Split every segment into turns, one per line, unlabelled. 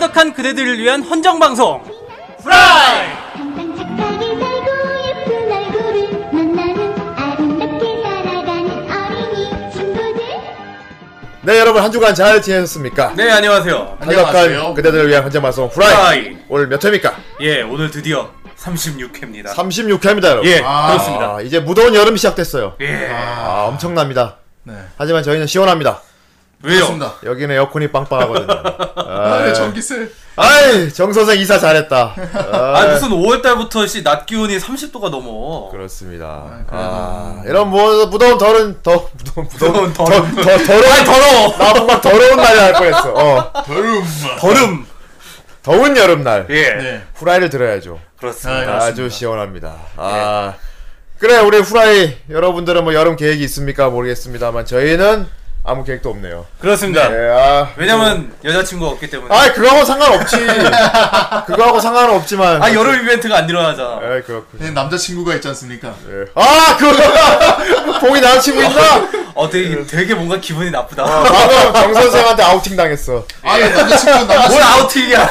착한 그대들을 위한 헌정 방송 프라이
항상 착하게 살고 예쁜 얼굴을 만나는 아름답게 살아가는 어린이 친구들
네 여러분 한 주간 잘 지내셨습니까?
네 안녕하세요
한적한 그대들을 위한 한정 방송 후라이
후라이.
오늘 몇 회입니까?
예 오늘 드디어 36회입니다
36회입니다 여러분
예
아.
그렇습니다
아, 이제 무더운 여름이 시작됐어요
예
아 엄청납니다
네.
하지만 저희는 시원합니다
왜요
좋습니다.
여기는 에어컨이 빵빵하거든요
아,
아,
예, 전기세.
아이 정선생 이사 잘했다 아,
아 무슨 5월달부터 씨낮 기온이 30도가 넘어
그렇습니다
아, 그래도-
아 이런 뭐 무더운 더운 더 무더운
무더운
무더운
더운.
더, 더, 더러운
더러워
나 뭔가 더러운 날이 할 뻔했어 어
더름.
더름
더운 여름날
예
네.
후라이를 들어야죠
그렇습니다 네.
아,
아주 네, 시원합니다. 아 그래 우리 후라이 여러분들은 뭐 여름 계획이 있습니까 모르겠습니다만 저희는 아무 계획도 없네요.
그렇습니다
예, 아,
왜냐면 여자친구가 없기 때문에
아 그거하고 상관없지. 그거하고 상관은 없지만.
아 여름 이벤트가 안 일어나잖아
예 그렇군.
네, 남자친구가 있지 않습니까?
예. 아 그거 봉이 남친구 있나?
어
네.
되게, 되게 뭔가 기분이 나쁘다 아,
방금 정 선생한테 아우팅 당했어.
아, 예, 남자친구, 남자친구.
뭘 아우팅이야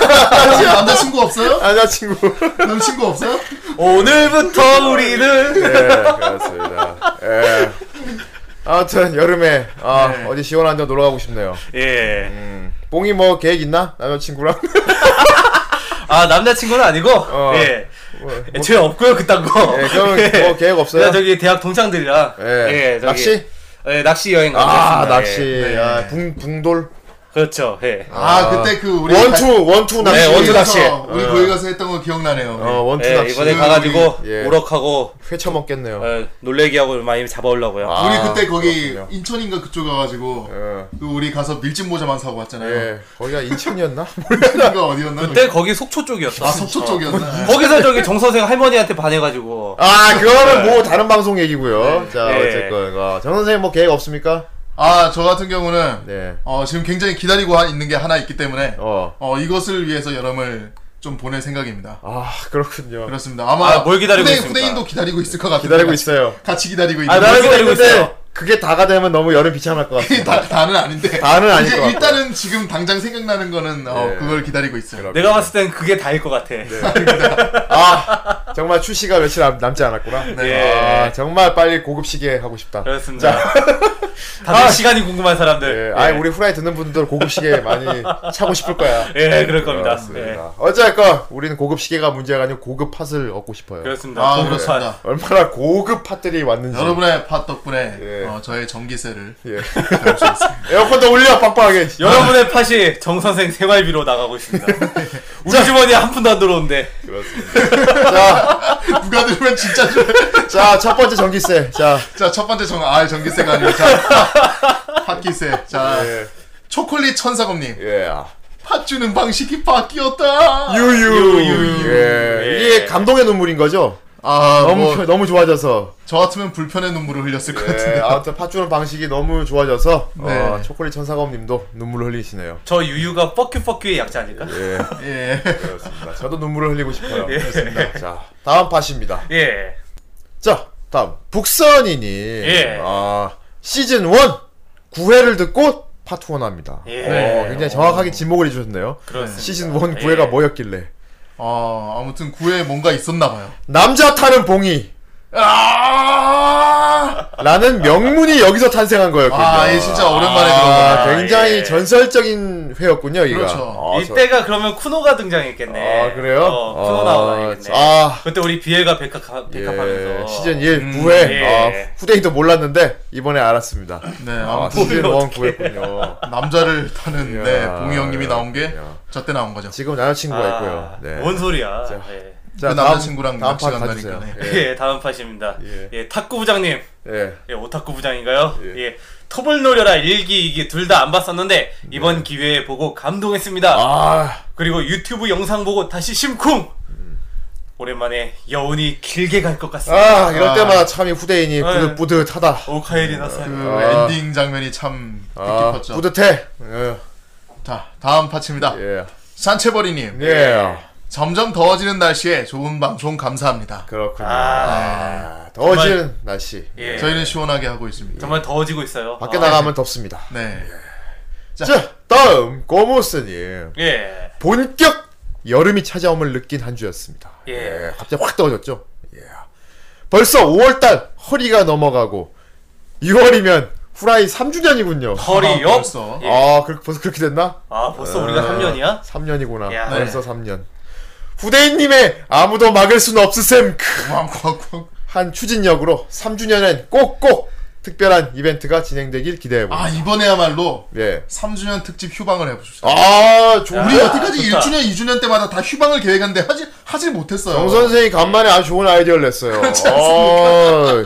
남자친구 없어요?
아, 남자친구.
남자친구 없어요?
오늘부터 우리는
예 그렇습니다. 예. 아무튼 여름에 아,
네.
어디 시원한 데 놀러 가고 싶네요.
예
음. 봉이 뭐 계획 있나 남자친구랑?
아 남자친구는 아니고
어.
예.
뭐,
예, 죄 없고요 네, 그딴 거.
예, 그럼 뭐 계획 없어요?
그냥 저기 대학 동창들이랑
예.
저기-
낚시?
예, 낚시 여행 가겠습니다.
아, 낚시.
예.
네.
아, 붕, 붕돌.
그렇죠. 예.
아, 그때 그 우리.
원투, 원투 낚시.
네, 원투
거기 가서,
낚시.
우리
어.
거기 가서 했던 거 기억나네요.
어, 원투
예,
낚시.
이번에
그
가가지고
우리- 예.
오락하고
회쳐먹겠네요.
어, 놀래기하고 많이 잡아오려고요.
아.
우리 그때 거기
그렇군요.
인천인가 그쪽 가가지고
어,
그 우리 가서 밀짚 모자만 사고 왔잖아요. 그
예. 거기가 인천이었나?
인천인가 어디였나?
그때 네. 거기 속초 쪽이었어.
아 속초 쪽이었나?
거기서 저기 정 선생 할머니한테 반해가지고
아, 그거는 뭐 다른 방송 얘기고요. 자,
예.
어쨌건. 어, 정 선생님 뭐 계획 없습니까?
아저 같은 경우는
네.
어 지금 굉장히 기다리고 하- 있는 게 하나 있기 때문에
어.
어 이것을 위해서 여름을 좀 보낼 생각입니다.
아, 그렇군요.
그렇습니다. 아마
아, 뭘 기다리고
후대인,
있습니까?
후대인도 기다리고 있을 것 같아요.
기다리고 있어요.
같이 기다리고 있는.
아, 나는
데
기다리고
있는데
있어요.
그게 다가 되면 너무 여름 비참할 것 같아요.
다, 다는 아닌데.
다는 아닐
이제
것 같아요.
일단은 지금 당장 생각나는 거는 어,
예.
그걸 기다리고 있어요.
그럼.
내가 봤을 땐 그게 다일 것 같아.
네. 아, 정말 출시가 며칠 남, 남지 않았구나.
네.
아, 정말 빨리 고급 시계 하고 싶다.
그렇습니다. 다들 시간이 궁금한 사람들.
아. 예, 아니 우리 후라이 듣는 분들 고급 시계 많이 차고 싶을 거야.
예, 그럴 겁니다.
그렇습니다.
예.
어쨌건 우리는 고급 시계가 문제가 아니고 고급 팟을 얻고 싶어요.
그렇습니다.
아
고급한.
그렇습니다.
얼마나 고급 팟들이 왔는지.
여러분의 팟 덕분에
네. 예.
어, 저의 전기세를
예.
배울 수 있어요.
에어컨도 올려 빡빡하게.
여러분의 팥이 정 선생 생활비로 나가고 있습니다. 우리 주머니에 한 푼도 안 들어오는데.
그렇습니다.
누가 들으면 진짜 좀.
자, 첫 번째 전기세. 자,
자첫 번째 정, 아 전기세가 아니고 자 팟기세. 자
예,
초콜릿 천사검님
예.
팥 주는 방식이 바뀌었다.
유유.
유유.
예.
예.
이게 감동의 눈물인 거죠.
아뭐
너무
저
표- 너무 좋아져서.
같으면 불편의 눈물을 흘렸을 것
예,
같은데.
아무튼 팥 주는 방식이 너무 좋아져서 어,
네.
초콜릿 천사검님도 눈물을 흘리시네요.
저 유유가 뻑큐 뻑큐의 약자 아닐까?
예.
예.
그렇습니다. 저도 눈물을 흘리고 싶어요.
예.
그렇습니다. 자, 다음 팟입니다.
예.
자, 다음 북선이님.
예.
아, 시즌 1 9회를 듣고 파트 1 합니다.
예.
어, 굉장히 정확하게 지목을 해주셨네요.
그렇습니다.
시즌 1 9회가
예.
뭐였길래?
어, 아무튼 구에 뭔가 있었나 봐요.
남자 타는 봉이.
아,
라는 명문이 여기서 탄생한 거였군요.
아, 예, 진짜 오랜만에
아,
들어보네.
굉장히
예.
전설적인 회였군요, 이가.
그렇죠.
아, 저-
이때가 그러면 쿠노가 등장했겠네.
아, 그래요?
어, 쿠노
아,
나오겠네.
아.
그때 우리 비엘과 백합, 백합하면서.
예, 시즌 1
음,
9회
예.
아, 후대인도 몰랐는데 이번에 알았습니다.
네,
아,
아무튼
시즌 1
어떡해.
9회군요.
남자를 타는
이야,
네, 봉이 형님이 나온 게
이야.
저때 나온 거죠.
지금 남자친구가
아,
있고요. 네.
뭔 소리야.
자.
예.
자,
그
다음-
남자친구랑
다음
낚시
판
간다니까,
가주세요.
네.
예.
예, 다음 팟입니다.
예.
예. 탁구 부장님.
예.
예, 오타쿠 부장인가요?
예.
예. 톱을 노려라 일기 이기 둘 다 안 봤었는데 이번 기회에 보고 감동했습니다.
네. 아,
그리고 유튜브 영상 보고 다시 심쿵.
음.
오랜만에 여운이 길게 갈 것 같습니다.
아 이럴
아. 네.
때마다 참 이 후대인이 뿌듯뿌듯하다.
오카에리 나사.
그
아.
엔딩 장면이 참
아,
뜻깊었죠.
뿌듯해. 예.
자, 다음 파츠입니다.
예.
산체버리님,
예.
네. 점점 더워지는 날씨에 좋은 방송 감사합니다.
그렇군요.
아.
아, 더워지는 날씨.
예.
저희는 시원하게 하고 있습니다.
정말 더워지고 있어요.
밖에
아,
나가면 덥습니다.
네,
자, 다음 꼬모스님
예.
본격 여름이 찾아옴을 느낀 한 주였습니다.
예.
갑자기 확 떨어졌죠. 예. 벌써 5월달 허리가 넘어가고 6월이면 후라이 3주년이군요.
허리요?
벌써.
예.
아, 그, 벌써 그렇게 됐나?
아, 벌써
예.
우리가 3년이야?
3년이구나.
야.
벌써 3년. 후대인님의 아무도 막을 순 없으셈. 크.
왕왕왕.
한 추진력으로 3주년엔 꼭꼭 특별한 이벤트가 진행되길 기대해봅니다.
아 이번에야말로
예.
3주년 특집 휴방을 해보십시오.
아, 좋
우리
우리
야.
여태까지
좋다.
1주년, 2주년 때마다 다 휴방을 계획했는데 하지 하질 못했어요.
정 선생이 간만에 아주 좋은 아이디어를 냈어요.
그렇지 않습니까?
어,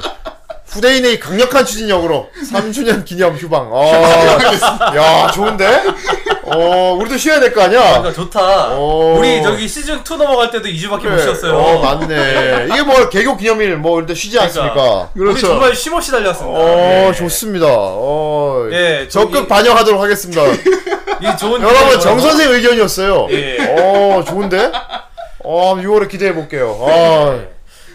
후대인의 강력한 추진력으로 3주년 기념 휴방. 어, 야, 좋은데? 어, 우리도 쉬어야 될 거 아니야?
그러니까 좋다.
오.
우리 저기 시즌 2 넘어갈 때도 2주밖에 못
그래.
쉬었어요.
어, 맞네. 이게 뭐 개교 기념일 뭐 이런데 쉬지 않습니까?
그러니까. 우리 정말 쉼없이 달렸습니다.
어,
예.
좋습니다. 어,
예, 저기-
적극 반영하도록 하겠습니다.
이 좋은
여러분,
기회를
정 선생 의견이었어요.
예.
어, 좋은데? 어, 6월에 기대해 볼게요. 아,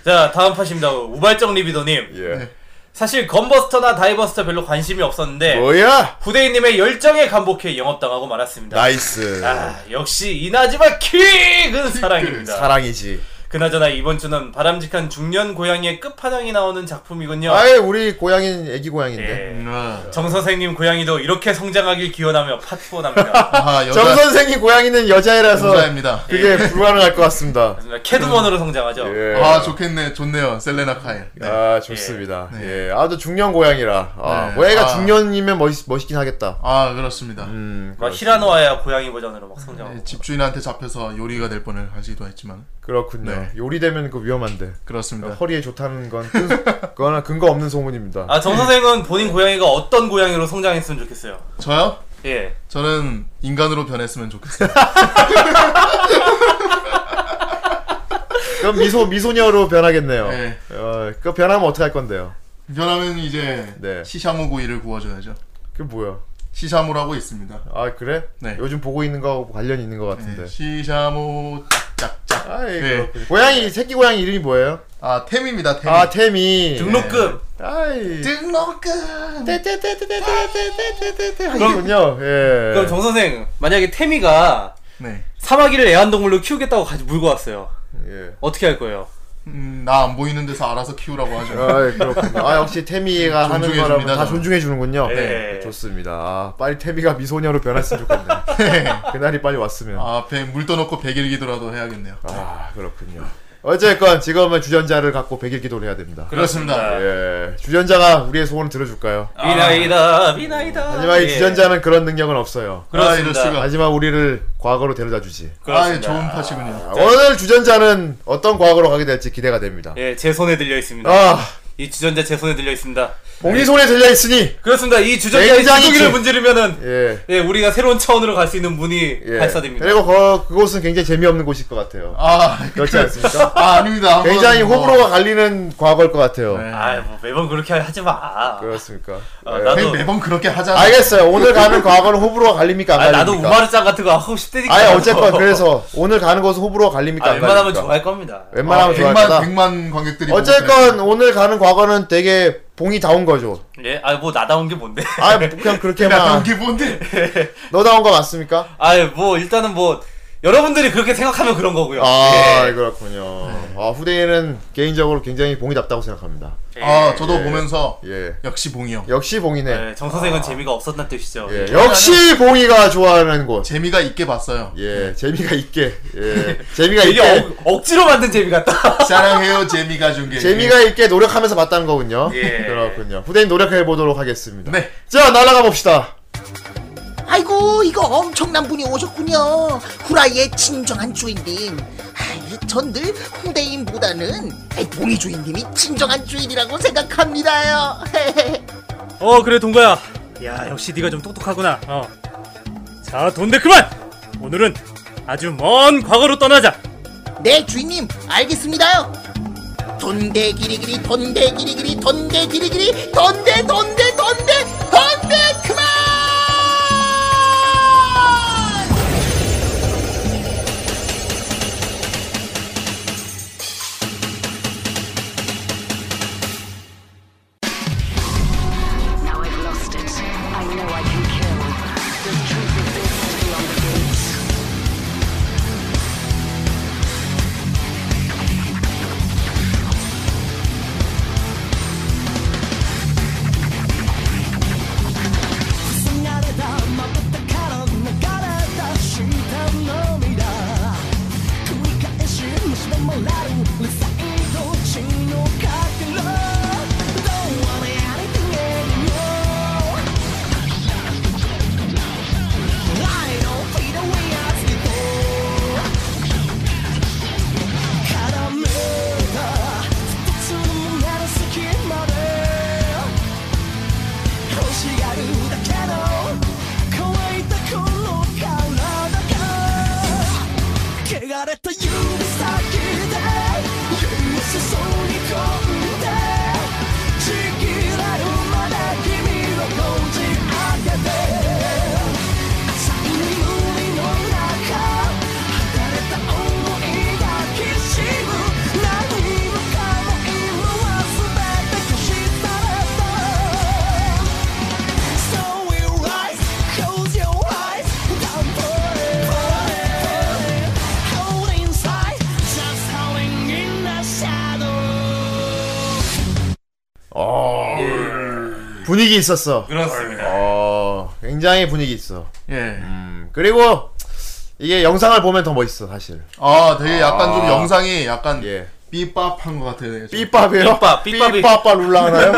자 다음 팟입니다 우발적 리비더님
예.
사실 건버스터나 다이버스터 별로 관심이 없었는데
뭐야?
후대인님의 열정에 감복해 영업당하고 말았습니다
나이스.
아 역시 이나즈마 킥은 사랑입니다
사랑이지.
그나저나 이번 주는 바람직한 중년 고양이의 끝판왕이 나오는 작품이군요
아예 우리 고양이는 애기 고양인데.
예.
음.
정선생님 고양이도 이렇게 성장하길 기원하며 팟포원합니다
아하 여자
정 선생이 고양이는 여자애라서
여자입니다. 예.
그게 불가능할 것 같습니다.
캐드먼으로 성장하죠
예.
아 좋겠네, 좋네요. 셀레나 카일. 네.
아 좋습니다.
예.
예, 아주 중년 고양이라. 아,
네.
뭐 애가
아.
중년이면 멋있 멋있긴 하겠다.
아 그렇습니다.
음,
막 히라노아야 고양이 버전으로 막 성장하고
예,
네, 집주인한테 잡혀서 요리가 될 뻔을 하기도 했지만
그렇군요.
네.
요리되면 그 위험한데.
그렇습니다.
허리에 좋다는 건 끈- 그거나 근거 없는 소문입니다.
아 정선생은 본인 고양이가 어떤 고양이로 성장했으면 좋겠어요
저요?
예
저는 인간으로 변했으면 좋겠어요.
그럼 미소 미소녀로 변하겠네요.
네.
어, 그 변하면 어떻게 할 건데요?
변하면 이제
네.
시샤무 구이를 구워줘야죠.
그 뭐야?
시샤무라고 있습니다.
아 그래?
네.
요즘 보고 있는 거하고 관련 이 있는 것 같은데.
네, 시샤무 짝짝짝.
아이 예,
네.
그렇군요. 고양이 새끼 고양이 이름이 뭐예요?
아 템입니다. 템.
아 태미
등록금
아이
등록금.
떼떼떼떼떼떼떼떼떼떼떼 하군요 예
그럼 정 선생 만약에 태미가
네.
사마귀를 애완동물로 키우겠다고 가지 물고 왔어요.
예.
어떻게 할 거예요?
음, 나 안 보이는 데서 알아서 키우라고 하죠.
아이 그렇군요 아 역시 태미가 하는
존중해
거라면
줍니다,
다
저는.
존중해 주는군요
네.
좋습니다 아, 빨리 태미가 미소녀로 변했으면 좋겠네 그날이 빨리 왔으면
아, 배, 물 떠놓고 백일기도라도 해야겠네요.
아 그렇군요 어쨌건 지금은 주전자를 갖고 백일 기도를 해야 됩니다
그렇습니다.
예 주전자가 우리의 소원을 들어줄까요
아,
비나이다, 비나이다.
아, 하지만 이
예.
주전자는 그런 능력은 없어요
그렇습니다.
아, 이럴 수가.
하지만 우리를 과거로 데려다 주지
아,
그렇습니다.
좋은 팟이군요.
오늘 주전자는 어떤 과거로 가게 될지 기대가 됩니다
예, 제 손에 들려 있습니다.
아
이 주전자 제 손에 들려 있습니다.
봉이 손에 들려 있으니
그렇습니다. 이 주전자의
굉장히
주둥이를
제-
문지르면은
예.
예, 우리가 새로운 차원으로 갈 수 있는 문이
예.
발사됩니다.
그리고 그, 그곳은 굉장히 재미없는 곳일 것 같아요.
아,
그렇지
그렇죠.
않습니까?
아, 아닙니다. 한번
굉장히
어.
뭐-
호불호가 갈리는 과거일 것 같아요.
네.
아, 뭐 매번 그렇게 하지 마.
그렇습니까?
아,
예.
나도
매- 매번 그렇게 하자.
알겠어요. 오늘 가는 과거는 호불호가 갈립니까? 안
아,
갈립니까?
나도 우마르짱 같은 거 하고 싶다니까.
아니, 어쨌건 그래서 오늘 가는 곳은 호불호가 갈립니까?
아,
안
웬만하면
갈립니까?
좋아할 겁니다.
웬만하면 좋아할
100만,
거다.
100만 관객들이. 보고
어쨌건 오늘 가는 과거는 되게 봉이 다운 거죠.
예, 아, 뭐 나다운 게 뭔데?
아, 그냥
그래. 야,
그렇게만.
그게 뭔데?
너 다운 거 맞습니까?
아이 뭐 일단은 뭐 여러분들이 그렇게 생각하면 그런 거고요.
아,
예.
그렇군요. 아, 후대인은 개인적으로 굉장히 봉이 답다고 생각합니다.
예.
아, 저도
예.
보면서
예.
역시 봉이 형.
역시 봉이네.
예, 정 선생은 재미가 없었단 뜻이죠.
예, 역시 봉이가 좋아하는 곳.
재미가 있게 봤어요.
예, 재미가 있게. 예, 재미가
이게
있게.
억, 억지로 만든 재미 같다.
사랑해요, 재미가 준 게.
예. 재미가 있게 노력하면서 봤다는 거군요.
예.
그렇군요. 후대인 노력해 보도록 하겠습니다.
네.
자, 날아가 봅시다.
아이고 이거 엄청난 분이 오셨군요 후라이의 진정한 주인님 아, 전 늘 후대인보다는 봉이 주인님이 진정한 주인이라고 생각합니다요
어 그래 동거야 야 역시 네가 좀 똑똑하구나 어. 자 돈데 그만 오늘은 아주 먼 과거로 떠나자
네 주인님 알겠습니다요 돈대 기리기리 돈대 기리기리 돈대 기리기리 돈대 돈대 돈대 돈대 그만
Now I've lost it. I know I can kill. The truth is this 몰라도 내 사이로 진호가 흘러 Don't want anything anymore I don't feel the way as before 가라매다 스포츠는 문화로 스킨 말해 星があるだけの乾いたこの体が汚れた指先で許しそうに込んでちぎれるまで君をこじ開けて浅い眠りの中離れた想いがきしむ何もかも今は全て消し去れた So we rise, close your eyes, down for it. Hold inside, just howling in the shadows.
어... 분위기 있었어.
그렇습니다.
어, 굉장히 분위기 있어.
예.
음, 그리고 이게 영상을 보면 더 멋있어, 사실.
아, 되게 약간 좀
아.
영상이 약간
예.
삐밥한 것 같아요. 좀.
삐밥이요?
삐밥, 삐밥이-
삐밥빠 룰라 하나요?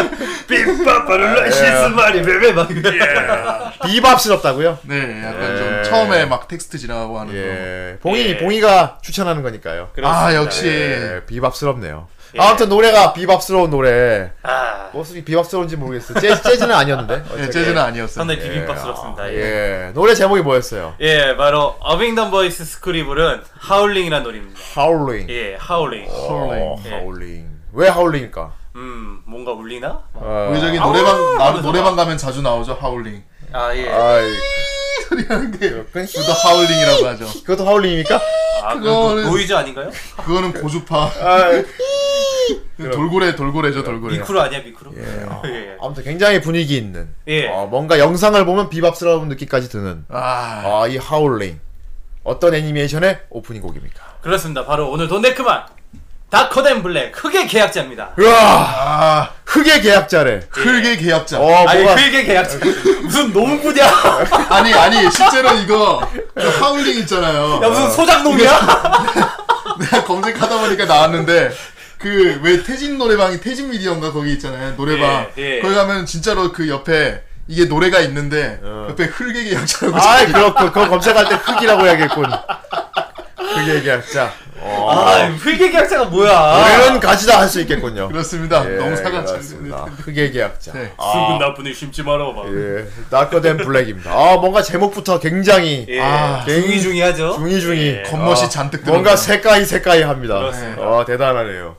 삐빠빠룰라 시스마리 베베 막.
아,
비밥스럽다고요?
네, 약간
예.
좀 처음에 막 텍스트 지나가고 하는
예. 봉이 봉이가 추천하는 거니까요.
거. 아,
그렇습니다.
역시.
예, 비밥스럽네요. 아무튼 노래가 비밥스러운 노래.
아,
무슨 비밥스러운지 모르겠어. 재즈, 재즈는 아니었는데.
예,
어쨌든.
재즈는 아니었어요.
상당히 비빔밥스럽습니다. 예. 예.
예. 노래 제목이 뭐였어요?
바로 어빙던 보이스 스크립은 하울링이라는 노래입니다.
하울링.
예, 하울링.
어,
홀링.
예.
하울링. 왜 하울링일까?
음, 뭔가 울리나?
어,
우리 저기 노래방 나,
하면서
노래방
막.
가면 자주 나오죠 하울링.
아, 예.
아이,
소리 하는 게
그건 히-
그것도 하울링이라고 하죠.
그것도 하울링입니까?
아,
그거는-
그거는 노이즈 아닌가요?
그거는 고주파.
아이,
돌고래 돌고래죠 돌고래.
미쿠로 아니야, 미쿠로? 예.
아무튼 굉장히 분위기 있는.
예.
어, 뭔가 영상을 보면 비밥스러운 느낌까지 드는.
아,
아, 이 하울링. 어떤 애니메이션의 오프닝 곡입니까?
그렇습니다. 바로 오늘 돈데크만 다커덴 블랙 흑의 계약자입니다.
으아!
아
흑의 계약자래.
흑의 계약자.
어,
그, 아니
뭐가.
흑의 계약자 무슨 농부냐? 야
아니 아니 실제로 이거 저 하울링 있잖아요.
무슨 소작농이야?
내가 검색하다 보니까 나왔는데 그 왜 태진 노래방이 태진 미디어인가 거기 있잖아요 노래방
예, 예.
거기 가면 진짜로 그 옆에 이게 노래가 있는데 옆에 흙의 계약자라고
어. 아이, 그렇군. 그거 검색할 때 흑이라고 해야겠군. 흑의 계약자. 어.
아 흑의 계약자가 뭐야?
우리는 가지다 할 수 있겠군요.
그렇습니다
예,
아, 너무 사가
그렇습니다.
참
흑의 계약자.
네.
수군 나쁜 일 심지 마라 막.
예, 나커덴 블랙입니다. 아, 뭔가 제목부터 굉장히
예.
아,
중이 중이하죠.
중이 중이.
겉멋이
아,
잔뜩 들어
뭔가 새까이 새까이 합니다.
그렇습니다.
아, 대단하네요.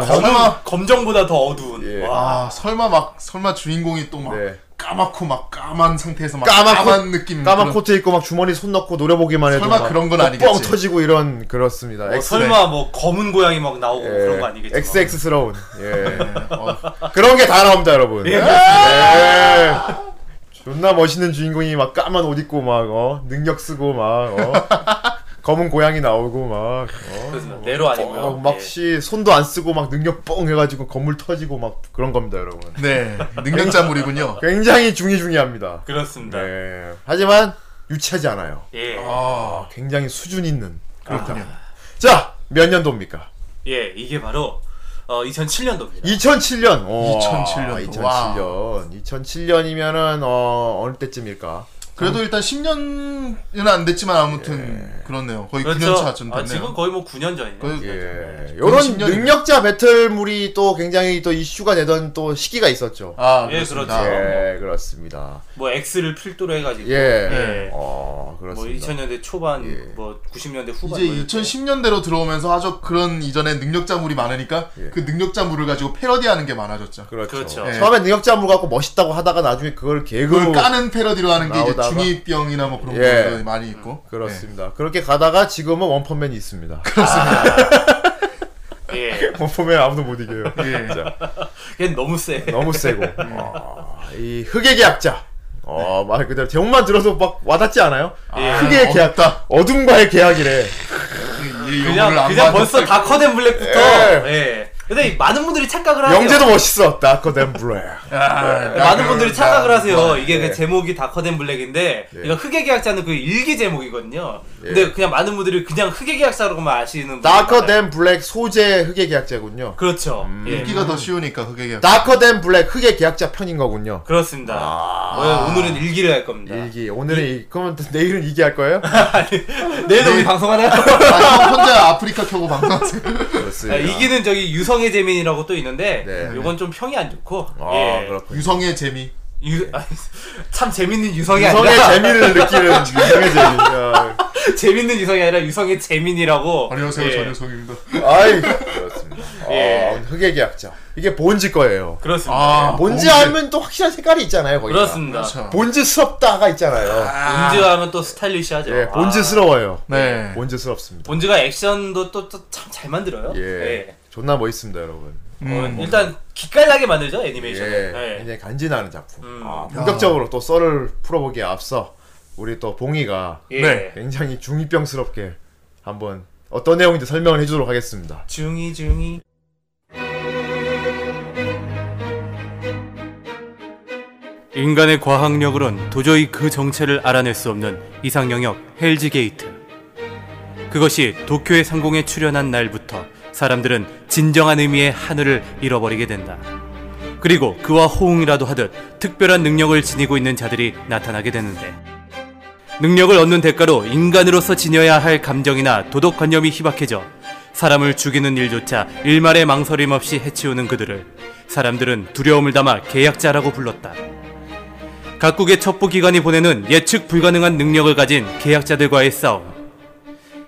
아,
설마
검정보다 더 어두운.
예.
와.
아 설마 막 설마 주인공이 또 막
네.
까맣고 막 까만 상태에서 막
까맣고-
까만 느낌
까만
그런-
코트 입고 막 주머니 손 넣고 노려보기만 해도
설마
막
그런 건
뻥
아니겠지.
터지고 이런 그렇습니다.
뭐
엑스-
설마 뭐 검은 고양이 막 나오고 뭐
예,
그런 거 아니겠죠?
XX스러운. 예.
어,
그런 게 다 나옵니다, 여러분.
예.
예. 존나 멋있는 주인공이 막 까만 옷 입고 막 어, 능력 쓰고 막 어, 검은 고양이 나오고 막 어,
그렇습니다. 내로 아니고요. 예.
어, 막시 손도 안 쓰고 막 능력 뻥 해가지고 건물 터지고 막 그런 겁니다, 여러분.
네 능력자물이군요
굉장히 중이중이합니다.
그렇습니다. 예.
네. 하지만 유치하지 않아요.
아
굉장히 수준 있는
그렇군요
자, 몇 년도입니까?
예, 이게 바로 어, 2007년도입니다.
2007년. 어,
2007 년도.
2007년. 2007년이면은 어, 어느 때쯤일까?
그래도 일단 10년은 안 됐지만 아무튼 그렇네요 거의 9년 차쯤 됐네요
아, 지금 거의 뭐 9년 전이네요.
거의-
예.
그건
요런
10년이네.
능력자 배틀물이 또 굉장히 또 이슈가 되던 또 시기가 있었죠.
아,
예,
그렇습니다.
그렇죠.
예, 그렇습니다.
뭐 X를 필두로 해가지고
예.
예.
어,
뭐
그렇습니다. 예.
2000년대 초반 뭐 90년대 후반 뭐
이제
이렇게.
2010년대로 들어오면서 아주 그런 이전에 능력자물이 많으니까
예.
그 능력자물을 가지고 패러디하는 게 많아졌죠.
그렇죠.
그렇죠.
예.
처음에 능력자물 갖고 멋있다고 하다가 나중에 그걸 개그로
그걸 까는 패러디로 하는 게 이제
나오다가-
중이병이나 뭐 그런
예.
것들이 많이 있고. 네.
그렇습니다. 그렇게 가다가 지금은 원펀맨이 있습니다.
예.
원펀맨 아무도 못 이겨요.
예. 예.
걔 너무 세.
너무 세고. 아, 이 흑의 계약자. 어, 말 그대로 제목만 들어도 막 와닿지 않아요?
예.
흑의 계약다. 어둠과의 계약이래.
이 용어를
그냥
안
그냥
봐도
벌써
딱-
다커덴 블랙부터
예.
예. 근데 이 많은 분들이 착각을 하세요.
영재도 멋있어. 다커 댄 블랙.
아,
네, 많은 분들이 착각을
예.
하세요. 이게
그 네.
그 제목이 다커덴 블랙인데
네.
이거 흑의 계약자는 그 일기 제목이거든요. 근데 그냥 많은 분들이 그냥 흑의 계약자로만 아시는 분들
다커 댄 음. 블랙 소재 흑의 계약자군요.
그렇죠. 예.
읽기가 더 쉬우니까 그게 그냥.
다커 댄 블랙 흑의 계약자 편인 거군요.
그렇습니다. 어, 오늘은 일기를 할 겁니다.
아. 일기 오늘은 이... 그러면 내일은 이기 할 거예요?
내일도
네.
우리 방송하나요?
아, 형 혼자 아프리카 켜고 방송하세요.
그렇습니다.
아, 이기는 저기 유성의 재민이라고 또 있는데
네.
요건 좀 평이 안 좋고
아
예.
그렇군. 네.
유성의 재미.
유, 아니, 참 재밌는 유성이
유성의
아니라
재미를 느끼는 유성의 재미. 아, 야.
재밌는 유성이 아니라 유성의 재민이라고
안녕하세요,
예.
전효성입니다.
아이 그렇습니다.
예.
아, 흑의 계약자 이게 본지 거예요.
그렇습니다.
아,
본지 알면 또 확실한 색깔이 있잖아요. 거기가.
그렇습니다.
그렇죠.
본즈스럽다가 있잖아요.
예. 본즈하면 또 스타일리시하죠. 아.
예, 본즈스러워요.
네.
본즈스럽습니다.
본즈가 액션도 또 참 잘 만들어요.
예. 존나 멋있습니다, 여러분.
어,
음.
일단 기깔나게 만들죠 애니메이션.
예.
을 예.
굉장히 간지나는 작품.
음.
아, 본격적으로 또 썰을 풀어보기에 앞서 우리 또 봉이가
예.
네.
굉장히 중이병스럽게 한번 어떤 내용인지 설명을 해주도록 하겠습니다.
중이 중이.
인간의 과학력으론 도저히 그 정체를 알아낼 수 없는 이상 영역 헬즈 게이트. 그것이 도쿄의 상공에 출현한 날부터 사람들은 진정한 의미의 하늘을 잃어버리게 된다. 그리고 그와 호응이라도 하듯 특별한 능력을 지니고 있는 자들이 나타나게 되는데 능력을 얻는 대가로 인간으로서 지녀야 할 감정이나 도덕관념이 희박해져 사람을 죽이는 일조차 일말의 망설임 없이 해치우는 그들을 사람들은 두려움을 담아 계약자라고 불렀다. 각국의 첩보기관이 보내는 예측 불가능한 능력을 가진 계약자들과의 싸움.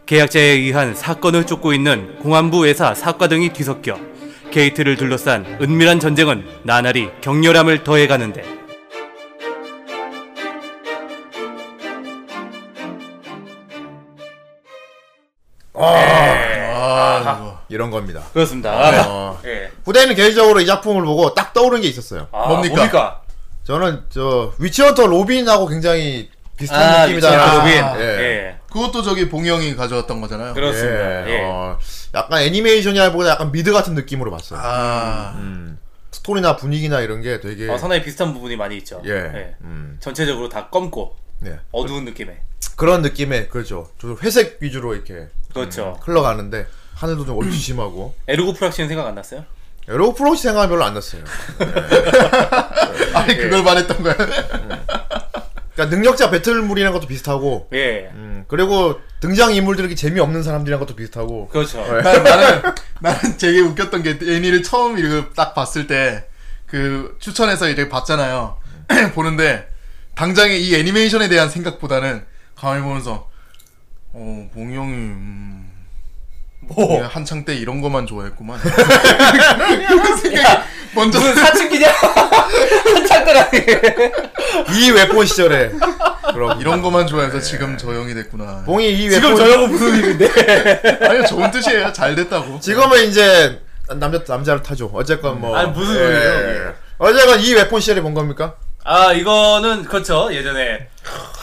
계약자에 의한 사건을 쫓고 있는 공안부 외사 사과 등이 뒤섞여 게이트를 둘러싼 은밀한 전쟁은 나날이 격렬함을 더해가는데
이런 겁니다.
그렇습니다.
네.
어,
예.
후대인은 개인적으로 이 작품을 보고 딱 떠오른 게 있었어요.
아,
뭡니까?
저는 저 위치헌터 로빈하고 굉장히 비슷한
아,
느낌이다.
로빈.
아,
예.
예.
그것도 저기 봉이 형이 가져왔던 거잖아요.
그렇습니다.
예,
예.
어, 약간 애니메이션이 아니라 약간 미드 같은 느낌으로 봤어요.
아,
스토리나 분위기나 이런 게 되게
어, 선화에 네. 비슷한 부분이 많이 있죠.
예, 음,
전체적으로 다 검고
예.
어두운 느낌의.
그런 느낌의 그렇죠. 좀 회색 위주로 이렇게
그렇죠.
음. 흘러가는데 하늘도 좀 얼추심하고
에르고 프락시는 생각 안 났어요?
여러 프로시 생각이 별로 안 났어요. 예.
아니 그걸 말했던 거야.
음. 그러니까 능력자 배틀물이라는 것도 비슷하고
예.
음, 그리고 등장 인물들이 재미없는 사람들이란 것도 비슷하고
그렇죠.
그러니까 나는 나는 나는 되게 웃겼던 게 애니를 처음 이거 딱 봤을 때 그 추천해서 이렇게 봤잖아요. 보는데 당장에 이 애니메이션에 대한 생각보다는 가만히 보면서 어 봉이 형이 음,
뭐
그냥 한창 때 이런 거만 좋아했구만. 그런 생각이 먼저
무슨 사춘기냐? 한참 때라니.
이 웹본 시절에 그럼
이런 거만 좋아해서 지금 저 형이 됐구나.
봉이 이 웹본
지금 저하고 무슨 일인데?
아니 좋은 뜻이에요. 잘 됐다고.
지금은 이제 남자 남자를 타죠. 어쨌건 뭐
아니, 무슨
예.
소리예요,
어쨌건 이 웹본 시절에 본 겁니까?
아 이거는 그렇죠. 예전에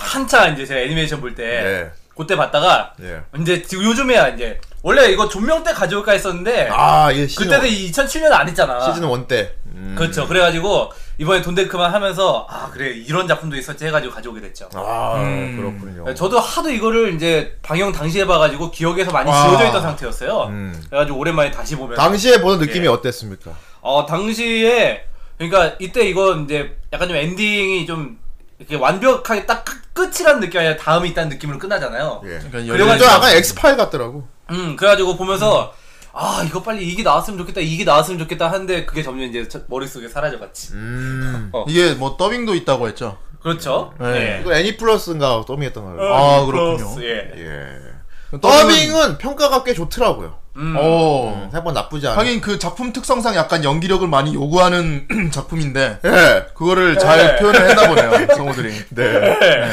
한참 이제 제가 애니메이션 볼 때
예.
그때 봤다가
예.
이제 지금 요즘에야 이제 원래 이거 조명 때 가져올까 했었는데
아, 예, 시즌
그때도
원-
2007년 안 했잖아.
시즌 1 때. 음.
그렇죠. 그래가지고 이번에 돈데크만 하면서 아 그래 이런 작품도 있었지 해가지고 가져오게 됐죠.
아,
네,
그렇군요.
네, 저도 하도 이거를 이제 방영 당시에 봐가지고 기억에서 많이 지워져 있던 상태였어요.
음.
그래가지고 오랜만에 다시 보면
당시에 보는 느낌이
예.
어땠습니까?
어 당시에 그러니까 이때 이거 이제 약간 좀 엔딩이 좀 이렇게 완벽하게 딱 끝- 끝이란 느낌이 아니라 다음이 있다는 느낌으로 끝나잖아요.
예.
그러니까
그래가지고
저 약간 엑스파일 같더라고.
음 그래가지고 보면서 아 이거 빨리 이게 나왔으면 좋겠다 이게 나왔으면 좋겠다 하는데 그게 점점 이제 저- 머릿속에 사라져갔지.
음.
이게 뭐 더빙도 있다고 했죠.
그렇죠.
네.
예.
이거 애니 E 플러스인가 더빙했던 거예요.
아, 그렇군요.
예.
E 예. 더빙은 평가가 꽤 좋더라고요.
음.
어.
생각보다 나쁘지 않아. 네.
하긴 그 작품 특성상 약간 연기력을 많이 요구하는 작품인데
예.
그거를 잘 표현을 했나 보네요 성우들이
네.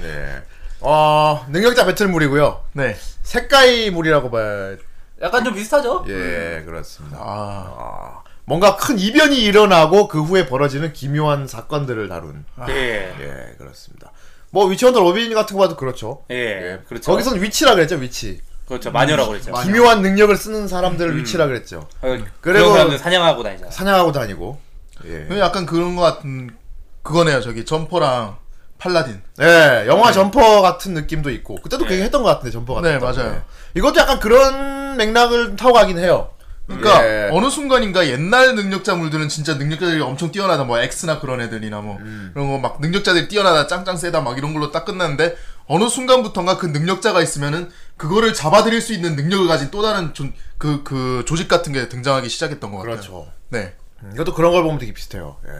네. 어, 능력자 배틀물이고요.
네.
색깔물이라고 봐야
약간 좀 비슷하죠.
음.
예, 그렇습니다.
아,
뭔가 큰 이변이 일어나고 그 후에 벌어지는 기묘한 사건들을 다룬
예.
예, 그렇습니다. 뭐 위치원더 로빈 같은 거 봐도 그렇죠.
예. 그렇죠.
거기선 위치라 그랬죠, 위치.
그렇죠. 마녀라고 그랬죠.
마녀.
기묘한 능력을 쓰는
음.
사람들을 위치라 그랬죠.
그런
그리고-
사람들 사냥하고 음. 다니잖아.
사냥하고 다니고. 예.
근데 약간 그런 것 같은 그거네요. 저기 점퍼랑 팔라딘.
예, 영화
네.
점퍼 같은 느낌도 있고 그때도 그게 했던 것 같은데 점퍼 같은.
네,
거.
맞아요.
예. 이것도 약간 그런 맥락을 타고 가긴 해요.
그러니까
예.
어느 순간인가 옛날 능력자물들은 진짜 능력자들이 엄청 뛰어나다 뭐 엑스나 그런 애들이나 뭐
음.
그런 거 막 능력자들이 뛰어나다 짱짱 세다 막 이런 걸로 딱 끝났는데 어느 순간부터인가 그 능력자가 있으면은 그거를 잡아들일 수 있는 능력을 가진 또 다른 그그 그 조직 같은 게 등장하기 시작했던 것 같아요.
그렇죠.
네.
음, 이것도 그런 걸 보면 되게 비슷해요. 예.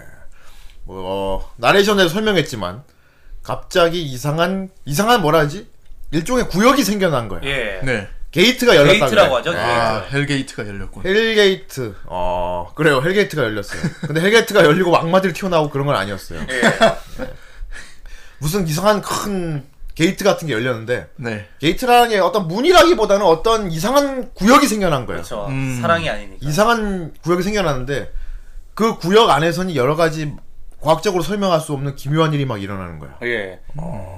뭐 어, 나레이션에서 설명했지만 갑자기 이상한 이상한 뭐라 하지? 일종의 구역이 생겨난 거예요.
예.
네.
게이트가 열렸다.
게이트라고
그래요.
하죠.
아,
게이트.
헬게이트가 열렸군.
헬게이트. 어 그래요. 헬게이트가 열렸어요. 근데 헬게이트가 열리고 악마들이 튀어나오고 그런 건 아니었어요. 예. 무슨 이상한 큰 게이트 같은 게 열렸는데
네.
게이트라는 게 어떤 문이라기보다는 어떤 이상한 구역이 생겨난 거예요.
그렇죠.
음.
사랑이 아니니까.
네. 이상한 구역이 생겨났는데 그 구역 안에서는 여러 가지 과학적으로 설명할 수 없는 기묘한 일이 막 일어나는 거야.
예.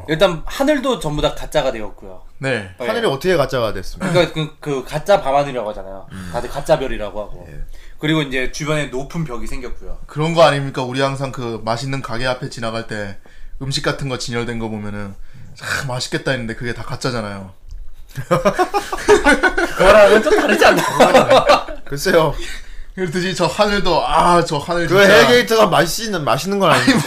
일단 하늘도 전부 다 가짜가 되었고요.
네.
예.
하늘이 어떻게 가짜가 됐습니까?
그러니까 그, 그 가짜 밤하늘이라고 하잖아요.
음.
다들 가짜 별이라고 하고.
예.
그리고 이제 주변에 높은 벽이 생겼고요.
그런 거 아닙니까? 우리 항상 그 맛있는 가게 앞에 지나갈 때 음식 같은 거 진열된 거 보면은 참 맛있겠다 했는데 그게 다 가짜잖아요.
그거랑은 좀 다르지 않나?
글쎄요.
그렇듯이 저 하늘도 아 저 하늘
그
진짜
헬게이트가 맛있는 맛있는 건 아니에요.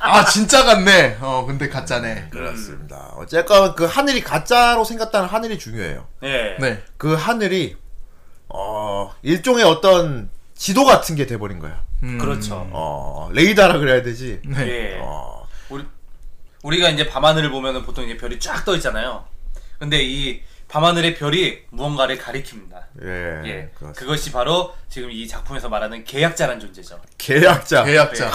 아 진짜 같네. 어 근데 가짜네.
그렇습니다. 어쨌건 그 하늘이 가짜로 생겼다는 하늘이 중요해요.
예.
네.
그 하늘이 어 일종의 어떤 지도 같은 게 돼버린 거야.
음,
그렇죠.
어 레이더라 그래야 되지.
네.
예.
어
우리, 우리가 이제 밤하늘을 보면은 보통 이제 별이 쫙 떠 있잖아요. 근데 이 밤하늘의 별이 무언가를 가리킵니다.
예.
예.
그렇습니다.
그것이 바로 지금 이 작품에서 말하는 계약자란 존재죠.
그- 계약자.
계약자.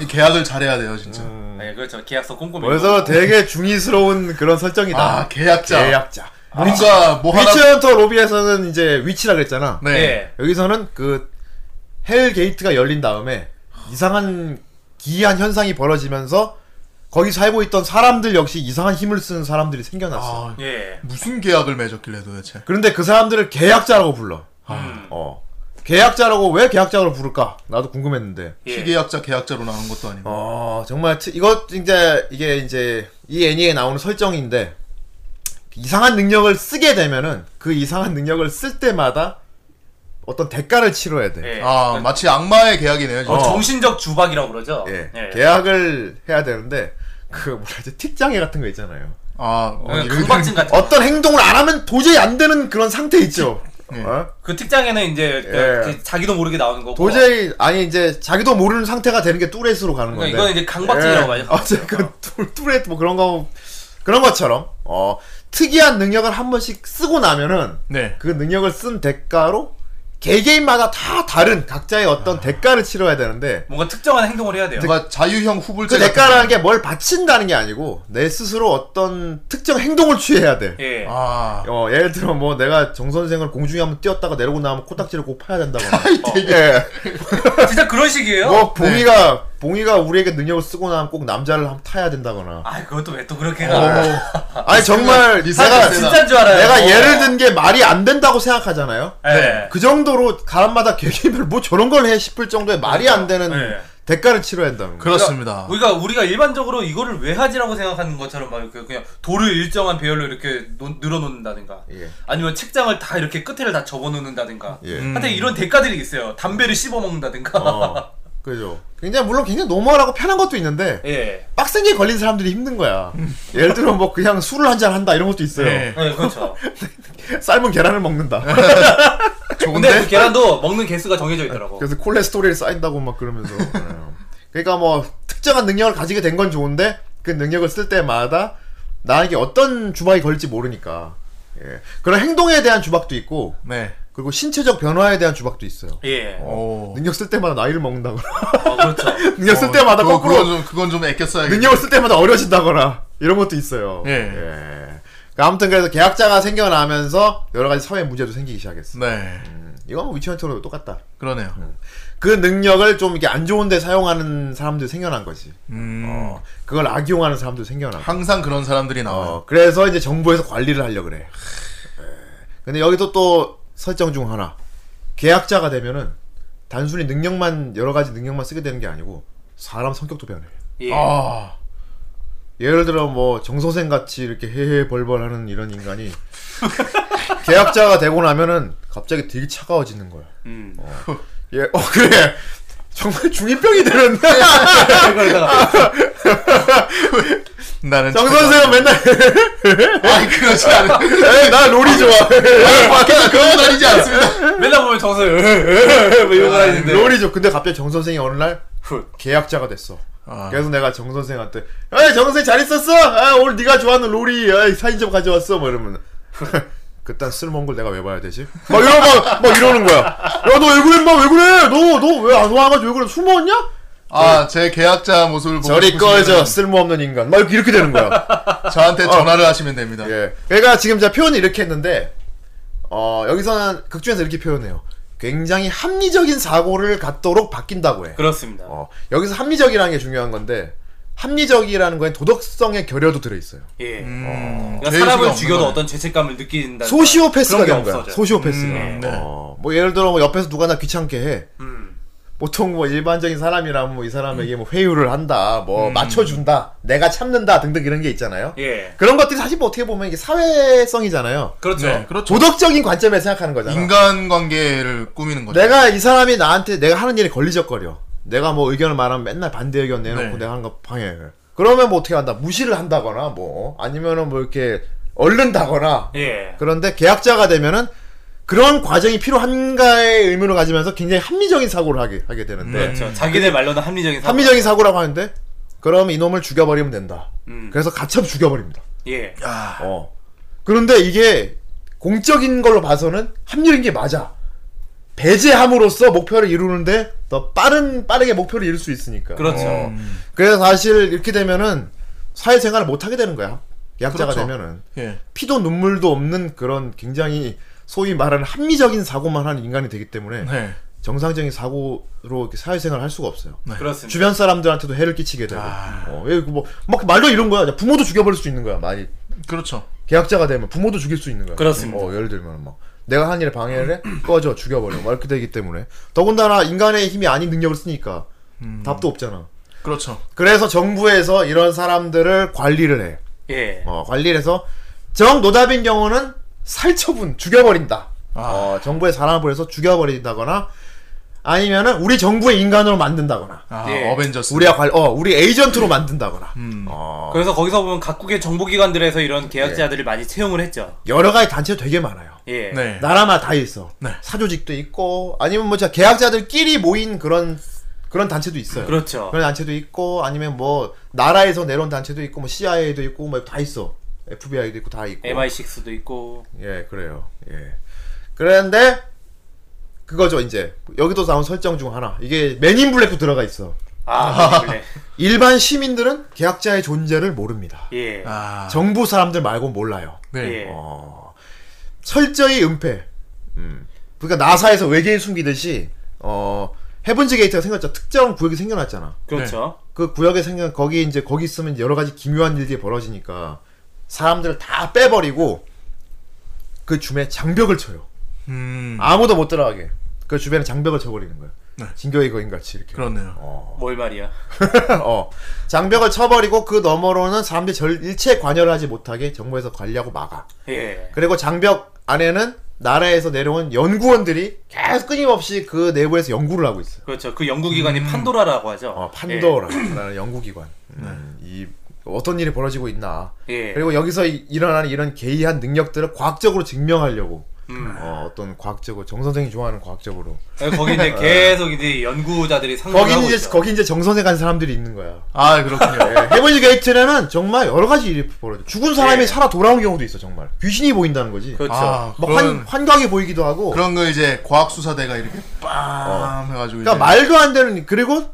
이 계약을 잘해야 돼요 진짜.
음.
예, 그렇죠. 계약서 꼼꼼히.
그래서
읽고.
되게 중의스러운 그런 설정이다.
아 계약자.
계약자.
뭔가 뭐 하나
위치헌터 로비에서는 이제 위치라 그랬잖아.
네.
예.
여기서는 그 헬게이트가 열린 다음에 이상한 기이한 현상이 벌어지면서 거기 살고 있던 사람들 역시 이상한 힘을 쓰는 사람들이 생겨났어.
아
예.
무슨 계약을 맺었길래 도대체?
그런데 그 사람들을 계약자라고 불러.
음.
어. 계약자라고 왜 계약자로 부를까? 나도 궁금했는데.
예.
피계약자 계약자로 나온 것도 아니고.
어, 정말 트, 이것 이제 이게 이제 이 애니에 나오는 설정인데 이상한 능력을 쓰게 되면은 그 이상한 능력을 쓸 때마다 어떤 대가를 치러야 돼.
예.
아 마치 악마의 계약이네요. 진짜.
어, 정신적 주박이라고 그러죠.
예.
예.
계약을 해야 되는데 그 뭐라지 틱장애 같은 거 있잖아요.
아 어,
그
이런-
강박증 같은 거.
어떤 행동을 안 하면 도저히 안 되는 그런 상태 있죠.
예.
어?
그 특장에는 이제 그-
예.
그 자기도 모르게 나오는 거고.
도저히 아니 이제 자기도 모르는 상태가 되는 게 뚜렛으로
그러니까
가는 건데. 예.
이거는 이제 강박증이라고 하죠.
어쨌건 뚜- 뚜렛 뭐 그런 거 그런 것처럼 어 특이한 능력을 한 번씩 쓰고 나면은
네.
그 능력을 쓴 대가로 개개인마다 다 다른 각자의 어떤 대가를 치러야 되는데
뭔가 특정한 행동을 해야 돼요.
뭔가 자유형 후불제
그 대가라는 게 뭘 바친다는 게 아니고 내 스스로 어떤 특정 행동을 취해야 돼.
예.
아
어, 예를 들어 뭐 내가 정 선생을 공중에 한번 뛰었다가 내려고 나면 코딱지를 꼭 파야 된다거나. 예.
진짜 그런 식이에요.
뭐 봉이가 봉이가 우리에게 능력을 쓰고 나면 꼭 남자를 한번 타야 된다거나.
아, 그것도 왜 또 그렇게 가?
아니 정말
리스크가
내가
세다.
진짜인 줄 알아요.
내가
어.
예를 든 게 말이 안 된다고 생각하잖아요.
예.
그 정도로 사람마다 개개별 뭐 저런 걸 해 싶을 정도의 말이 안 되는
네.
대가를 치러야 한다는 거.
그렇습니다.
뭐,
그러니까 우리가 우리가 일반적으로 이거를 왜 하지라고 생각하는 것처럼 막 이렇게 그냥 돌을 일정한 배열로 이렇게 놓- 늘어놓는다든가
예.
아니면 책장을 다 이렇게 끝에를 다 접어놓는다든가
예.
하여튼 이런 대가들이 있어요 담배를 씹어먹는다든가
어. 그죠. 굉장히 물론 굉장히 노멀하고 편한 것도 있는데
예.
빡센게 걸린 사람들이 힘든 거야. 예를 들어 뭐 그냥 술을 한 잔 한다 이런 것도 있어요.
네.
예, 그렇죠
삶은 계란을 먹는다.
근데
좋은데
그 계란도 먹는 개수가 정해져
뭐.
있더라고
그래서 콜레스테롤이 쌓인다고 막 그러면서. 예. 그러니까 뭐 특정한 능력을 가지게 된 건 좋은데 그 능력을 쓸 때마다 나에게 어떤 주박이 걸릴지 모르니까. 예. 그런 행동에 대한 주박도 있고
네.
그리고 신체적 변화에 대한 주박도 있어요.
예 어,
오.
능력 쓸 때마다 나이를 먹는다거나
그렇죠
능력 쓸
어,
때마다
그거-
거꾸로
그건 좀, 그건 좀 아꼈어야겠다.
능력을 쓸 때마다 어려진다거나 이런 것도 있어요. 그러니까
예.
예. 아무튼 그래서 계약자가 생겨나면서 여러 가지 사회 문제도 생기기 시작했어.
네.
이건 뭐 위치원 토로 똑같다.
그러네요.
그 능력을 좀 이렇게 안 좋은데 사용하는 사람들 생겨난 거지.
음.
어, 그걸 악용하는 사람도 생겨난 거.
항상 그런 사람들이 나와요.
어, 그래서 이제 정부에서 관리를 하려 그래. 에, 근데 여기서 또 설정 중 하나. 계약자가 되면은 단순히 능력만 여러 가지 능력만 쓰게 되는 게 아니고 사람 성격도 변해.
예.
어.
아,
예를 들어 뭐 정선생 같이 이렇게 헤헤 벌벌하는 이런 인간이 계약자가 되고 나면은 갑자기 되게 차가워지는 거야.
음.
예, 어 그래. 정말 중이병이 되는
그러다가
나는
정선생은 맨날
아니 그렇지 않아.
에이, 나 롤이 좋아.
밖에서 그런 건 아니지 않습니다.
맨날 보면 정서 예, 뭐 이러고 다니는데
롤이 좋아. 근데 갑자기 정선생이 어느 날
훗.
계약자가 됐어.
아.
그래서 내가 정 선생한테 야 정선생 잘 있었어? 아, 오늘 네가 좋아하는 롤이 아, 사진 좀 가져왔어? 뭐 이러면 그딴 쓸모없는 걸 내가 왜 봐야 되지? 막 이러 막, 막 이러는 거야. 야 너 왜 그래 인마 왜 그래? 너 너 왜 안 와가지고 왜 그래? 숨어왔냐?
아, 제 계약자 모습을 보고
저리
싶으시면은
꺼져 쓸모없는 인간. 막 이렇게 되는 거야.
저한테 전화를 하시면 됩니다.
예. 그러니까 지금 제가 표현을 이렇게 했는데 어 여기서는 극중에서 이렇게 표현해요. 굉장히 합리적인 사고를 갖도록 바뀐다고 해.
그렇습니다.
어, 여기서 합리적이라는 게 중요한 건데 합리적이라는 거에 도덕성의 결여도 들어 있어요.
예.
음,
그러니까
배울 수가
사람을
없는
죽여도
거네.
어떤 죄책감을 느낀다.
소시오패스가
그런 게
된 거야.
없어져요.
소시오패스가.
음, 네.
어, 뭐 예를 들어 뭐 옆에서 누가 나 귀찮게 해.
음.
보통 뭐 일반적인 사람이라면 뭐 이 사람에게 뭐 회유를 한다, 뭐 맞춰준다, 내가 참는다 등등 이런 게 있잖아요.
음. 예.
그런 것들이 사실 뭐 어떻게 보면 이게 사회성이잖아요.
그렇죠.
네, 그렇죠.
도덕적인 관점에서 생각하는 거잖아.
인간관계를 꾸미는 거죠.
뭐 내가 이 사람이 나한테 내가 하는 일에 걸리적거려. 내가 뭐 의견을 말하면 맨날 반대 의견 내놓고
네.
내가 하는 거 방해. 그러면 뭐 어떻게 한다? 무시를 한다거나 뭐 아니면은 뭐 이렇게 얼른다거나.
예.
그런데 계약자가 되면은 그런 과정이 필요한가의 의문을 가지면서 굉장히 합리적인 사고를 하게 하게 되는데
그렇죠. 자기들 말로는 합리적인 사고.
네. 음. 합리적인 사고라고 하는데 그럼 이놈을 죽여버리면 된다.
음.
그래서 가첩 죽여버립니다.
예.
야,
어. 그런데 이게 공적인 걸로 봐서는 합리적인 게 맞아. 배제함으로써 목표를 이루는데 더 빠른 빠르게 목표를 이룰 수 있으니까.
그렇죠.
어. 그래서 사실 이렇게 되면은 사회생활을 못 하게 되는 거야. 약자가
그렇죠.
되면은
예,
피도 눈물도 없는 그런 굉장히 소위 말하는 합리적인 사고만 하는 인간이 되기 때문에
네,
정상적인 사고로 이렇게 사회생활을 할 수가 없어요.
네. 그렇습니다.
주변 사람들한테도 해를 끼치게 되고,
아.
어, 예, 그 뭐, 막 말도 이런 거야. 부모도 죽여버릴 수 있는 거야. 많이
그렇죠.
계약자가 되면 부모도 죽일 수 있는 거야.
그렇습니다.
어, 예를 들면 막 내가 한 일에 방해를 해 꺼져 죽여버려 막 이렇게 되기 때문에 더군다나 인간의 힘이 아닌 능력을 쓰니까
음.
답도 없잖아.
그렇죠.
그래서 정부에서 이런 사람들을 관리를 해.
예.
어, 관리를 해서 정노답인 경우는 살처분 죽여버린다.
아.
어, 정부의 사람을 보내서 죽여버린다거나 아니면은 우리 정부의 인간으로 만든다거나
아,
예.
어벤져스.
우리와 관, 어, 우리 에이전트로 만든다거나
음.
어, 네.
그래서 거기서 보면 각국의 정보기관들에서 이런 계약자들을 많이 채용을 했죠.
여러 가지 단체도 되게 많아요.
예.
네.
나라마다 다 있어.
네.
사조직도 있고 아니면 뭐 진짜 계약자들끼리 모인 그런 그런 단체도 있어요.
그렇죠.
그런 단체도 있고 아니면 뭐 나라에서 내려온 단체도 있고 뭐 CIA도 있고 뭐 다 있어. FBI도 있고 다 있고.
MI6도 있고.
예, 그래요. 예. 그런데 그거죠 이제 여기도 나온 설정 중 하나. 이게 맨인 블랙도 들어가 있어.
아, 그래.
일반 시민들은 계약자의 존재를 모릅니다.
예.
아,
정부 사람들 말고 몰라요.
네.
예.
어, 철저히 은폐. 음. 그러니까 나사에서 외계인 숨기듯이 어 헤븐즈 게이트가 생겼죠. 특정 구역이 생겨났잖아.
그렇죠.
그 구역에 생겨 거기 이제 거기 있으면 여러 가지 기묘한 일들이 벌어지니까 사람들을 다 빼버리고 그 줌에 장벽을 쳐요.
음,
아무도 못 들어가게. 그 주변에 장벽을 쳐버리는 거예요.
네.
진격의 거인 같이 이렇게.
그렇네요.
어.
뭘 말이야.
어. 장벽을 쳐버리고 그 너머로는 사람들이 절 일체 관여를 하지 못하게 정부에서 관리하고 막아.
예.
그리고 장벽 안에는 나라에서 내려온 연구원들이 계속 끊임없이 그 내부에서 연구를 하고 있어요.
그렇죠. 그 연구기관이 판도라라고 하죠.
어, 음. 판도라라는
예.
연구기관. 음, 이 어떤 일이 벌어지고 있나.
예.
그리고 여기서 이- 일어나는 이런 개이한 능력들을 과학적으로 증명하려고
음.
어, 떤 과학적으로 정 선생이 좋아하는 과학적으로
예. 거기 이제 계속 이제 연구자들이 상담하고
네. 거기 이제
음, 있죠.
거기 이제 정선에 간 사람들이 있는 거야.
아, 그렇군요.
예, 해븐즈 게이트에는 정말 여러 가지 일이 벌어져. 죽은 사람이
예.
살아 돌아온 경우도 있어 정말. 귀신이 보인다는 거지.
그렇죠.
아,
뭐
그런,
환, 환각이 보이기도 하고.
그런 거 이제 과학수사대가 이렇게 빰 해가지고.
네.
그러니까
이제
말도 안 되는 일. 그리고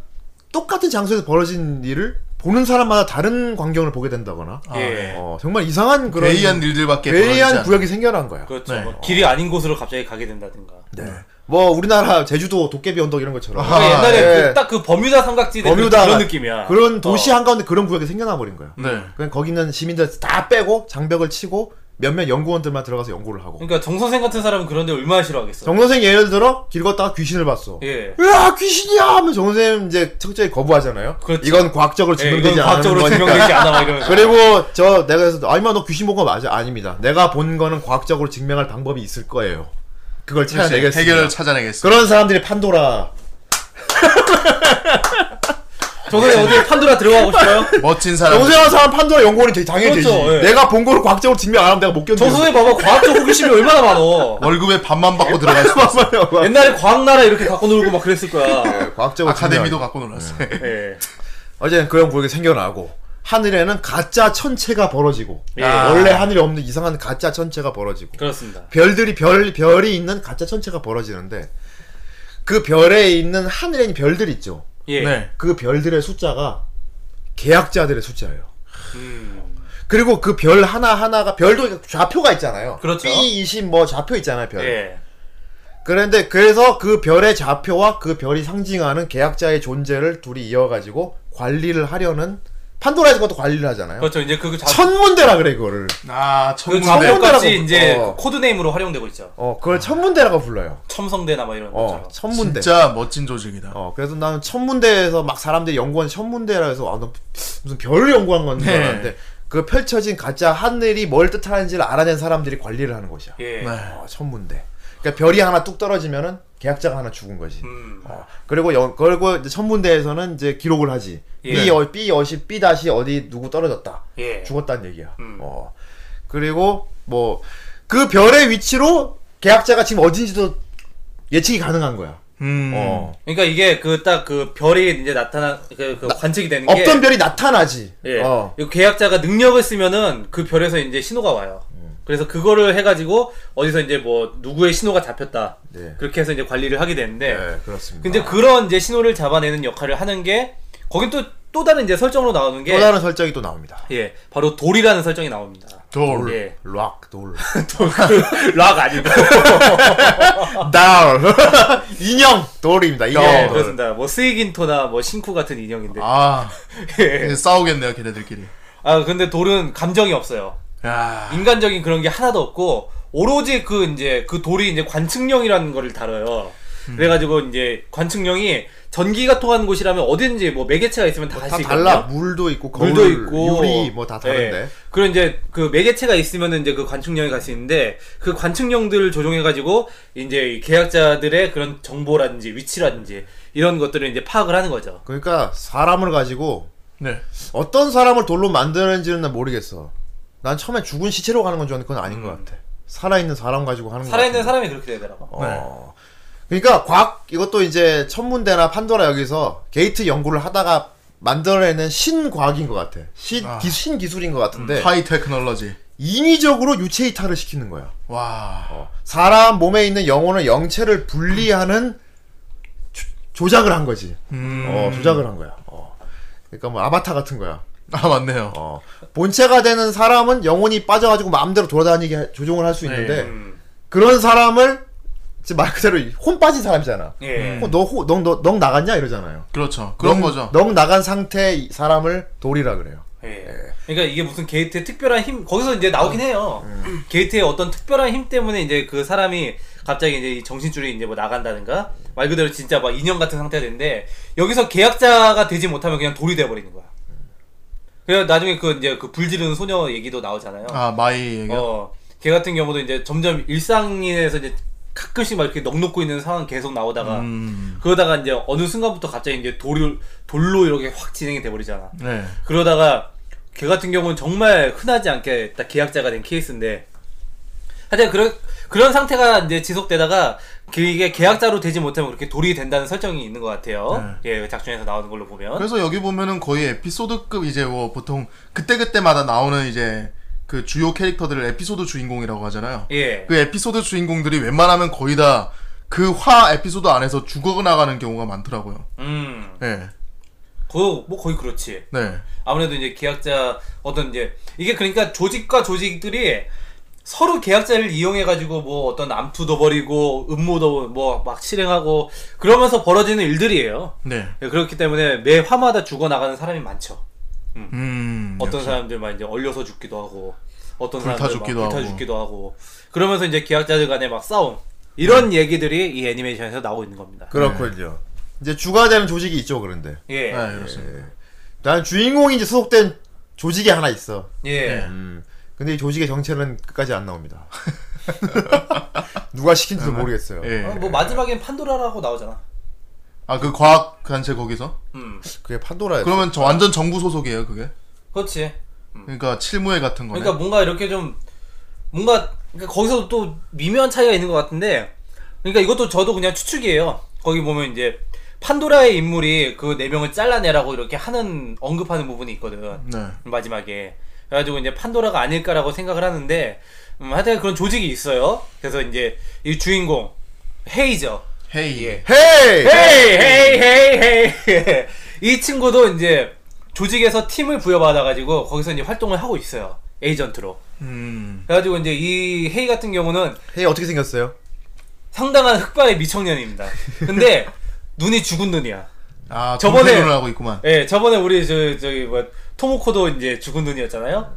똑같은 장소에서 벌어진 일을 보는 사람마다 다른 광경을 보게 된다거나
아,
예.
네.
어, 정말 이상한 그런
괴이한 일들밖에
괴이한
벌어지지 않-
구역이 생겨난 거야.
그렇죠.
네.
뭐 길이 아닌 곳으로 갑자기 가게 된다든가.
네. 뭐 우리나라 제주도 도깨비 언덕 이런 것처럼
아,
그러니까 옛날에
예.
딱 그 버뮤다 삼각지대 그
버뮤다
그런
같-
느낌이야.
그런 도시
어. 음.
한가운데 그런 구역이 생겨나 버린 거야.
네.
그냥 거기 있는 시민들 다 빼고 장벽을 치고 몇몇 연구원들만 들어가서 연구를 하고.
그러니까 정 선생 같은 사람은 그런데 얼마나 싫어하겠어.
정 선생 예를 들어 길 걷다가 귀신을 봤어.
예.
으아 귀신이야 하면 정 선생 이제 철저히 거부하잖아요.
그렇죠.
이건 과학적으로
예,
증명되지
이건
않은
과학적으로
거니까.
증명되지 않아 막 이러면서.
그리고 저 내가 그래서 아니면 너 귀신 본 거 맞아? 아닙니다. 내가 본 거는 과학적으로 증명할 방법이 있을 거예요. 그걸 찾아내겠습니다.
해결을 찾아내겠습니다.
그런 사람들이 판도라.
정 선생 어디 판도라 들어가고 싶어요?
멋진 사람.
영세한 사람 판도라 연구원이 되게 당연히
네. 그렇죠,
되지.
예.
내가 본 거를 과학적으로 증명 안 하면 내가 못 견뎌.
정 선생 봐봐 과학적 호기심이 얼마나 많어.
월급에 반만 받고 들어갈 수 있어.
옛날에 과학나라 이렇게 갖고 놀고 막 그랬을 거야.
과학적으로
아카데미도
증명하기.
갖고 놀았어요.
네.
예.
어쨌든 그런 구역이 생겨나고 하늘에는 가짜 천체가 벌어지고
예.
원래 하늘에 없는 이상한 가짜 천체가 벌어지고
그렇습니다.
별들이 별 별이 있는 가짜 천체가 벌어지는데 그 별에 있는 하늘에 있는 별들 있죠.
예.
네.
그 별들의 숫자가 계약자들의 숫자예요.
음.
그리고 그 별 하나 하나가 별도 좌표가 있잖아요.
그렇죠.
B20 뭐 좌표 있잖아요, 별.
예.
그런데 그래서 그 별의 좌표와 그 별이 상징하는 계약자의 존재를 둘이 이어가지고 관리를 하려는 판도라에서 그것도 관리를 하잖아요.
그렇죠. 이제 그 자,
천문대라 그래 그거를.
아,
그
천문대.
천문-
자본까지 이제
어.
그 코드네임으로 활용되고 있죠.
어, 그걸 천문대라고 불러요.
첨성대나 막 이런
어,
거죠.
천문대.
진짜 멋진 조직이다.
어, 그래서 나는 천문대에서 막 사람들이 연구한 천문대라 해서 아, 너 무슨 별을 연구한 건줄
네.
알았는데 그 펼쳐진 가짜 하늘이 뭘 뜻하는지를 알아낸 사람들이 관리를 하는 곳이야.
예.
네.
어, 천문대. 그러니까 별이 하나 뚝 떨어지면은 계약자가 하나 죽은 거지.
음.
어, 그리고 연, 그리고 이제 천문대에서는 이제 기록을 하지.
예.
B 어, B 어시 B 다시 어디 누구 떨어졌다.
예.
죽었다는 얘기야.
음.
어. 그리고 뭐 그 별의 위치로 계약자가 지금 어딘지도 예측이 가능한 거야.
음.
어.
그러니까 이게 그 딱 그 별이 이제 나타나 그, 그 관측이 되는 게
없던 별이 나타나지.
예.
어.
이 계약자가 능력을 쓰면은 그 별에서 이제 신호가 와요.
음.
그래서 그거를 해가지고 어디서 이제 뭐 누구의 신호가 잡혔다.
네.
그렇게 해서 이제 관리를 하게 되는데.
네, 그렇습니다.
근데 그런 이제 신호를 잡아내는 역할을 하는 게 거긴 또 또 다른 이제 설정으로 나오는 게
또 다른 설정이 또 나옵니다.
예, 바로 돌이라는 설정이 나옵니다.
돌.
예.
락 돌.
락 아니고.
달. 인형 돌입니다. 인형.
예,
돌.
그렇습니다. 뭐 스이긴토나 뭐 신쿠 같은 인형인데. 아,
아,
예.
이제 싸우겠네요, 걔네들끼리.
아 근데 돌은 감정이 없어요.
야.
인간적인 그런 게 하나도 없고 오로지 그 이제 그 돌이 이제 관측령이라는 거를 다뤄요. 그래가지고 이제 관측령이 전기가 통하는 곳이라면 어딘지 뭐 매개체가 있으면 다 갈
다
수
달라.
있거든요.
물도 있고 거울,
물도 있고
유리 뭐 다 다른데.
예. 그리고 이제 그 매개체가 있으면 이제 그 관측령이 갈 수 있는데 그 관측령들을 조종해가지고 이제 이 계약자들의 그런 정보라든지 위치라든지 이런 것들을 이제 파악을 하는 거죠.
그러니까 사람을 가지고
네.
어떤 사람을 돌로 만드는지는 난 모르겠어. 난 처음에 죽은 시체로 가는 건 줄 알았는데 그건 아닌 것 같아. 살아있는 사람 가지고 하는 거
살아있는 사람이 그렇게 되더라고.
네.
어. 그러니까 과학 이것도 이제 천문대나 판도라 여기서 게이트 연구를 하다가 만들어내는 신과학인 것 같아. 신,
아. 음.
기, 신기술인 것 같은데
하이 테크놀로지.
인위적으로 유체 이탈을 시키는 거야.
와.
어. 사람 몸에 있는 영혼을 영체를 분리하는 조- 조작을 한 거지.
음.
어, 조작을 한 거야. 어. 그러니까 뭐 아바타 같은 거야.
아, 맞네요.
어. 본체가 되는 사람은 영혼이 빠져가지고 마음대로 돌아다니게 해- 조종을 할 수 있는데
음.
그런 사람을 지금 말 그대로 혼 빠진 사람이잖아.
예.
어, 너, 호, 너, 너, 너 나갔냐? 이러잖아요.
그렇죠. 그런
너,
거죠.
너 나간 상태의 사람을 돌이라 그래요.
예. 그러니까 이게 무슨 게이트의 특별한 힘 거기서 이제 나오긴 해요. 게이트의 어떤 특별한 힘 때문에 이제 그 사람이 갑자기 이제 이 정신줄이 이제 뭐 나간다든가 말 그대로 진짜 막 인형 같은 상태가 되는데 여기서 계약자가 되지 못하면 그냥 돌이 돼 버리는 거야. 그래서 나중에 그 이제 그 불지르는 소녀 얘기도 나오잖아요.
아, 마이 얘기.
어. 걔 같은 경우도 이제 점점 일상에서 이제 가끔씩 막 이렇게 넉넉고 있는 상황 계속 나오다가
음.
그러다가 이제 어느 순간부터 갑자기 이제 돌 돌로 이렇게 확 진행이 돼 버리잖아.
네.
그러다가 걔 같은 경우는 정말 흔하지 않게 딱 계약자가 된 케이스인데 하여튼 그런 그런 상태가 이제 지속되다가 그게 계약자로 되지 못하면 그렇게 돌이 된다는 설정이 있는 것 같아요. 예, 작중에서 나오는 걸로 보면.
네. 그래서 여기 보면은 거의 에피소드급 이제 뭐 보통 그때그때마다 나오는 이제 그 주요 캐릭터들을 에피소드 주인공이라고 하잖아요.
예.
그 에피소드 주인공들이 웬만하면 거의 다 그 화 에피소드 안에서 죽어나가는 경우가 많더라고요.
음.
네.
그거 뭐 거의 그렇지.
네.
아무래도 이제 계약자 어떤 이제 이게 그러니까 조직과 조직들이 서로 계약자를 이용해가지고 뭐 어떤 암투도 벌이고 음모도 뭐 막 실행하고 그러면서 벌어지는 일들이에요.
네.
예, 그렇기 때문에 매 화마다 죽어나가는 사람이 많죠.
음.
어떤
역시.
사람들만 이제 얼려서 죽기도 하고 어떤
불타
사람들
죽기도
불타
하고.
죽기도 하고 그러면서 이제 계약자들 간의 막 싸움 이런
음.
얘기들이 이 애니메이션에서 나오고 있는 겁니다.
그렇군요. 네. 이제 주가 되는 조직이 있죠, 그런데.
예,
네, 그렇습니다.
난 주인공이 이제 소속된 조직이 하나 있어.
예.
예.
음. 근데 이 조직의 정체는 끝까지 안 나옵니다. 누가 시킨지도 모르겠어요.
예.
어, 뭐 마지막엔 판도라라고 나오잖아.
아, 그 과학 단체 거기서?
음,
그게 판도라였어.
그러면 저 완전 정부 소속이에요, 그게?
그렇지.
그러니까 칠무회 같은
음.
거네.
그러니까 뭔가 이렇게 좀 뭔가 그러니까 거기서도 또 미묘한 차이가 있는 것 같은데 그러니까 이것도 저도 그냥 추측이에요. 거기 보면 이제 판도라의 인물이 그 네 명을 잘라내라고 이렇게 하는 언급하는 부분이 있거든.
네.
마지막에 그래가지고 이제 판도라가 아닐까라고 생각을 하는데 음, 하여튼 그런 조직이 있어요. 그래서 이제 이 주인공 헤이죠.
헤이.
예.
헤이!
헤이 헤이 헤이 헤이 이 친구도 이제 조직에서 팀을 부여받아가지고 거기서 이제 활동을 하고 있어요. 에이전트로.
음.
그래가지고 이제 이 헤이 같은 경우는
헤이 어떻게 생겼어요?
상당한 흑발의 미청년입니다. 근데 눈이 죽은 눈이야.
아,
저번에-
저번에 하고 있구만.
예, 저번에 우리 저 저기 뭐 토모코도 이제 죽은 눈이었잖아요.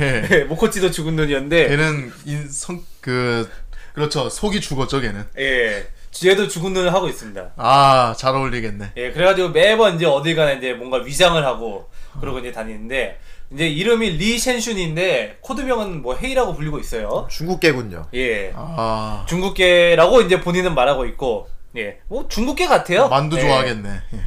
예.
예, 모코치도 죽은 눈이었는데
걔는 인성 그 그렇죠. 속이 죽었죠, 걔는.
예, 얘도 죽은 눈을 하고 있습니다.
아, 잘 어울리겠네.
예, 그래가지고 매번 이제 어딜 가나 이제 뭔가 위장을 하고 그러고 이제 다니는데 이제 이름이 리셴슌인데 코드명은 뭐 헤이라고 불리고 있어요.
중국계군요.
예,
아.
중국계라고 이제 본인은 말하고 있고 예, 뭐 중국계 같아요.
만두
예.
좋아하겠네. 예.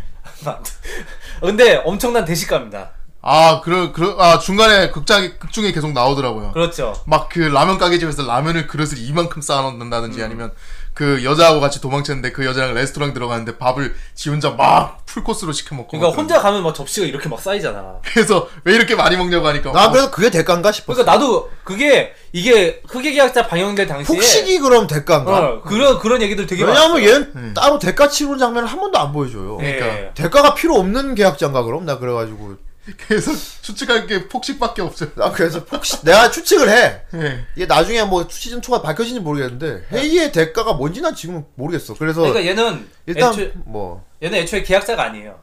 만두. 근데 엄청난 대식가입니다.
아, 그러 그러 아 중간에 극장 극중에 계속 나오더라고요.
그렇죠.
막 그 라면 가게 집에서 라면을 그릇을 이만큼
음.
쌓아놓는다든지 아니면 그 여자하고 같이 도망쳤는데 그 여자랑 레스토랑 들어가는데 밥을 지 혼자 막 풀코스로 시켜 먹고
그러니까
막
혼자 가면 막 접시가 이렇게 막 쌓이잖아.
그래서 왜 이렇게 많이 먹냐고 하니까
나
아,
어,
그래서 그게 대가인가 싶었어.
그러니까 나도 그게 이게 흑의 계약자 방영될 당시에
폭식이 그럼 대가인가?
어, 그런 그런 얘기들 되게
왜냐하면
많았어요.
얘는
음.
따로 대가 치르는 장면을 한 번도 안 보여줘요.
예.
그러니까.
대가가 필요 없는 계약자인가 그럼? 나 그래가지고
그래서 추측할 게 폭식밖에 없어요.
나 아, 그래서 폭식 내가 추측을 해.
예.
이게 나중에 뭐 시즌 2가 밝혀진지 모르겠는데 헤이의 대가가 뭔지 난 지금 모르겠어. 그래서
네. 그러니까 얘는
일단
애초에,
뭐.
얘는 애초에 계약자가 아니에요.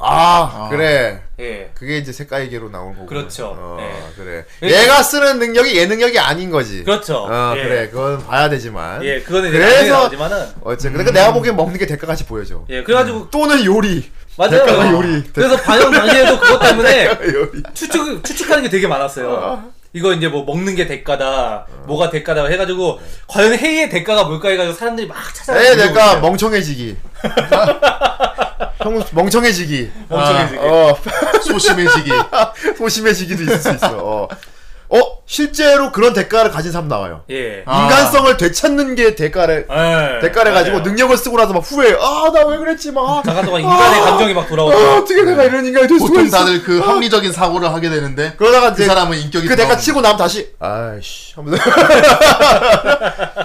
아, 그래
예.
그게 이제 색깔이계로 나온 거고
그렇죠.
어,
예.
그래
그러니까-
얘가 쓰는 능력이 얘 능력이 아닌 거지
그렇죠.
어,
예.
그래 그건 봐야 되지만
예, 그거는 이제 나중에
그래서
나오지만은 음.
어쨌든 그러니까 내가 보기엔 먹는 게 대가같이 보여져
예, 그래가지고
또는 요리
맞아요.
음. 대가가 요리.
그래서 방영 당시에도 그것 때문에
요리 아.
추측 추측하는 게 되게 많았어요. 이거 이제 뭐 먹는 게 대가다, 뭐가 대가다 해가지고 과연 해의 대가가 뭘까 해가지고 사람들이 막 찾아.
헤이의 대가 예, 멍청해지기 형 멍청해지기
멍청해지기.
어,
소심해지기.
소심해지기도 있을 수 있어 어. 어 실제로 그런 대가를 가진 사람 나와요
예.
아.
인간성을 되찾는 게 대가를
예.
대가를 가지고
맞아요.
능력을 쓰고 나서 막 후회. 아, 나 왜 그랬지 막.
잠깐 동안 인간의
아,
감정이 막
아,
돌아오죠.
어떻게 내가 이런 인간이 될 수가
보통
있어. 아.
다들 그 합리적인 사고를 하게 되는데
그러다가
그
이제
사람은 인격이
그 대가
돌아오는
치고 나면 다시 아이씨 하면서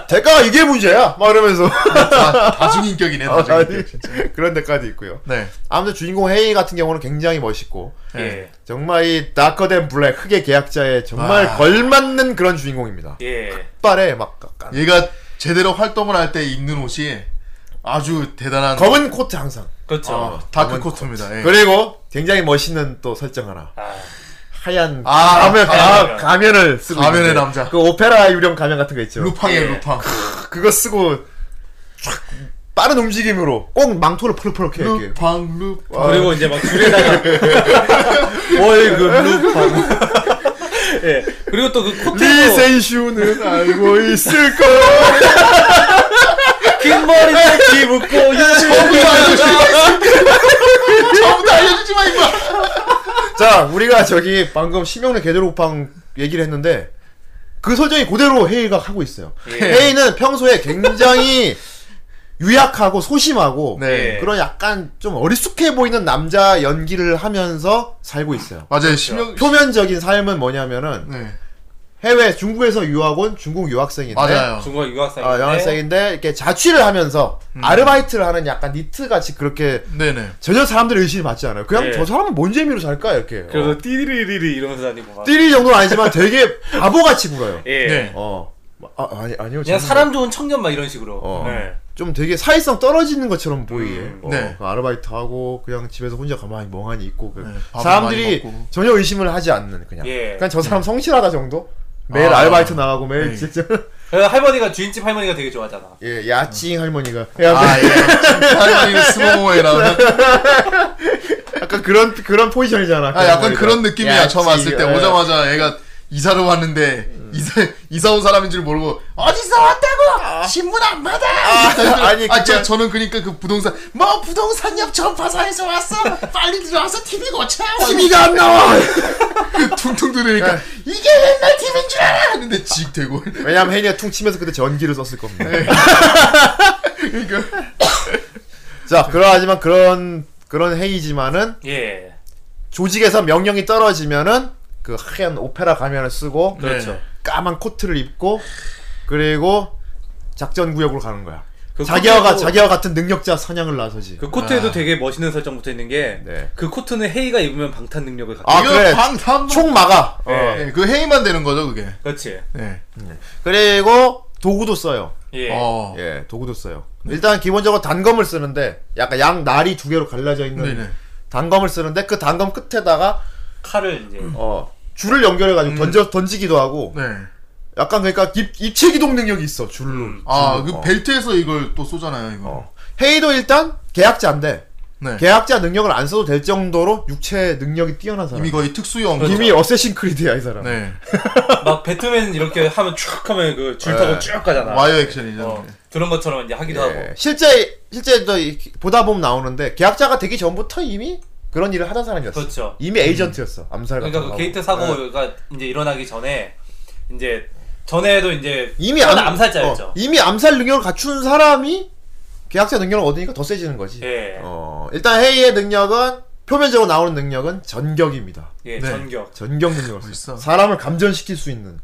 대가가 이게 문제야. 막 이러면서
다, 다중 인격이네 다중 인격 진짜.
그런 대가도 있고요.
네.
아무튼 주인공 헤이 같은 경우는 굉장히 멋있고
예.
정말 이 다커댄 블랙 흑의 계약자의 정말
아.
걸맞는 그런 주인공입니다.
예.
빨에 막 깐-
얘가 제대로 활동을 할 때 입는 옷이 아주 대단한
검은 코트 항상.
그렇죠.
어, 다크 코트입니다. 예.
네. 그리고 굉장히 멋있는 또 설정 하나.
아.
하얀
아,
가면
가면.
가, 면을 쓰고
가면의
있는데
남자.
그 오페라 유령 가면 같은 거 있죠.
루팡이에요,
예.
루팡.
그거 쓰고 촥 빠른 움직임으로 꼭 망토를 푸르푸르 이렇게.
루팡, 루팡.
아, 그리고 이제 막 줄에다가
그
월급 루팡. 예. 그리고 또 그 코트도
리센슈는 알고 있을 거야.
긴 머리 새끼 묶고
네.
이거
전부 다 알려주지 마, 임마!
자, 우리가 저기 방금 심형래 개도록방 얘기를 했는데 그 설정이 그대로 헤이가 하고 있어요.
예.
헤이는 평소에 굉장히 유약하고 소심하고
네.
그런 약간 좀 어리숙해 보이는 남자 연기를 하면서 살고 있어요.
맞아요, 심형.
표면적인 삶은 뭐냐면은
네.
해외 중국에서 유학 온 중국 유학생인데
맞아요.
중국어 유학생인데
어, 영학생인데 이렇게 자취를 하면서 아르바이트를 하는 약간 니트 같이 그렇게
네네.
전혀 사람들 의심이 받지 않아요. 그냥
예.
저 사람은 뭔 재미로 살까 이렇게.
그래서 띠리리리 이러면서 다니고 막.
띠리 정도는 아니지만 되게 바보같이 굴어요.
예.
네.
어. 아, 아니 아니요.
그냥
저는-
사람 좋은 청년 막 이런 식으로.
어.
네.
좀 되게 사회성 떨어지는 것처럼 보이게
음,
어,
네.
그 아르바이트 하고 그냥 집에서 혼자 가만히 멍하니 있고 그
네, 밥을
사람들이
많이 먹고.
전혀 의심을 하지 않는 그냥
예.
그냥 저 사람 성실하다 정도 매일
아.
아르바이트 나가고 매일
네.
진짜
그래서 할머니가 주인집 할머니가 되게 좋아하잖아.
예 야칭 할머니가 예,
음. 아, 예. 할머니 스모어에 나오는.
약간 그런 그런 포지션이잖아
아, 약간 그런 느낌이야.
네, 야,
처음 왔을 때
예.
오자마자 애가 이사를 왔는데,
음.
이사, 이사 온 사람인 줄 모르고, 어디서 왔다고! 신문 안 받아!
아, 아니,
아, 저,
그냥-
저는 그니까 그 부동산, 뭐, 부동산역 전파사에서 왔어! 빨리 들어와서 TV 고쳐! 뭐.
TV가 네. 안 나와
그 퉁퉁 들으니까,
야.
이게 옛날 TV인 줄 알아! 했는데, 직 되고.
왜냐면 혜니가 퉁치면서 그때 전기를 썼을 겁니다
예. 그러니까,
자 그러하지만 그런 그런 회의지만은
예.
조직에서 명령이 떨어지면은 그 하얀 오페라 가면을 쓰고 네.
그렇죠.
까만 코트를 입고 그리고 작전 구역으로 가는 거야.
그
자기와
코트도-
자기와 같은 능력자 사냥을 나서지.
그 코트에도 되게 멋있는 설정 붙어 있는 게 그
네.
코트는 헤이가 입으면 방탄 능력을 갖고.
아
이거
그래
방탄,
총 막아. 어.
예.
예, 그 회의만 되는 거죠, 그게.
그렇지.
네.
그리고 도구도 써요.
예.
어. 네.
예, 도구도 써요. 일단 기본적으로 단검을 쓰는데 약간 양 날이 두 개로 갈라져 있는
네네.
단검을 쓰는데 그 단검 끝에다가
칼을 이제
어 줄을 연결해 가지고 던져 던지기도 하고
음. 네.
약간 그러니까 입, 입체 기동 능력이 있어 줄로.
음.
아,
줄로.
그
어.
벨트에서 이걸 또 쏘잖아요, 이거.
어. 헤이도 일단 계약자인데
네.
계약자 능력을 안 써도 될 정도로 육체 능력이 뛰어난 사람.
이미 거의 특수형.
이미 어쌔신 크리드야 이 사람.
네.
막 배트맨 이렇게 하면 쭉 하면 그 줄 타고
예.
쭉 가잖아.
와이어 액션이죠.
어. 그런 것처럼 이제 하기도
네. 예.
하고.
실제 실제 또 이- 보다 보면 나오는데 계약자가 되기 전부터 이미 그런 일을 하던 사람이었어.
그렇죠.
이미
음.
에이전트였어. 암살 같은
그러니까 그
거
게이트
하고.
네.
예.
사고가 이제 일어나기 전에 이제 전에도 이제
이미
첫
암-
암살자였죠.
어, 이미 암살 능력을 갖춘 사람이 계약자 능력을 얻으니까 더 세지는 거지.
예.
어, 일단 헤이의 능력은 표면적으로 나오는 능력은 전격입니다.
예,
네.
전격.
전격 능력을 써.
멋있어.
사람을 감전시킬 수 있는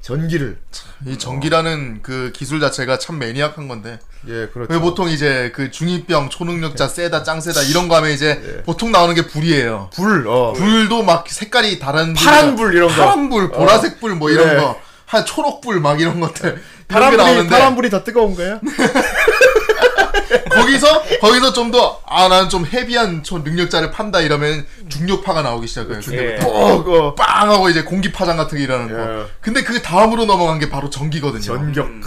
전기를.
이 전기라는 그 기술 자체가 참 매니악한 건데.
예, 그렇죠. 네.
왜 보통 이제 그 중2병, 초능력자, 세다, 짱세다 이런 거 하면 이제 보통 나오는 게 불이에요.
불, 어.
불도 막 색깔이 다른
파란 불 이런 거. 어.
파란 불, 보라색 불 뭐 이런
네.
거. 한 초록 불막 이런 것들. 이런 게
파란불이,
나오는데
파란불이 더 뜨거운 거예요?
거기서 거기서 좀 더 아 나는 좀 헤비한 초 능력자를 판다 이러면 중력파가 나오기 시작해요.
예.
어, 그거.
빵 하고 이제 공기 파장 같은 게 일어나는 거.
예.
근데 그 다음으로 넘어간 게 바로 전기거든요.
전격.
음.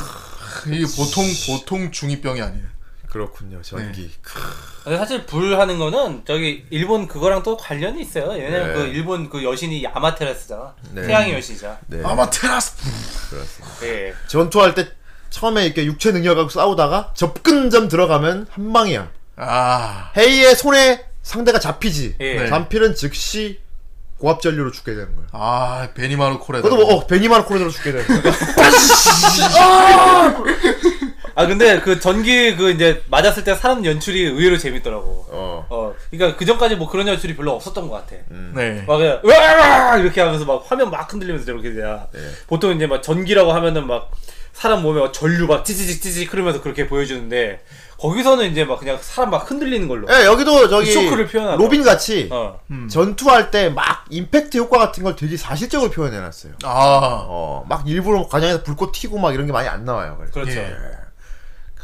이게 보통 보통 중이병이 아니에요.
그렇군요. 전기. 크.
근데 사실 불 하는 거는 저기 일본 그거랑 또 관련이 있어요. 왜냐면
네.
그 일본 그 여신이 아마테라스잖아.
네.
태양의 여신이잖아.
네.
아마테라스.
예.
전투할 때 처음에 이렇게 육체 능력하고 싸우다가 접근점 들어가면 한 방이야.
아.
헤이의 손에 상대가 잡히지.
예.
네.
잡힐은 즉시 고압 전류로 죽게 되는
어.
거야.
아, 베니마루 코레.
그것도 뭐, 어, 베니마르 코르드로 죽게 되는 거야.
아 근데 그 전기 그 이제 맞았을 때 사람 연출이 의외로 재밌더라고.
어. 음.
어. 그러니까 그 전까지 뭐 그런 연출이 별로 없었던 것 같아.
네.
막 그냥 으아 이렇게 하면서 막 화면 막 흔들리면서 저렇게 돼야.
네.
보통 이제 막 전기라고 하면은 막 사람 몸에 막 전류 막 찌찌직 찌찌직 흐르면서 그렇게 보여주는데 거기서는 이제 막 그냥 사람 막 흔들리는 걸로.
예, 여기도 저기
쇼크를 표현하고.
로빈 같이
어.
음.
전투할 때 막 임팩트 효과 같은 걸 되게 사실적으로 표현해 놨어요.
아.
어, 막 일부러 과정에서 불꽃 튀고 막 이런 게 많이 안 나와요. 그래서
그렇죠.
예.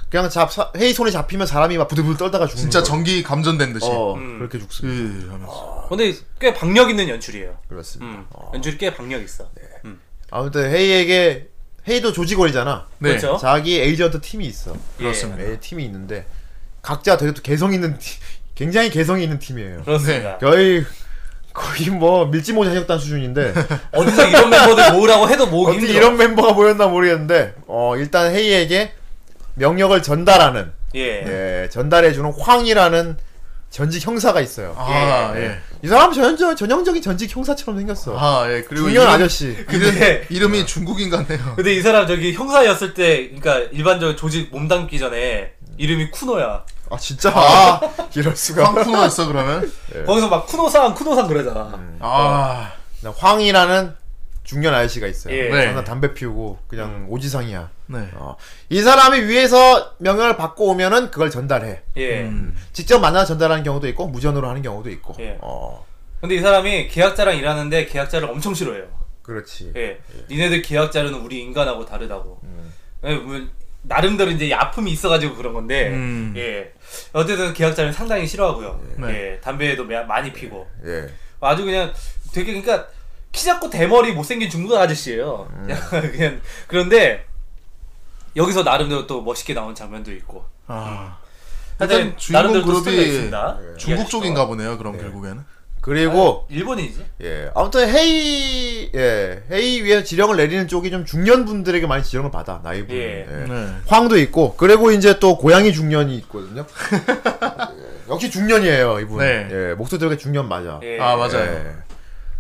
그냥 잡 사- 헤이 손에 잡히면 사람이 막 부들부들 떨다가 죽는
진짜
거예요.
전기 감전된 듯이.
어,
음.
그렇게 죽습니다.
으, 하면서.
근데 꽤 박력 있는 연출이에요.
그렇습니다.
음. 연출이 꽤 박력 있어.
네. 아무튼 헤이에게 헤이도 조직원이잖아.
네.
그렇죠.
자기 에이전트 팀이 있어.
예. 그렇습니다.
에 팀이 있는데 각자 되게 또 개성 있는 팀, 굉장히 개성 있는 팀이에요.
그렇습니다.
거의 거의 뭐 밀지모자 해적단 수준인데
어디서 이런 멤버들 모으라고 해도 모으기
어떻게
힘들어.
이런 멤버가 모였나 모르겠는데 어 일단 헤이에게 명령을 전달하는
예.
예, 전달해주는 황이라는 전직 형사가 있어요.
아,
예.
예.
이 사람 전형, 전형적인 전직 형사처럼 생겼어.
아, 예. 그리고
중년
이름-
아저씨.
근데-
이름, 이름이 중국인 같네요.
근데 이 사람 저기 형사였을 때, 그러니까 일반적으로 조직 몸담기 전에
음.
이름이 쿠노야.
아 진짜. 아, 이럴
그렇죠.
수가.
황쿠노였어
네.
그러면?
음. 어.
거기서 막 쿠노상, 쿠노상 그러잖아.
아.
황이라는 중년 아저씨가 있어요.
예.
네.
항상 담배 피우고
음.
그냥 오지상이야.
네.
어. 이 사람이 위에서 명령을 받고 오면은 그걸 전달해.
예.
음.
직접 만나 전달하는 경우도 있고 무전으로 하는 경우도 있고.
예.
어.
근데 이 사람이 계약자랑 일하는데 계약자를 엄청 싫어해요.
그렇지.
예. 니네들 계약자는 우리 인간하고 다르다고. 예, 뭐, 나름대로 이제 이 아픔이 있어가지고 그런 건데,
음.
예. 어쨌든 계약자를 상당히 싫어하고요.
네.
예. 담배도 매- 많이 피고.
예.
아주 그냥 되게, 그러니까 키 작고 대머리 못생긴 중국 아저씨예요 그냥, 그런데 여기서 나름대로 또 멋있게 나온 장면도 있고.
아.
하여튼
일단 주인공
나름대로 또
그룹이
스토리가 있습니다. 네.
중국 쪽인가 보네요. 그럼 결국에는.
그리고
일본인이지?
예. 아무튼 헤이 예. 헤이 위에서 지령을 내리는 쪽이 좀 중년 분들에게 많이 지령을 받아. 나이 분.
예.
네.
황도 있고 그리고 이제 또 고양이 중년이 있거든요. 예, 역시 중년이에요 이분.
네.
예, 목소리 들으니까 중년 맞아.
예.
아 맞아요.
예,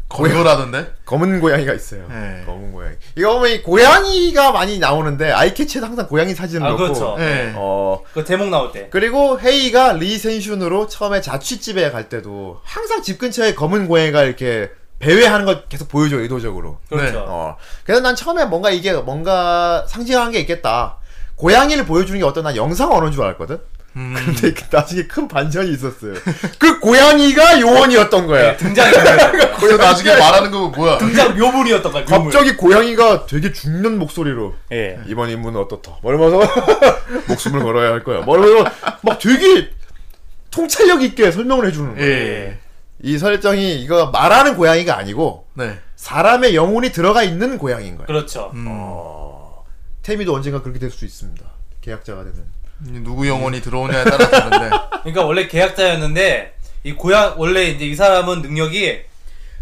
거기라던데.
검은 고양이가 있어요.
네.
검은 고양이. 이거 보면 이 고양이가 많이 나오는데 아이캐치에도 항상 고양이 사진을
아,
넣고.
그렇죠.
예.
어
그 제목 나올
네.
때.
그리고 헤이가 리센슌으로 처음에 자취집에 갈 때도 항상 집 근처에 검은 고양이가 이렇게 배회하는 걸 계속 보여줘 의도적으로.
그렇죠.
어. 그래서 난 처음에 뭔가 이게 뭔가 상징한 게 있겠다. 고양이를 보여주는 게 어떤 난 영상 언어인 줄 알았거든?
음.
근데 그 나중에 큰 반전이 있었어요. 그 고양이가 요원이었던 거야.
네. 등장인물.
그래서 나중에 말하는 거 뭐야?
등장 묘물이었던 거야. 묘물.
갑자기 고양이가 되게 죽는 목소리로
예.
이번 임무는 어떻다. 뭐 이러면서 목숨을 걸어야 할 거야. 뭐 이러면서 막 되게 통찰력 있게 설명을 해주는 거야.
예.
이 설정이 이거 말하는 고양이가 아니고
네.
사람의 영혼이 들어가 있는 고양이인 거야.
그렇죠.
음.
어. 태미도 언젠가 그렇게 될 수 있습니다. 계약자가 되면.
누구 영혼이 들어오냐에 따라 다른데.
그러니까 원래 계약자였는데 이 고양 원래 이제 이 사람은 능력이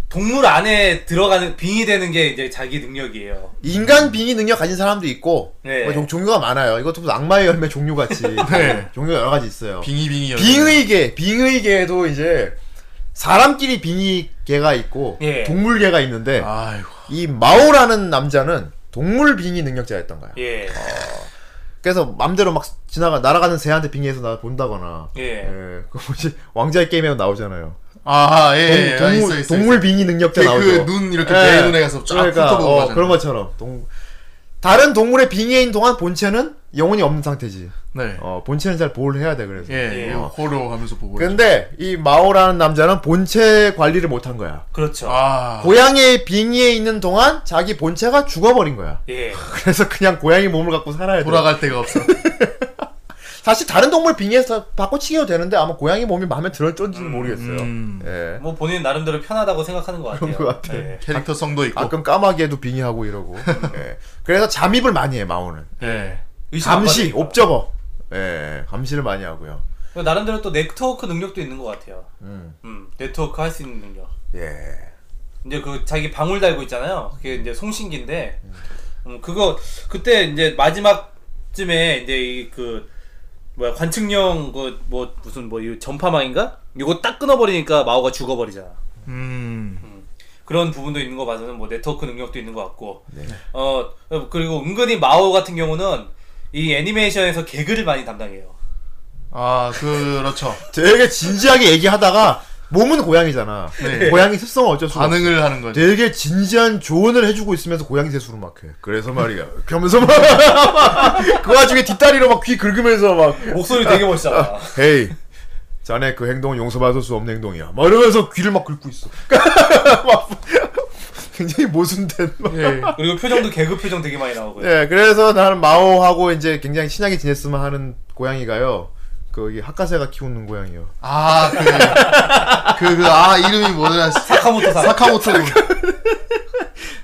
동물 안에 들어가는 빙이 되는 게 이제 자기 능력이에요.
인간 빙의 능력 가진 사람도 있고
네.
뭐 종- 종류가 많아요. 이것도 무슨 악마의 열매 종류 같이
네.
종류 가 여러 가지 있어요.
네,
빙이빙이.
빙의계, 빙의계에도 이제 사람끼리 빙의계가 있고
예.
동물계가 있는데
아이고.
이 마오라는 남자는 동물 빙의 능력자였던 거야.
예.
그래서 맘대로 막 지나가 날아가는 새한테 빙의해서 나 본다거나.
예.
그 뭐지 왕자의 게임에 나오잖아요.
아, 예, 예.
동,
아,
물
있어, 있어,
동물
있어.
빙의 능력자 나오죠.
그눈 이렇게
예.
개 눈에 가서 쫙
그러니까
훑어보고
어,
가잖아요.
그런 것처럼 동 다른 동물의 빙의인 동안 본체는 영혼이 없는 상태지.
네.
어, 본체는 잘 보호를 해야 돼 그래서.
예, 예.
어.
호로 하면서 보고.
근데 이 마오라는 남자는 본체 관리를 못한 거야.
그렇죠.
아.
고양이의 빙의에 있는 동안 자기 본체가 죽어버린 거야.
예.
그래서 그냥 고양이 몸을 갖고 살아야 돼.
돌아갈 데가 없어.
네. 사실 다른 동물 빙의해서 바꿔치기도 되는데 아마 고양이 몸이 마음에 들었던지는 모르겠어요.
음.
예.
뭐 본인 나름대로 편하다고 생각하는 것 같아요.
그런 것 같아.
예.
캐릭터성도 있고.
가끔 아, 까마귀에도 빙의하고 이러고.
음.
예. 그래서 잠입을 많이 해 마오는.
예.
의심 안
감시,
받으니까.
옵저버. 예. 감시를 많이 하고요.
나름대로 또 네트워크 능력도 있는 것 같아요.
음.
음, 네트워크 할 수 있는 능력.
예.
이제 그 자기 방울 달고 있잖아요. 그게 이제 송신기인데, 음, 그거 그때 이제 마지막쯤에 이제 이 그 뭐야 관측용 그 뭐 무슨 뭐이 전파망인가? 이거 딱 끊어버리니까 마오가 죽어버리잖아.
음.
그런 부분도 있는 거 봐서는 뭐 네트워크 능력도 있는 것 같고, 어 그리고 은근히 마오 같은 경우는 이 애니메이션에서 개그를 많이 담당해요.
아, 그렇죠.
되게 진지하게 얘기하다가 몸은 고양이잖아.
네.
고양이 습성은 어쩔 수가 없어.
반응을 하는 거죠.
되게 진지한 조언을 해주고 있으면서 고양이 세수로 막 해. 그래서 말이야. 그러면서 막. 그 와중에 뒷다리로 막 귀 긁으면서 막.
목소리 되게 멋있잖아.
헤이. 자네 그 행동은 용서받을 수 없는 행동이야. 막 이러면서 귀를 막 긁고 있어. 막 굉장히 모순된. 막.
예.
그리고 표정도 개그 표정 되게 많이 나오고요.
예, 그래서 나는 마오하고 이제 굉장히 친하게 지냈으면 하는 고양이가요. 그, 이 학과세가 키우는 고양이요.
아, 그, 그, 그, 아, 이름이 뭐더라.
사카모토 사.
사카모토군.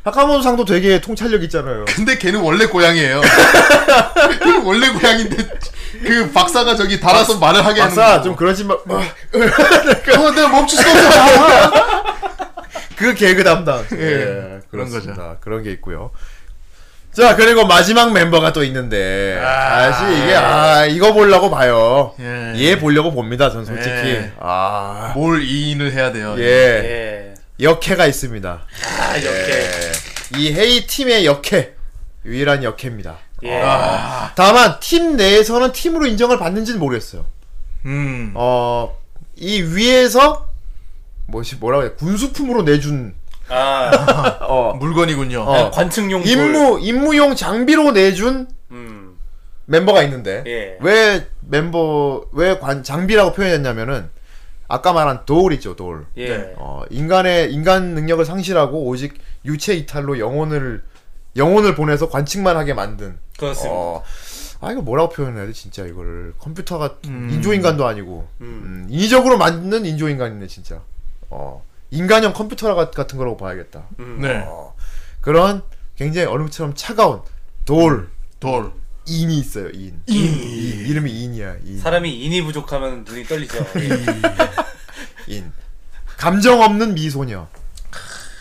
하카모토 상도 되게 통찰력 있잖아요.
근데 걔는 원래 고양이에요. 걔는 원래 고양인데, 그 박사가 저기 달아서 말을 하게 하는
박사
거고.
좀 그러니까. 그러지 마.
예. 어, 내가 멈출 수가 없어.
그 개그 담당. 예,
예,
그런
그런
거죠. 그런 게 있고요. 자 그리고 마지막 멤버가 또 있는데
아,
다시 이게 아 이거 보려고 봐요.
예.
얘 보려고 봅니다. 전 솔직히
예.
아.
뭘 이인을 해야 돼요.
예.
예.
역해가 있습니다.
아 이렇게.
이 헤이 팀의 역해 유일한 역해입니다.
예.
다만 팀 내에서는 팀으로 인정을 받는지는 모르겠어요.
음.
어, 이 위에서 뭐지 뭐라고 해야 돼? 군수품으로 내준
아,
어.
물건이군요.
어.
관측용 돌.
임무 임무용 장비로 내준
음.
멤버가 있는데
예.
왜 멤버 왜 관, 장비라고 표현했냐면은 아까 말한 돌이죠 돌.
예.
네.
어, 인간의 인간 능력을 상실하고 오직 유체 이탈로 영혼을 영혼을 보내서 관측만 하게 만든.
그렇습니다.
어, 아 이거 뭐라고 표현해야 돼 진짜 이거를 컴퓨터가
음.
인조인간도 아니고 음, 인위적으로 만든 인조인간이네 진짜. 어, 인간형 컴퓨터 같- 같은 거라고 봐야겠다.
음.
네.
어, 그런 굉장히 얼음처럼 차가운 돌
돌.
인이 있어요 인. 인. 이름이 인이야 인.
사람이 인이 부족하면 눈이 떨리죠.
인. 감정 없는 미소녀.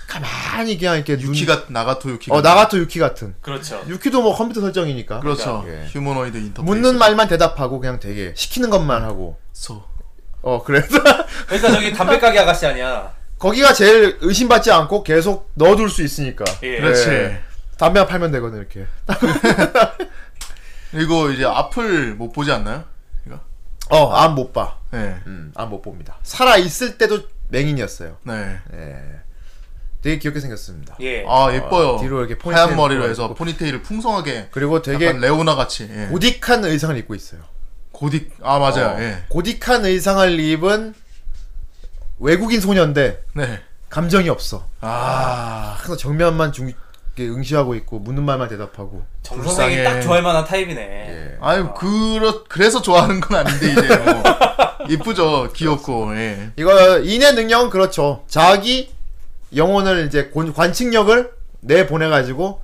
가만히 그냥 이렇게 눈-
유키가 나가토 유키.
어 나가토 유키 같은
그렇죠.
유키도 뭐 컴퓨터 설정이니까
그렇죠.
예.
휴머노이드 인터페이스.
묻는 말만 대답하고 그냥 되게 시키는 것만 하고
소.
어 그래서
그러니까 저기 담배 가게 아가씨 아니야.
거기가 제일 의심받지 않고 계속 넣어둘 수 있으니까
예.
그렇지.
예. 담배만 팔면 되거든 이렇게
그리고 이제 앞을 못 보지 않나요?
어 안 못봐안 음, 못
네.
봅니다 살아 있을 때도 맹인이었어요
네.
예 되게 귀엽게 생겼습니다
예.
아 예뻐요.
어, 뒤로 이렇게 포니테일
하얀 머리로 해서
입고.
포니테일을 풍성하게.
그리고 되게
약간 레오나 같이. 예.
고딕한 의상을 입고 있어요
고딕. 아 맞아요.
어,
예.
고딕한 의상을 입은 외국인 소녀인데
네.
감정이 없어
아.
항상 정면만 중 이렇게 응시하고 있고 묻는 말만 대답하고
정 선생이
불쌍해.
딱 좋아할 만한 타입이네.
예.
아유 그렇 그래서 좋아하는 건 아닌데 이제 뭐. 이쁘죠 귀엽고 예.
이거 인의 능력은 그렇죠. 자기 영혼을 이제 권- 관측력을 내 보내가지고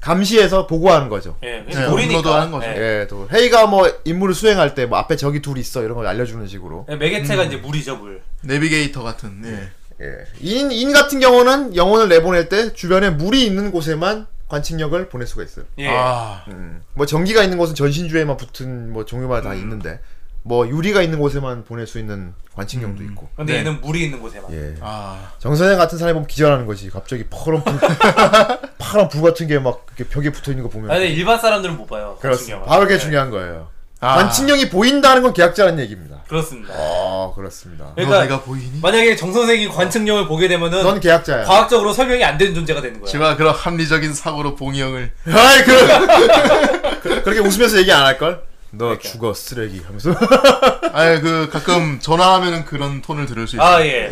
감시해서 보고하는 거죠.
예.
네, 업로드 하는 거죠.
예.
예, 또 헤이가 뭐 임무를 수행할 때 뭐 앞에 적이 둘 있어 이런 걸 알려주는 식으로.
예, 매개체가 이제 물이죠 물.
내비게이터 같은 예.
예. 인, 인 같은 경우는 영혼을 내보낼 때 주변에 물이 있는 곳에만 관측력을 보낼 수가 있어요.
예.
아
음. 뭐 전기가 있는 곳은 전신주에만 붙은 뭐 종류마다 다 있는데 뭐 유리가 있는 곳에만 보낼 수 있는 관측력도 있고.
근데
네.
얘는 물이 있는 곳에만.
예.
아,
정선생 같은 사람이 보면 기절하는 거지. 갑자기 파란 불, 파란 불 같은 게 막 벽에 붙어 있는 거 보면.
아 근데 일반 사람들은 못 봐요.
그렇습니다.
관측력을.
바로 그게
예.
네, 중요한 네. 거예요.
아.
관측력이 보인다는 건 계약자라는 얘기입니다.
그렇습니다.
아, 그렇습니다.
그러니까
너 내가 보이니?
만약에 정 선생이 관측력을 보게 되면은
넌 계약자야.
과학적으로 설명이 안 되는 존재가 되는 거야.
제가 그런 합리적인 사고로 봉이 형을
아이, 그, 그, 그렇게 웃으면서 얘기 안 할걸? 너 죽어, 쓰레기. 하면서.
아예 그 가끔 전화하면은 그런 톤을 들을 수 있어요.
아 예.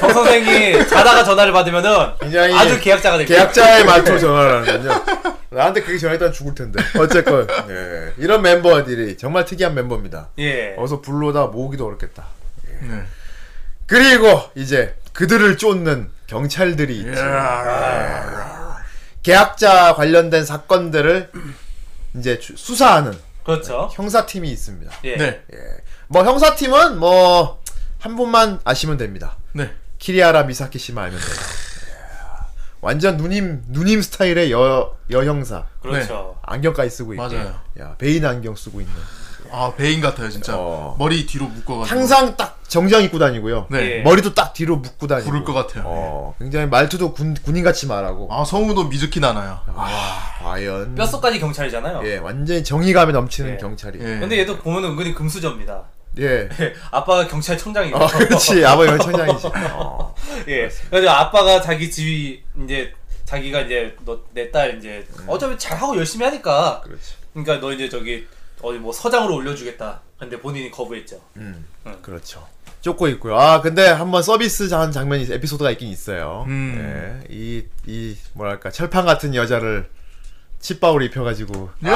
정 선생이 자다가 전화를 받으면은
굉장히
아주 계약자가 됩니다.
계약자의 말투로 전화하는군요. 나한테 그게 전화했다면 죽을 텐데. 어쨌건. 예. 이런 멤버들이 정말 특이한 멤버입니다.
예.
어서 불러다 모으기도 어렵겠다.
네.
그리고 이제 그들을 쫓는 경찰들이 있지. 예. 계약자 관련된 사건들을 이제 주- 수사하는
그렇죠.
형사팀이 있습니다.
예.
네.
뭐 형사팀은 뭐 한 분만 아시면 됩니다.
네.
키리아라 미사키 씨만 알면 돼요. 완전 누님 누님 스타일의 여 여형사
그렇죠.
안경까지 쓰고 있고,
맞아요.
야 베인 안경 쓰고 있는.
아 배인 같아요 진짜.
어.
머리 뒤로 묶어가지고.
항상 딱 정장 입고 다니고요.
네.
예.
머리도 딱 뒤로 묶고 다니고.
부를 것 같아요.
어, 굉장히 말투도 군, 군인같이 말하고. 아,
아 성우도 미즈키 나나요.
과연.
뼛속까지 경찰이잖아요.
네. 예, 완전히 정의감이 넘치는
예.
경찰이. 예.
예.
근데 얘도 보면 은근히 금수저입니다. 예. 아빠가 경찰청장이고.
어, 그렇지. 아버지 가 천장이지. 어.
예. 그래서 아빠가 자기 집이 이제 자기가 이제 너 내 딸 이제 어차피 잘하고 열심히 하니까.
그렇지.
그러니까 너 이제 저기 어디 뭐 서장으로 올려주겠다. 근데 본인이 거부했죠.
그렇죠. 쫓고 있고요. 아, 근데 한번 서비스 한 장면이 에피소드가 있긴 있어요.
음.
예. 이, 이, 뭐랄까, 철판 같은 여자를 칫바울 입혀가지고.
네?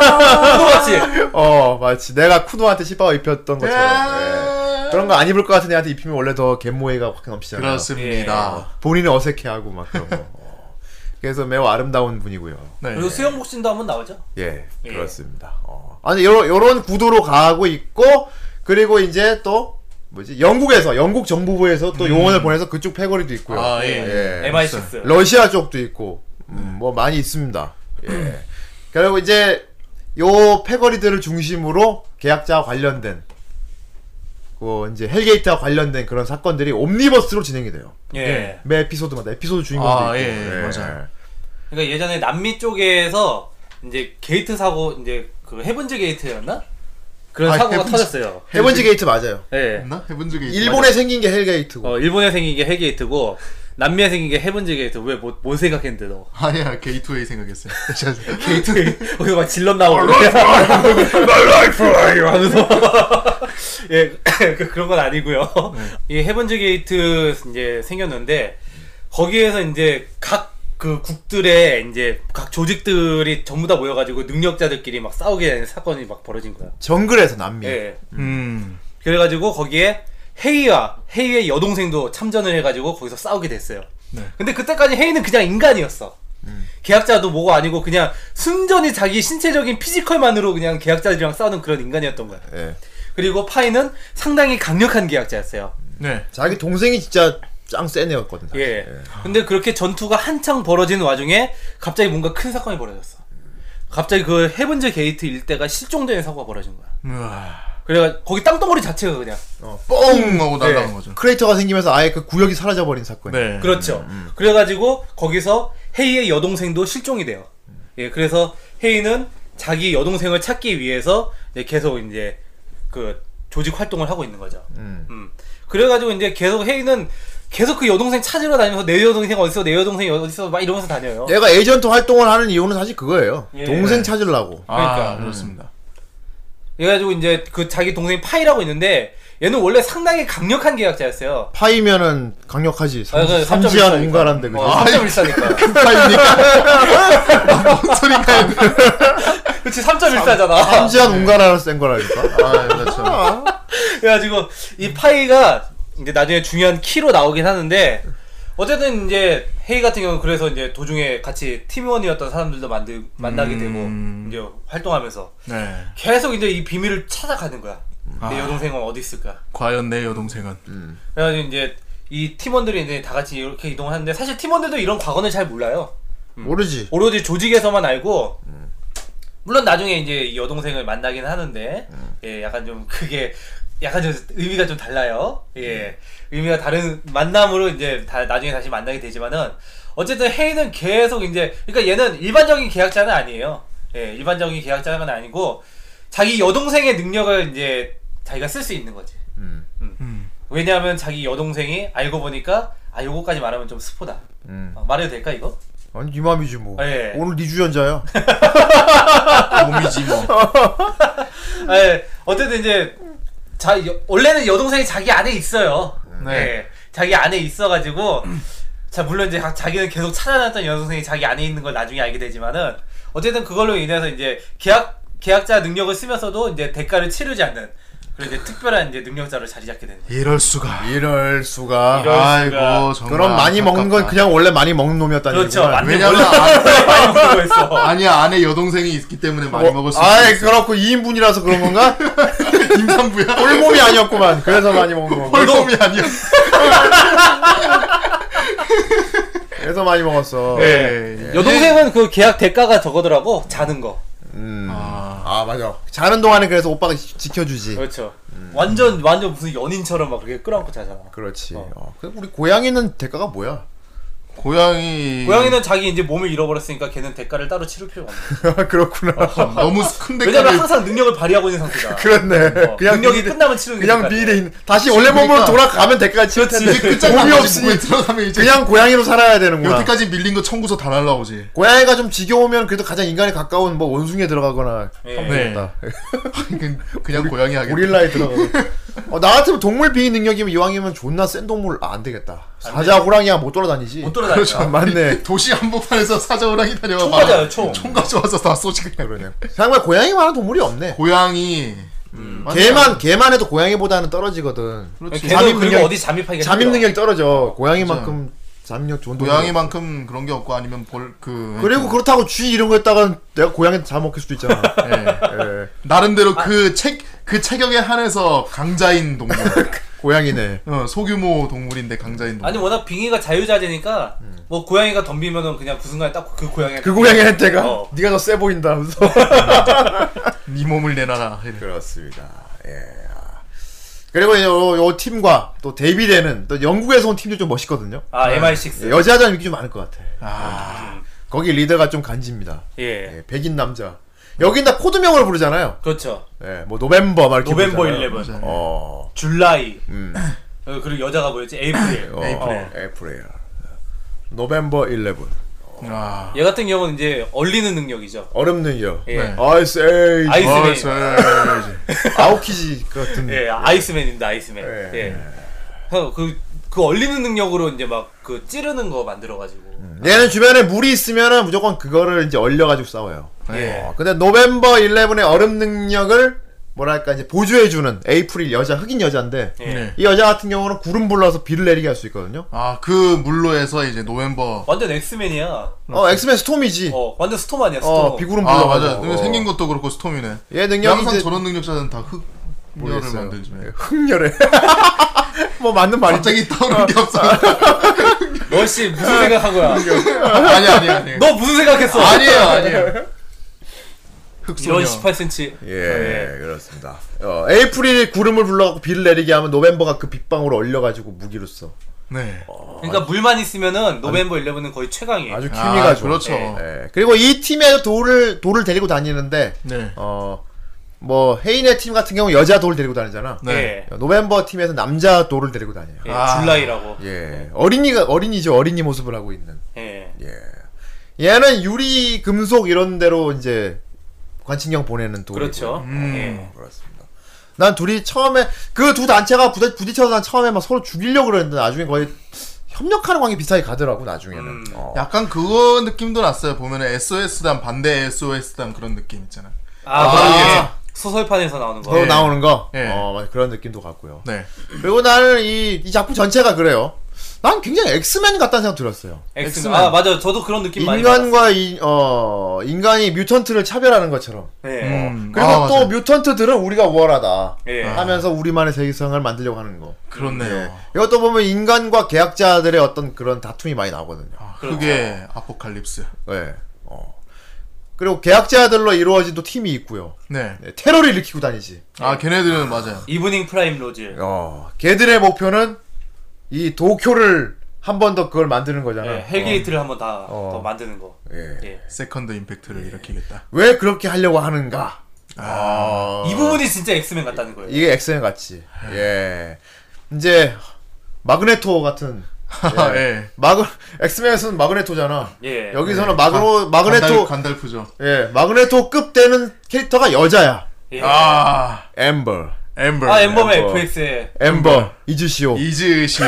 똑같이.
어, 마치 내가 쿠노한테 칫바울 입혔던 것처럼. 예.
예.
그런 거 안 입을 것 같은 애한테 입히면 원래 더 갯모해가 확 넘치잖아요.
그렇습니다.
본인은 어색해하고 막 그런 거. 어. 그래서 매우 아름다운 분이고요.
네.
예. 그리고 수영복신도 한번 나오죠.
예,
예.
그렇습니다. 어. 아니 요런 요런 구도로 가고 있고 그리고 이제 또 뭐지 영국에서 영국 정부부에서 또 요원을 보내서 그쪽 패거리도 있고요.
음. 아, 예.
예.
MI6.
러시아 쪽도 있고 음, 뭐 많이 있습니다. 예. 그리고 이제 요 패거리들을 중심으로 계약자와 관련된 그 이제 헬게이트와 관련된 그런 사건들이 옴니버스로 진행이 돼요.
예.
매 에피소드마다 에피소드 주인공도 있고.
아, 예, 예, 맞아요.
그러니까 예전에 남미 쪽에서 이제 게이트 사고 이제 그 헤븐즈 게이트였나? 그런
아,
사고가
헤븐즈.
터졌어요.
해븐지 게이트 맞아요.
예.
나 해본 적이
일본에 생긴 게 헬게이트고.
어, 일본에 생긴 게 헬게이트고 남미에 생긴 게 해본지 게이트 왜뭔 뭔 생각했는데 너
아니야 게이트웨이 생각했어요.
게이트 거기서 막 질럿 나오고 하면서 예 그- 그런 건 아니고요 예, 이 해븐즈 게이트 이제 생겼는데 거기에서 이제 각 그 국들의 이제 각 조직들이 전부 다 모여가지고 능력자들끼리 막 싸우게 되는 사건이 막 벌어진 거야.
정글에서 남미.
예.
음.
그래가지고 거기에 헤이와 헤이의 여동생도 참전을 해가지고 거기서 싸우게 됐어요. 근데 그때까지 헤이는 그냥 인간이었어. 계약자도 뭐고 아니고 그냥 순전히 자기 신체적인 피지컬만으로 그냥 계약자들이랑 싸우는 그런 인간이었던 거야.
예.
그리고 파이는 상당히 강력한 계약자였어요.
네.
자기 동생이 진짜 짱센 애였거든. 사실.
예. 근데 그렇게 전투가 한창 벌어진 와중에 갑자기 뭔가 큰 사건이 벌어졌어. 갑자기 그 해븐즈 게이트 일대가 실종되는 사고가 벌어진 거야.
우와.
그래가 거기 땅덩어리 자체가 그냥
뻥 하고 날아간
네.
거죠.
크레이터가 생기면서 아예 그 구역이 사라져버린 사건.
네.
그렇죠. 그래가지고 거기서 헤이의 여동생도 실종이 돼요. 예, 그래서 헤이는 자기 여동생을 찾기 위해서 이제 계속 이제 그 조직 활동을 하고 있는 거죠.
음.
음. 그래가지고 이제 계속 헤이는 계속 그 여동생 찾으러 다니면서 내 여동생 어딨어, 내 여동생 어딨어 막 이러면서 다녀요.
얘가 에이전트 활동을 하는 이유는 사실 그거예요.
예.
동생 찾으려고.
아
그러니까.
그렇습니다.
그래가지고 이제 그 자기 동생 파이라고 있는데 얘는 원래 상당히 강력한 계약자였어요.
파이면은 강력하지. 삼,
아,
네,
그
삼지한
3.14
온가란데 그죠?
어,
아,
3.14니까.
파이니까 뭔 소리가
그렇지 3.14잖아.
삼지한 온가라는 센 거라니까.
아 그렇죠.
그래가지고 이 파이가 이제 나중에 중요한 키로 나오긴 하는데 어쨌든 이제 헤이 같은 경우는 그래서 이제 도중에 같이 팀원이었던 사람들도 만들, 만나게
음.
되고 이제 활동하면서
네.
계속 이제 이 비밀을 찾아가는 거야. 내
아.
여동생은 어디 있을까?
과연 내 여동생은
음. 그래가지고 이제 이 팀원들이 이제 다 같이 이렇게 이동하는데 사실 팀원들도 이런 과거는 잘 몰라요.
모르지. 음.
오로지 조직에서만 알고 물론 나중에 이제 이 여동생을 만나긴 하는데
음.
예 약간 좀 그게 약간 좀 의미가 좀 달라요
음.
예 의미가 다른 만남으로 이제 다 나중에 다시 만나게 되지만은 어쨌든 헤이는 계속 이제 그러니까 얘는 일반적인 계약자는 아니에요 예 일반적인 계약자는 아니고 자기 여동생의 능력을 이제 자기가 쓸 수 있는 거지
음.
음.
왜냐하면 자기 여동생이 알고 보니까 아 요거까지 말하면 좀 스포다
음.
아, 말해도 될까 이거
아니 네 맘이지 뭐.
아, 예.
오늘 네 주연자야.
몸이지 뭐.
예, 어쨌든 이제 자 여- 원래는 여동생이 자기 안에 있어요.
네.
예, 자기 안에 있어가지고 자 물론 이제 자- 자기는 계속 찾아다녔던 여동생이 자기 안에 있는 걸 나중에 알게 되지만은 어쨌든 그걸로 인해서 이제 계약 계약자 능력을 쓰면서도 이제 대가를 치르지 않는 그런 이제 특별한 이제 능력자로 자리 잡게 되는.
이럴 수가.
이럴 수가.
이럴
아이고 정말.
그럼 많이 먹는 건
안타깝다.
그냥 원래 많이 먹는 놈이었다는
그렇죠.
얘기구나.
맞네.
왜냐면
원래
아-
많이 먹고 있어.
아니야 안에 여동생이 있기 때문에 많이
뭐,
먹을 수
아이
있어.
그렇고 2인분이라서 그런 건가?
임산부야.
꼴몸이 아니었구만. 그래서 많이 먹은 건가?
홀몸이 아니야.
그래서 많이 먹었어.
예.
네.
여동생은 그 계약 대가가 저거더라고 자는 거.
음.
아.
아 맞아. 자는 동안에 그래서 오빠가 지- 지켜주지.
그렇죠. 완전 완전 무슨 연인처럼 막 그렇게 끌어안고 자잖아.
그렇지.
어.
어. 그 우리 고양이는 대가가 뭐야? 음.
고양이.
고양이는 자기 이제 몸을 잃어버렸으니까 걔는 대가를 따로 치를 필요가 없는 거야.
그렇구나.
아, 너무 큰
왜냐면
데까지
항상 능력을 발휘하고 있는 상태다.
그러니까
뭐,
그렇네.
어,
그냥
능력이
비대-
끝나면 치르는
그냥
거니까.
비일에 있는 다시 원래 몸으로
그러니까.
돌아가면 대가가 치를 텐데
끝장난
몸이
거지. 몸에
없으니
들어가면 이제
그냥 고양이로 살아야 되는구나.
여태까지 밀린 거 청구서 다 날라오지.
고양이가 좀 지겨우면 그래도 가장 인간에 가까운 뭐 원숭이에 들어가거나
예,
네.
있다.
그냥 고양이 하겠다.
고릴라에 들어가거나. 어, 나 같으면 동물 비인 능력이면 이왕이면 존나 센 동물 아, 안 되겠다. 사자 호랑이야 못 돌아다니지.
못 돌아다니죠.
아, 맞네.
도시 한복판에서 사자 호랑이 다녀와.
총
봐.
맞아요, 총.
총 가져와서 다 쏘지 그냥.
그러네. 정말 고양이만한 동물이 없네.
고양이. 맞아.
음. 개만 개만 해도 고양이보다는 떨어지거든.
그렇지.
그러니까 걔는
그렇죠. 잠입
그리고
능력-
어디 잠입하기가
잠입
힘들어.
능력이 떨어져. 고양이만큼 잠입 능력 좋은 동물.
고양이만큼 그런 게 없고 아니면 볼 그.
그리고 그렇다고 쥐 이런 거 했다간 내가 고양이한테 잘 먹힐 수도 있잖아.
예.
예.
나름대로 그 책 그 체격에 한해서 강자인 동물.
그 고양이네.
어, 소규모 동물인데 강자인 동물.
아니 워낙 빙의가 자유자재니까 뭐 고양이가 덤비면은 그냥 그 순간에 딱 그 고양이
음. 그 고양이한테가
어.
네가 더 세 보인다 하면서.
네 몸을 내놔라. 이래.
그렇습니다. 예. 그리고 이 요, 요 팀과 또 대비되는 또 영국에서 온 팀도 좀 멋있거든요.
아 MI6
예, 여자자는 인기 좀 많을 것 같아. 예.
아,
거기 리더가 좀 간지입니다.
예.
예, 백인 남자. 여긴 다 코드명으로 부르잖아요.
그렇죠.
예, 뭐 노멤버 막 이렇게
노벤버
부르잖아요.
11,
맞아요.
어,
줄라이
음,
어, 그리고 여자가 뭐였지? 에이프릴.
어,
에이프릴.
에이프릴. 노벤버 11
아.
얘 같은 경우는 이제 얼리는 능력이죠.
얼음 능력
예.
네.
아이스 에이 뭐,
아이스-
어, 저-
아오키지 같은
예, 아이스맨입니다, 아이스맨.
예.
예. 그 그 얼리는 능력으로 이제 막 그 찌르는 거 만들어 가지고.
얘는 주변에 물이 있으면은 무조건 그거를 이제 얼려가지고 싸워요
예.
어, 근데 노벤버 11의 얼음 능력을 뭐랄까 이제 보조해주는 에이프릴 여자 흑인 여자인데
예.
네.
이 여자 같은 경우는 구름 불러서 비를 내리게 할 수 있거든요
아, 그 물로 해서 이제 노멤버.
완전 엑스맨이야.
어 엑스맨 스톰이지 어,
그렇죠. 어, 완전 스톰 아니야, 스톰.
비구름
아,
불러가지고
맞아.
어.
생긴 것도 그렇고 스톰이네.
얘 능력이
항상
이제
저런 능력자는 다 흑. 녀를
모르겠어요.
만들지.
예, 흑열에 뭐 맞는 말이죠
갑자기 떠오른
아,
게 없어.
너씨 무슨 생각한 거야?
아니 아니 아니.
너 무슨 생각했어?
아니에요 아니에요. 흑소녀.
이런 18cm.
예, 그렇습니다. 어, 에이프릴이 구름을 불러갖고 비를 내리게 하면 노벤버가 그 빗방울을 얼려가지고 무기로 써.
네.
어,
그러니까 물만 있으면은 노벤버 11은 거의 최강이에요.
아주
아,
케미가 좋아.
그렇죠.
예, 그리고 이 팀에 돌을 돌을 데리고 다니는데
네.
어. 뭐 헤인의 팀 같은 경우 여자 돌 데리고 다니잖아.
네.
예.
노벤버 팀에서 남자 돌을 데리고 다녀요.
예,
아.
줄라이라고.
예. 어린이가 어린이죠. 어린이 모습을 하고 있는.
예.
예. 얘는 유리 금속 이런 데로 이제 관측형 보내는 돌.
그렇죠.
음.
예.
그렇습니다. 난 둘이 처음에 그 두 단체가 부대, 부딪혀서 난 처음에 막 서로 죽이려고 그랬는데 나중에 거의 협력하는 관계 비슷하게 가더라고 나중에는.
음.
어.
약간 그거 느낌도 났어요. 보면은 SOS단 반대 SOS단 그런 느낌 있잖아. 요
아,
아,
예. 소설판에서 나오는 거.
서로 나오는 거.
예.
어, 맞아. 그런 느낌도 같고요.
네.
그리고 나는 이, 이 작품 전체가 그래요. 난 굉장히 엑스맨 같다는 생각 들었어요.
엑스맨. 아, 맞아. 저도 그런 느낌 많이 받았어요.
인간과 이, 어, 인간이 뮤턴트를 차별하는 것처럼.
예.
음.
네. 그리고
아,
또
맞아요. 아.
뮤턴트들은 우리가 우월하다.
예.
하면서 우리만의 세상을 만들려고 하는 거.
그렇네요.
예. 이것도 보면 인간과 계약자들의 어떤 그런 다툼이 많이 나오거든요.
아, 그게 아포칼립스.
예. 어. 그리고 계약자들로 이루어진 또 팀이 있고요.
네.
예, 테러를 일으키고 다니지.
아 걔네들은 맞아요.
이브닝 프라임 로즈.
어. 걔들의 목표는 이 도쿄를 한 번 더 그걸 만드는 거잖아.
예. 헬게이트를 한번 다
어.
더 만드는 거.
어. 예.
예.
세컨드 임팩트를 일으키겠다.
왜 그렇게 하려고 하는가? 아.
이 부분이 진짜 엑스맨 같다는 거예요.
이게 엑스맨 같이. 예. 이제 마그네토 같은
아, 예.
마그 엑스맨에서는 마그네토잖아.
예.
여기서는
예.
아, 마그로 마그네토
간달, 간달프죠.
예, 마그네토급 되는 캐릭터가 여자야.
예. 아,
아
엠버.
엠버.
엠버맨
네, 엠버.
FX에.
엠버. 이즈시오.
이즈시오.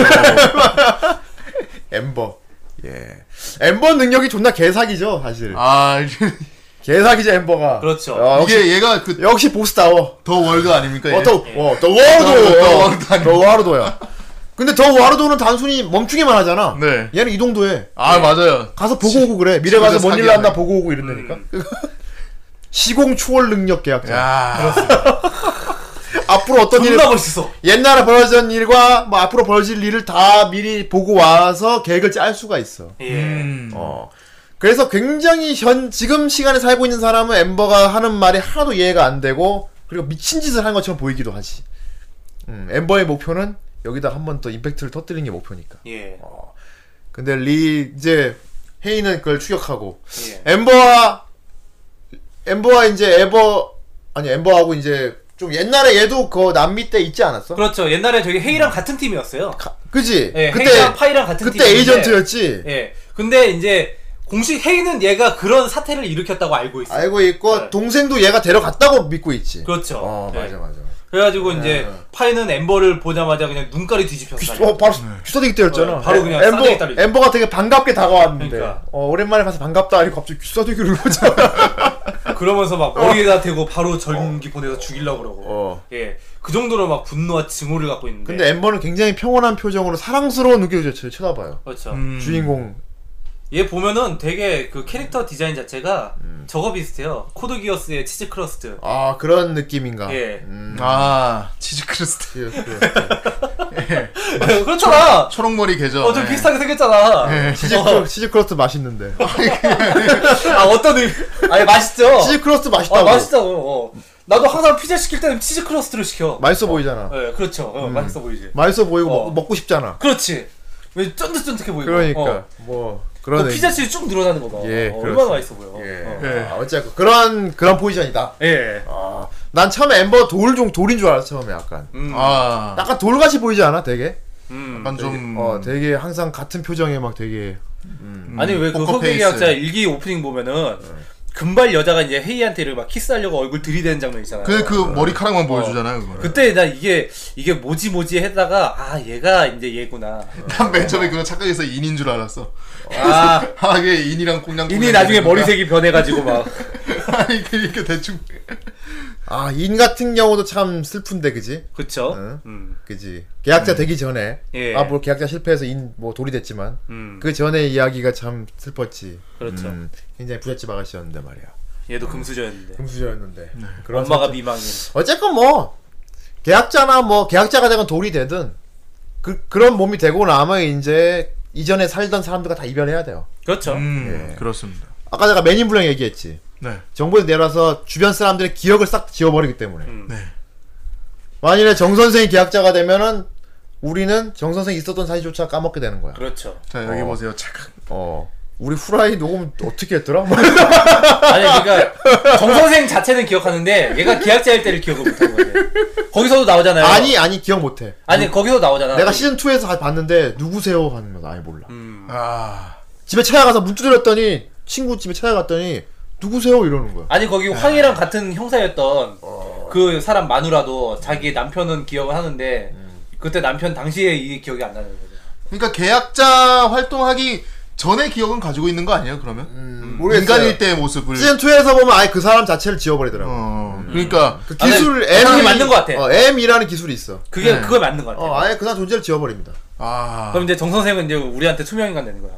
엠버. 예. 엠버 능력이 존나 개사기죠, 사실.
아
개사기죠, 엠버가.
그렇죠.
야, 역시,
이게 얘가 그 더
역시 보스다워.
월드 아닙니까? 얘?
어, 더, 어, 더
더
와르도!
와르도 아니야.
더 와르도야. 근데 더 와르도는 단순히 멈추기만 하잖아.
네.
얘는 이동도 해.
아 맞아요.
가서 보고 오고 그래. 미래 가서
진짜
뭔일
사기야.
났나 보고 오고 이런다니까. 시공 초월 능력 계약자.
야.
앞으로 어떤 일을
존나 멋있어.
옛날에 벌어진 일과 뭐 앞으로 벌어질 일을 다 미리 보고 와서 계획을 짤 수가 있어.
예.
음.
어. 그래서 굉장히 현 지금 시간에 살고 있는 사람은 엠버가 하는 말이 하나도 이해가 안 되고 그리고 미친 짓을 한 것처럼 보이기도 하지. 음, 엠버의 목표는 여기다 한 번 더 임팩트를 터뜨리는 게 목표니까.
예.
근데 리 이제 헤이는 그걸 추격하고
예.
엠버와 엠버와 이제 에버 아니 엠버하고 이제 좀 옛날에 얘도 그 남미 때 있지 않았어?
그렇죠. 옛날에 저기 헤이랑 같은 팀이었어요.
가- 그지?
예,
그때
헤이랑 파이랑 같은
그때
팀인데.
에이전트였지.
예. 근데 이제 공식 헤이는 얘가 그런 사태를 일으켰다고 알고 있어요.
알고 있고
네.
동생도 얘가 데려갔다고 믿고 있지.
그렇죠.
어
예.
맞아 예. 맞아.
그래가지고 이제 파이는 엠버를 보자마자 그냥 눈깔이 뒤집혔어요.
어 바로 귀싸대기 때였잖아.
어, 바로 그냥 싸대기
엠버
때리죠.
엠버가 되게 반갑게 다가왔는데
그러니까. 네.
어, 오랜만에 봐서 반갑다 하니 갑자기 귀싸대기를 보자.
그러면서 막 머리에다 대고 바로 전기 보내서 죽이려고 그러고.
어.
예. 그 정도로 막 분노와 증오를 갖고 있는데.
근데 엠버는 굉장히 평온한 표정으로 사랑스러운 눈길로 저- 쳐다봐요.
그렇죠.
음.
주인공
얘 보면은 되게 그
음.
캐릭터 디자인 자체가 저거 비슷해요. 코드 기어스의 치즈 크러스트.
아 그런 느낌인가.
예.
음.
아 치즈
예,
크루스트.
그,
아, 그렇잖아.
초록머리 계죠.
어, 좀
네.
비슷하게 생겼잖아.
네.
치즈 크러, 치즈 크러스트 맛있는데.
어. 아, 어떤 의... 아니, 맛있죠?
치즈 크러스트
아,
맛있다고.
맛있다고. 어. 나도 항상 피자 시킬 때는 치즈 크러스트를 시켜.
맛있어 보이잖아.
예, 그렇죠.
음.
어, 맛있어 보이지.
맛있어 보이고
어.
먹, 먹고 싶잖아.
그렇지. 왜 쫀득쫀득해 보이고.
그러니까
어.
뭐
그
그런
피자 치즈 쭉 늘어나는 거 봐.
예,
어,
그렇습니다.
얼마나 맛있어 보여.
예.
어.
예.
아, 어쨌건 그런 그런 포지션이다.
예.
아, 난 처음에 엠버 돌 종 돌인 줄 알았어 처음에 약간.
음.
아.
약간 돌같이 보이지 않아? 되게.
음.
약간 좀
어, 되게 항상 같은 표정에 막 되게 음.
아니 왜 그
음, 포커
허계계약자
페이스.
일기 오프닝 보면은 금발 여자가 이제 헤이한테 이렇게 막 키스하려고 얼굴 들이대는 장면 있잖아요.
그, 그 머리카락만 보여주잖아요 그거 를
그때 나 이게 이게 뭐지 뭐지 했다가 아 얘가 이제 얘구나.
난맨 처음에 그거 착각해서 인인 줄 알았어
아 그러니까.
아 이게 인이랑 꽁냥
이미 나중에 머리색이 변해가지고 막
아니 그러니까 대충
아, 인 같은 경우도 참 슬픈데 그지?
그쵸.
응.
음.
그지. 계약자 되기 전에
예.
아, 뭐 계약자 실패해서 인 뭐 돌이 됐지만
음.
그 전에 이야기가 참 슬펐지.
그렇죠.
음, 굉장히 부잣집 아가씨였는데 말이야.
얘도 금수저였는데
금수저였는데. 그런
네. 엄마가
사람-
미망인.
어쨌건 뭐 계약자나 뭐 계약자가 되건 돌이 되든 그 그런 몸이 되고 나면 이제 이전에 살던 사람들과 다 이별해야 돼요.
그렇죠.
음 그렇습니다
아까 제가 맨인블랑 얘기했지.
네
정보에 내려서 주변 사람들의 기억을 싹 지워버리기 때문에.
음.
네.
만일에 정 선생이 계약자가 되면은 우리는 정 선생이 있었던 사실조차 까먹게 되는 거야.
그렇죠.
자 여기
어.
보세요 착각
어. 우리 후라이 녹음 어떻게 했더라?
네.
아니 그러니까 정 선생 자체는 기억하는데 얘가 계약자일 때를 기억을 못한 거예요. 거기서도 나오잖아요.
아니 아니 기억 못해.
아니 거기서 나오잖아.
내가 시즌 2에서 봤는데 누구세요 하는 건 아예 몰라.
음.
아
집에 찾아가서 문 두드렸더니 친구 집에 찾아갔더니 누구세요 이러는 거야.
아니 거기 황이랑 같은 형사였던 그 사람 마누라도 자기 남편은 기억을 하는데 그때 남편 당시에 이 기억이 안 나는 거죠.
그러니까 계약자 활동하기 전에 기억은 가지고 있는 거 아니에요 그러면
음,
음. 인간일 때의 모습을
시즌 2에서 보면 아예 그 사람 자체를 지워버리더라고.
어 그러니까
그 기술
나는 그게
M이
아, 네. 맞는 것 같아.
어, M이라는 기술이 있어.
그게
네.
그걸 맞는 거 같아.
어, 아예 그 사람 존재를 지워버립니다.
아
그럼 이제 정 선생은 이제 우리한테 투명인간 되는 거야.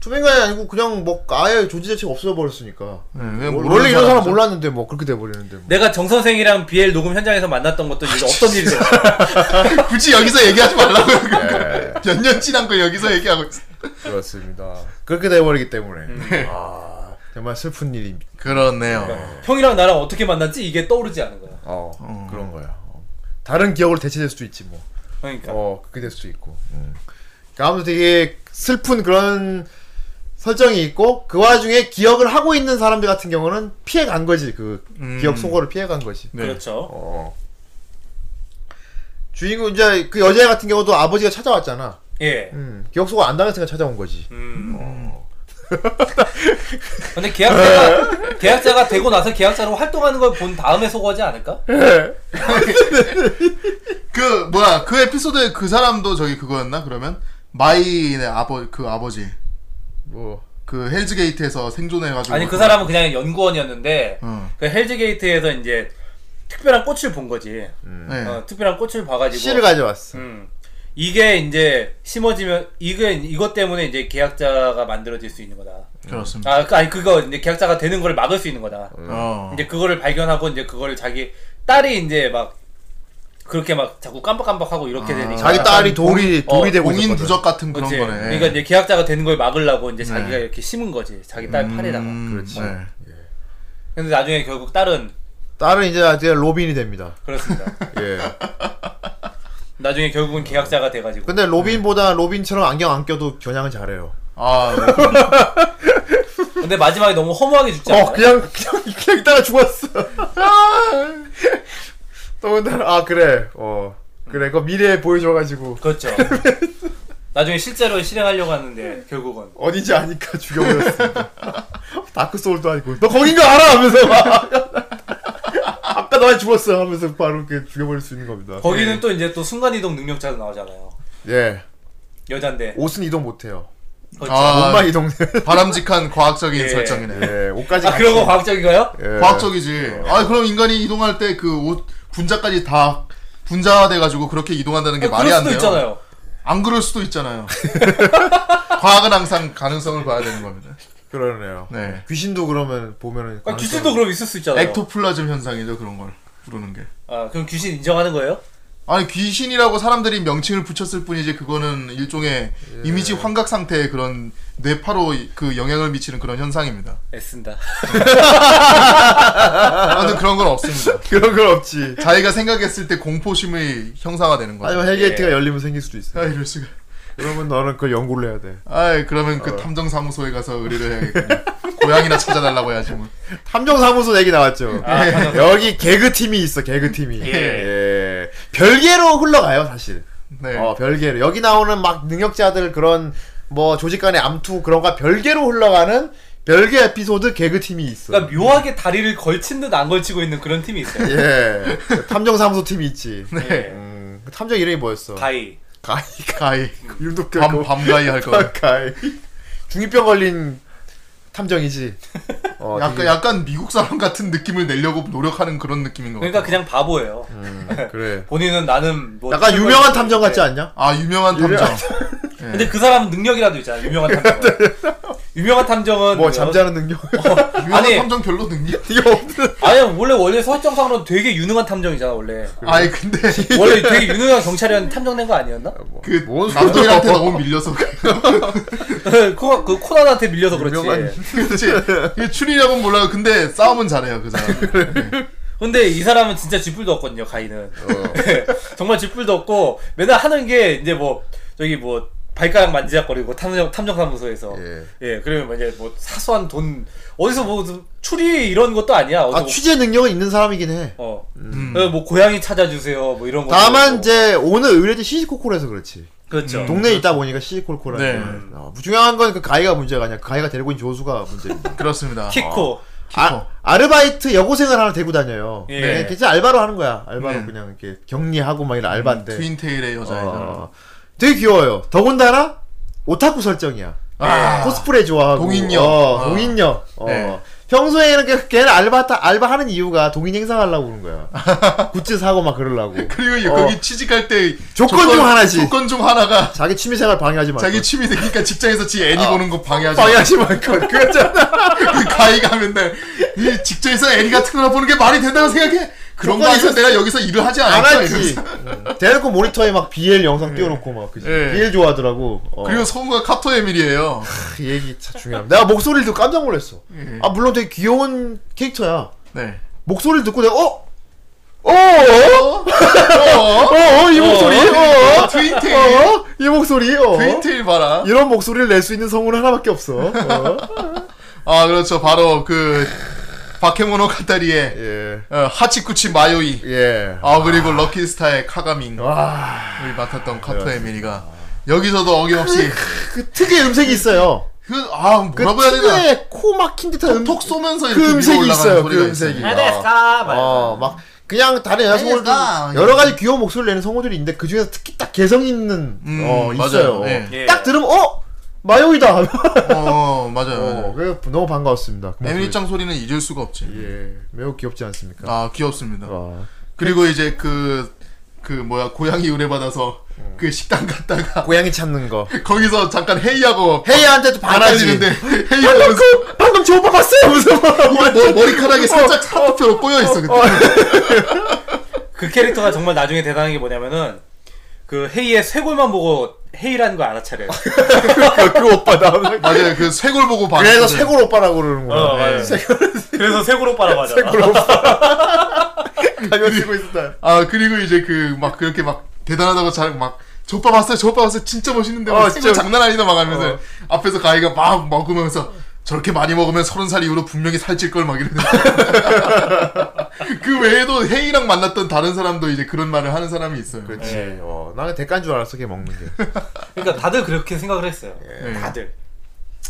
투명간이 아니고 그냥 뭐 아예 존재 자체가 없어버렸으니까.
네, 그냥
뭐,
모르는
원래 이런 사람
사람이죠.
몰랐는데 뭐 그렇게 돼버리는데. 뭐.
내가 정 선생이랑 BL 녹음 현장에서 만났던 것도 이제 없던 일이야.
굳이 여기서 얘기하지 말라고요. 그러니까. 몇 년 지난 거 여기서 얘기하고 있어.
그렇습니다. 그렇게 돼버리기 때문에. 아 정말 슬픈 일이.
그렇네요.
형이랑 나랑 어떻게 만났지 이게 떠오르지 않은 거야.
어, 그런 거야. 어. 다른 기억으로 대체될 수도 있지 뭐.
그러니까
어 그게 될 수도 있고 그러니까 아무튼 되게 슬픈 그런 설정이 있고 그 와중에 기억을 하고 있는 사람들 같은 경우는 피해 간 거지 그
음.
기억 속어를 피해 간 거지
네.
그렇죠.
어. 주인공 이제 그 여자 같은 경우도 아버지가 찾아왔잖아
예.
음, 기억 속어 안 당했으니까 찾아온 거지
음. 근데 계약자가 계약자가 되고 나서 계약자로 활동하는 걸 본 다음에 소거하지 않을까?
그 뭐야 그 에피소드에 그 사람도 저기 그거였나 그러면 마이의 아버 그 아버지
뭐
그 헬즈게이트에서 생존해가지고
아니 그 사람은 그냥 연구원이었는데
어.
그 헬즈게이트에서 이제 특별한 꽃을 본 거지.
네.
어, 특별한 꽃을 봐가지고.
씨를 가져왔어
음. 이게 이제 심어지면 이게 이것 때문에 이제 계약자가 만들어질 수 있는 거다.
그렇습니다.
아, 그, 아니 그거 이제 계약자가 되는 걸 막을 수 있는 거다.
음.
어.
이제 그거를 발견하고 이제 그거를 자기 딸이 이제 막 그렇게 막 자꾸 깜빡깜빡하고 이렇게 되니까
아. 자기
아,
딸이 돌이
어,
돌이 되고
어. 공인
있었거든.
부적 같은 그런
그치.
거네.
그러니까 이제 계약자가 되는 걸 막으려고 이제 자기가
네.
이렇게 심은 거지. 자기 딸 팔에다가.
음,
그렇지.
네.
근데 나중에 결국 딸은
딸은 이제 이제 로빈이 됩니다
그렇습니다.
예
나중에 결국은 계약자가 돼가지고.
근데 로빈보다 로빈처럼 안경 안 껴도 겨냥은 잘해요
아
근데 마지막에 너무 허무하게 죽지 않아요?
어 그냥 그냥 그냥 따라 죽었어. 더군다나 아 그래 어 그래 그 미래에 보여줘가지고
그렇죠. 나중에 실제로 실행하려고 하는데 결국은
어딘지 아니까 죽여버렸습니다. 다크 소울도 아니고 너 거긴 거 알아 하면서 막 아까 너한테 죽었어 하면서 바로 그 죽여버릴 수 있는 겁니다.
거기는 또 이제 또 순간 이동 능력자도 나오잖아요.
예
여잔데.
옷은 이동 못해요.
그렇죠.
아.
몸만 이동.
바람직한 과학적인
예.
설정이네.
예 옷까지.
아 그런 거 과학적인가요?
예.
과학적이지. 아 그럼 인간이 이동할 때 그 옷 분자까지 다 분자돼가지고 그렇게
아,
이동한다는 게
어, 그럴
말이 안
수도
돼요.
있잖아요.
안 그럴 수도 있잖아요. 과학은 항상 가능성을 봐야 되는 겁니다.
그러네요.
네.
귀신도 그러면 보면은
아, 귀신도 그럼 있을 수 있잖아요.
엑토플라즘 현상이죠 그런 걸 부르는 게.
아 그럼 귀신 인정하는 거예요?
아니 귀신이라고 사람들이 명칭을 붙였을 뿐이지 그거는 일종의
예.
이미지 환각 상태의 그런 뇌파로 이- 그 영향을 미치는 그런 현상입니다.
애쓴다.
나는 그런 건 없습니다.
그런 건 없지.
자기가 생각했을 때 공포심이 형상화되는 거죠.
아니면
예.
헬게이트가 열리면 생길 수도 있어.
아 이럴 수가.
그러면 너는 그걸 연구를 해야 돼.
아 그러면
어.
그 탐정 사무소에 가서 의뢰를 해야겠군요. 고양이나 찾아달라고 해야지 뭐.
탐정사무소 얘기 나왔죠.
아, 탐정사무소.
여기 개그팀이 있어, 개그팀이. 예. 별개로 흘러가요, 예. 사실.
네.
어, 별개로. 여기 나오는 막 능력자들 그런 뭐 조직 간의 암투 그런 거 별개로 흘러가는 별개 에피소드 개그팀이 있어.
그러니까 묘하게 다리를 걸친 듯 안 걸치고 있는 그런 팀이 있어요.
예. 탐정사무소 팀이 있지.
네.
음, 그 탐정 이름이 뭐였어?
가이.
가이.
가이.
이름도
밤, 밤가이 할 거.
가이. 중이병 걸린 탐정이지. 어,
약간,
되게-
약간 미국 사람 같은 느낌을 내려고 노력하는 그런 느낌인 것
그러니까
같아요.
그냥 바보예요.
그래.
본인은 나는 뭐
음. 약간
출근-
유명한 탐정 같지
네.
않냐?
아, 유명한
유명한
탐정. 예.
근데 그 사람 능력이라도 있잖아. 유명한 탐정은. 유명한 탐정은
네. 뭐
뭐요?
잠자는 능력.
유명한
아니.
탐정 별로 능력?
이거 없는.
아니 원래 원래 설정상으로 되게 유능한 탐정이잖아 원래.
아니, 근데
원래 되게 유능한 경찰이었는데 탐정된 거 아니었나?
그
뭔 소리야.
남들한테 너무 밀려서 그래요.
코, 그 코난한테 밀려서 그렇지.
유명한- 어,
그렇지.
어,
이게 추리력은 몰라요. 근데 싸움은 잘해요, 그 사람.
근데 이 사람은 진짜 쥐뿔도 없거든요, 가이는.
어.
정말 쥐뿔도 없고, 맨날 하는 게, 이제 뭐, 저기 뭐, 발가락 만지작거리고, 탐정, 탐정사무소에서.
예.
예. 그러면 뭐 이제 뭐, 사소한 돈, 어디서 뭐, 무슨 추리 이런 것도 아니야. 어디서
아,
뭐-
취재 능력은 있는 사람이긴 해.
어.
음.
음,
어, 뭐, 고양이 찾아주세요, 뭐 이런 거.
다만 이제 오늘 의뢰지 시시콜콜해서 그렇지.
그렇죠.
동네에 있다 보니까 시시콜콜하네.
네.
어, 중요한 건 그 가이가 문제가 아니야. 그 가이가 데리고 있는 조수가 문제입니다.
그렇습니다. 어,
키코.
아, 아르바이트 여고생을 하나 데리고 다녀요.
예.
네. 그냥 알바로 하는 거야. 알바로
네.
그냥 이렇게 격리하고 막 이런 알바인데.
음, 트윈테일의 여자애잖아.
네. 어, 되게 귀여워요. 더군다나 오타쿠 설정이야.
아.
코스프레 좋아하고
동인형.
어,
어.
동인형. 어.
네.
평소에는 그- 걔는 알바 알바하는 이유가 동인 행사하려고 그러는 거야. 굿즈 사고 막 그러려고.
그리고
어.
거기 취직할 때
조건 중 하나지.
조건 중 하나가
자기 취미생활 방해하지 말고.
자기 취미 되니까 직장에서 지 애니 보는 거 방해하지. 마.
어. 방해하지 말고. 그랬잖아.
그 가이가 맨날 이 직장에서 애니 같은 거나 보는 게 말이 된다고 생각해? 그런 거
조건이
아니면
있었어.
내가 여기서 일을 하지
안
않았다.
하지. 음. 대놓고 모니터에 막 BL 영상 띄워놓고 막 그지.
예.
BL 좋아하더라고. 어.
그리고 성우가 카토 에밀이에요.
그 얘기 참 중요합니다. 내가 목소리를 듣고 깜짝 놀랐어.
예.
아 물론 되게 귀여운 캐릭터야.
네.
목소리를 듣고 내가 어? 어? 어? 어? 어? 이 목소리? 어?
어, 트윈테일.
어? 이 목소리? 어?
트윈테일 봐라.
이런 목소리를 낼 수 있는 성우는 하나밖에 없어. 어?
아 그렇죠. 바로 그 바케모노 카타리의
예.
어, 하치쿠치 마요이.
예.
아 그리고 럭키스타의 카가밍을
와.
맡았던 카토 에밀이가 여기서도 어김없이
그 특유의 음색이 있어요.
그, 아,
그
뭐라고 해야 되나?
특유의 코 막힌 듯한 음-
톡 쏘면서 이렇게
그
위로
음색이
올라가는
있어요. 그
소리가
음색이.
아,
있어요.
네.
어,
아.
막 그냥 다른 여자 성우들
알겠다.
여러 가지 귀여운 목소리를 내는 성우들이 있는데 그 중에서 특히 딱 개성 있는
음,
어
맞아요.
있어요.
예.
예.
딱 들으면 어 마요이다.
어,
어,
맞아요. 맞아요.
그 너무 반가웠습니다. 그 목소리.
에밀리짱 소리는 잊을 수가 없지.
예, 어. 매우 귀엽지 않습니까?
아, 귀엽습니다.
와.
그리고 이제 그, 그 뭐야, 고양이 의뢰받아서
어.
그 식당 갔다가
고양이 찾는 거.
거기서 잠깐 헤이하고
헤이한테도 반하지.
반하는데 헤이하고
방금 그- 방금 저 오빠 봤어요. 무슨
머,
어.
머리카락이 살짝 하트표로 꼬여있어, 그때.
그 캐릭터가 정말 나중에 대단한 게 뭐냐면은, 그 헤이의 쇄골만 보고 헤이라는 걸 알아차려요.
그, 그 오빠다.
맞아요. 그 쇄골 보고 반.
그래서 쇄골 오빠라고 그러는구나. 네.
어, 맞아요. 그래서 쇄골 오빠라고 하잖아.
가면 쓰고 있었다.
아, 그리고 이제 그 막 그렇게 막 대단하다고 잘 막. 저 오빠 봤어요, 저 오빠 봤어요, 진짜 멋있는데,
어,
어,
진짜.
진짜 장난 아니다, 막 하면서, 앞에서 가희가 막 먹으면서, 저렇게 많이 먹으면 서른 살 이후로 분명히 살찔 걸 막 이러는데. 그 외에도 혜이랑 만났던 다른 사람도 이제 그런 말을 하는 사람이 있어요.
그렇지. 어, 나는 대가인 줄 알았어, 걔 먹는 게.
그러니까 다들 그렇게 생각을 했어요.
예.
다들.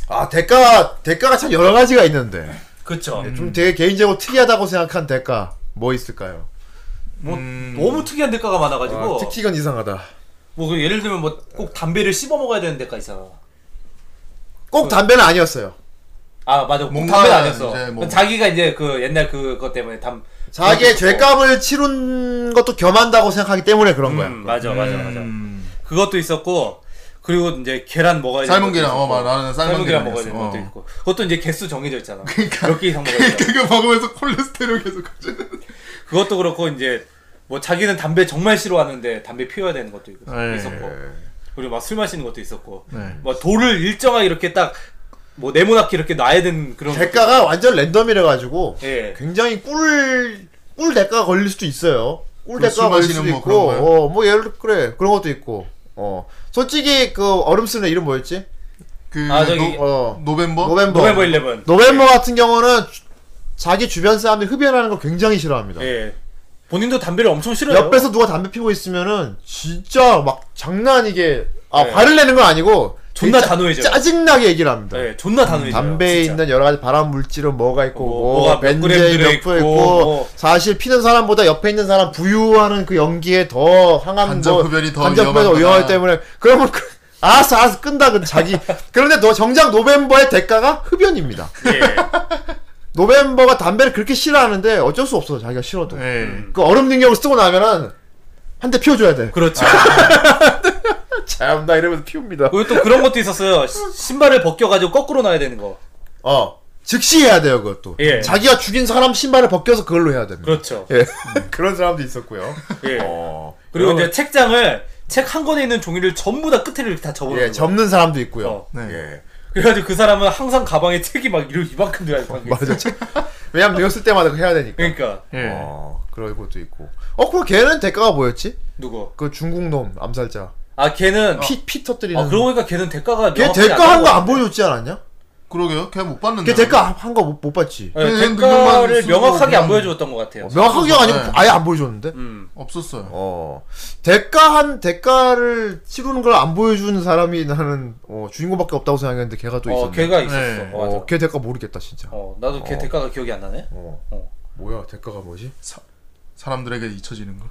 아, 대가, 대가가 참 여러 가지가 있는데.
그렇죠.
네,
음.
좀 되게 개인적으로 특이하다고 생각한 대가. 뭐 있을까요?
뭐 너무 특이한 대가가 많아가지고
아, 특이건 이상하다.
뭐그 예를 들면 뭐 꼭 담배를 씹어 먹어야 되는 대가 있잖아.
그
꼭 담배는 아니었어요.
아 맞아 꼭
뭔가
담배 아니었어.
이제 뭐-
그건 자기가 이제 그 옛날 그것 때문에 담
자기의
담배
뭐.
씹고.
죄값을 치룬 것도 겸한다고 생각하기 때문에 그런 거야.
음, 맞아 맞아 맞아.
음.
그것도 있었고 그리고 이제 계란 먹어야 되는
삶은
것도
계란,
있었고,
어, 막 나는 삶은,
삶은 계란 먹어야
계란이었어.
되는
어.
것도 있고 그것도 이제 개수 정해져 있잖아.
그러니까.
몇 개 이상 먹어야 돼.
그거 먹으면서 콜레스테롤 계속 커지는.
그것도 그렇고 이제 뭐 자기는 담배 정말 싫어하는데 담배 피워야 되는 것도 있고
네.
있었고 그리고 막 술 마시는 것도 있었고
네.
뭐 돌을 일정하게 이렇게 딱 뭐 네모나게 이렇게 놔야 되는 그런
대가가 완전 랜덤이라가지고
예.
굉장히 꿀, 꿀 대가가 걸릴 수도 있어요. 꿀
그
대가가
술
걸릴 수도
마시는 뭐
있고,
그런
어, 뭐 예를, 그래, 그런 것도 있고, 어. 솔직히 그 얼음 쓰는 이름 뭐였지?
그,
아, 저기-
노,
어.
노벤버?
노벤버.
노벤버 11.
노벤버 같은 경우는 주- 자기 주변 사람들이 흡연하는 걸 굉장히 싫어합니다.
예. 본인도 담배를 엄청 싫어해요.
옆에서 누가 담배 피고 있으면은 진짜 막 장난 이게 아
네.
화를 내는 건 아니고
존나
되게 짜-
단호해져요.
짜증나게 얘기를 합니다.
네, 존나 단호해요.
담배에 있는 여러 가지 발암 물질은 뭐가 있고
뭐,
뭐,
뭐가 몇 그램
벤젠
들어
몇 프로
있고,
있고
뭐.
사실 피는 사람보다 옆에 있는 사람 부유하는 그 연기에 더 항암 뭐
간접흡연이 더
간접흡연이
위험하구나.
위험하기 때문에 그러면 그- 알았어 알았어 끈다 그 자기 그런데 너 정작 노멤버의 대가가 흡연입니다.
예,
노멤버가 담배를 그렇게 싫어하는데 어쩔 수 없어 자기가 싫어도
예.
그 얼음 능력을 쓰고 나면은 한 대 피워줘야 돼.
그렇죠.
참나 이러면서 피웁니다.
그리고 또 그런 것도 있었어요. 시- 신발을 벗겨가지고 거꾸로 놔야 되는 거.
어 즉시 해야 돼요 그것도.
예.
자기가 죽인 사람 신발을 벗겨서 그걸로 해야 됩니다.
그렇죠.
예. 그런 사람도 있었고요.
예.
어.
그리고 이제 책장을 책 한 권에 있는 종이를 전부 다 끝에를 이렇게 다 접어놓는
예,
거. 요
접는 사람도 있고요.
어.
네.
예.
그래가지고 그 사람은 항상 가방에 책이 막 이러 이만큼 들어있는 거.
맞아. 뭐 왜냐면 이거 쓸 때마다 그거 해야 되니까.
그러니까
예.
어, 그런 것도 있고. 어, 그럼 걔는 대가가 뭐였지?
누구?
그 중국 놈 암살자.
아 걔는
피, 피 터뜨리는.
아 그러고 보니까 걔는 대가가
어. 걔
명확하게
대가 한
나온
거 안
것 같은데.
보여줬지 않았냐?
그러게요. 걔 못 봤는데.
걔 대가 한 거 못 봤지.
음. 예,
걔는
대가를
능력만
명확하게
쓰고
안 보여줬던 것 같아요.
어, 명확하게 아니고
네.
아예 안 보여줬는데.
어, 음.
없었어요.
어 대가 한 대가를 치르는 걸 안 보여주는 사람이 나는 어, 주인공밖에 없다고 생각했는데 걔가 또
어
있었네.
걔가 있었어.
네.
어, 맞아.
어, 걔 대가 모르겠다 진짜.
어
어.
나도 걔
어.
대가가 기억이 안 나네. 어.
뭐야 대가가 뭐지?
사람들에게 잊혀지는 거.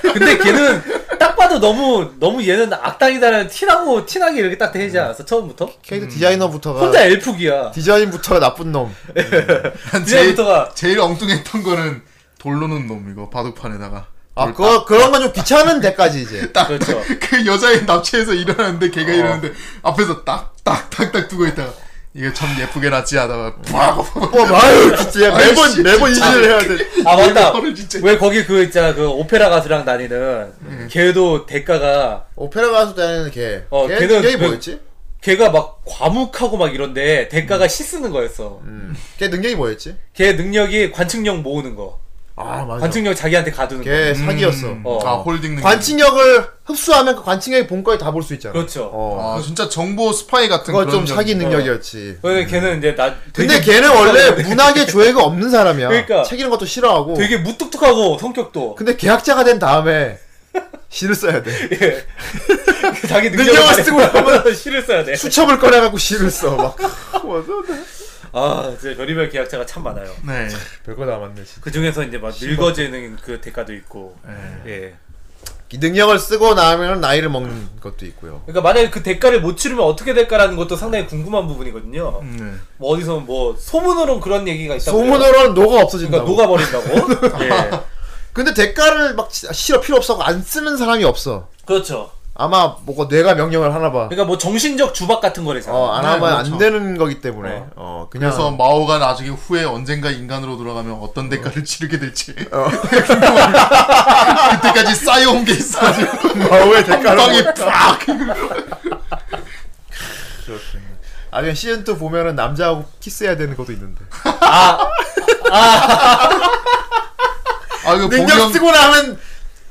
근데 걔는 딱 봐도 너무 너무 얘는 악당이다라는 티나고 티나게 이렇게 딱 되지 않았어 처음부터?
캐릭터 디자이너부터가
혼자 엘프기야.
디자인부터가 나쁜 놈.
제일,
디자인부터가
제일 엉뚱했던 거는 돌로는 놈 이거 바둑판에다가.
아,
음.
그,
돌
그런 건 좀 귀찮은 데까지 이제.
딱,
그렇죠.
그 여자애 납치해서 일어났는데 걔가 이러는데 앞에서 딱 딱 딱딱 두고 있다가 이거 참 예쁘게 놨지 하다가 빡
어, 아유, 진짜.
아유,
매번,
씨,
매번
진짜.
이질을 해야 돼.
아 맞다.
이거를 진짜-
왜 거기 그 있잖아 그 오페라 가수랑 다니는 걔도 대가가
오페라 가수 다니는 걔.
아. 어,
걔,
걔는
걔
그-
뭐였지?
걔가 막 과묵하고 막 이런데 대가가 시 쓰는 거였어.
음. 걔 능력이 뭐였지?
걔 능력이 관측력 모으는 거.
아, 맞아.
관측력 자기한테 가두는 거.
걔 사기였어.
어.
아 홀딩 능력.
관측력을 흡수하면 그 관측력이 본거에 다 볼 수 있잖아.
그렇죠.
어.
아 진짜 정보 스파이 같은
그거 좀
그런
사기
점.
능력이었지.
그래서 걔는 이제 나 네. 되게
근데 걔는 원래
무뚝뚝하고
문학에 조예가 없는 사람이야.
그러니까.
책 읽는 것도 싫어하고.
되게 무뚝뚝하고 성격도
근데 계약자가 된 다음에 시를 써야 돼.
예. 자기
능력을 쓰고
하면 시를 써야 돼.
수첩을 꺼내갖고 시를 써. 막.
아 진짜 별의별 계약자가 참 많아요.
네.
별거 남았네, 진짜.
그 중에서 이제 막 늙어지는 그 대가도 있고.
예.
예.
이 능력을 쓰고 나면 나이를 먹는 것도 있고요.
그러니까 만약에 그 대가를 못 치르면 어떻게 될까라는 것도 상당히 궁금한 부분이거든요.
네.
뭐 어디서 뭐 소문으론 그런 얘기가 있다고. 그래요.
음. 소문으로는 노가
그러니까
없어진다고.
녹아버린다고. 예.
근데 대가를 막 시- 싫어 필요 없어 안 쓰는 사람이 없어.
그렇죠.
아마 뭐가 뇌가 명령을 하나 봐.
그러니까 뭐 정신적 주박 같은 거래잖아.
어 안
네,
하면
그렇죠.
안 되는 거기 때문에. 어, 그냥
그래서 마오가 나중에 후에 언젠가 인간으로 돌아가면 어떤 대가를 치르게 될지
어.
그때까지 쌓여온 게 있어가지고
마오의
빵이
대가를.
팍
아 그냥 시즌 2 보면은 남자하고 키스해야 되는 것도 있는데.
아, 그
능력
봉영
쓰고 나면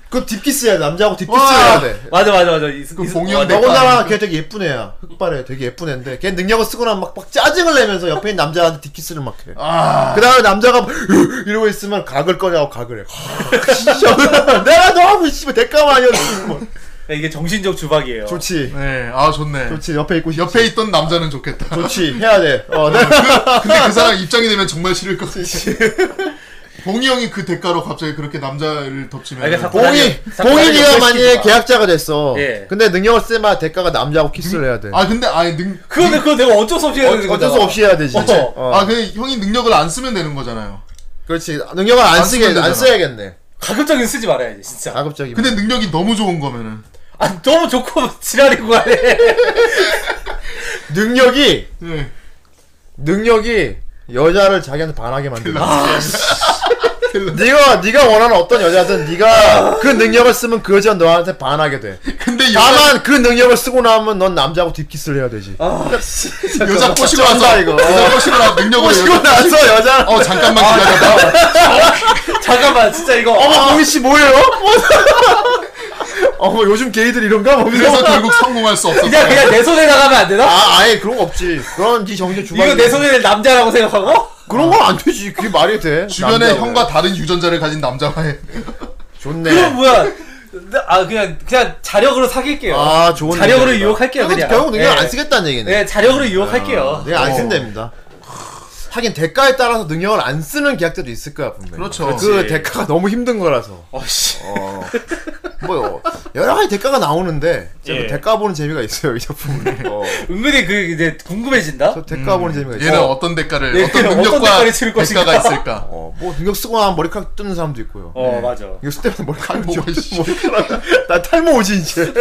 그 딥키스야 남자하고 딥키스해야
와.
돼.
맞아 맞아 맞아. 이,
그
이-
봉영
맞아. 네.
대가.
더군다나 걔 되게 예쁜 애야. 흑발에 되게 예쁜 애인데 걔 능력을 쓰고 나면 막, 막 짜증을 내면서 옆에 있는 남자한테 딥키스를 막 해.
아
그 다음에 남자가 막 이러고 있으면 각을 꺼내고 각을 해. 진짜. 내가 너무 씨발 대가만 아니었으면.
그러니까 이게 정신적 주박이에요.
좋지.
네, 아 좋네.
좋지. 옆에 있고 싶지.
옆에 있던 남자는 좋겠다.
좋지. 해야 돼. 어, 나
근데 그 사람 입장이 되면 정말 싫을 것 같아. 봉이 형이 그 대가로 갑자기 그렇게 남자를 덮치면
아, 이게 자꾸
봉이,
사건을
봉이
연결시키지
네가 만약에
마.
계약자가 됐어.
예.
근데 능력을 쓰마 대가가 남자하고 키스를 해야 돼.
아 근데 아니 능
그건 그건 내가 어쩔 수 없이 해야 되는
어, 어쩔
거잖아.
수 없이 해야 되지.
어.
어.
아, 근데 형이 능력을 안 쓰면 되는 거잖아요.
그렇지. 능력을 안,
안
쓰게,
쓰면 되잖아.
안 써야겠네.
가급적이면 쓰지 말아야지 진짜.
가급적이면.
근데 능력이 너무 좋은 거면은
아 너무 좋고 지랄이고 하네.
능력이,
네.
능력이 여자를 자기한테 반하게 만든다. 네가 네가 원하는 어떤 여자든 네가 그 능력을 쓰면 그 여자 는 너한테 반하게 돼.
근데
아,
여자
다만 그 능력을 쓰고 나면 넌 남자하고 딥키스를 해야 되지.
여자 꼬시고
쩐다,
와서
이거.
어.
여자 꼬시고 나 능력으로
꼬시고
여자-
나서 여자.
어 잠깐만
아,
기다려봐
잠깐만 진짜 이거.
어머 봉희 씨 뭐예요? 어머 요즘 게이들 이런가? 뭐
그래서
이러면서.
결국 성공할 수 없었어.
그냥 그냥 내 손에 나가면 안 되나?
아 아예 그런 거 없지. 그런 네 정신 주방.
이거 내 손에 아. 남자라고 생각하고?
그런 건 안 되지. 그게 말이 돼.
주변에
남자가.
형과 다른 유전자를 가진 남자와 해.
어. 그럼
좋네.
뭐야? 나- 아 그냥 그냥 자력으로 사귈게요.
아 좋은.
자력으로
의견이다.
유혹할게요, 그냥.
결국 능력
예.
안 쓰겠다는 얘기네.
네 자력으로 유혹할게요.
내가 안
어.
쓴답니다. 하긴 대가에 따라서 능력을 안 쓰는 계약자도 있을 거야 분명.
그렇죠.
그 대가가 너무 힘든 거라서.
어씨.
어. 뭐 여러 가지 대가가 나오는데 진짜
예.
그 대가 보는 재미가 있어요 이 작품은. 어.
은근히 그 이제 궁금해진다.
저 대가 보는 재미가
예,
있어.
얘는 어떤 대가를
네,
어떤
어떤
능력과
대가를 치를 것인가?
대가가 있을까?
어, 뭐 능력 쓰고 나면 머리카락 뜨는 사람도 있고요.
어 맞아.
이거 스텝은 머리카락
탈모,
뭐,
쥐어-
씨.
머리카락. 나 탈모지 이제.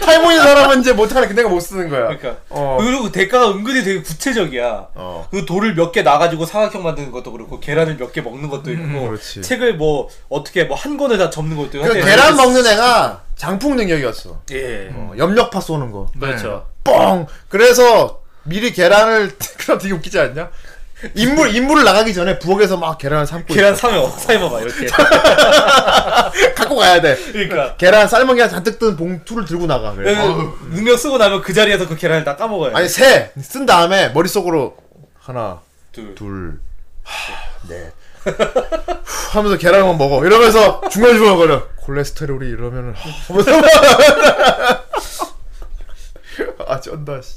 탈모인 사람은 이제 못하는 그 내가 못 쓰는 거야.
그러니까
어.
그리고 대가가 은근히 되게 구체적이야.
어.
그 돌을 몇 개 나가지고 사각형 만드는 것도 그렇고 계란을 몇 개 먹는 것도 있고
그렇지.
책을 뭐 어떻게 뭐 한 권을 다 접는 것도
그
한데-
계란 먹는 애가 장풍 능력이었어.
예
어, 네. 염력파 쏘는 거.
그렇죠.
뻥. 그래서 미리 계란을 그럼 되게 웃기지 않냐? 인물 인물을 나가기 전에 부엌에서 막 계란을 삶고
뭐 계란 사면 억사이머 막 이렇게
그러니까. 있어. 갖고 가야 돼.
그러니까
계란 삶은 계란 잔뜩 든 봉투를 들고 나가. 그래.
그 능력 쓰고 나면 그 자리에서 그 계란을 다 까먹어요.
아니 세 쓴 다음에 머릿속으로 하나
둘.
둘 하, 넷 후, 하면서 계란만 먹어 이러면서 중얼중얼 거려 콜레스테롤이 이러면은 하, 하면서 막. 아 쩐다 씨.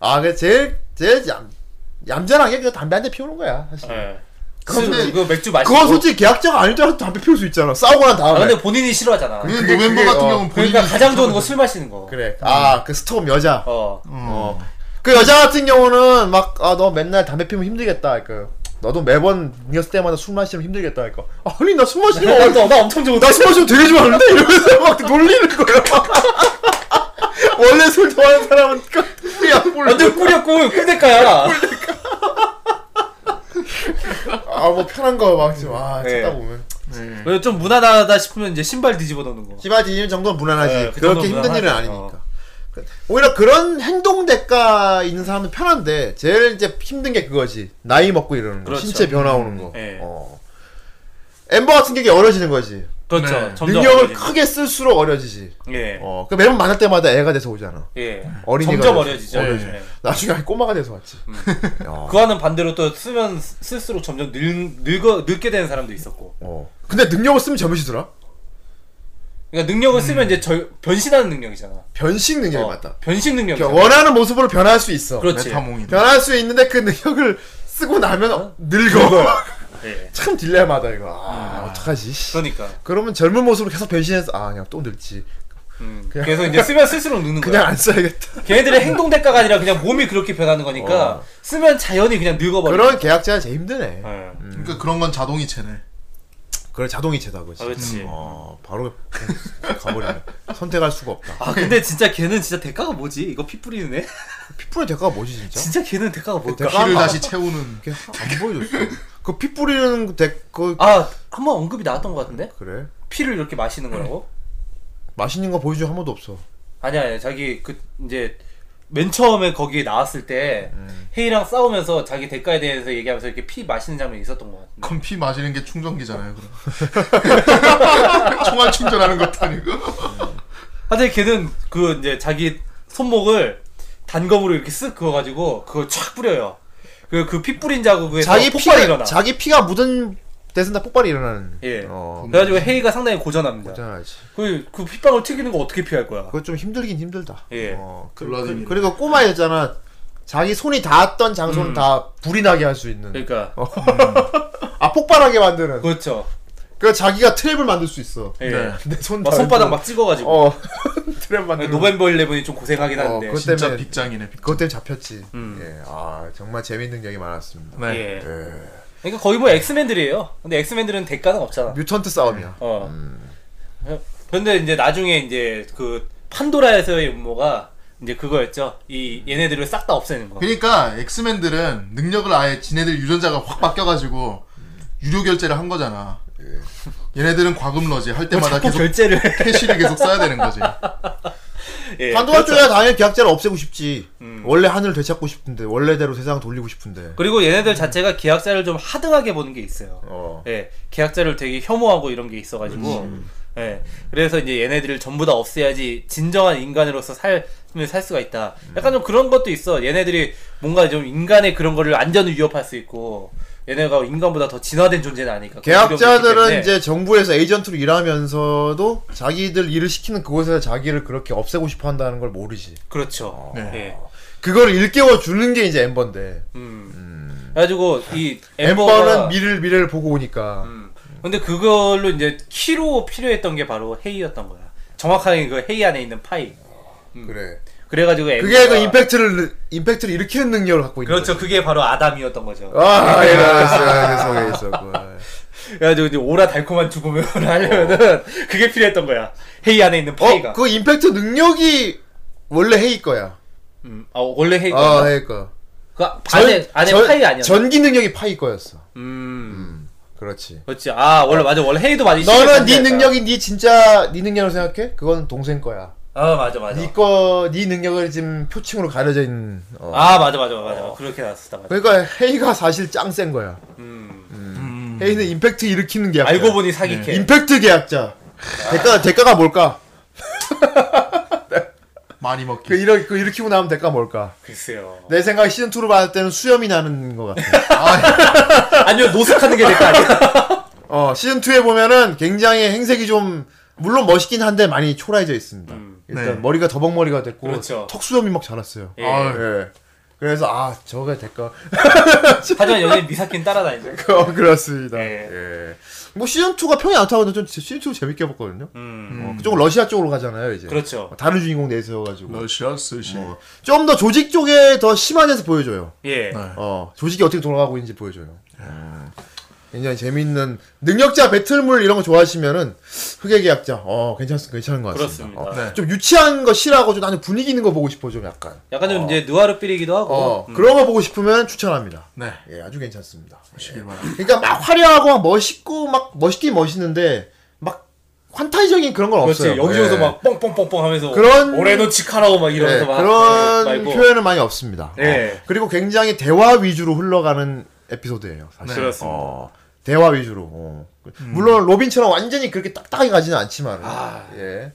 아 그게 제일 제일 얌, 얌전하게 그냥 담배 한 대 피우는 거야 사실
예.
그건
술,
솔직히-
그거 맥주 마시고.
그건 솔직히 계약자가 아니더라도 담배 피울 수 있잖아 싸우고 난
아,
다음에
근데 본인이 싫어하잖아.
그
그게-
노멤버
그게,
같은
어,
경우는 본인이
그러니까 가장 좋은 거 술 마시는 거.
그래 아그 스톰 여자
어.
어. 그 여자 같은 경우는 막 아 너 맨날 담배 피면 힘들겠다. 그 너도 매번 뉴스 때마다 술 마시면 힘들겠다. 그니까 아니 나 술 마시는 거
나, 나 엄청 좋은데.
나술 마시면 되게 좋아하는데 이러면서 막 놀리는 거야. 원래 술 좋아하는 사람은 그 꿀이야 꿀.
완전 꿀이었고 꿀대가야.
아뭐 편한 거막 지금 아
예.
찾다 보면.
그리고 좀 무난하다 싶으면 이제 신발 뒤집어 넣는 거.
씨발 뒤지는 정도는 무난하지.
예, 그
네,
정도는
그렇게 힘든 일은
무난하죠.
아니니까. 그- 오히려 그런 행동 대가 있는 사람은 편한데 제일 이제 힘든 게 그거지. 나이 먹고 이러는 거,
그렇죠.
신체 변화 오는 거.
예.
어. 엠버 같은 게 어려지는 거지.
그렇죠.
네.
점점
능력을
어려지고.
크게 쓸수록 어려지지.
예.
어, 그 매번 만날 때마다 애가 돼서 오잖아.
예.
어린이가
점점
네. 돼서-
어려지죠. 음.
어려지죠.
예.
나중에 아예 꼬마가 돼서 왔지. 야.
그와는 반대로 또 쓰면 쓰- 쓸수록 점점 늙, 늙어, 늙게 되는 사람도 있었고.
어. 근데 능력을 쓰면 젊으시더라.
그러니까 능력을 쓰면 이제 저, 변신하는 능력이잖아.
변신 능력이
어,
예,
그렇죠.
맞다.
변신
그러니까
능력이잖아.
원하는 모습으로 변할 수 있어. 네.
그렇지.
메타몽이
변할 수 있는데 그 능력을 쓰고 나면 어? 늙어.
예.
참 딜레마다 이거. 아, 어떡하지? 씨.
음. 그러니까.
그러면 젊은 모습으로 계속 변신해서 아 그냥 또 늙지.
음. 그래서 이제 쓰면 쓸수록 늙는 거야.
그냥 안 써야겠다.
걔네들의 행동 대가가 아니라 그냥 몸이 그렇게 변하는 거니까 쓰면 자연히 그냥 늙어버려.
어. 그런 아, 계약자가 제일 힘드네.
예.
그러니까 그런 건 자동이체네.
그래 자동이체다 그지.
아, 그렇지.
어, 바로 가버리네. 선택할 수가 없다.
아 근데 진짜 걔는 진짜 대가가 뭐지? 이거 피 뿌리는 애?
피뿔의 대가가 뭐지 진짜?
진짜 걔는 대가가 뭘까?
대가?
피를
아.
다시 채우는.
이게 안 보여줬어. 그 피 뿌리는 데그
아 한 번 언급이 나왔던 것 같은데?
그래
피를 이렇게 마시는 거라고?
맛있는 거 보여준 적한 번도 없어.
아니야 아니야 자기 그 이제 맨 처음에 거기 나왔을 때
음.
헤이랑 싸우면서 자기 대가에 대해서 얘기하면서 이렇게 피 마시는 장면이 있었던 것 같은데
그럼 피 마시는 게 충전기잖아요. 그럼. 총알 충전하는 것도 아니고.
하여튼 걔는 그 이제 자기 손목을 단검으로 이렇게 쓱 그어가지고 그걸 촥 뿌려요 그 그 피 뿌린 자국에
자기
폭발이
피가
일어나
자기 피가 묻은 데서 다 폭발이 일어나는.
예.
어.
그래가지고 헤이가 상당히 고전합니다
괜찮아지.
그, 그 핏방울 튀기는 거 어떻게 피할 거야
그거 좀 힘들긴 힘들다.
예.
어. 그,
블라디미르.
리고 꼬마였잖아. 자기 손이 닿았던 장소는
음.
다 불이 나게 할 수 있는.
그러니까
아 폭발하게 만드는. 그,
그렇죠
그 자기가 트랩을 만들 수 있어.
예.
네.
내손
막 손바닥 막 찍어가지고
어. 트랩 만드는.
노벤버 11이 좀 고생하긴
어,
하는데
그것
진짜
때문에-
빅장이네. 빅.
그것 때문에 잡혔지.
음.
예. 아 정말 재밌는 얘기 많았습니다.
네.
예.
예.
그러니까 거의 뭐 엑스맨들이에요. 근데 엑스맨들은 대가는 없잖아.
뮤턴트 싸움이야.
어. 그런데 이제 나중에 이제 그 판도라에서의 음모가 이제 그거였죠. 이 얘네들을 싹 다 없애는 거.
그러니까 엑스맨들은 능력을 아예 지네들 유전자가 확 바뀌어가지고 유료 결제를 한 거잖아. 얘네들은 과금러지 할
뭐
때마다
자꾸
계속
결제를.
캐시를 계속 써야 되는 거지.
예.
반도가
그렇죠. 음.
쪽에 당연히 계약자를 없애고 싶지. 원래 하늘 되찾고 싶은데 원래대로 세상 돌리고 싶은데.
그리고 얘네들 자체가 계약자를 좀 하등하게 보는 게 있어요.
어.
예. 계약자를 되게 혐오하고 이런 게 있어가지고 예. 그래서 이제 얘네들을 전부 다 없애야지 진정한 인간으로서 삶을 살 수가 있다. 약간 좀 그런 것도 있어. 얘네들이 뭔가 좀 인간의 그런 거를 안전을 위협할 수 있고 얘네가 인간보다 더 진화된 존재는 아니까. 그런
계약자들은
이력이 있기 때문에.
이제 정부에서 에이전트로 일하면서도 자기들 일을 시키는 그곳에서 자기를 그렇게 없애고 싶어 한다는 걸 모르지. 어.
그렇죠. 예.
네. 그걸 일깨워 주는 게 이제 엠버인데.
그래가지고 이 음. 엠버가
음. 엠버는 미래를 미래를 보고 오니까.
음. 근데 그걸로 이제 키로 필요했던 게 바로 헤이였던 거야. 정확하게 그 헤이 안에 있는 파이.
그래.
그래가지고 음. 엠버가
그게 그 임팩트를 임팩트를 일으키는 능력을 갖고 있는.
그렇죠. 그게 바로 아담이었던 거죠.
거지. 아, 예, 알았어. 계속 있었고.
그래가지고 이제 오라 달콤한 죽음을 하려면은 그게 필요했던 거야. 헤이 안에 있는 파이가.
어, 그 임팩트 능력이 원래 헤이 거야.
음. 아 원래 헤이가.
아, 헤이 거.
그 안에 안에
전-
파이 아니었나?
전기 능력이 파이 거였어.
음.
그렇지.
그렇지. 아 원래 맞아. 원래 헤이도 많이.
너는 네
시작했던 거야.
능력이 네 진짜 네 능력으로 생각해? 그건 동생 거야.
아 맞아 맞아.
네거네 능력을 지금 표층으로 가려져 있는. 어.
아 맞아 맞아 맞아. 그렇게 나왔었다. 맞아.
그러니까 헤이가 사실 짱 센 거야. 음. 헤이는 임팩트 일으키는 계약자.
알고 보니 사기캐.
네. 임팩트 계약자. 대가 대가가 뭘까?
많이 먹기.
그 이러 그 일으키고 나면 대가 뭘까?
글쎄요.
내 생각에 시즌 2로 봤을 때는 수염이 나는 것 같아.
아니요 노숙하는 게 될 거 아니야.
어, 시즌2에 보면은 굉장히 행색이 좀, 물론 멋있긴 한데 많이 초라해져 있습니다. 일단
네.
머리가 더벅머리가 됐고,
음. 그렇죠.
턱수염이 막 자랐어요.
예.
아유.
예. 그래서, 아, 저게 될까?
하지만 여전히 미사키는 따라다니죠.
어, 그렇습니다.
예.
예. 뭐 시즌2가 평이 안 타거든요. 좀 시즌2 재밌게 봤거든요.
음.
어, 그쪽은 러시아 쪽으로 가잖아요, 이제.
그렇죠.
다른 주인공 내세워가지고.
러시아 스시.
좀 더 조직 쪽에 더 심화돼서 보여줘요.
예.
어, 조직이 어떻게 돌아가고 있는지 보여줘요. 예. 굉장히 재밌는 능력자 배틀물 이런 거 좋아하시면은 흑의 계약자 어 괜찮 괜찮은 것 같습니다.
그렇습니다.
어, 좀 유치한 거 싫어하고 좀 나는 분위기 있는 거 보고 싶어 좀 약간.
약간 좀 이제 누아르 필이기도 하고.
어
음.
그런 거 보고 싶으면 추천합니다.
네.
예 아주 괜찮습니다.
보시길 바랍니다.
그러니까 막 화려하고 막 멋있고 막 멋있긴 멋있는데 막 환타지적인 그런 건
그렇지.
없어요.
여기서
예.
막 뻥뻥뻥뻥 하면서
그런-
올해도 치카라고 막
예,
이러면서 막
그런
말고.
표현은 많이 없습니다.
예.
어, 그리고 굉장히 대화 위주로 흘러가는 에피소드예요. 사실.
그렇습니다.
어, 대화 위주로. 어. 물론 로빈처럼 완전히 그렇게 딱딱하게 가지는 않지만. 예.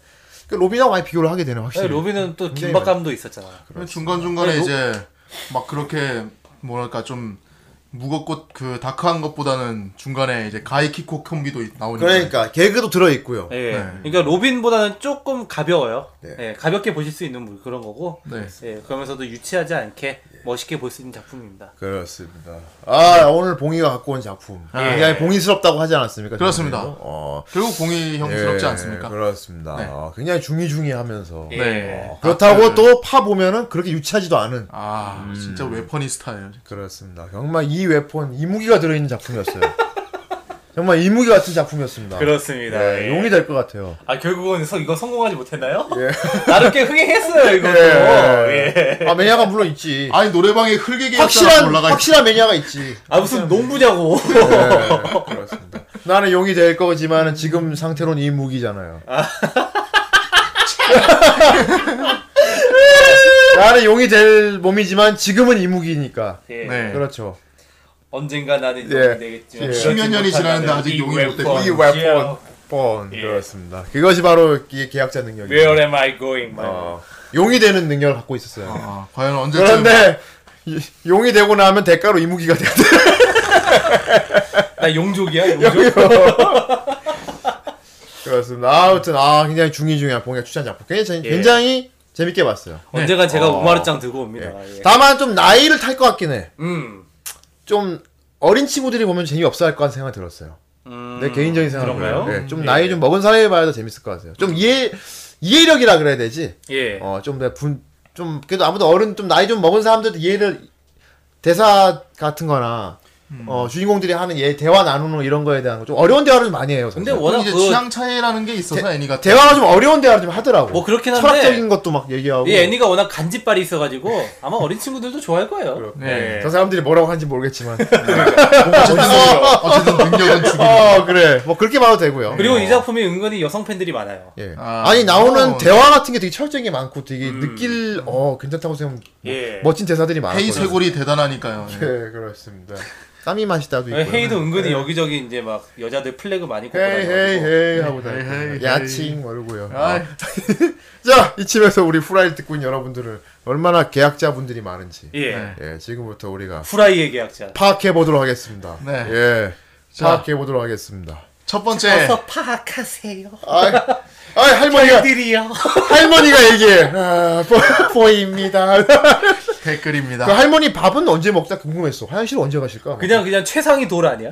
그 로빈하고 많이 네. 비교를 하게 되는
아니,
확실히.
네, 로빈은 또
굉장히
긴박감도 있었잖아.
중간 중간에
네, 로-
이제 막 그렇게 뭐랄까 좀 무겁고 그 다크한 것보다는 중간에 이제 가이키코 콤비도 있- 나오니까
그러니까 개그도 들어 있고요.
예. 그러니까 로빈보다는 조금 가벼워요.
네.
예. 가볍게 보실 수 있는 뭐 그런 거고.
네.
예. 그러면서도 유치하지 않게 멋있게 볼 수 있는 작품입니다.
그렇습니다. 아 오늘 봉이가 갖고 온 작품. 굉장히 봉이스럽다고 하지 않았습니까?
그렇습니다.
저번에도? 어.
결국 공이 형스럽지
예,
않습니까?
그렇습니다.
네.
어, 굉장히 중이중이하면서.
예.
네.
어, 그렇다고 또 음. 파 보면은 그렇게 유치하지도 않은.
아 진짜 웨퍼니스타예요.
그렇습니다. 정말 이 웨폰 이무기가 들어있는 작품이었어요. 정말 이무기 같은 작품이었습니다.
그렇습니다.
예,
예.
용이 될 것 같아요.
아 결국은 서- 이거 성공하지 못했나요?
예.
나름 꽤 흥행했어요 이거. 예.
아 매니아가 물론 있지.
아니 노래방에 흙에게
확실한
올라가 있-
확실한 매니아가 있지.
아 무슨 농부냐고.
그렇습니다. 나는 용이 될 거지만은 지금 상태로는 이무기잖아요. 나는 용이 될 몸이지만 지금은 이무기니까.
예.
네.
그렇죠.
언젠가 나는
예.
용이 되겠지만
예.
그렇지
10년 년이
못한
지났는데
나는
아직
이
용이
웹권.
못됐구나. 이
웹권. 번
예.
그렇습니다. 그것이 바로 이 계약자 능력이에요.
Where am I going? 막
어, 용이 되는 능력을 갖고 있었어요.
아, 과연 언제쯤
그런데 이- 용이 되고 나면 대가로 이무기가 돼야 돼.
나 용족이야 용족.
그렇습니다. 아, 아무튼 아 굉장히 중이중요한 봉의 추천 작품. 굉장히,
예.
굉장히 재밌게 봤어요.
언젠가 제가
어.
우마르짱 들고 옵니다.
예.
네. 예.
다만 좀 나이를 탈 것 같긴 해.
음.
좀 어린 친구들이 보면 재미없어 할것 같은 생각이 들었어요.
음.
내 개인적인 생각으로요.
그런가요?
예, 좀
음,
나이
예.
좀 먹은 사람이 봐야 더 재밌을 것 같아요. 좀 이해 이해력이라 그래야 되지.
예.
어, 좀내분좀 그래도 아무도 어른 좀 나이 좀 먹은 사람들도 이해를 대사 같은거나
음.
어 주인공들이 하는 예 대화 나누는 이런 거에 대한 거 좀 어려운 대화를 좀 많이 해요.
근데
사실.
워낙
이제
그
취향 차이라는 게 있어서 애니 같아.
대화가 좀 어려운 대화를 좀 하더라고.
뭐 그렇긴 한데
철학적인 것도 막 얘기하고.
이 애니가 워낙 간지빨이 있어가지고 아마 어린 친구들도 좋아할 거예요.
네.
저 사람들이 뭐라고 하는지 모르겠지만.
어쨌든 능력은 죽이는.
어 그래. 뭐 그렇게 봐도 되고요.
그리고
어.
이 작품이 은근히 여성 팬들이 많아요. 음.
예.
아,
아, 니 나오는
어.
대화 같은 게 되게 철학적인 게 많고 되게 느낄 어 괜찮다고 생각. 면
예.
멋진 대사들이 많아요. 그
헤이 쇄골이 대단하니까요.
예, 그렇습니다. 까미 마시다도 있고.
헤이도 은근히 여기저기 이제 막 여자들 플래그 많이 꽂고
헤이 헤이
다녀가지고.
헤이 하고
헤이,
다니고
헤이.
야칭 말고요.
아이.
어. 자, 이쯤에서 우리 후라이 듣고 있는 여러분들은 얼마나 계약자분들이 많은지.
예.
네.
예, 지금부터 우리가
후라이의 계약자.
파악해 보도록 하겠습니다.
네.
예.
자.
파악해 보도록 하겠습니다.
첫 번째
파악하세요.
아이, 아이 할머니가
애들이요.
할머니가 얘기해. 아, 보, 입니다
댓글입니다.
그 할머니 밥은 언제 먹자 궁금했어. 화장실 언제 가실까?
그냥 그냥 최상위 돌 아니야?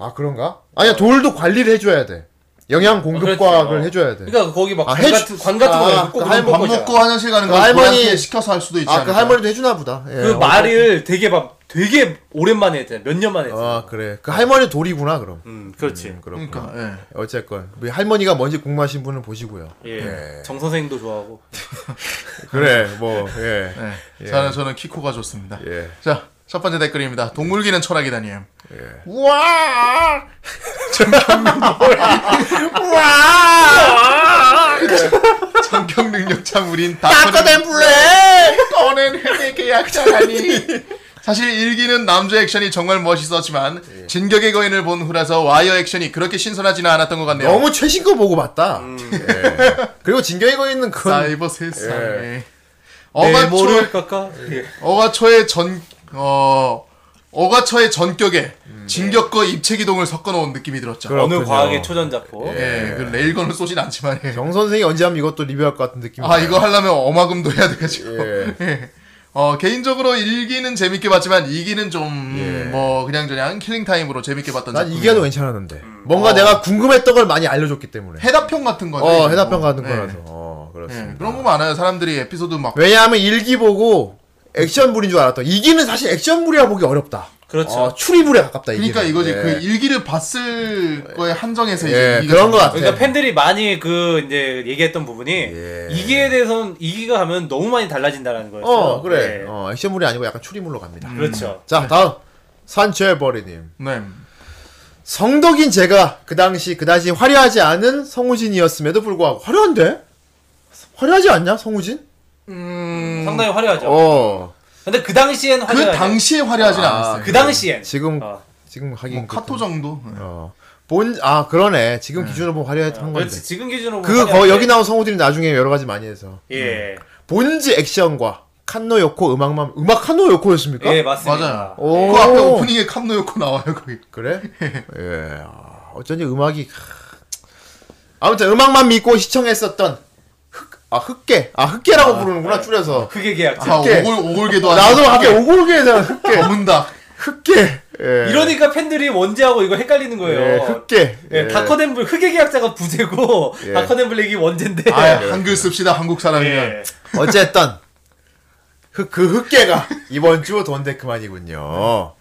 아 그런가? 아니야 돌도 관리를 해줘야 돼. 영양 공급과를
그렇지, 어.
해줘야 돼.
그러니까 거기 막
아,
관
해주-
같은 관 같은
아,
거 먹고
그
그런
할머-
거
밥
먹잖아.
먹고 화장실 가는 거
그 할머니-
할머니 시켜서 할 수도 있지
아 그
않을까?
할머니도 해주나 보다. 예,
그
어,
말을 되게 막 되게 오랜만에 했잖아. 몇 년 만에 했잖아.
아 그래. 그 할머니 돌이구나 그럼.
음, 그렇지.
음, 그렇구나.
그러니까 예.
어쨌건 우리 할머니가 뭔지 궁금하신 분은 보시고요. 네.
예. 정 선생도 좋아하고.
그래 뭐 예.
네. 저는 저는 키코가 좋습니다.
예.
자, 첫 번째 댓글입니다. 동물기는 철학이다니요.
우와! 우와!
성격 능력자 우린
아까된
다커는
블랙!
꺼낸 회계 계약자라니. 사실 일기는 남자 액션이 정말 멋있었지만 진격의 거인을 본 후라서 와이어 액션이 그렇게 신선하지는 않았던 것 같네요.
너무 최신 거 보고 봤다. 예. 그리고 진격의 거인은 그건
음. 사이버 세상에
예.
어가초
모를 깎아. 예.
어가초의 전어 어가초의 전격에 진격과 입체 기동을 섞어 놓은 느낌이 들었죠.
그럼.
어느
그렇군요.
과학의 초전자포.
예, 그 레일건을 쏘진 않지만 예.
정 선생이 언제 하면 이것도 리뷰할 것 같은 느낌.
아 이거 하려면 어마금도 해야 돼가지고
예.
예. 어 개인적으로 일기는 재밌게 봤지만 이기는 좀 뭐 그냥 저냥 킬링 타임으로 재밌게 봤던
예. 난
작품이에요.
이게 더 괜찮았는데. 뭔가
어.
내가 궁금했던 걸 많이 알려줬기 때문에.
해답형 같은 거죠.
어
이거.
해답평 같은
예.
거라서. 어 그렇습니다.
예, 그런 거 많아요. 사람들이 에피소드 막
왜냐하면 일기 보고 액션물인 줄 알았다. 이기는 사실 액션물이라 보기 어렵다.
그렇죠.
어, 추리물에 가깝다. 이기는.
그러니까 이거지
예.
그 일기를 봤을 거에 한정해서
예,
이제 이기가
그런 거 같아.
그러니까 팬들이 많이 그 이제 얘기했던 부분이 이기에 대해서는 이기가 하면 너무 많이 달라진다라는 거였어요.
예. 어 그래.
예.
어 액션물이 아니고 약간 추리물로 갑니다.
그렇죠.
자 다음 산채버리님
네.
성덕인 제가 그 당시 그다지 화려하지 않은 성우진이었음에도 불구하고 화려한데 화려하지 않냐 성우진?
상당히 화려하죠.
음. 어
근데 그 당시엔
그
화려하죠.
당시에 화려하진
아,
않았어요.
그 당시엔
지금
어.
지금 하긴
뭐 카토
그렇군.
정도. 예.
어본 아 그러네 지금 기준으로 보면 화려한 건데
그렇지 지금 기준으로
그
보면
거, 여기 나온 성우들이 나중에 여러 가지 많이 해서
예.
본즈 액션과 칸노 요코 음악만 음악 칸노 요코였습니까?
예, 맞습니다.
맞아요.
오.
그 앞에 오프닝에 캄노 요코 나와요 거기.
그래? 예. 아, 어쩐지 음악이 하, 아무튼 음악만 믿고 시청했었던 흑, 아 흑계 아 흑계라고 부르는구나
네.
줄여서
그게 계약자.
아
흑계.
오골 오골개도
나도
아니고
앞에 오골계에 대한 흑계
검은닭.
흑계 예.
이러니까 팬들이 원제하고 이거 헷갈리는 거예요.
예, 흑계
예, 다커덴블 흑의 계약자가 부제고
예.
다커덴블랙이 원제인데.
아, 한글 씁시다 한국 사람이면.
예.
어쨌든 흑, 그 흑계가 이번 주 돈데크만이군요.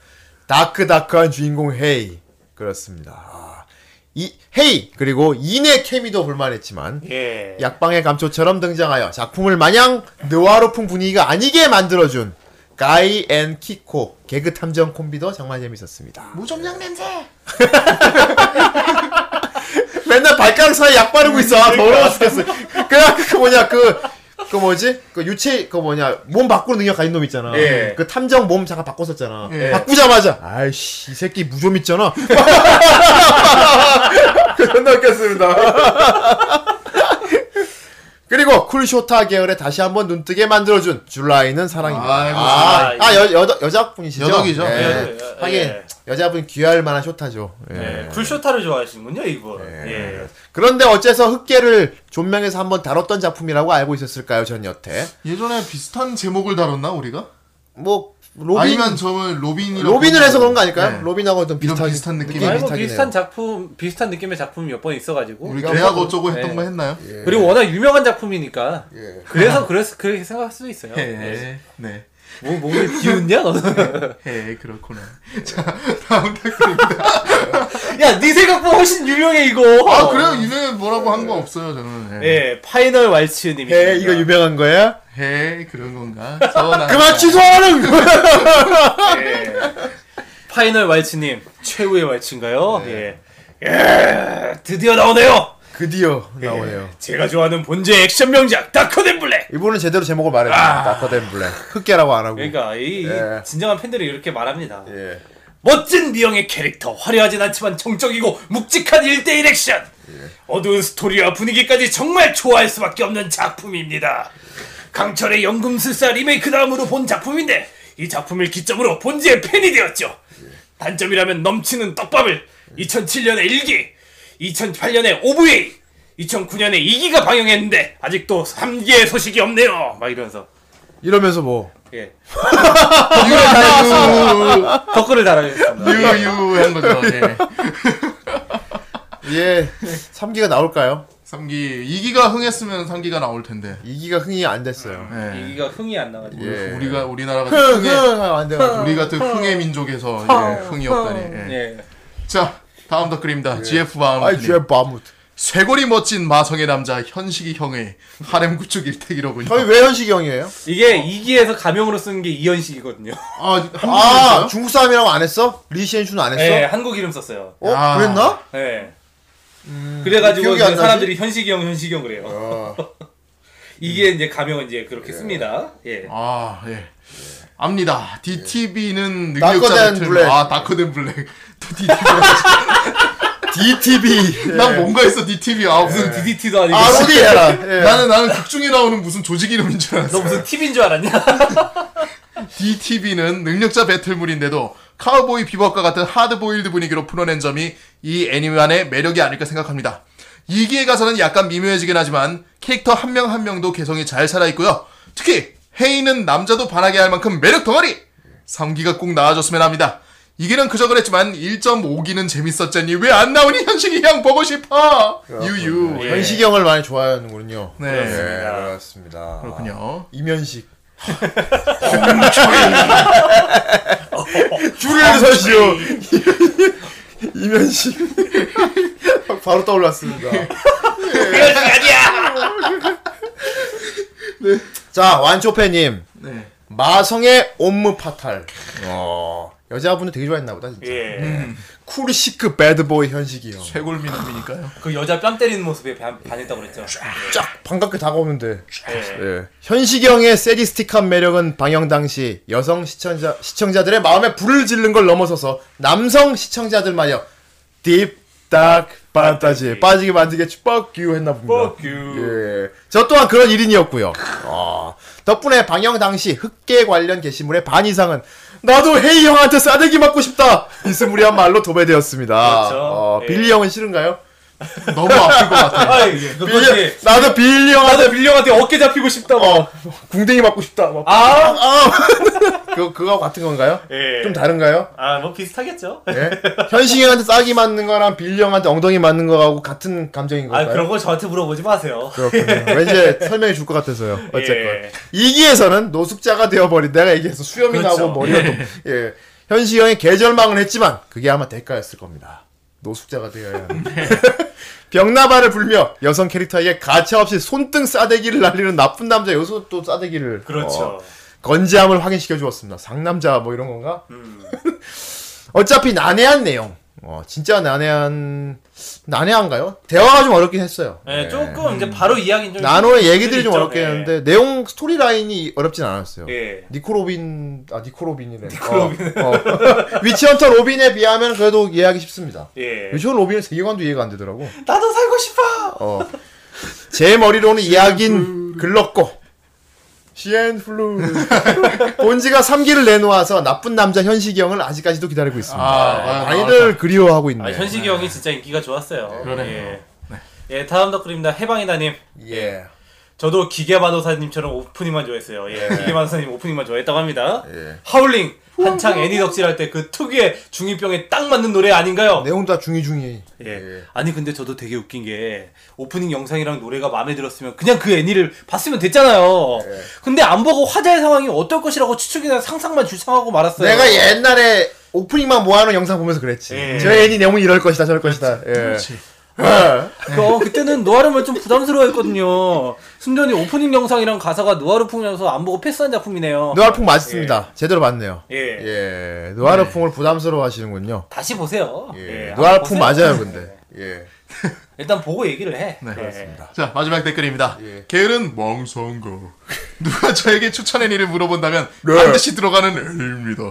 다크다크한 주인공 헤이 그렇습니다. 아, 이 헤이 그리고 인의 케미도 볼만했지만
예.
약방의 감초처럼 등장하여 작품을 마냥 느와르풍 분위기가 아니게 만들어준 가이 앤 키코 개그 탐정 콤비도 정말 재밌었습니다.
무정량 냄새
맨날 발가락 사이 약 바르고 있어. 아,
그러니까.
더러워 죽겠어. 그냥 그 뭐냐 그. 그 뭐지? 그 유체 그 뭐냐 몸 바꾸는 능력 가진 놈 있잖아.
예.
그 탐정 몸 잠깐 바꿨었잖아.
예.
바꾸자마자 아이씨 이 새끼 무좀 있잖아. 그 존나 웃겼습니다. 그리고 쿨쇼타 계열에 다시 한번 눈뜨게 만들어준 줄라이는 사랑입니다.
아이고,
아, 아, 여, 여, 여자분이시죠?
여덕이죠.
예.
예, 예,
하긴
예.
여자분 귀할 만한 쇼타죠. 예.
네.
예. 굴쇼타를 좋아하시는군요, 이분. 예.
그런데 어째서 흑계를 존명해서 한번 다뤘던 작품이라고 알고 있었을까요, 전 여태?
예전에 비슷한 제목을 다뤘나 우리가?
뭐 로빈
아니면 저는 로빈이
로빈을 해서 그런 거 아닐까요?
네.
로빈하고 좀
이런
비슷한,
비슷한 느낌.
느낌이
아니, 뭐
비슷하긴
비슷한
해요.
작품, 비슷한 느낌의 작품이 몇 번 있어가지고.
우리 계약 어쩌고 했던
예.
거 했나요?
그리고 워낙 유명한 작품이니까.
예.
그래서, 그래서, 그렇게 생각할 수도 있어요. 예.
예. 네.
뭐, 몸을 비웃냐, 너는?
예, 그렇구나. 자, 다음 댓글입니다.
야, 네 생각보다 훨씬 유명해, 이거.
아, 그래요? 이제 뭐라고 한 거 없어요, 저는. 예.
예, 파이널 왈츠님이.
예, 이거 유명한 거야?
예, 그런 건가? 서운하네.
그만 취소하는 거! 네.
파이널 왈츠님 최후의 왈츠인가요? 예. 예, 드디어 나오네요.
그 드디어 나오네요.
제가 좋아하는 본제 액션 명작 다커덴 블랙.
이분은 제대로 제목을 말해요. 나타된 블랙. 흑개라고 안 하고.
그러니까 이, 이
예.
진정한 팬들이 이렇게 말합니다.
예.
멋진 미영의 캐릭터, 화려하진 않지만 정적이고 묵직한 1대1 액션. 어두운 스토리와 분위기까지 정말 좋아할 수밖에 없는 작품입니다. 강철의 연금술사 리메이크 다음으로 본 작품인데 이 작품을 기점으로 본지의 팬이 되었죠. 단점이라면 넘치는 떡밥을 2007년에 1기, 2008년에 OVA, 2009년에 2기가 방영했는데 아직도 3기의 소식이 없네요. 막 이러면서
이러면서 뭐
예.
유유
댓글을 달아주셨습니다.
유유 한 거죠. 예.
예. 3기가 나올까요?
3기 2기가 흥했으면 3기가 나올 텐데.
2기가 흥이 안 됐어요.
예.
2기가 흥이 안 나가지고.
예.
우리가 우리나라가
흥, 흥,
흥의
안 돼요.
우리 같은 흥의 민족에서 예, 흥이 없다니. 예.
예.
자 다음 댓글입니다. GF 바운
예. 아이
님
쥐의 바무트.
쇄골이 멋진 마성의 남자 현식이 형의 하렘 구축 일택이로군요.
저희 왜 현식이 형이에요?
이게 2기에서 가명으로 쓰는 게 이현식이거든요.
아 한국에서요?
아 중국 사람이라고 안 했어? 리시엔슈는 안 했어?
예, 한국 이름 썼어요.
어
아.
그랬나?
예. 음, 그래가지고 어.
기억이
이제
안 나지?
사람들이 현식이 형, 현식이 형 그래요. 이게 이제 가명은 이제 그렇게 씁니다. 예.
아, 예. 압니다. DTB는
낙거된
능력자 배틀.
예. 블랙.
아, 다크된 블랙. 또 DTB.
DTV.
난 뭔가 했어, DTB. 아, 무슨 DTB.
DDT도 예. 아니고.
아 로디 해라. 예.
나는, 나는 극중에 나오는 무슨 조직 이름인 줄
너
알았어.
무슨 팁인 줄 알았냐?
DTB는 능력자 배틀물인데도 카우보이 비법과 같은 하드보일드 분위기로 풀어낸 점이 이 애니만의 매력이 아닐까 생각합니다. 2기에 가서는 약간 미묘해지긴 하지만 캐릭터 한 명 한 명도 개성이 잘 살아있고요. 특히 헤이는 남자도 반하게 할 만큼 매력 덩어리! 3기가 꼭 나와줬으면 합니다. 2기는 그저 그랬지만 1.5기는 재밌었잖니 왜 안 나오니 현식이 형 보고 싶어! 유유. 예.
현식이 형을 많이 좋아하는군요.
네.
예, 그렇습니다.
그렇군요.
이면식. 줄을 서시오. 이면식. 바로 떠올랐습니다.
그럴 줄 아니야!
네. 자, 완초패님.
네.
마성의 옴므 파탈. 어. 여자분들 되게 좋아했나 보다, 진짜.
예.
쿠르시크 배드보이 현식이요.
최골 미남이니까요.
그 여자 뺨 때리는 모습에 반, 반했다고 그랬죠.
쫙 반갑게 다가오는데.
예.
예. 현식형의 세디스틱한 매력은 방영 당시 여성 시청자 시청자들의 마음에 불을 질른 걸 넘어서서 남성 시청자들마저 딥닥 판타지에 빠지게 만들게 뻑규 했나 봅니다.
예. Fuck you.
예. 저 또한 그런 일인이었고요. 아, 덕분에 방영 당시 흑계 관련 게시물의 반 이상은 나도 헤이 형한테 싸대기 맞고 싶다. 이스무리한 말로 도배되었습니다.
그렇죠.
어,
예.
빌리 형은 싫은가요?
너무 아플 것 같아요.
아이,
빌리,
그거지.
나도 빌리 형한테
나도 빌령한테 어깨 잡히고 싶다고. 뭐.
어, 궁뎅이 맞고 싶다. 막
아!
그, 그거 같은 건가요?
예.
좀 다른가요?
아, 뭐 비슷하겠죠?
예? 현식이 형한테 싸기 맞는 거랑 빌리 형한테 엉덩이 맞는 거하고 같은 감정인
아,
건가요?
그런 거 저한테 물어보지 마세요.
그렇군요. 왠지 설명해 줄 것 같아서요. 어쨌건.
예.
이기에서는 노숙자가 되어버린 내가 얘기해서 수염이
그렇죠.
나고 머리가 또, 예. 현식이 형이 개절망을 했지만 그게 아마 대가였을 겁니다. 노숙자가 되어야 하는. 병나발을 불며 여성 캐릭터에게 가차없이 손등 싸대기를 날리는 나쁜 남자 여기서 또 싸대기를
그렇죠.
어, 건재함을 확인시켜 주었습니다. 상남자 뭐 이런 건가?
음.
어차피 난해한 내용. 어, 진짜 난해한 난해한가요? 대화가 좀 어렵긴 했어요.
예,
네.
조금 이제 바로 이야기는 좀.
음. 나노의 얘기들이
음,
좀
있죠.
어렵긴
예.
했는데 내용 스토리 라인이 어렵진 않았어요.
예.
니코로빈 아 니코로빈이래.
니코로빈.
어, 어. 위치헌터 로빈에 비하면 그래도 이해하기 쉽습니다.
예.
위치헌 로빈은 세계관도 이해가 안 되더라고.
나도 살고 싶어!
어. 제 머리로는 이야긴 글렀고 시엔플루 본지가 3기를 내놓아서 나쁜 남자 현식이 형을 아직까지도 기다리고 있습니다.
아, 아,
많이들 그리워하고 있네.
아, 현식이 형이 진짜 인기가 좋았어요.
그러네요.
예. 예, 다음 덕글입니다. 해방이다님.
예.
저도 기계만호사님처럼 오프닝만 좋아했어요. 예, 기계만호사님 오프닝만 좋아했다고 합니다.
네. 예.
하울링! 한창 애니 덕질할 때 그 특유의 중이병에 딱 맞는 노래 아닌가요?
내용도 다 중이중이.
예.
네.
아니 근데 저도 되게 웃긴 게 오프닝 영상이랑 노래가 마음에 들었으면 그냥 그 애니를 봤으면 됐잖아요.
네.
근데 안 보고 화자의 상황이 어떨 것이라고 추측이나 상상만 주창하고 말았어요.
내가 옛날에 오프닝만 모아놓은 영상 보면서 그랬지.
예.
저 애니 내용은 이럴 것이다, 저럴 것이다. 예. 아,
그, 어, 그때는 노아름을 좀 부담스러워했거든요. 순전히 오프닝 영상이랑 가사가 노아르풍이라서 안 보고 패스한 작품이네요.
노아르풍 맞습니다. 제대로 맞네요.
예.
예. 노아르풍을 부담스러워 하시는군요.
다시 보세요.
예.
예,
노아르풍
한번 보세요.
맞아요, 근데. 예.
일단 보고 얘기를 해.
네.
그렇습니다.
자 마지막 댓글입니다.
예.
게으른 멍성거. 누가 저에게 추천 애니를 물어본다면
네.
반드시 들어가는 애니입니다.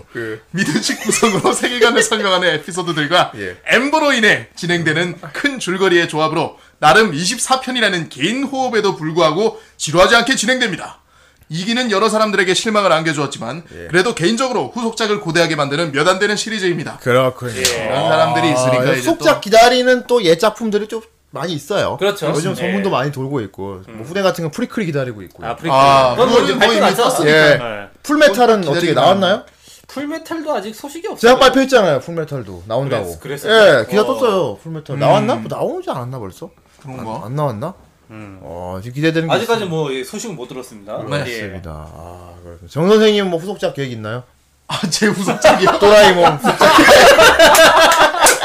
미드식 구성으로 세계관을 설명하는 에피소드들과
예.
엠버로 인해 진행되는 큰 줄거리의 조합으로 나름 24편이라는 긴 호흡에도 불구하고 지루하지 않게 진행됩니다. 이기는 여러 사람들에게 실망을 안겨주었지만
예.
그래도 개인적으로 후속작을 고대하게 만드는 몇 안 되는 시리즈입니다.
그렇군요.
예.
이런 사람들이 있으니까 이제 또
아, 속작 기다리는 또 예작품들이 좀 많이 있어요.
그렇죠. 네.
요즘 소문도 많이 돌고 있고 뭐 후대 같은 건 프리클 기다리고 있고.
아프리카.
아,
그건 뭐
그건
이제
뭐
발표
이미
났어.
예.
네.
풀메탈은
기다리기만
어떻게 나왔나요?
풀메탈도 아직 소식이 없어요.
제가 발표했잖아요. 풀메탈도 나온다고.
그랬- 그랬어요?
예, 기사
어. 음.
떴어요. 풀메탈 나왔나? 뭐 나오지 않았나 벌써?
그런
안,
거.
안 나왔나? 어, 지금 기대되는 게
아직까지
있습니다.
뭐 예, 소식은 못 들었습니다.
네.
예.
맞습니다. 아, 그렇습니다. 정 선생님 뭐 후속작 계획 있나요? 예,
아제 후속작이요.
도라에몽 후속작.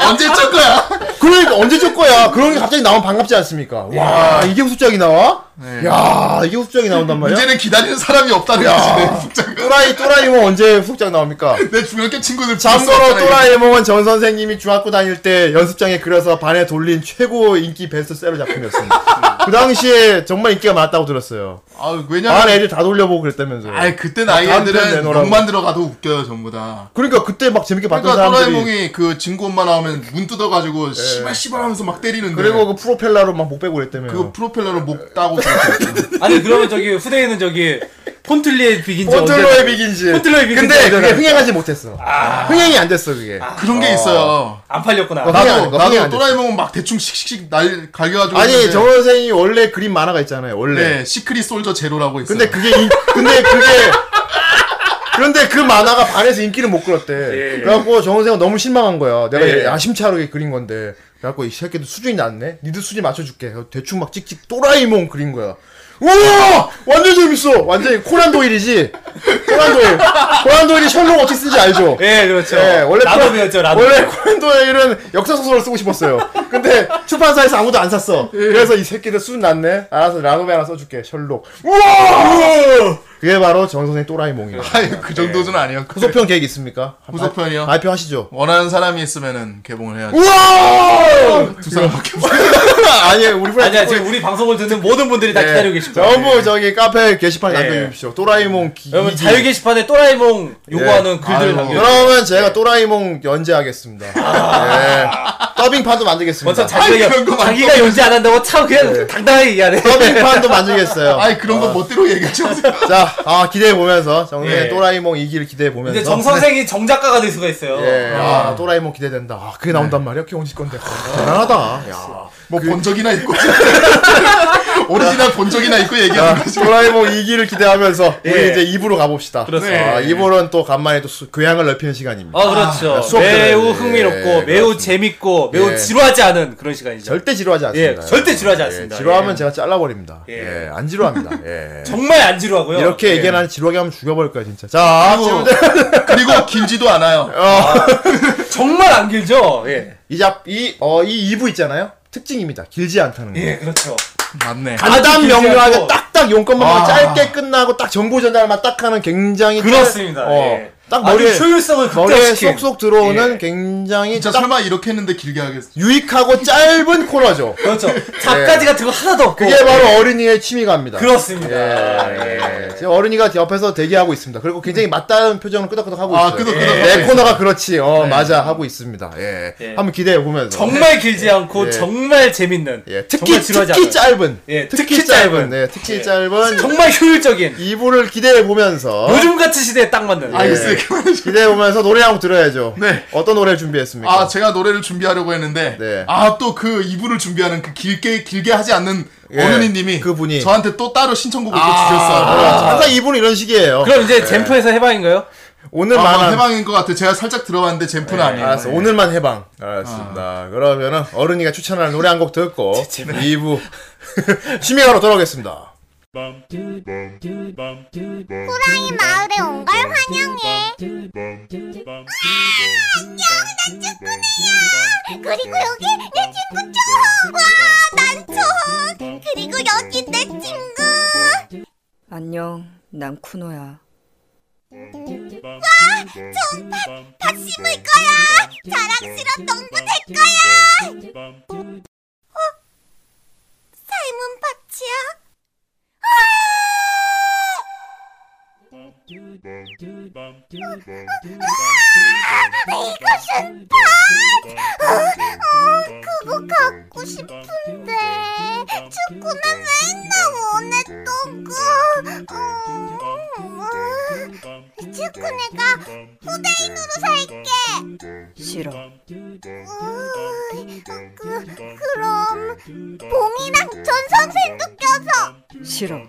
언제 쩔 거야?
그러니까 언제 줄 거야? 그런 게 갑자기 나오면 반갑지 않습니까?
예.
와, 이게 후속작이 나와?
네.
야, 이게 후속작이 나온단 말이야?
이제는 기다리는 사람이 없다는
야.
거지 내 부장은
또라이 또라이몽 뭐 언제 후속작 나옵니까?
내 중학교 친구들
참고로
불렀었잖아, 이거.
또라이몽은 정 선생님이 중학교 다닐 때 연습장에 그려서 반에 돌린 최고 인기 베스트셀러 작품이었습니다. 그 당시에 정말 인기가 많았다고 들었어요.
아 왜냐면
반 애들 다 돌려보고 그랬다면서요.
아 그때
다
나이
다음 편
애들은
내놓으라고.
욕만 들어가도 웃겨요 전부 다
그러니까 그때 막 재밌게 봤던
그러니까
사람들이 예.
또라이몽이 그 친구 엄마 나오면 눈 뜯어가지고 씨발 씨발 하면서 막 때리는데
그리고 어. 그 프로펠러로 막 못 빼고 그랬다며요.
그거 프로펠러로 목 따고 그랬어요.
아니 그러면 저기 후대에는 저기 폰틀리의 비긴지
폰틀러의
언제-
비긴지. 아.
폰틀러의 비긴지
근데
언제
그게
나왔-
흥행하지 못했어. 흥행이 안 됐어 그게.
그런 게 있어요
안 팔렸구나.
나- 흥행 안
나도
돼, 흥행 안 돼.
나도 또라이몽은 막 대충 씩씩씩 날 갈겨가지고
아니
했는데
정 선생이 원래 그림 만화가 있잖아요. 원래.
네 시크릿 솔저 제로라고 있어요
근데 그게 인, 근데 그게 그런데 그 만화가 반에서 인기를 못 끌었대.
예.
그래갖고 정 선생은 너무 실망한 거야. 내가
예.
야심차게 그린 건데. 그래갖고 이 새끼들 수준이 낮네. 니들 수준 맞춰줄게. 그래서 대충 막 찍찍 또라이몽 그린 거야. 우와! 완전 재밌어! 완전히 코난 도일이지? 코난 도일. 코난 도일이 셜록 어떻게 쓰는지 알죠?
예, 그렇죠.
예, 원래
나도
코난-
배웠죠. 나도.
원래 코난 도일은 역사 소설을 쓰고 싶었어요. 근데 출판사에서 아무도 안 샀어.
예.
그래서 이 새끼들 수준 낮네. 알아서 라노베 하나 써줄게. 셜록. 우와! 그게 바로 정 선생
예.
또라이몽이에요.
아유 그 정도는 아니었고
후속편 계획 있습니까?
후속편이요?
발표하시죠.
원하는 사람이 있으면은 개봉을 해야죠
우와!
두 사람밖에 없어
아니 우리 프렌즈
아니야 지금 우리 방송을 듣는 모든 분들이 다
예,
기다리고 계실 거예요.
전부 저기 카페 게시판에
예.
남겨주십시오. 또라이몽 기.
여러분
기-
자유 게시판에 또라이몽 요구하는 글들
아유,
남겨.
예. 그러면 제가 또라이몽 연재하겠습니다. 예. 더빙판도 만들겠습니다.
먼저 자기가
그런 거만
자기가 연지 안 한다고 참 그냥
예.
당당하게 얘기하네.
더빙판도 만들겠어요.
아이 그런 거 멋대로 얘기하지 마세요
자, 아 기대해 보면서 정선생
그- 예.
또라이몽 2기를 기대해 보면서.
이제 정 선생이 정 작가가 될 수가 있어요.
예, 아, 또라이몽 기대된다. 아, 그게 나온단
네.
말이야. 그게 언제 건데? 아, 대단하다. 야.
뭐 본 적이나 있고 오리지널 본 적이나 있고 얘기하는
자,
거지
도라에몽 2기를 기대하면서
아, 예.
우리 이제 2부로 가봅시다.
그렇습니다. 네.
아, 2부는 또 간만에 또 수, 교양을 넓히는 시간입니다.
아 그렇죠.
수업
매우
들어야 돼.
흥미롭고
예,
매우
그렇습니다.
재밌고 매우
예.
지루하지 않은 그런 시간이죠.
절대 지루하지 않습니다.
예, 절대 지루하지 않습니다.
예, 지루하면
예.
제가 잘라버립니다.
예.
예, 안 지루합니다. 예.
정말 안 지루하고요. 예.
이렇게 얘기하는 지루하게 하면 죽여버릴 거야 진짜. 자,
그리고,
지금
그리고 길지도 않아요
정말 안 길죠. 예.
이잡이어이 2부 있잖아요. 특징입니다. 길지 않다는 거.
예, 그렇죠.
맞네
간단
아주
명료하게
길지
딱딱 용건만
아.
짧게 끝나고 딱 정보 전달만 딱 하는 굉장히 짧-
그렇습니다.
어,
예.
딱
아주
머리에
효율성을
머리에
극대화시킨.
쏙쏙 들어오는
예.
굉장히
진짜
딱
설마 이렇게 했는데 길게 하겠어
유익하고 짧은 코너죠.
그렇죠. 작가지 같은 거 하나도 없고.
예. 그게 바로 어린이의 취미가입니다.
그렇습니다.
예. 지금 어른이가 옆에서 대기하고 있습니다. 그리고
음.
굉장히 맞다는 표정을 끄덕끄덕 하고
아,
있어요.
끄덕끄덕
예.
하고
내
있어요.
코너가 그렇지. 어, 맞아. 하고 있습니다. 예.
네. 예.
한번 기대해 보면서.
정말 길지 않고
예.
정말 재밌는.
예. 특히
정말 지루하지
특히
않아요.
짧은.
예, 특히 짧은.
네, 특히
예.
짧은
정말 효율적인. 어?
이부를 기대해 보면서
요즘 같은 시대에 딱 맞는.
아
예.
있어요 그만해
기대해 보면서 노래 한곡 들어야죠.
네.
어떤 노래를 준비했습니까?
아 제가 노래를 준비하려고 했는데
그러니까. 네.
아 또 그 이분을 준비하는 그 길게 길게 하지 않는
예,
어른이님이
그분이. 아,
저한테 또 따로 신청곡을 또 주셨어요 아,
항상 이분은 이런 식이에요.
그럼 이제 젠프에서 해방인가요?
오늘
아,
만한
해방인 것 같아 제가 살짝 들어봤는데 잼프는 아니에요 예. 아.
알았어. 오늘만 해방. 알았습니다. 그러면은 어른이가 추천하는 노래 한 곡 듣고 2부 취미가로 돌아오겠습니다.
호랑이 마을에 온 걸 환영해. 안녕, 내 친구네요. 그리고 여기 내 친구 총. 와, 난 총. 그리고 여기 내 친구.
안녕, 난 쿠노야.
밥 심을 거야. 자랑스러운 농부 될 거야. 어,
이것은 팥! 어, 어, 그거 갖고 싶은데 축구는 맨날 원했던 거 음, 음. 축구 내가 후대인으로 살게
싫어.
음, 그, 그럼 봉이랑 전선생도 껴서
싫어.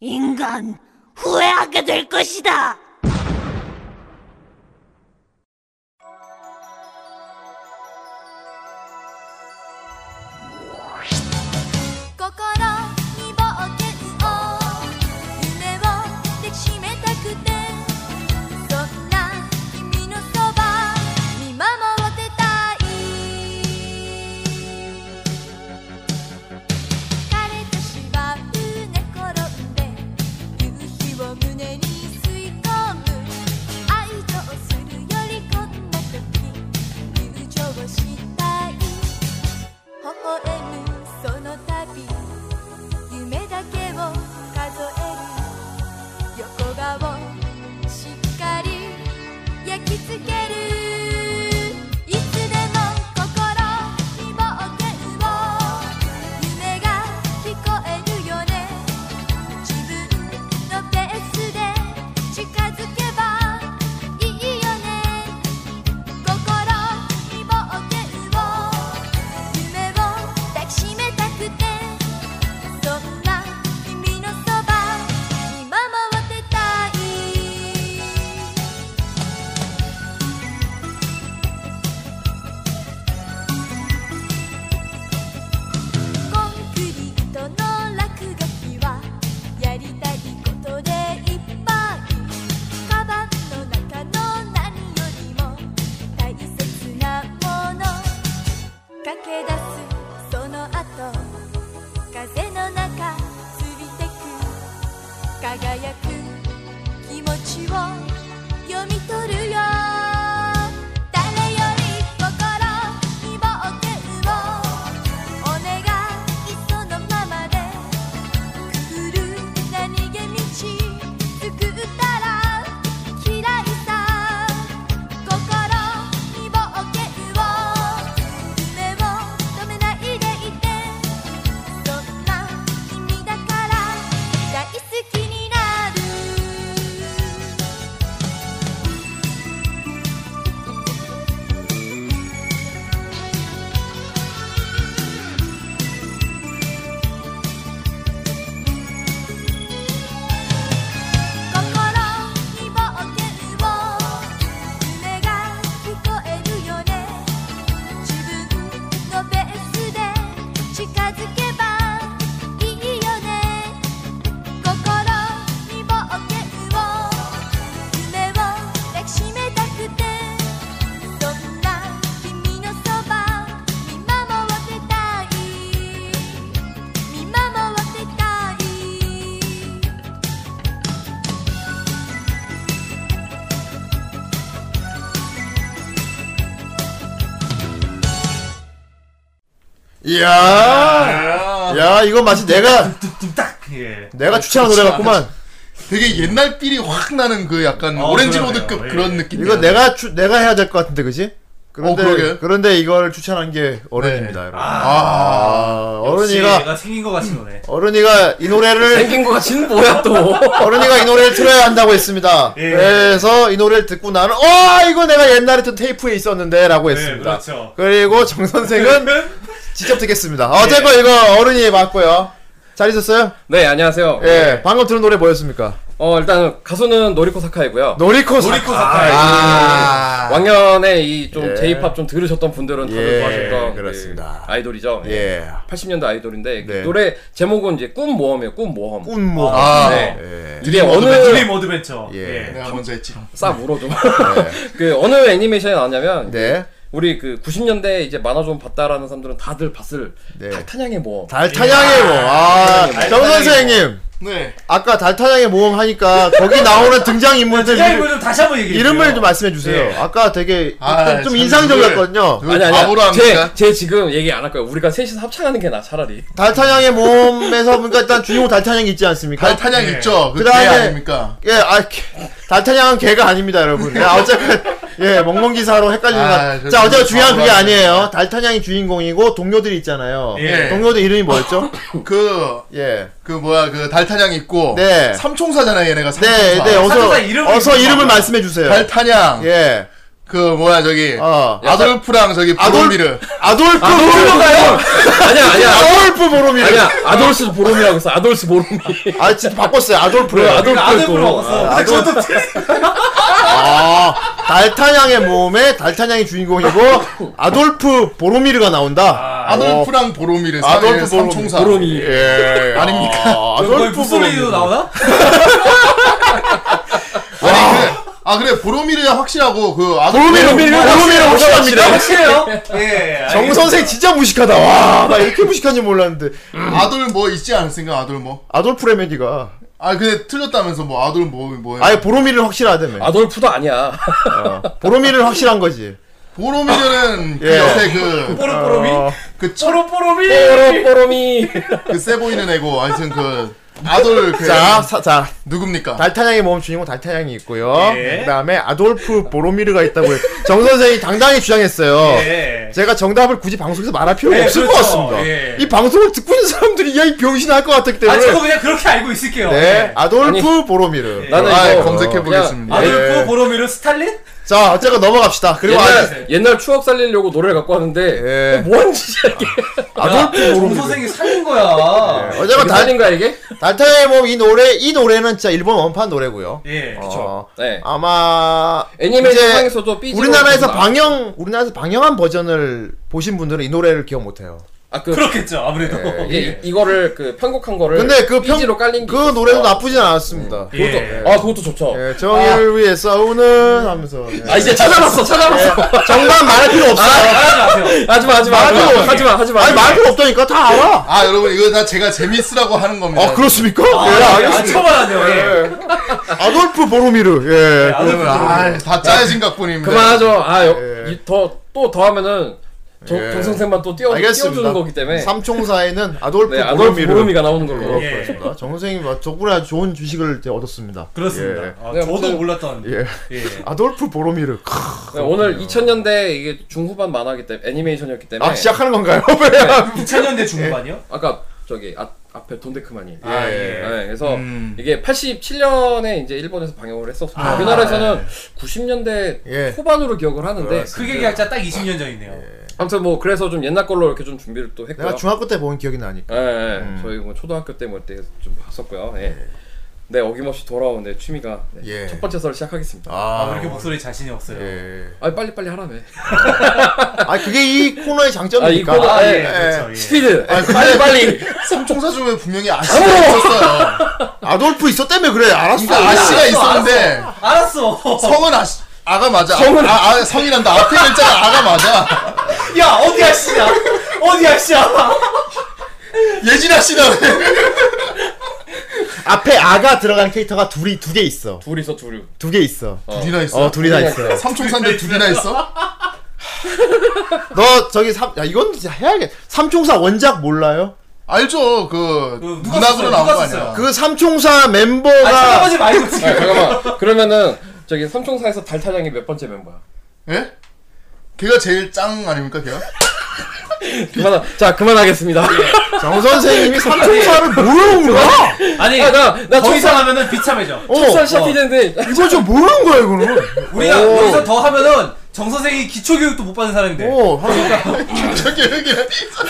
인간 후회하게 될 것이다.
아.
이야. 야, 이건 마치 내가
예.
내가 주최한 노래 같구만.
되게 옛날 삘이 확 나는 그 약간
어,
오렌지
그러네요.
로드급
예.
그런 느낌.
이거 내가 주, 내가 해야 될 것 같은데, 그지?
어,
그런데
그러게. 네.
그런데 이걸 추천한 게 어른입니다, 여러분. 아, 어른이가
얘가 생긴 것 같은 노래.
어른이가 이 노래를
생긴 거 같은 뭐야 또.
어른이가 이 노래를 들어야 한다고 했습니다.
예.
그래서 이 노래를 듣고 나는 와 이거 내가 옛날에 듣던 테이프에 있었는데라고 했습니다.
그렇죠.
리고정 선생은 직접 듣겠습니다.
예.
어쨌건 이거 어른이 맞고요. 잘 있었어요?
네 안녕하세요.
예. 방금 들은 노래 뭐였습니까?
어 일단 가수는 노리코 사카이고요.
노리코
노리코 사카이. 예.
아.
왕년에 이좀
예.
J-팝 좀 들으셨던 분들은 다들
예,
좋아하셨던
그렇습니다.
그 아이돌이죠.
예.
80년대 아이돌인데 그
네.
노래 제목은 이제 꿈 모험이에요. 꿈 모험.
꿈모.
아,
네.
예.
이게 어느
드림 어드벤처.
예.
예.
내가 먼저 했지.
싹 울어 좀. 그 어느 애니메이션에 나왔냐면
네.
우리 그 90년대 이제 만화 좀 봤다라는 사람들은 다들 봤을
네.
달탄양의 모험.
예.
달타양의
뭐.
모험.
뭐.
아, 정 선생님.
네.
아까 달타양의 모험 하니까 거기 나오는 등장 인물들
디자인 좀 다시 한번 얘기해
이름을 좀 말씀해 주세요.
네.
아까 되게
아,
약간 좀
참
인상적이었거든요.
누굴 바보로 합니까?
제, 제 지금 얘기 안 할 거예요. 우리가 셋이서 합창하는 게 나 차라리.
달타양의 모험에서 보니까 일단 주인공 달타양이 있지 않습니까?
달 탄약 있죠. 그개
그다음에-
아닙니까?
예, 아, 개- 달타양은 개가 아닙니다, 여러분. 예, 어쨌든, 예, 멍멍 기사로 헷갈리는 것.
아,
같- 자, 어쨌든 중요한 그게
바보라.
아니에요. 달타양이 주인공이고 동료들이 있잖아요.
예.
동료들 이름이 뭐였죠?
그,
예.
그 뭐야, 그 달 탄약 있고.
네.
삼총사잖아요, 얘네가.
네,
삼총사.
네, 어서,
사조사 이름을
어서
얘기해
이름을
봐봐.
말씀해 주세요.
달 탄약.
예.
그 뭐야, 저기.
어.
아돌프랑 저기
아돌- 어.
보로미르.
아돌프 보로미르가요?
아니야, 아니야.
아돌프 보로미르.
아니야. 아돌스 보롬이라고 했어. 아돌스 보롬이.
아, 진짜 바꿨어요. 아돌프로.
아돌프
아들
있고.
물어봤어. 근데 저도
아, 달타냥의 몸에 달타냥이 주인공이고 아돌프 보로미르가 나온다.
아돌프랑 보로미르.
아돌프
아돌프
보로미.
삼총사.
보롬이.
예.
아닙니까?
아,
거의
아돌프
무솔리도
보로미르.
나오나?
아니, 그래. 아, 그래. 보로미르 확실하고 그 아돌프.
보로미르 보로미르 확실합니다.
확실해요? 예.
정 선생 진짜 무식하다. 와, 나 이렇게 무식한지 몰랐는데.
아돌 뭐 있지 않습니까? 아돌 뭐.
아돌프 레메디가
아, 근데 틀렸다면서 뭐 아돌 뭐, 뭐예요?
아예 보로미르 확실하다며.
아돌프도 아니야.
어. 보로미르 확실한 거지.
보로미르는 그
예.
옆에 그,
뽀로뽀로미?
아. 어,
그 철,
뽀로뽀로미? 예.
보롬 보롬이.
그세 보이는 애고, 하여튼 그, 아돌 그,
자, 사, 자,
누굽니까?
달타냥의 몸 주인공 달타냥이 있고요.
예.
그다음에 아돌프 보로미르가 있다고 정 선생이 당당히 주장했어요.
예.
제가 정답을 굳이 방송에서 말할 필요가
네,
없을
그렇죠.
것 같습니다.
예.
이 방송을 듣고 있는 사람들이 야이 병신할 것 같았기
아,
때문에.
저도 그냥 그렇게 알고 있을게요. 예.
네, 아돌프
아니,
보로미르.
나는
아,
이거
검색해 보겠습니다.
아들
예.
그 보로미르 스탈린?
자, 어쨌건 넘어갑시다. 그리고 아,
옛날, 옛날 추억 살리려고 노래를 갖고 왔는데
예.
어, 뭐하는 짓이야 이게
아돌프 아,
정
보로미르.
선생이 살린 거야.
어쨌건 달,
달인가 이게?
달타의 몸이 노래, 이 노래는 진짜 일본 원판 노래고요
예.
어,
네.
아마
애니메이션
이제
상에서도 삐지
우리나라에서 방영, 우리나라에서 방영한 버전을 보신 분들은 이 노래를 기억 못해요.
아그 예,
그렇겠죠, 아무래도.
네.
예.
이, 이거를 그 편곡한 거를
근데 그 평,
삐지로 깔린 게
그
있었어.
노래도 나쁘진 않았습니다.
예.
그것도,
예.
아 그것도 좋죠
예, 정의를 위해 싸우는 하면서. 예.
아 이제 찾아봤어 찾아봤어
정답 말할 필요 없어.
하지 마세요.
하지마 하지마
말도 못
하지마 하지마
예. 아니 말 필요 없다니까 다 알아.
아, 여러분, 이거 다 제가 재밌으라고 하는 겁니다.
아 그렇습니까? 예,
안
알겠습니다.
쳐봐야죠, 예.
아돌프 보로미르. 예.
아들
여러분, 아, 다 짜여진 것 뿐입니다.
그만하죠 아,
예.
아더또 더 하면은 저,
예.
정선생만 또 띄워, 아, 띄워주는 거기 때문에
삼총사에는 아돌프
네 아돌프
보로미르.
보름이가 나오는 걸로
예.
그렇습니다. 정 선생님 덕분에 좋은 주식을 이제 얻었습니다.
그렇습니다. 아,
네,
저도
아무튼-
몰랐던.
예. 예.
예.
아돌프 보로미르. 크.
네, 오늘 2000년대 이게 중후반 만화기 때문에 애니메이션이었기 때문에
아 시작하는 건가요? 예.
2000년대 중반이요?
아까 저기 앞, 앞에 돈데크만이
아,
네,
예.
그래서
음.
이게 87년에 이제 일본에서 방영을 했었고 우리나라에서는 90년대
예.
후반으로 기억을 하는데
그게 계약자 딱 20년 전이네요.
아무튼 뭐 그래서 좀 옛날 걸로 이렇게 좀 준비를 또 했고요.
내가 중학교 때 본 기억이 나니까.
예, 예. 저희 뭐 초등학교 때뭐때좀 봤었고요. 예. 네 어김없이 돌아온 내 취미가 네,
예.
첫 번째 썰 시작하겠습니다.
아,
아.
왜 이렇게 목소리 자신이 없어요.
예.
아 빨리 빨리 하라며.
아 그게 이 코너의 장점이니까.
아, 이 코너-
아, 예.
예.
그렇죠. 예.
스피드 빨리 빨리.
삼총사 중에 분명히 아씨가 있었어요.
아돌프 있었다며 그래. 알았어.
그러니까 아씨가 있었는데
알았어.
성은 아씨. 아가 맞아. 성은 아, 아 성이란다. 앞에 글자가 아가 맞아.
야, 어디야, 씨야. 어디야, 씨야.
예진아 씨라네.
앞에 아가 들어간 캐릭터가 둘이 두 개 있어.
둘이서 둘.
두 개 있어.
둘이나 있어.
어 둘이나 있어.
삼총사인데 둘이나 있어?
너 저기 삼, 야 이건 진짜 해야겠. 삼총사 원작 몰라요?
알죠. 그
그 누가 썼어요?
문학으로 나온
누가
거
썼어요?
아니야.
그 삼총사
아,
멤버가
쳐다보지 말고
아,
지금.
잠깐만. 그러면은 저기 삼총사에서 달타장이 몇 번째 멤버야?
예? 걔가 제일 짱 아닙니까, 걔가?
그만 자 그만하겠습니다.
정 선생님이 삼총사를 모르는 거야?
아니,
아, 나- 나
더
청소-
이상 하면은 비참해져.
어,
첫살 시작했는데
이거 좀 모르는 거야 이거는.
우리가
오.
여기서 더 하면은 정선생이 기초교육도 못 받은 사람이 돼.
어 삼-
저기 여기.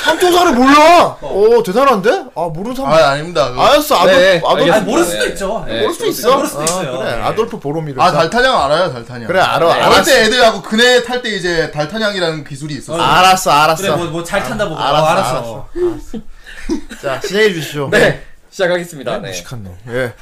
삼총사를 몰라. 어 대단한데? 아 모르는 사람.
아, 아닙니다. 그거.
알았어 아돌
네,
아돌
아,
알겠습니다.
모를 수도
예.
있죠.
예.
모를 수도
그럴
있어.
모를 네, 수도 있어요.
그래
예.
아돌프 보로미르.
아, 달타냥 알아요, 달타냥.
그래 알아
어릴
알았어
때 애들하고 그네 탈 때 이제 달타냥이라는 기술이 있었어.
알았어 알았어.
그래, 뭐, 뭐 잘 탄다 보고.
알았어,
어, 알았어.
알았어. 자 진행해 주시죠.
네 시작하겠습니다. 네.
무식한 놈. 예.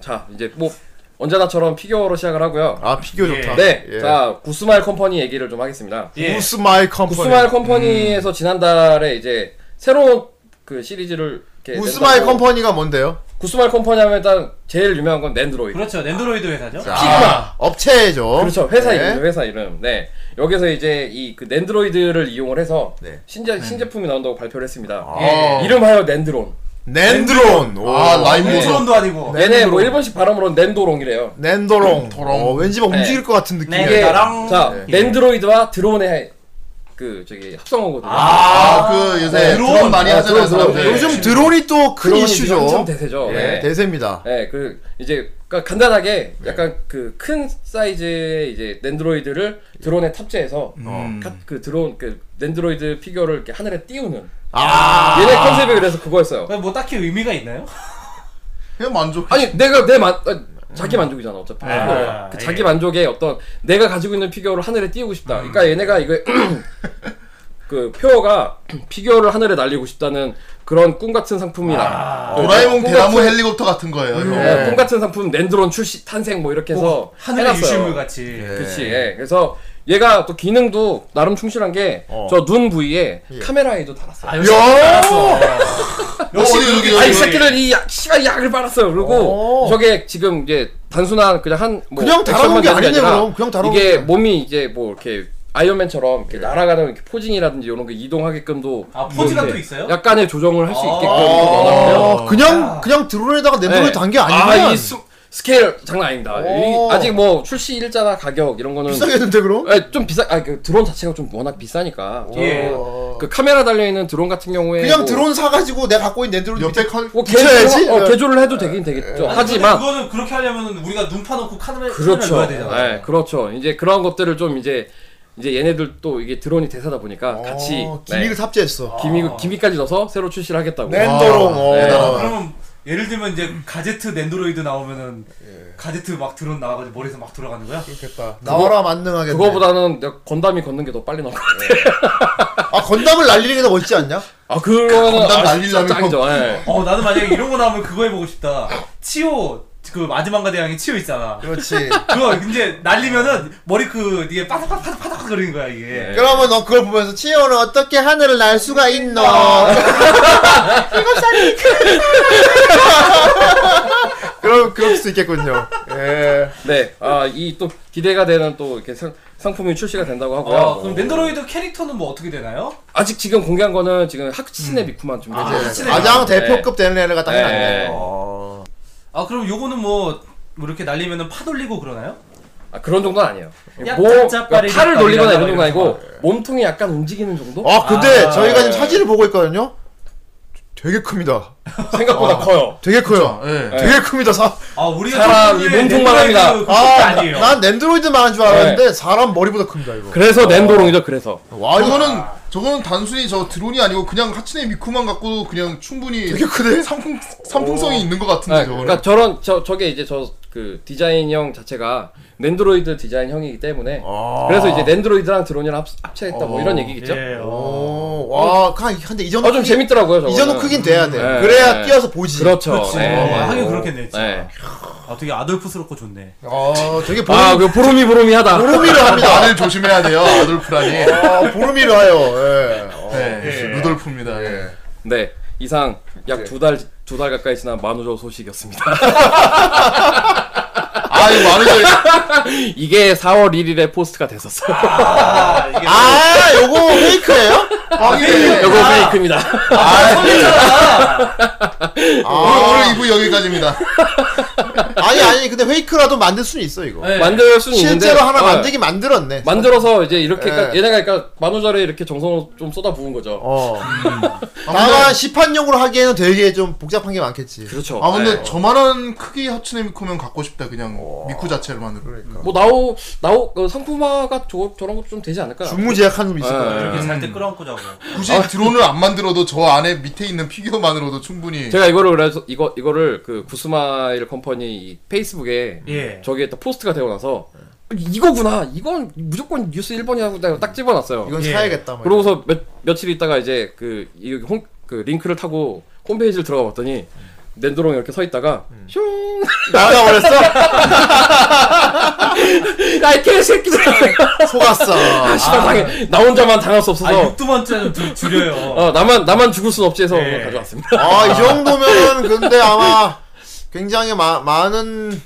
자 네. 이제 뭐 언제나처럼 피규어로 시작을 하고요.
아 피규어 좋다.
네,
예.
자 구스마일 컴퍼니 얘기를 좀 하겠습니다.
예.
우스마이 컴퍼니. 음.
구스마일 컴퍼니에서 지난달에 이제 새로운 그 시리즈를 이렇게
우스마이
낸다고-
컴퍼니가 뭔데요?
구스마일 컴퍼니 하면 일단 제일 유명한 건 낸드로이드.
그렇죠. 랜드로이드 회사죠.
아, 업체죠.
그렇죠. 회사
네.
이름, 회사 이름. 네. 여기서 이제 이 그 낸드로이드를 이용을 해서
네.
신제, 신제품이 나온다고 발표를 했습니다.
아.
이름하여 예. 낸드론.
어. 낸드론. 오.
아, 라임
네.
모드.
랜드론도 아니고.
얘네 뭐 일본식 발음으로는 낸도롱이래요.
낸도롱.
도롱.
어, 왠지 막
네.
움직일 것 같은 느낌이야.
네.
이게
나랑-
자
네.
낸드로이드와 드론의 그 저기 합성어거든요.
아, 그 요새
네,
드론,
드론.
많이
아,
하잖아요,
드론, 드론.
사람들.
요즘 드론이 또 큰
드론이 지금
이슈죠.
한참 대세죠.
예,
네.
대세입니다.
네, 그 이제 그러니까 간단하게 약간 그 큰 사이즈의 이제 낸드로이드를 드론에 탑재해서
음.
각- 그 드론 그 낸드로이드 피규어를 이렇게 하늘에 띄우는
아,
얘네 컨셉이 그래서 그거였어요.
뭐 딱히 의미가 있나요?
그냥 만족.
아니 내가 내 만 어, 자기 만족이잖아 어차피
아,
피규어가. 그
예. 음.
자기 만족의 어떤 내가 가지고 있는 피규어를 하늘에 띄우고 싶다. 그러니까 얘네가 이거 그 표어가 피규어를 하늘에 날리고 싶다는 그런 꿈 같은 상품이
아,
나.
어.
그
도라에몽
꿈
대나무
같은-
헬리콥터 같은 거예요. 이거.
음.
예, 꿈 같은 상품 랜드론 출시 탄생 뭐 이렇게 해서
하늘의
해놨어요.
유실물 같이.
그렇지. 예. 그래서 얘가 또 기능도 나름 충실한 게
어.
저 눈 부위에
예.
카메라에도 달았어요.
아,
역시 여기
아, 이
여기.
새끼들 이 약- 씨발 약을 빨았어요. 그리고
오.
저게 지금 이제 단순한 그냥 한 뭐,
그냥 달아놓은 게
액션만 되는
아니네,
아니라
그럼. 그냥 달아놓은
이게
게. 네.
몸이 이제 뭐 이렇게 아이언맨처럼 이렇게 날아가는 이렇게 포징이라든지 이런 거 이동하게끔도
아, 포즈가
이렇게
또 있어요?
약간의 조정을 할 수
아.
있게끔
어,
넣어놨고요.
그냥 그냥 드론에다가 낸도를
네.
단게
아,
아니면
이 수, 스케일 장난 아닙니다.
오.
이, 아직 뭐 출시 일자나 가격 이런 거는
비싸겠는데 그럼?
예, 좀 비싸. 아, 그 드론 자체가 좀 워낙 비싸니까.
예.
그 카메라 달려 있는 드론 같은 경우에
어. 그냥
뭐-
드론 사가지고 내가 갖고 있는 낸드론
옆에 컨
뭐
네. 붙여야지? 네.
개조, 어, 개조를 해도 되긴 되겠죠.
아니,
하지만
근데 그거는 그렇게 하려면 우리가 눈 파놓고 카메라
그렇죠.
넣어야 되잖아.
네, 그렇죠. 이제 그런 것들을 좀 이제 이제 얘네들 또 이게 드론이 대사다 보니까
어,
같이
기믹을
네,
삽제했어.
기믹 기믹까지 넣어서 새로 출시를 하겠다고.
낸도롱. 어.
네.
아, 그러면 예를 들면 이제 가제트 랜드로이드 나오면은
예.
가제트 막 드론 나와가지고 머리에서 막 돌아가는 거야?
그렇겠다. 나와라 만능하겠네.
그거보다는 내가 건담이 걷는 게 더 빨리 나올 것 같아.
아 건담을 날리는 게 더 멋있지 않냐?
아, 그거는
건담
아,
날리려면
짱이죠. 예.
어 나는 만약에 이런 거 나오면 그거 해보고 싶다. 치오 그 마지막가 대왕의 치오 있잖아.
그렇지.
그거 이제 날리면은 머리 그 이게 빠삭빠삭 파삭 파삭 거리는 거야 이게.
그러면 너 그걸 보면서 치어는 어떻게 하늘을 날 수가 있노? 일곱 살이. 그럼 그럴 수 있겠군요. 예.
네. 아, 이 또 기대가 되는 또 이렇게 상, 상품이 출시가 된다고 하고요.
아, 그럼 랜드로이드 캐릭터는 뭐 어떻게 되나요?
아직 지금 공개한 거는 지금 학치네 미쿠만 좀
아,
이제-
확실해요.
가장 대표급 되는 애가 딱
네.
해놨네.
아 그럼 요거는 뭐, 뭐 이렇게 날리면은 파 돌리고 그러나요?
아, 그런 정도는 아니에요.
야,
뭐
짭짭빠리
그러니까 팔을 돌리거나 이런
짭짭빠리
정도 아니고 몸통이 약간 움직이는 정도?
아 근데
아.
저희가 지금 사진을 보고 있거든요. 되게 큽니다.
생각보다 커요.
되게 커요.
예.
되게 큽니다. 사.
아 우리가
사람이 몸통만 합니다.
아
아,
아니에요.
난 랜드로이드만 한 줄 알았는데 사람 머리보다 큽니다 이거.
그래서 낸도롱이죠. 그래서.
와 이거
저거는 저거는 단순히 저 드론이 아니고 그냥 하츠네 미쿠만 갖고도 그냥 충분히
되게 크네.
상품 상품성이 있는 것 같은데
네,
저거는.
그러니까 저런 저 저게 이제 저 그 디자인형 자체가 랜드로이드 디자인형이기 때문에
아.
그래서 이제 랜드로이드랑 드론이랑 합, 합체했다 뭐 이런 얘기겠죠.
예, 어.
오, 와, 한- 근데 이 정도
어 좀
크기-
재밌더라고요. 저거는.
이 정도 크긴 돼야 돼.
네,
그래야
네.
뛰어서 보지.
그렇죠.
그렇지.
네.
아, 하긴 그렇겠네. 진짜.
네.
아 되게 아돌프스럽고 좋네.
어, 되게 보름,
아, 그 보름이 보름이하다.
보름이로 합니다.
말을 조심해야 돼요 아돌프라니.
아, 보름이로 해요. 예. 어,
네, 역시 루돌프입니다. 예.
네. 이상
네.
약 두 달 두 달 가까이 지난 만우절 소식이었습니다.
아, 이 마르절
이게 4월 1일에 포스트가 됐었어요.
아 이게
아, 요거 페이크예요? 아,
요거
이게
브레이크입니다.
오늘 2부 여기까지입니다.
아니 아니 근데 페이크라도 만들 수는 있어 이거.
네.
만들 수는 있는데
실제로 하나
어,
만들긴 만들었네.
만들어서 이제 이렇게
예.
얘네가 그러니까 만우절에 이렇게 정성을 좀 쏟아부은 거죠.
어.
음.
다만 시판용으로 하기에는 되게 좀 복잡한 게 많겠지.
아, 그렇죠.
아, 근데
예.
저만한 크기 하츠네 미쿠면 갖고 싶다. 그냥 미쿠 자체로만으로. 음.
뭐 나오 나오 그 상품화가 저, 저런 것도 좀 되지 않을까?
주무 제약한 놈 있을
예.
거야.
이렇게 잘때 끌어안고 자고.
굳이 드론을 안 만들어도 저 안에 밑에 있는 피규어만으로도 충분히
제가 이거를 그래서 이거 이거를 그 구스마일 컴퍼니 이 페이스북에
예.
저기에 딱 포스트가 되고 나서 아, 이거구나 이건 무조건 뉴스 1번이라고 내가 딱 집어놨어요.
이건
예.
사야겠다. 뭐.
그러고서 그, 몇 며칠 있다가 이제 그이홈그 링크를 타고 홈페이지를 들어가 봤더니 낸도롱 이렇게 서 있다가
음.
슝
나가버렸어?
야이 개새끼들
속았어.
아, 씨발 당해. 나 혼자만 당할 수
아,
없어서.
육두번째는 두- 줄여요. 아,
어, 나만, 나만 죽을 순 없지 해서
예.
오늘 가져왔습니다.
아, 이 정도면은 근데 아마 굉장히 마, 많은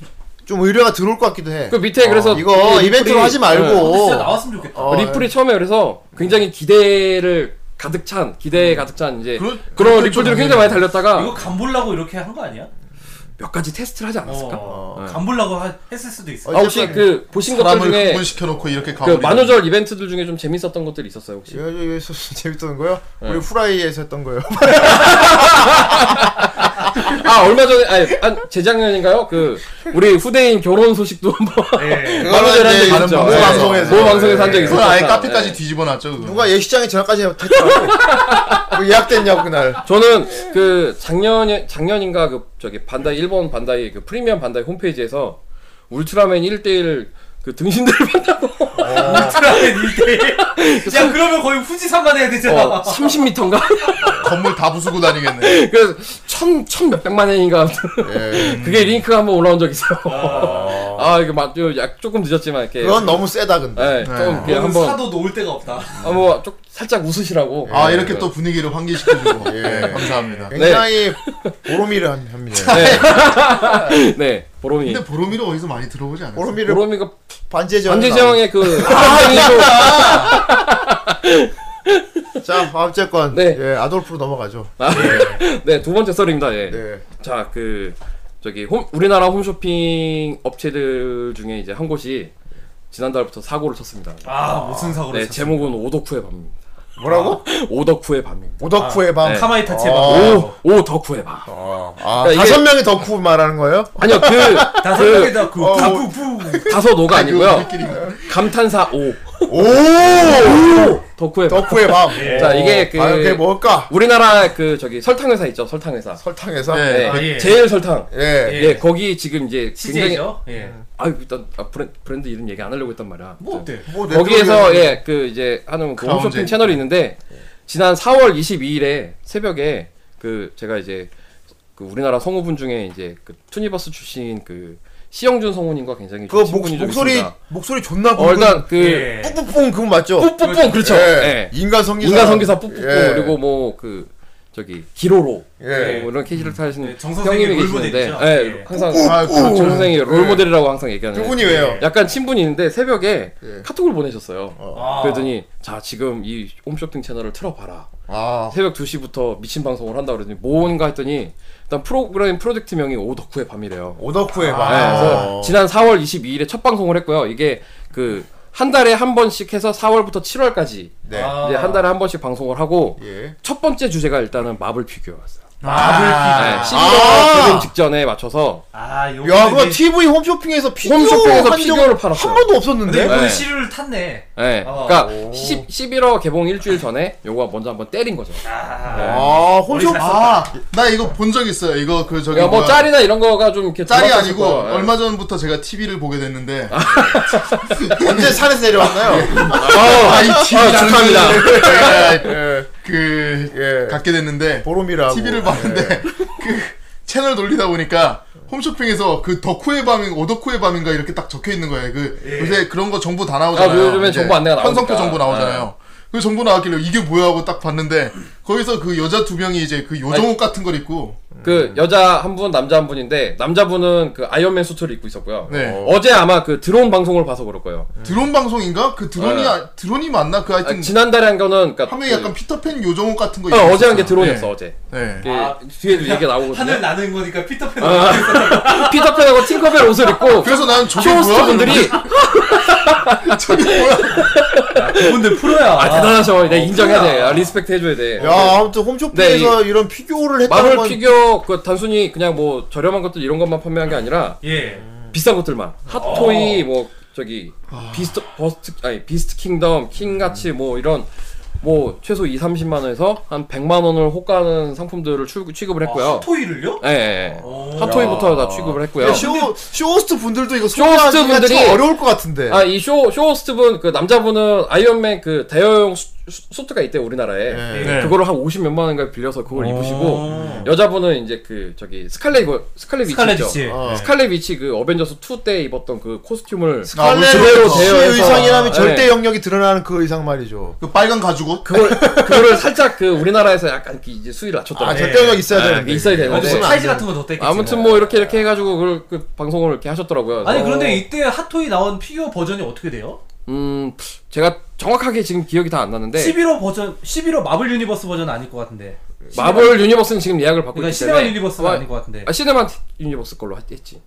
좀 의뢰가 들어올 것 같기도 해.
그 밑에 그래서.
이거
이
이벤트로
리플이- 네.
하지 말고.
근데 진짜 나왔으면 좋겠다.
어,
리플이 처음에 그래서 굉장히 기대를 가득 찬, 기대에 가득 찬 이제.
그럴-
그런
그럴 줄
리플들을 굉장히 많이 달렸다가
이거 간 보려고 이렇게 한 거 아니야?
몇 가지 테스트를 하지 않았을까? 예.
어, 간 보려고 하- 했을 수도 있어.
아, 혹시 그 보신 것들
사람을
중에
구분시켜놓고 예. 이렇게
그
가버리는
만우절 이벤트들 중에 좀 재밌었던 것들이 있었어요, 혹시?
여기- 여기서 예, 재밌던 거요?
네.
우리 후라이에서 했던 거요.
아, 얼마 전에, 아니, 한 재작년인가요? 그, 우리 후대인 결혼 소식도 한번.
예.
만우절 네. 한적
이제
있었죠.
네. 다른
예.
방송에서.
모 방송에서 한 적
예.
있었죠.
네, 그걸 아예 카페까지 뒤집어놨죠 그거.
누가 예식장에 전화까지 했더라고. 그거 예약됐냐고 그날.
저는 그 작년에 작년인가 그 저기 반다이 일본 반다이 그 프리미엄 반다이 홈페이지에서 울트라맨 1대1 그 등신대를 만나고
울트라맨 1대1. 야, 그러면 거의 후지산만 해야 되잖아.
어, 30m인가?
건물 다 부수고 다니겠네
그래서 천, 천 몇백만 엔인가
예.
그게 링크가 한번 올라온 적 있어요. 아, 이거 막, 요- 약 조금 늦었지만 이렇게.
그건 너무 세다 근데. 네.
예, 조금
오늘
그냥 한번
사도 놓을 데가 없다.
아, 뭐, 좀 살짝 웃으시라고.
아 이렇게 또 분위기를 환기시켜주고 예 감사합니다
굉장히 보로미를 한- 합니다.
네, 보로미.
근데 보로미를 어디서 많이 들어보지 않았어요?
보로미를
보로미가
반지의 제왕.
반지장의 그 아,
자, 어쨌건
네.
예, 아돌프로 넘어가죠.
네, 두 번째 썰입니다. 예.
네.
자, 그 저기 홈 우리나라 홈쇼핑 업체들 중에 이제 한 곳이 지난달부터 사고를 쳤습니다.
아, 무슨 사고를
네,
쳤어.
제목은 오덕후의 밤입니다.
뭐라고?
오덕후의 밤입니다.
오덕후의 밤.
아. 네.
카마이타치의 방.
어.
오 오덕후의 밤.
아,
그러니까
다섯 명이 덕후 말하는 거예요?
아니요, 그
다섯 명이다. 그,
어,
가부, 부.
다소 노가
그
아니고요.
우리끼리
감탄사 오
오!
덕후의 밤.
덕후의 밤.
자, 이게 그-
아, 그게 뭘까?
우리나라 그 저기 설탕 회사 있죠, 설탕 회사.
설탕에서.
예.
네,
아, 예.
제일 설탕.
예.
예.
예, 거기 지금 이제 굉장히
시제죠? 예.
아 일단 아, 브랜, 브랜드 이름 얘기 안 하려고 했단 말이야.
뭐 어때?
뭐 내
거기에서
쪽이면-
예 그 이제 하는 그
가운데
홈쇼핑
있는
채널이 있는데 지난 4월 22일에 새벽에 그 제가 이제 그 우리나라 성우분 중에 이제 그 투니버스 출신 그 시영준 성우님과 굉장히
그거
좋은
목,
친분이 좀
목소리
있습니다.
목소리 존나
어, 일단 그
네.
예.
뿌뿌뿡 그건 맞죠?
뿌뿌뿡 그렇죠.
어, 예.
예.
인간 성기사
인간 성기사 뿌뿌뿡
예.
그리고 뭐 그 저기 기로로
예.
뭐 이런 캐시를 타시는
네, 정 선생님이
형님이 계시는데
롤모델이죠.
예,
예.
항상
아
정
그렇죠
선생이 롤모델이라고 항상 얘기하는
그분이 왜요?
약간 친분이 있는데 새벽에
예.
카톡을 보내셨어요.
아.
그랬더니 자 지금 이 홈쇼핑 채널을 틀어봐라.
아,
새벽 2시부터 미친 방송을 한다 그랬더니 뭔가 했더니 일단 프로그램 프로젝트명이 오덕후의 밤이래요.
오덕후의 밤.
네,
어.
그래서 지난 4월 22일에 첫 방송을 했고요. 이게 그 한 달에 한 번씩 해서 4월부터 7월까지
네.
아.
이제 한 달에 한 번씩 방송을 하고
예.
첫 번째 주제가 일단은 마블 피규어였어요.
아,
네,
아,
시리즈
아.
개봉 직전에 맞춰서
아, 요거.
야, 그거 TV 홈쇼핑에서 피규어
네. 홈쇼핑에서
한 적은
피규어를 팔았어요.
한 번도 없었는데.
근데
네.
오늘 시류를 탔네.
예,
아,
어.
그러니까 10, 11월 개봉 일주일 전에 요거 먼저 한번 때린 거죠. 그러니까 네.
아,
아, 홈쇼핑.
아나 이거 본 적 있어요 이거 그 저기
그러니까 뭐
뭐야.
짤이나 이런 거가 좀 이렇게
짤이
들어갔을
아니고
거예요. 예.
얼마 전부터 제가 TV를 보게 됐는데 예.
언제 산에서 내려왔나요?
예. 아,
아이 TV라는
예.
그
예.
갖게 됐는데
보름이라고. 예.
TV를 봤는데 그 채널 돌리다 보니까 홈쇼핑에서 그 덕후의 밤인 오덕후의 밤인가 이렇게 딱 적혀 있는 거예요. 그 요새 그런 거 정보 다 나오잖아요.
아, 요즘엔
이제
정보 안내가 나오니까.
편성표 정보 나오잖아요. 그 정보 나왔길래 이게 뭐야 하고 딱 봤는데 거기서 그 여자 두 명이 이제 그 요정옷 같은 걸 입고
그 여자 한 분, 남자 한 분인데 남자분은 그 아이언맨 수트를 입고 있었고요.
네.
어제 아마 그 드론 방송을 봐서 그럴 거예요.
드론 방송인가 그 드론이
어. 네.
아- 드론이 맞나 그
아,
하여튼
지난달에 한 거는 그러니까
화면에
그-
약간 피터팬 요정옷 같은 거
어,
입고
어제 한 게
있었어요.
드론이었어
네.
어제.
네.
그
아,
뒤에도 얘기
하늘
나오거든요.
나는 거니까 피터팬.
아, 피터팬하고 팅커벨 옷을 입고
그래서 난 저게
쇼호스트
뭐야?
분들이
그분들 프로야. 어,
아 대단하셔. 내가 인정해야 돼. 아, 리스펙트 해줘야 돼.
어, 야, 아무튼 홈쇼핑에서 이런 피규어를 했다는
네, 마블
건
피규어 그 단순히 그냥 뭐 저렴한 것들 이런 것만 판매한 게 아니라
예.
비싼 것들만 핫토이
어.
뭐 저기 비스트 버스트 아니 비스트 킹덤 킹같이 뭐 이런 뭐 최소 2, 30만 원에서 한 100만 원을 호가하는 상품들을 출, 취급을
어,
했고요.
토이를요?
아,
예, 예.
오.
어.
예. 핫토이부터 다 취급을 했고요.
쇼 쇼호스트 분들도 이거 소개하기가
쇼호스트
참
아, 분들이-
어려울 것 같은데.
아, 이 쇼, 쇼호스트분, 그 남자분은 아이언맨 그 대여용 수- 수- 수트가 있대 요 우리나라에
네.
예.
어.
네.
그거를 한 50 몇만 원인가 빌려서 그걸 입으시고 어. 여자분은 이제 그 저기 스칼렛 그 스칼렛 위치
스칼렛
있죠?
위치.
어.
스칼렛 위치 그 어벤져스 2 때 입었던 그 코스튬을
아,
스칼렛
그대로
씨
대여해서-
의상이라면
네.
절대 영역이 드러나는 그 의상 말이죠.
그 빨간 가죽 옷?
그걸 그거를 살짝 그 우리나라에서 약간 이렇게 이제 수위를 낮췄더라고요.
아, 절대 영역 있어야
네,
되는데.
있어야 되는데.
아무튼
없으면 안
사이즈
돼요.
같은 건더 뗐겠지.
아무튼 뭐 이렇게 이렇게 해가지고 그걸 그 방송을 이렇게 하셨더라고요.
아니
그래서
그런데 이때 핫토이 나온 피규어 버전이 어떻게 돼요?
음 제가 정확하게 지금 기억이 다 안 나는데
11호 버전, 11호 마블 유니버스 버전 아닐 것 같은데.
마블 유니버스는 지금 예약을 받고
그러니까
있기
시네마
아, 때문에
유니버스가
아마-
아닌 것 같은데.
아 시네마 유니버스 걸로 했- 했지.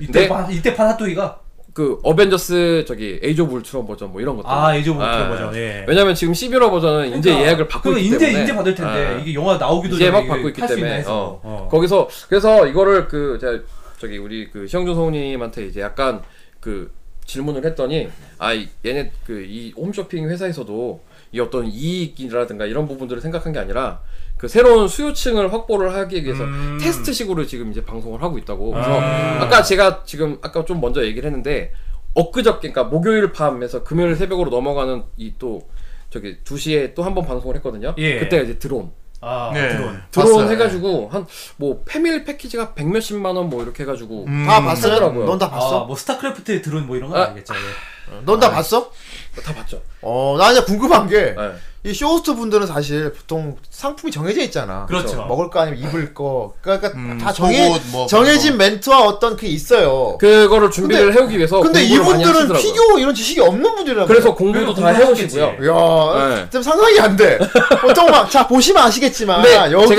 이때
네.
판, 이때 판 핫토이가
그 어벤져스 저기 에이즈 오브 울트론 버전 뭐 이런 것들.
아 에이즈 오브
아,
울트론 버전. 예.
왜냐면 지금 11월 버전은 이제
그러니까,
예약을 받고
그러니까
있기
인제,
때문에
인제 받을 텐데
아.
이게 영화 나오기도
이제 막
전에
받고
이게
있기
팔수 있나
때문에
해서.
어.
어.
거기서 그래서 이거를 그 제가 저기 우리 그 시영준 성우님한테 이제 약간 그 질문을 했더니 아 이- 얘네 그 이 홈쇼핑 회사에서도 이 어떤 이익이라든가 이런 부분들을 생각한 게 아니라 그 새로운 수요층을 확보를 하기 위해서
음.
테스트식으로 지금 이제 방송을 하고 있다고 그래서 아~ 까 제가 지금 아까 좀 먼저 얘기를 했는데 엊그저께 그러니까 목요일 밤에서 금요일 새벽으로 넘어가는 이 또 저기 2시에 또 한 번 방송을 했거든요
예.
그때 이제 드론
아
네.
드론.
드론
봤어요.
해가지고 한 뭐 패밀리 패키지가 백 몇십만 원 뭐 이렇게 해가지고
음.
다 봤어요?
하더라고요.
넌 다
아,
봤어?
뭐 스타크래프트의 드론 뭐 이런 건
아.
아, 니겠죠
넌 다 봤어?
다 봤죠.
어, 나 이제 궁금한 게,
네.
이 쇼호스트 분들은 사실 보통 상품이 정해져 있잖아.
그렇죠.
먹을 거 아니면 입을 거. 그러니까
음,
다 정해,
속옷 뭐
정해진 멘트와 어떤 그게 있어요.
그거를 준비를 해오기 위해서
근데
공부를 많이
이분들은
하시더라고요.
피규어 네, 이런 지식이 없는 분들이라고.
그래서 공부도 다
공부를 하셨겠지.
해오시고요.
야,
네.
좀 상상이 안 돼. 보통 막, 자, 보시면 아시겠지만,
근데
여기,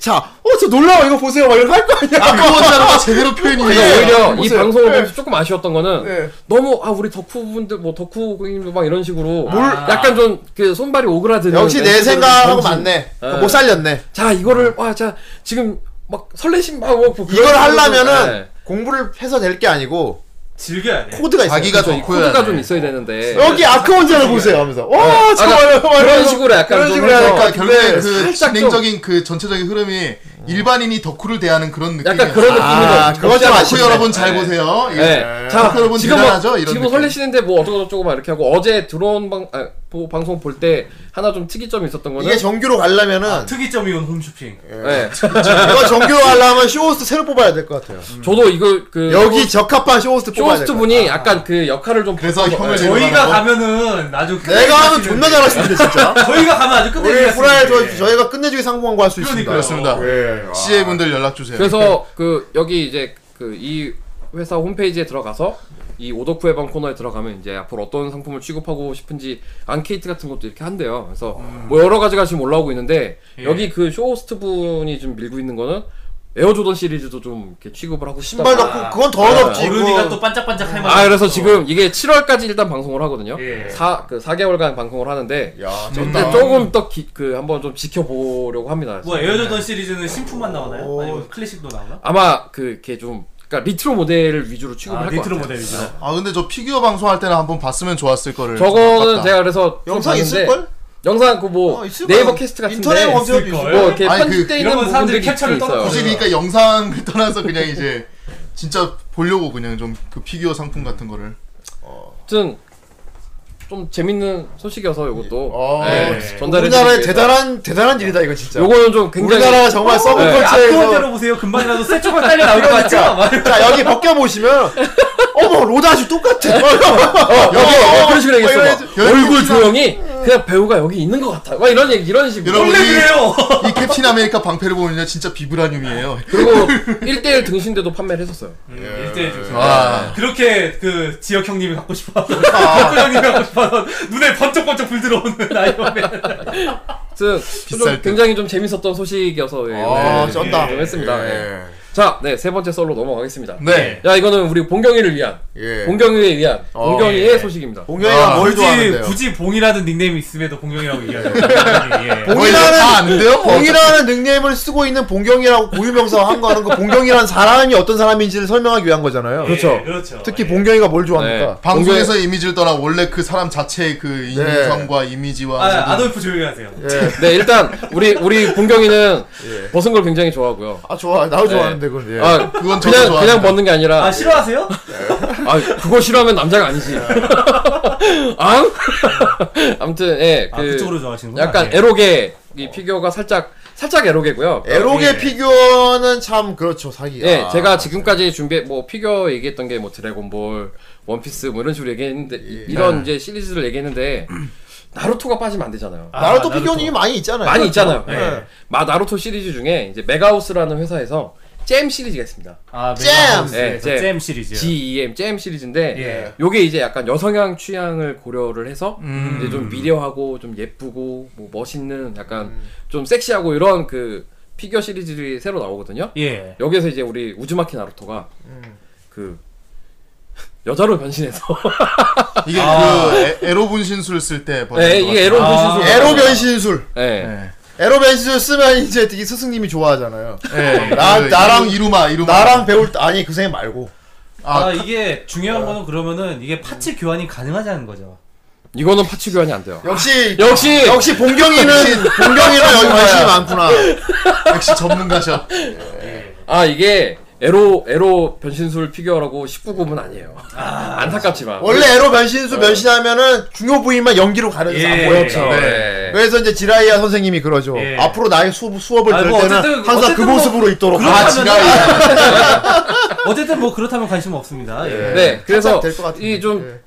자, 어, 저 놀라워, 이거 보세요, 막 이렇게 할거 아니야.
아, 그거잖아. 나 제대로 표현이에요.
그래서 오히려 이
네, 보세요.
방송을
네.
보면서 조금 아쉬웠던 거는
네.
너무 아 우리 덕후분들 뭐 덕후님도 막 이런 식으로
아.
약간 좀 그 손발이 오그라드는
역시 내
멘트들을
생각하고
던진-
맞네.
네.
못 살렸네.
자 이거를 와자 지금 막 설레신 막 뭐, 그런
이걸
식으로
하려면은,
네.
공부를 해서 될 게 아니고,
즐겨야 돼.
코드가 네. 있어.
자기가
그렇죠. 이
덕후야.
코드가 좀 있어야 되는데
여기 아크원전을 보세요 하면서 와
아,
정말
그러니까 그런 식으로 약간
그런
좀
식으로 해야
해서
될까
그러니까 결국에
결국에
그
네, 살짝 좀-
진행적인 그 전체적인 흐름이 일반인이 덕후를 대하는 그런 느낌이
약간 그런 느낌이
아 그거 좀
덕후
아쉽네
여러분 잘 보세요.
네.
예.
자,
덕후 여러분
지금
대단하죠?
뭐,
이런
지금
느낌.
설레시는데 뭐 어쩌고 저쩌고 막 이렇게 하고 어제 드론 방, 아, 보- 방송 볼 때 하나 좀 특이점이 있었던 거는
이게 정규로 가려면은
특이점이 온 홈쇼핑.
예.
이거 정규로 가려면 쇼호스트 새로 뽑아야 될 것 같아요
저도 이거 그
여기 적합한 쇼호스트 뽑아야
쇼호스트
될것
분이 약간 그 역할을 좀
그래서
바꿔서-
형을
예.
제일
저희가
많아서.
가면은 아주
같아요. 내가 하면
네,
존나 잘하시는데 진짜
저희가 가면 아주 끝내주겠습니다. 네.
우리 후라이 저, 저희가 끝내주기 상봉한 거 할 수 있습니다
그렇습니다.
예. 와.
CA 분들 연락 주세요.
그래서 그 여기 이제 그 이 회사 홈페이지에 들어가서 이 오덕후의 방 코너에 들어가면 이제 앞으로 어떤 상품을 취급하고 싶은지 앙케이트 같은 것도 이렇게 한대요. 그래서
음.
뭐 여러 가지가 지금 올라오고 있는데
예.
여기 그 쇼호스트 분이 지금 밀고 있는 거는 에어조던 시리즈도 좀 이렇게 취급을 하고 싶다.
신발 넣고 그건 더 넣지
어른이가 또 반짝반짝 할 만한.
아 그래서 지금 이게 7월까지 일단 방송을 하거든요.
예. 음.
4, 그 4개월간 방송을 하는데
야
근데 조금 더 그 한번 좀 지켜보려고 합니다.
뭐 에어조던 시리즈는 신품만 나오나요?
오.
아니면 클래식도 나오나?
아마 그게 좀 그러니까 리트로 모델을 위주로 취급을
아,
할 것
리트로
같아요.
모델 위주로.
아 근데 저 피규어 방송할 때는 한번 봤으면 좋았을 거를.
저거는
봤다.
제가 그래서 좀
영상
봤는데
있을걸?
영상 그 뭐
어, 있을 거야.
네이버 캐스트 같은데
인터넷
뭐
검색해도
있을걸?
있을걸?
이렇게
아니, 그
편집돼 있는
이런 건
부분들이
사람들이 캡처를
캡처를
떠놓고
떠요.
굳이 그러니까 영상을 떠나서 그냥 이제 진짜 보려고 그냥 좀 그 피규어 상품 같은 거를.
아무튼 좀 재밌는 소식이어서 이것도
어,
전달해
우리나라의
드리기 위해서.
대단한 대단한 일이다 이거 진짜
요거는 좀 굉장히
우리나라가 정말
네.
앞으로
서브컬처에서
대로 아, 보세요. 금방이라도 새 쪽을 딸려 나올 것 같죠? 막 이러면서.
자 여기 벗겨 보시면 어머 로다슈 똑같아.
여기 어, 그런 식으로 얘기했어.
이런
막
식으로.
얼굴 조형이 그냥 배우가 여기 있는 것 같아. 막 이런 얘기 이런 식으로.
여러분
원래 그래요.
이, 이 캡틴 아메리카 방패를 보면요 진짜 비브라늄이에요.
그리고 1대1 등신대도 판매를 했었어요.
아.
일대
와.
그렇게 그 지역 형님이 갖고 싶어 하던 덕후 형님이 갖고 싶어 하던 눈에 번쩍번쩍 불 들어오는 아이언맨
아무튼
비쌀
좀
때.
굉장히 좀 재밌었던 소식이어서
네.
예,
아
오늘
쩐다.
좀 했습니다. 예. 자, 네 세 번째 썰로 넘어가겠습니다.
네.
야 이거는 우리 봉경이를 위한
예.
봉경이에 의한
어,
봉경이의
예.
소식입니다.
봉경이가
아,
뭘
굳이
좋아하는데요?
굳이 봉이라는 닉네임이 있음에도 봉경이라고 얘기하죠 예.
거의 다
봉이라는
아는데요?
봉이라는 닉네임을 쓰고 있는 봉경이라고 고유명사 한 거는 그 봉경이라는 사람이 어떤 사람인지를 설명하기 위한 거잖아요.
예, 그렇죠
특히 봉경이가 뭘
네.
좋아합니까?
방송에서 이미지를 떠나 원래 그 사람 자체의 그 인성과
예.
이미지와
아,
모든
아돌프 조용히 하세요
예.
네 일단 우리 우리 봉경이는 벗은 걸 굉장히 좋아하고요.
아 좋아. 나도 좋아하는데 그건. 예.
아
그건 저도
그냥
좋아합니다.
그냥 벗는 게 아니라
아 싫어하세요?
아 그거 싫어하면 남자가 아니지. 앙? 아무튼 예,
아, 그쪽으로 좋아하시는구나.
약간
네.
예.
에로게 이 피규어가 살짝 살짝 에로게고요.
에로게
예.
피규어는 참 그렇죠 사기가.
예, 제가 지금까지 준비 뭐 피규어 얘기했던 게 뭐 드래곤볼, 원피스 뭐 이런 식으로 얘기했는데 이- 이런 이제 시리즈를 얘기했는데 나루토가 빠지면 안 되잖아요.
아,
나루토
나루토.
피규어는 이미 많이 있잖아요.
많이 있잖아요.
네.
예.
예. 마 나루토 시리즈 중에 이제 메가우스라는 회사에서 잼 시리즈가 있습니다.
아,
잼!
네.
예, 잼.
잼 시리즈.
GEM 잼 시리즈인데
예.
요게 이제 약간 여성향 취향을 고려를 해서 이제 좀 미려하고 좀 예쁘고 뭐 멋있는 약간 좀 섹시하고 이런 그 피규어 시리즈들이 새로 나오거든요.
예.
여기에서 이제 우리 우즈마키 나루토가 그 여자로 변신해서
이게 그 에, 에로 분신술 쓸 때 버전.
예, 아. 이게 에로 변신술
에로 변신술.
예.
예.
에로 변신술 쓰면 이제 되게 스승님이 좋아하잖아요.
예.
나-
그
나랑-
이루마 이루마.
나랑 배울 때 아니 그 선생님 말고.
아,
아,
이게 중요한 거는 그러면은 이게 파츠 교환이 가능하다는 거죠.
이거는 파츠 교환이 안 돼요.
역시
아, 역시
역시 본경이는 본경이랑 여기 관심이 많구나.
역시 전문가셔.
아 이게 에로 에로 변신술 피규어라고 19금은 아니에요. 안타깝지만
원래 에로 변신술 변신하면은 중요 부위만 연기로 가려서 뭐 안
예.
보였죠.
네.
네.
그래서 이제 지라이야 선생님이 그러죠.
예.
앞으로 나의 수업, 수업을
아니,
들을
뭐
때는
어쨌든-
항상 그
어쨌든 뭐
모습으로 있도록.
그렇다면은-
아, 지라이야.
어쨌든 뭐 그렇다면 관심 없습니다. 예.
네, 그래서
될것 같은데.
이 좀
예.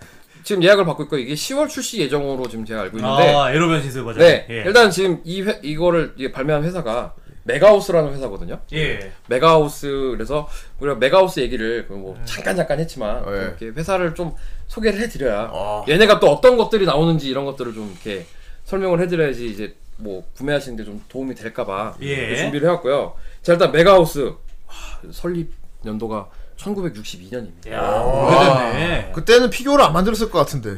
지금 예약을 받고 있고 이게 10월 출시 예정으로 지금 제가 알고 있는데
아, 에로 변신술 버전.
네
예.
일단 지금 이 회, 이거를 이게 발매한 회사가 메가우스라는 회사거든요.
예.
메가우스 그래서 우리가 메가우스 얘기를 그뭐 잠깐 잠깐 했지만 좀
예.
이렇게 회사를 좀 소개를 해드려야
아.
얘네가 또 어떤 것들이 나오는지 이런 것들을 좀 이렇게 설명을 해드려야지 이제 뭐 구매하시는데 좀 도움이 될까봐
예.
준비를 해왔고요. 자 일단 메가우스 와, 설립 연도가 1962년입니다.
야, 오래됐네.
그때는 피규어를 안 만들었을 것 같은데.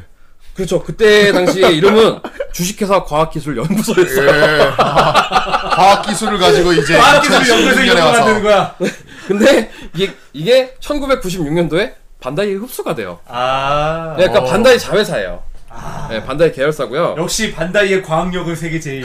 그렇죠. 그때 당시에 이름은 주식회사 과학기술연구소였어요.
아, 과학 기술을 가지고 그 이제
아, 기술이 연구해서 이런 거 만드는 거야.
근데 이게, 이게 1996년도에 반다이에 흡수가 돼요.
아.
네, 그러니까 반다이 자회사예요. 네, 반다이 계열사고요.
역시 반다이의 과학력은 세계 제일.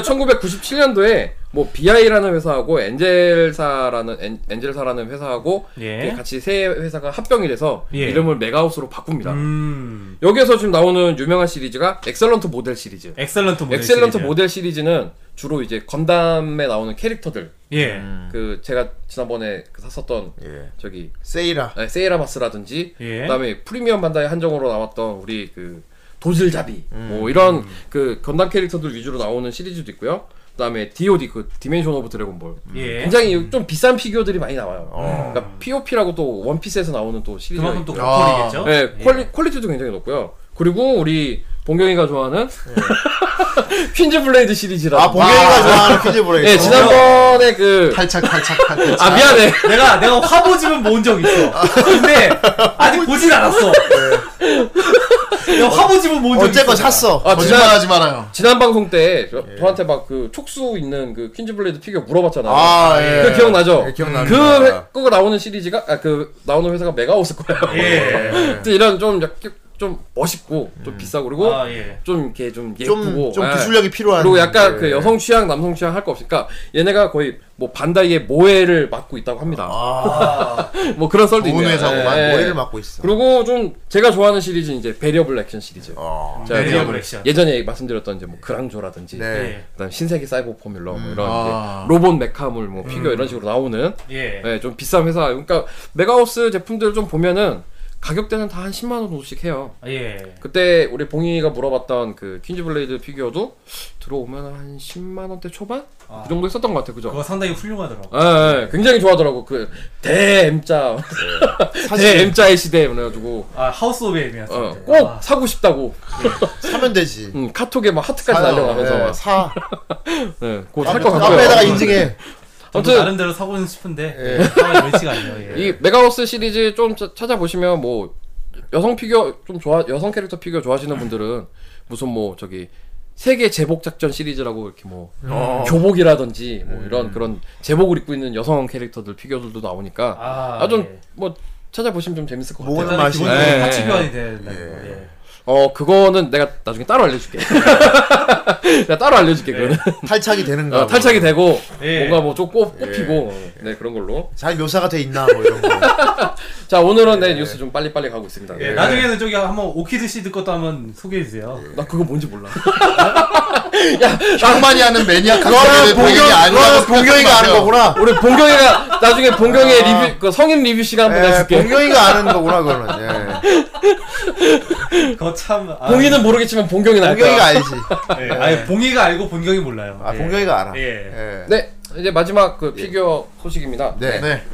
1997년도에 그 뭐 BI라는 회사하고 엔젤사라는 엔, 엔젤사라는 회사하고
예.
이게 같이 세 회사가 합병이 돼서
예.
이름을 메가우스로 바꿉니다.
음.
여기에서 지금 나오는 유명한 시리즈가 엑셀런트 모델 시리즈.
엑셀런트 모델.
엑셀런트
시리즈.
모델 시리즈는 주로 이제 건담에 나오는 캐릭터들.
예.
그 제가 지난번에 그 샀었던
예.
저기
세이라.
아, 세이라마스라든지
예.
그다음에 프리미엄 반다이 한정으로 나왔던 우리 그 도질잡이 뭐 이런 그 건담 캐릭터들 위주로 나오는 시리즈도 있고요. 그다음에 DOD 그 디멘션 오브 드래곤볼
예.
굉장히 좀 비싼 피규어들이 많이 나와요. 그러니까 POP라고 또 원피스에서 나오는 또 시리즈.
그만큼 또
아.
고퀄이겠죠. 예.
네, 퀄리, 퀄리티도 굉장히 높고요. 그리고 우리 봉경이가 좋아하는 퀸즈 블레이드 시리즈라는.
아, 봉경이가 좋아하는 퀴즈 브레이크.
예, 지난번에 그
탈착 탈착 탈착.
아 미안해.
내가 내가 화보집은 본 적 있어. 근데 아직 보진 않았어. 내가 화보집은 본 적 있어.
네. 어쨌건 샀어.
아 지난
거짓말하지 말아요.
지난 방송 때 저, 저한테 막 그 촉수 있는 그 퀸즈 블레이드 피규어 물어봤잖아요.
아,
네,
예.
그 기억나죠?
예, 기억납니다.
그 회, 그거 나오는 시리즈가 아 그 나오는 회사가 메가우스 아, 거예요.
예.
근데 이런 좀 약간 좀 멋있고 좀 비싸고 그리고
아, 예.
좀 이렇게 좀
좀,
예쁘고
좀
예.
기술력이 필요한.
그리고 약간
예.
그 여성 취향, 남성 취향 할 거 없으니까 얘네가 거의 뭐 반다이의 모해를 맡고 있다고 합니다. 뭐 그런 썰도
좋은
있네요.
회사구만.
예, 예.
머리를 맡고 있어.
그리고 좀 제가 좋아하는 시리즈 이제 베리어블 액션 시리즈.
어.
제가
베리어블 액션.
예전에 말씀드렸던 이제 뭐 그랑조라든지
네.
예.
그다음 신세계 사이버 포뮬러 뭐 이런
아.
이제 로봇 메카물 뭐 피규어 이런 식으로 나오는
예.
예, 좀 비싼 회사. 그러니까 메가우스 제품들 좀 보면은 가격대는 다 한 10만 원 정도씩 해요.
아,
예.
그때 우리 봉이가 물어봤던 그 퀸즈 블레이드 피규어도 들어오면 한 10만 원대 초반 그 정도 했었던 것 같아요. 그죠?
그거 상당히 훌륭하더라고.
예, 예, 굉장히 좋아하더라고. 그, 대 M자. 대 M자의 시대. 그래가지고.
아, 하우스 오브 애미야.
어, 꼭
아,
사고 싶다고.
사면 되지.
음, 카톡에 막 하트까지
사요. 아,
날려가면서.
예,
막.
사.
예, 그거 살것 같고요.
카페에다가 인증해.
저도
아무튼- 예.
나름대로 사고는 싶은데 상황이 여의치가 않네요. 예.
이 메가우스 시리즈 좀 자- 찾아보시면 뭐 여성 피규어 좀 좋아 여성 캐릭터 피규어 좋아하시는 분들은 무슨 뭐 저기 세계 제복 작전 시리즈라고 이렇게 뭐
음. 어.
교복이라든지 뭐 이런 그런 제복을 입고 있는 여성 캐릭터들 피규어들도 나오니까
아,
아 좀 뭐
예.
찾아보시면 좀 재밌을 것 같아요.
모으는
일단은
맛이.
기본적으로
예,
파츠
예.
교환이 되는 거. 예.
어 그거는 내가 나중에 따로 알려줄게. 내가 따로 알려줄게 그거는.
탈착이 되는가?
어,
뭐.
탈착이 되고
예.
뭔가 뭐좀 꼽히고 네 그런 걸로.
잘 묘사가 돼 있나 뭐 이런 거.
자 오늘은 네 뉴스 좀 빨리빨리 가고 있습니다.
예, 나중에는 저기 한번 오키드 씨드 것도 한번 소개해 주세요.
예.
나 그거 뭔지 몰라.
형만이 하는 매니아
그거는
본인이
본경,
아니라고
그거는 본경이가 아는
생각하면
거구나.
우리 봉경이가 나중에 봉경의 리뷰 그 성인 리뷰 시간 한번
아. 예,
내줄게.
본경이가 아는 거구나 그거는. 예.
그거 참. 아,
봉이는
네.
모르겠지만 봉경이 날 거야.
본경이가 알지.
예. 아니 봉이가 알고 본경이 몰라요.
아 본경이가 알아.
예.
예.
네 이제 마지막 그 피규어 소식입니다.
네.
네.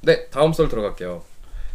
네, 다음 썰 들어갈게요.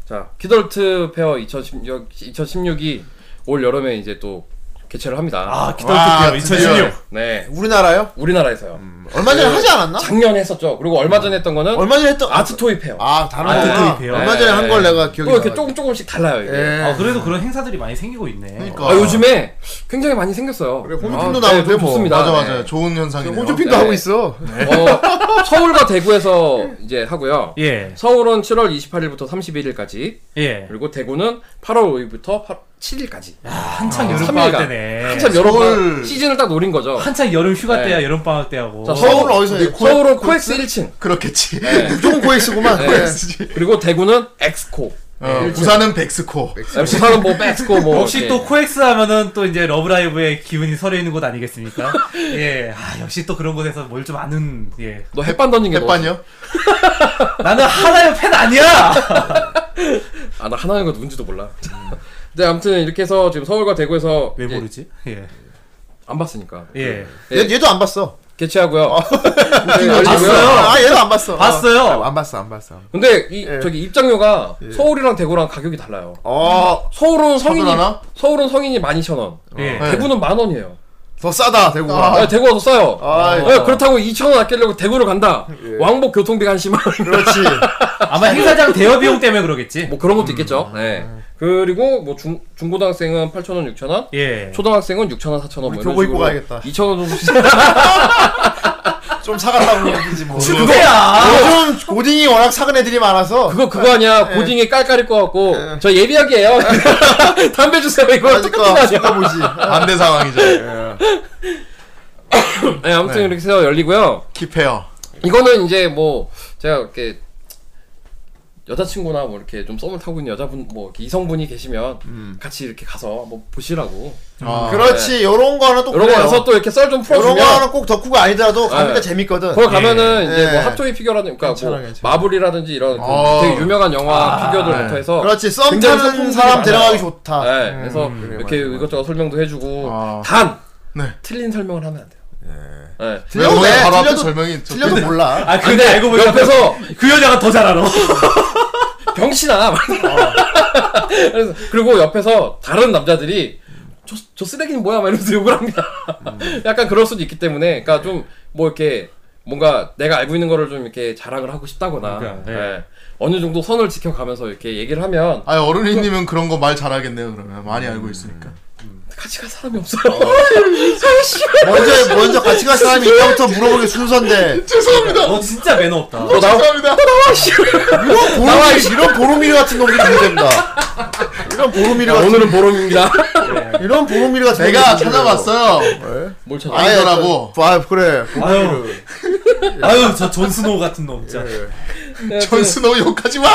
자, 키덜트 페어 2016, 2016이 올 여름에 이제 또 개최를 합니다.
아
와,
기다릴게요. 2016.
네,
우리나라요?
우리나라에서요.
얼마 전에 하지 않았나?
작년에 했었죠. 그리고 얼마 전에 했던 거는
음. 얼마 전에 했던
그 아트토이 페어.
아 다른
아트
거구나.
투입이에요.
얼마 전에
네.
한 걸 내가
또
기억이
이렇게
나가지고.
조금 조금씩 달라요. 이게.
예.
아 그래도 그런 행사들이 많이 생기고 있네.
네. 그러니까.
아, 요즘에 굉장히 많이 생겼어요.
그래, 홈쇼핑도
아,
나오고
좀
뭐.
좋습니다.
맞아
네.
맞아. 요 좋은 현상이네요.
홈쇼핑도
네.
하고 있어.
어, 서울과 대구에서 이제 하고요.
예.
서울은 7월 28일부터 31일까지,
예.
그리고 대구는 8월 5일부터 8, 7일까지.
한창
아,
여름 방학
삼일간.
때네.
한참 여러
서울-
번 시즌을 딱 노린 거죠.
한창 여름 휴가
네.
때야 여름 방학 때하고.
자,
서울은 어디서 해요?
코- 서울은 코엑스 1층.
그렇겠지.
무조건 고엑스구만.
네.
예.
그리고 대구는 엑스코.
어, 부산은 백스코.
부산은 뭐 백스코 뭐.
역시 또 코엑스 하면은 또 이제 러브라이브의 기운이 서려 있는 곳 아니겠습니까? 예. 아, 역시 또 그런 곳에서 뭘 좀 아는, 예.
너 햇반 던진 게 너.
해반요?
나는 하나의 팬 아니야!
아, 나 하나는 거 누군지도 몰라. 근데 아무튼 이렇게 해서 지금 서울과 대구에서
왜
이제
모르지? 예.
안 봤으니까.
예.
얘, 얘도 안 봤어. 아.
개최하고요. 네,
아,
봤어요.
열리고요.
아 얘도 안 봤어.
봤어요.
아, 안 봤어 안 봤어.
근데 이
예.
저기 입장료가 서울이랑 대구랑 가격이 달라요.
어,
서울은 성인이
하나?
서울은 성인이 12,000원.
예.
네.
대구는 만 원이에요.
더 싸다 대구가.
아, 대구가 더 싸요.
아, 예.
예, 그렇다고 2,000원 아끼려고 대구를 간다. 왕복 교통비가 한 10만 원.
그렇지.
아마 행사장 대여 비용 때문에 그러겠지.
뭐 그런 것도
음,
있겠죠. 네. 그리고 뭐 중, 중고등학생은 8,000원, 6,000원.
예.
초등학생은 6,000원, 4,000원. 뭐 이런
교복 입고
식으로
가야겠다.
2,000원 정도씩.
좀 사갔다고 얘기지 뭐.
그거야!
요즘 고딩이 워낙 사근 애들이 많아서.
그거 그거 아니야.
예.
고딩이 깔깔일 것 같고. 저 예비역이에요. 담배 주세요. 이거 똑같은 거
그러니까
아니야.
싶어 보지.
반대 상황이죠.
네, 아무튼 이렇게 해서 열리고요.
키페어.
이거는 이제 뭐 제가 이렇게 여자친구나 뭐 이렇게 좀 썸을 타고 있는 여자분 뭐 이렇게 이성분이 계시면
음.
같이 이렇게 가서 한번 보시라고
아,
그렇지. 요런 거 하나 또
이런 거
그래요.
가서 또 이렇게 썰 좀
요런 거
풀어주면
하나 꼭 덕후가 아니더라도 가니까
네.
재밌거든.
거기 가면은
예.
이제 뭐
예.
핫토이 피규어라든지 그러니까 뭐
괜찮아, 괜찮아.
마블이라든지 이런 그
어.
되게 유명한 영화 피규어들부터 해서
그렇지. 썸
굉장히
타는
소품들이
사람
많아요.
데려가기 좋다. 음,
네, 그래서 이렇게
맞아, 맞아.
이것저것 설명도 해주고
아.
단
네.
틀린 설명을 하면 안 돼요.
예.
네.
왜
틀려도
오늘
돼.
바로 앞에
틀려도-
설명이 좀-
틀려도 몰라.
아, 근데 알고 보니까
옆에서
그 여자가 더 잘 알아.
병신아.
어.
그래서 그리고 옆에서 다른 남자들이 저, 저 쓰레기는 뭐야? 막 이러면서 욕을 합니다.
음.
약간 그럴 수도 있기 때문에, 그러니까 좀 뭐 이렇게 뭔가 내가 알고 있는 거를 좀 이렇게 자랑을 하고 싶다거나,
그러니까,
예.
네.
어느 정도 선을 지켜가면서 이렇게 얘기를 하면
아 어른이님은 그런 거 말 잘하겠네요 그러면 많이 알고 있으니까.
같이 갈 사람이 없어요.
먼저 먼저 같이 갈 사람이 있다부터 물어보기 순서인데.
죄송합니다.
너 진짜 매너 없다.
뭐,
너 나와,
죄송합니다.
이런 보름이 이런 보름이리 같은 놈들이 문제입니다. 이런 보름이리
야,
같은
오늘은 보름입니다.
이런 보름이리 같은
내가
놈들이 문제예요.
찾아봤어요.
뭘 찾아?
아예
아니더라고.
또- 아 그래.
아유. 아유, 저 존스노우 같은 놈, 진짜.
네, 그 존스노우 욕하지 마.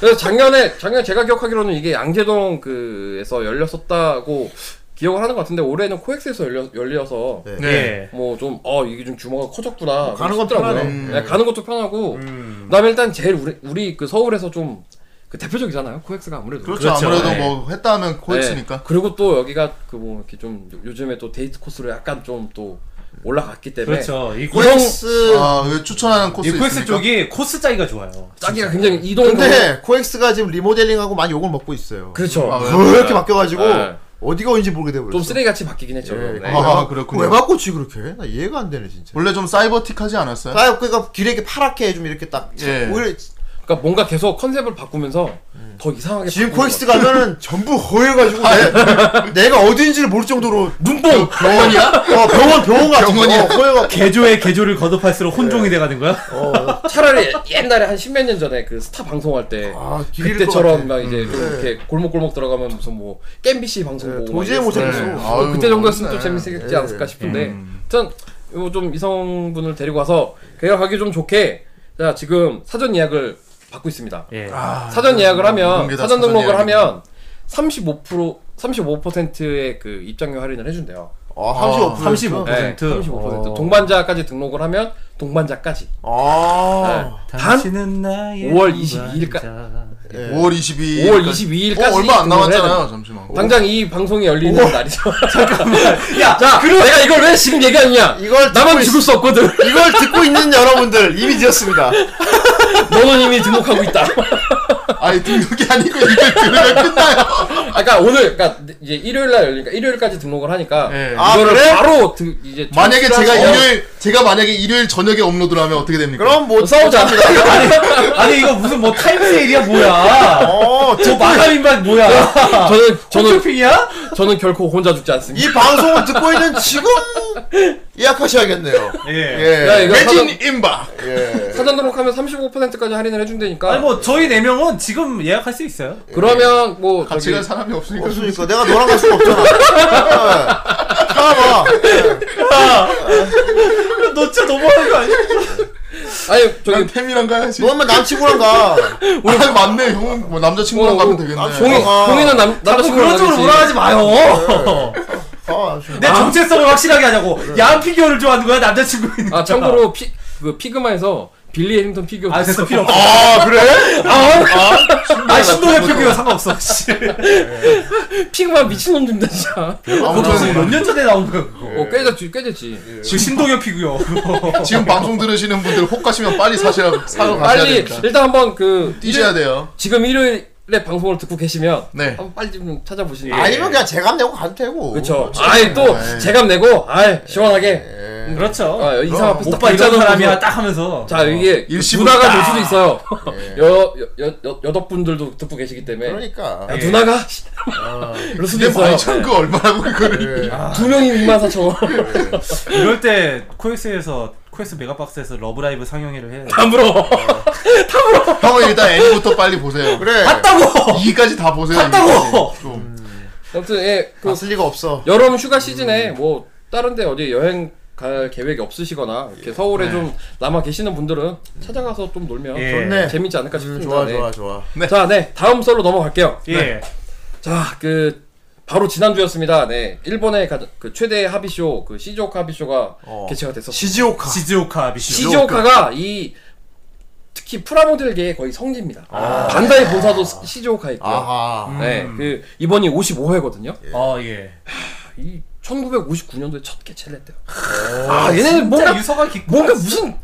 그래서 작년에 작년 제가 기억하기로는 이게 양재동 그에서 열렸었다고 기억을 하는 것 같은데 올해는 코엑스에서 열려, 열려서
네.
예.
뭐 좀 어 이게 좀 규모가 커졌구나
뭐 가는
좀
건
싶더라고요.
편하네.
네, 가는 것도 편하고 그다음에 일단 제일 우리 우리 그 서울에서 좀 그 대표적이잖아요 코엑스가 아무래도
그렇죠.
그렇죠.
아무래도
네.
뭐 했다 하면 코엑스니까.
네, 그리고 또 여기가 그 뭐 이렇게 좀 요- 요즘에 또 데이트 코스로 약간 좀 또 올라갔기 때문에
그렇죠. 이 코엑스,
코엑스
아, 왜 추천하는 코스
이 코엑스
있습니까?
쪽이 코스 짜기가 좋아요.
짜기가 굉장히 이동
근데 코엑스가 지금 리모델링하고 많이 욕을 먹고 있어요.
그렇죠
아, 왜?
그렇게 바뀌어가지고
네.
어디가 어딘지 모르게 돼버렸어.
좀 쓰레기같이 바뀌긴 했죠
예.
네.
아,
왜
그렇군요.
왜 바꿨지 그렇게? 나 이해가 안 되네 진짜. 아,
원래 좀 사이버틱하지 않았어요?
나 그러니까 길에 이렇게 파랗게 좀 이렇게 딱
예.
오히려
그러니까 뭔가 계속 컨셉을 바꾸면서 더 이상하게
음. 지금
바꾸는
코엑스 가면은 전부 허해가지고 내, 내가 어디인지를 모를 정도로
눈뽕!
병원이야? 어 병원 병원 같은
병원이야.
거 어, 허해가
개조의 개조를 거듭할수록 혼종이 돼가는 거야?
어,
것 같아. 차라리 옛날에 한 십몇 년 전에 그 스타 방송할 때
아 길일 것
그때처럼
같아.
막
음.
이제 좀 이렇게 골목골목 들어가면 무슨 뭐 겜비씨 방송 보고 막
도저히 못
이랬을
하겠어.
때
네, 아유,
그때 정도였으면 좀
그렇네. 음.
재밌겠지 않을까 싶은데 일단 이거 좀 이성분을 데리고 와서 걔가 가기 좀 좋게 자 지금 사전 예약을 받고 있습니다
예.
아,
사전 예약을
그런
하면
게다
사전 등록을
예약이.
하면 35% 35%의 그 입장료 할인을 해준대요.
아 35%.
35%.
네, 35%
어.
동반자까지 등록을 하면 동반자까지
아
당신은 나의
5월
남자.
22일까
5월 네. 22일.
5월 22일까지
어, 얼마 안 남았잖아요. 잠시만.
당장 이 방송이 열리는 날이죠. 잠깐만. 야, 자, 내가 이걸 왜 지금 얘기하느냐?
이걸 듣고
나만
있-
죽을 수 없거든.
이걸 듣고 있는 여러분들 이미 지었습니다.
너는 이미 등록하고 있다.
어. 아니 등록이 아니고 이걸 들으면 끝나요.
아까 오늘, 그러니까 이제 일요일 날 열리니까 일요일까지 등록을 하니까
예.
아,
이거를
그래?
바로 드, 이제
만약에 제가
청취하는-
일요일 제가 만약에 일요일 저녁에 업로드를 하면 어떻게 됩니까?
그럼 뭐
어, 싸우자.
아니 이거 무슨 뭐 타임세일이야 뭐야?
어,
뭐 마감인반 뭐야?
저는 저는
네. 쇼핑이야?
저는 결코 혼자 죽지 않습니다.
이 방송을 듣고 있는 지금 예약하셔야겠네요.
예.
예.
야, 이거
매진
사전-
임박.
예.
사전 등록하면 35%까지 할인을 해준다니까.
아니 뭐 저희 네 명은 지금 예약할 수 있어요.
그러면 뭐
같이
저기
갈 사람이 없으니까.
없으니까 내가 너랑 갈 수가 없잖아. 예. 하나봐.
너 진짜 너무하는 거 아니야?
아니
난
저기
태미랑 가야지.
너만 남친구랑 가.
우리 아, 맞네. 형, 뭐 남자친구랑
어,
가면
어,
되겠네.
아,
공이
아.
공이는 남 남자친구
그런 쪽으로 몰아가지 마요.
아,
내 정체성을 확실하게 하자고. 야한 피규어를 좋아하는 거야 남자친구 있는.
아 참고로 피그 피그마에서 빌리 해링턴 피규어
아 됐어 필요 없어.
아 그래?
아 신동엽 피규어 상관없어. 씨.
피그마 미친놈 된다 진짜.
그거 무슨 몇년 전에 나온 거야 그거.
어 깨졌지 깨졌지.
지금 신동엽 피규어.
지금 방송 들으시는 분들 혹가시면 빨리 사셔야 사러 가셔야
빨리
됩니다.
일단 한번 그
뛰셔야 돼요.
지금 일요일에 방송을 듣고 계시면
네.
한번 빨리 좀 찾아보시는 게
아니면 그냥 제감 내고 가도 되고.
그렇죠. 아이 또
에이.
제감 내고 아이 시원하게
그렇죠.
아, 이상 앞에서 딱
오빠 이런
발자국
사람이야
보면서
딱 어. 하면서.
자 이게
일시불
누나가
딱.
될 수도 있어요. 여여 여덟 분들도 듣고 계시기 때문에
그러니까.
야, 누나가
아,
이럴 수도
근데
있어요. 네.
12,000그 얼마라고 그거를.
두 명이 2만 4천 원.
어. 이럴 때 코엑스에서 코엑스 메가박스에서 러브라이브 상영회를 해.
안 물어.
형은 일단 N부터 빨리 보세요.
그래.
봤다고.
2까지 다 보세요.
봤다고!
2까지.
음.
좀.
아무튼 예, 그
봤을 리가 없어.
여름 휴가 시즌에 뭐 다른데 어디 여행 갈 계획이 없으시거나 이렇게 서울에 좀 남아 계시는 분들은 찾아가서 좀 놀면
예.
좋네.
재밌지 않을까
음,
싶습니다.
좋아
네.
좋아 좋아.
자, 네 다음 썰로 넘어갈게요.
네.
예.
자, 그 바로 지난주였습니다. 네, 일본의 가, 그 최대 합의쇼, 그 시즈오카 합의쇼가
어.
개최가 됐었어요.
시즈오카.
시즈오카 비슈.
시즈오카가 이 특히 프라모델계의 거의 성지입니다. 반다이 본사도 시- 시즈오카에 있고요.
아하.
네, 그 이번이 55회거든요.
어 예.
이 1959년도에 첫 개최를 했대요. 아, 얘네는
뭔가
뭔가
유서가 깊고.
뭔가 무슨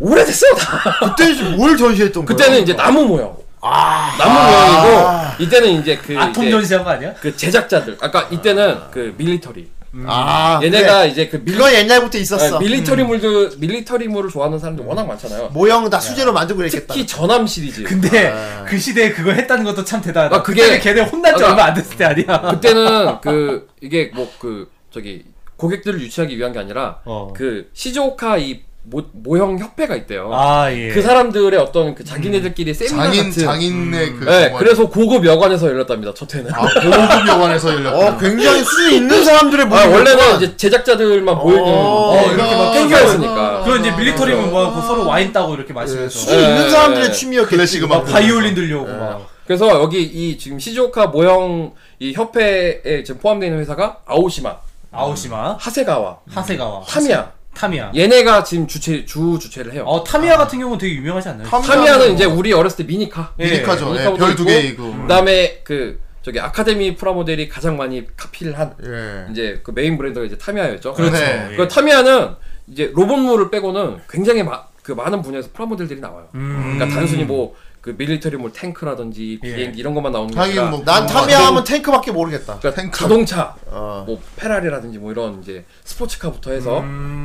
오래됐어요 다.
그때 이제 뭘 전시했던 거야?
그때는 이제 나무 모형.
그러니까. 아.
나무 모형이고 이때는 이제 그
아톰
이제
전시한 거 아니야?
그 제작자들. 아까 이때는 그 밀리터리.
아.
얘네가
그래.
이제 그 밀,
이건 옛날부터 있었어. 음.
아, 밀리터리물도 밀리터리물을 좋아하는 사람들 이 워낙 많잖아요.
모형
네.
다 수제로 만들고 그랬겠다.
특히 전함 시리즈.
근데 그 시대에 그걸 했다는 것도 참 대단하다.
아, 그게-
그때는 걔네 혼난 지
아,
얼마 안 됐을 때 아니야.
그때는 그 이게 뭐 그 저기 고객들을 유치하기 위한 게 아니라
어.
그 시조카 이 모, 모형 협회가 있대요.
아 예.
그 사람들의 어떤 그 자기네들끼리 세미나
장인,
같은
장인의 그.
네,
정말-
그래서 고급 여관에서 열렸답니다. 첫 회는.
아, 고급 여관에서 열렸구나.
어, 굉장히 수준 있는 사람들의 모형.
아, 원래는 이제 제작자들만 모이는
어,
네, 이렇게 막 땡겨였으니까.
그건 이제 밀리터리면 뭐 하고 서로 와인 따고 이렇게 마시면서
수준 있는
예,
사람들의
예.
취미였겠지.
클래식
막
음악.
바이올린 들려오고 막.
그래서 여기 이 지금 시즈오카 모형 이 협회에 지금 포함되어 있는 회사가 아오시마,
아오시마,
하세가와,
하세가와,
타미야 예.
타미야.
얘네가 지금 주최 주 주최를 해요.
어 타미야 같은 경우는 되게 유명하지 않나요?
타미야는 이제 우리 어렸을 때 미니카.
예.
미니카죠. 예,
네. 미니카도
별두
있고,
개이고.
그다음에 그 저기 아카데미 프라모델이 가장 많이 카피를 한
예.
이제 그 메인 브랜드가 이제 타미야였죠.
그렇죠.
네.
예.
그 타미야는 이제 로봇물을 빼고는 굉장히 마, 그 많은 분야에서 프라모델들이 나와요.
음.
그러니까 단순히 뭐 그 밀리터리 뭐 탱크라든지
예.
비행기 이런 것만 나오는 게 아니라
하긴 뭐.
난 타미야
뭐,
하면 탱크밖에 모르겠다.
그러니까
탱크.
자동차,
어.
뭐 페라리라든지 뭐 이런 이제 스포츠카부터 해서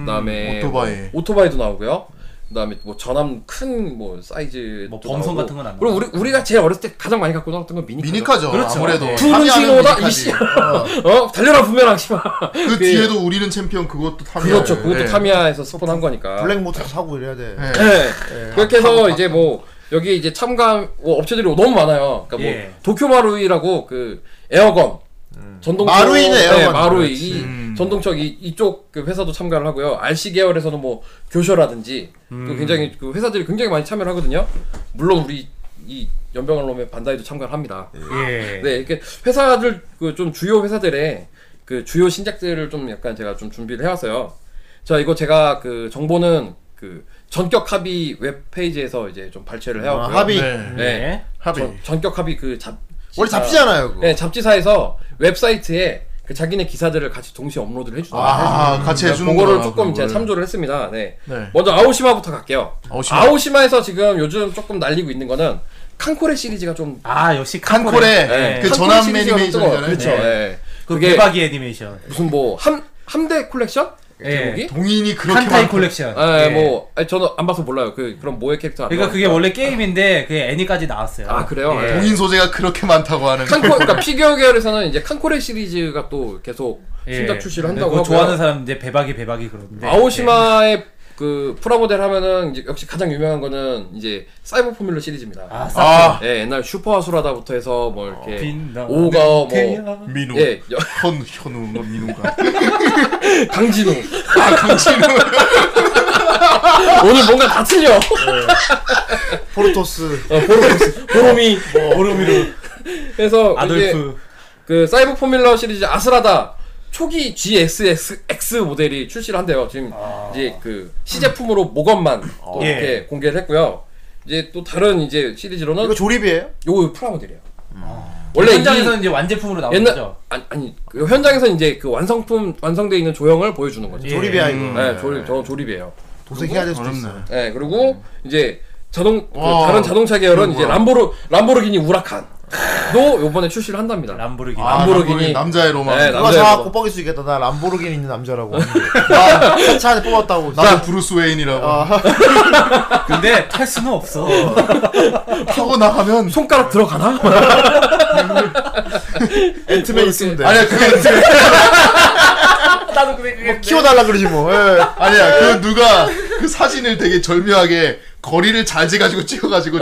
그다음에
오토바이.
뭐 오토바이도 나오고요. 그다음에 뭐 전함 큰 뭐 사이즈
뭐 범선 같은 건안
그리고 우리 우리가 제일 어렸을 때 가장 많이 갖고 나왔던 건 미니카.
미니카죠.
그렇죠.
아무래도
푸른
탐이 하는
신호다,
미니카지.
이 씨.
어.
어 달려라 부메랑 씨발.
그 뒤에도 우리는 챔피언 그것도 탐이.
그렇죠.
예.
그것도 타미야에서 스폰한 거니까.
블랙 모터 사고 이래야 돼.
네.
예.
네. 그렇게 해서 이제 뭐 여기 이제 참가 뭐 업체들이 너무 많아요. 그러니까 뭐
예.
도쿄 마루이라고 그 에어건 전동
마루이네, 에어건. 음.
마루이
그렇지. 음.
이 전동적 이, 이쪽 그 회사도 참가를 하고요. RC 계열에서는 뭐 교쇼라든지
음.
또 굉장히 그 회사들이 굉장히 많이 참여를 하거든요. 물론 우리 이 연병을 놈의 반다이도 참가를 합니다.
예.
네, 이렇게 회사들 그 좀 주요 회사들의 그 주요 신작들을 좀 약간 제가 좀 준비를 해왔어요. 자, 이거 제가 그 정보는 그 전격 합의 웹페이지에서 이제 좀 발췌를
아,
해왔고요.
합의.
예.
네.
네.
합의.
전- 전격 합의 그 잡.
원래 잡지잖아요, 그거.
네, 잡지사에서 웹사이트에 그 자기네 기사들을 같이 동시에 업로드를 해주더라고요.
아, 같이 해주는
그러니까 그거를
거구나,
조금 제가
그거를.
참조를 했습니다. 네.
네. 어,
먼저 아오시마부터 갈게요.
아오시마.
에서 지금 요즘 조금 날리고 있는 거는 칸코레 시리즈가 좀
아 역시
칸콜의
네.
예.
그
칸코레
전함
시리즈가 좀 뜨거워요.
애니메이션이잖아요.
그렇죠.
네.
네.
그
그게-
대박이 애니메이션.
무슨 뭐 함, 함대 콜렉션?
예.
제목이?
동인이 그렇게
칸타이
많고
콜렉션.
아,
예.
뭐 아니, 저는 안 봐서 몰라요. 그 그런 모의 캐릭터. 안
그러니까 그게
나오니까.
원래 게임인데 그 애니까지 나왔어요.
아, 그래요?
예.
동인 소재가 그렇게 많다고 하는.
칸코 그러니까 피규어 계열에서는 이제 칸코레 시리즈가 또 계속
예.
신작 출시를
네,
한다고
그거
하고
좋아하는 사람 네, 이제 배박이 배박이 그러는데.
아오시마의 그 프라모델 하면은 이제 역시 가장 유명한 거는 이제 사이버 포뮬러 시리즈입니다.
아, 싸.
아,
예, 옛날 슈퍼 하수라다부터 해서 뭐 이렇게
빛나.
오가오
태양.
뭐
민우.
예, 여-
현우, 현우, 민우가.
강진우. 아, 강진우. 오늘 뭔가 다 틀려.
포르토스.
어, 보로미, 보로미. 뭐
오르미로
그래서
어,
이제
아돌프.
그 사이버 포뮬러 시리즈 아스라다 초기 GSX 모델이 출시를 한대요. 지금 이제 그 시제품으로 모건만 또
아. 예.
이렇게 공개를 했고요. 이제 또 다른 이제 시리즈로는
이거 조립이에요?
요 프라모델이에요. 원래
음. 현장에서는
이
이제 완제품으로 나오죠.
옛날 아니, 아니 그 현장에서 이제 그 완성품 완성돼 있는 조형을 보여주는 거죠.
예.
조립이야,
음.
이거.
네, 조립 저 조립이에요.
도색해야 될 수도
어렵네.
있어.
네, 그리고 이제 자동 그
와,
다른 자동차 계열은 이제
뭐야.
람보르 람보르기니 우라칸도 요번에 출시를 한답니다.
람보르기니.
아,
람보르기니.
람보르기니 남자의 로망. 아,
네,
누가
남자야,
다
그거.
곱박일 수 있겠다. 나 람보르기니 있는 남자라고. 나 차 안에 뽑았다고.
나도 브루스 웨인이라고.
근데 탈 수는 없어.
하고 나가면
손가락 들어가나?
앤트맨 있으면 돼.
뭐 아니야 그게
키워달라 그러지 뭐. 예.
아니야 그 누가 그 사진을 되게 절묘하게 거리를 잘 재가지고 찍어가지고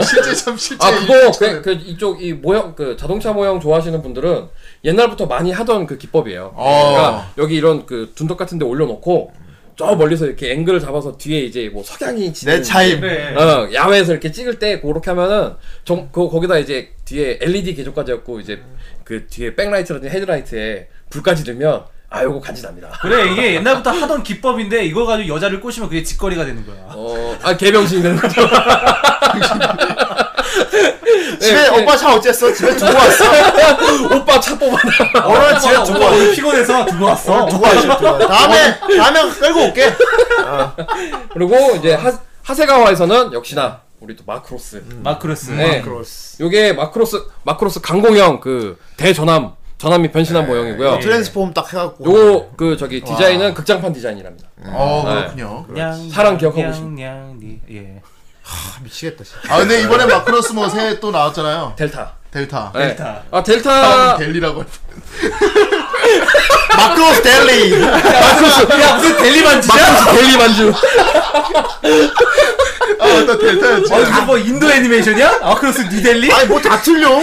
실제 참 실제
아 그거 그,
일처럼.
그 이쪽 이 모형 그 자동차 모형 좋아하시는 분들은 옛날부터 많이 하던 그
아.
기법이에요.
어.
그러니까 여기 이런 그 둔덕 같은 데 올려놓고 저 멀리서 이렇게 앵글을 잡아서 뒤에 이제 뭐 석양이 지는
아, 내 차임.
네.
어, 야외에서 이렇게 찍을 때 그렇게 하면은 정, 그 거기다 이제 뒤에 LED 개조까지 했고 이제 그 뒤에 백라이트라든지 헤드라이트에 불까지 들면 아 요거 간지납니다.
그래 이게 옛날부터 하던 기법인데 이거 가지고 여자를 꼬시면 그게 직거리가 되는 거야.
어, 아 개병신이 되는 거죠.
집에
네.
오빠 차 어쨌어? 집에 두고 왔어. 어,
오빠 차 뽑아라.
오늘 집에 두고 왔어.
오늘 피곤해서 두고 왔어.
두고 왔어. 집에 두고 왔어. 다음에 다음에 끌고 올게.
그리고 이제 하, 하세가와에서는 역시나 우리 또 마크로스.
음.
마크로스.
네.
크로스.
요게 마크로스 마크로스 강공형 그 대전함 전함이 변신한
어.
모형이고요.
어, 트랜스폼 딱 해갖고.
요거 그 저기 디자인은 극장판 디자인이랍니다.
어 그렇군요
냥,
사랑 기억하고
냥,
싶-
냥, 니. 예.
아, 미치겠다. 진짜.
아 근데 이번에 마크로스 뭐 새해 또 나왔잖아요
델타.
델타
네.
델타.
아
아,
델타.
델리라고 했-
마크로스 델리.
마크로스. 야 무슨 델리 만주야? 마크로스 델리 만주.
아 맞다 델타였지
어 이거 뭐 인도 애니메이션이야? 마크로스 니델리?
아니 뭐 다 틀려.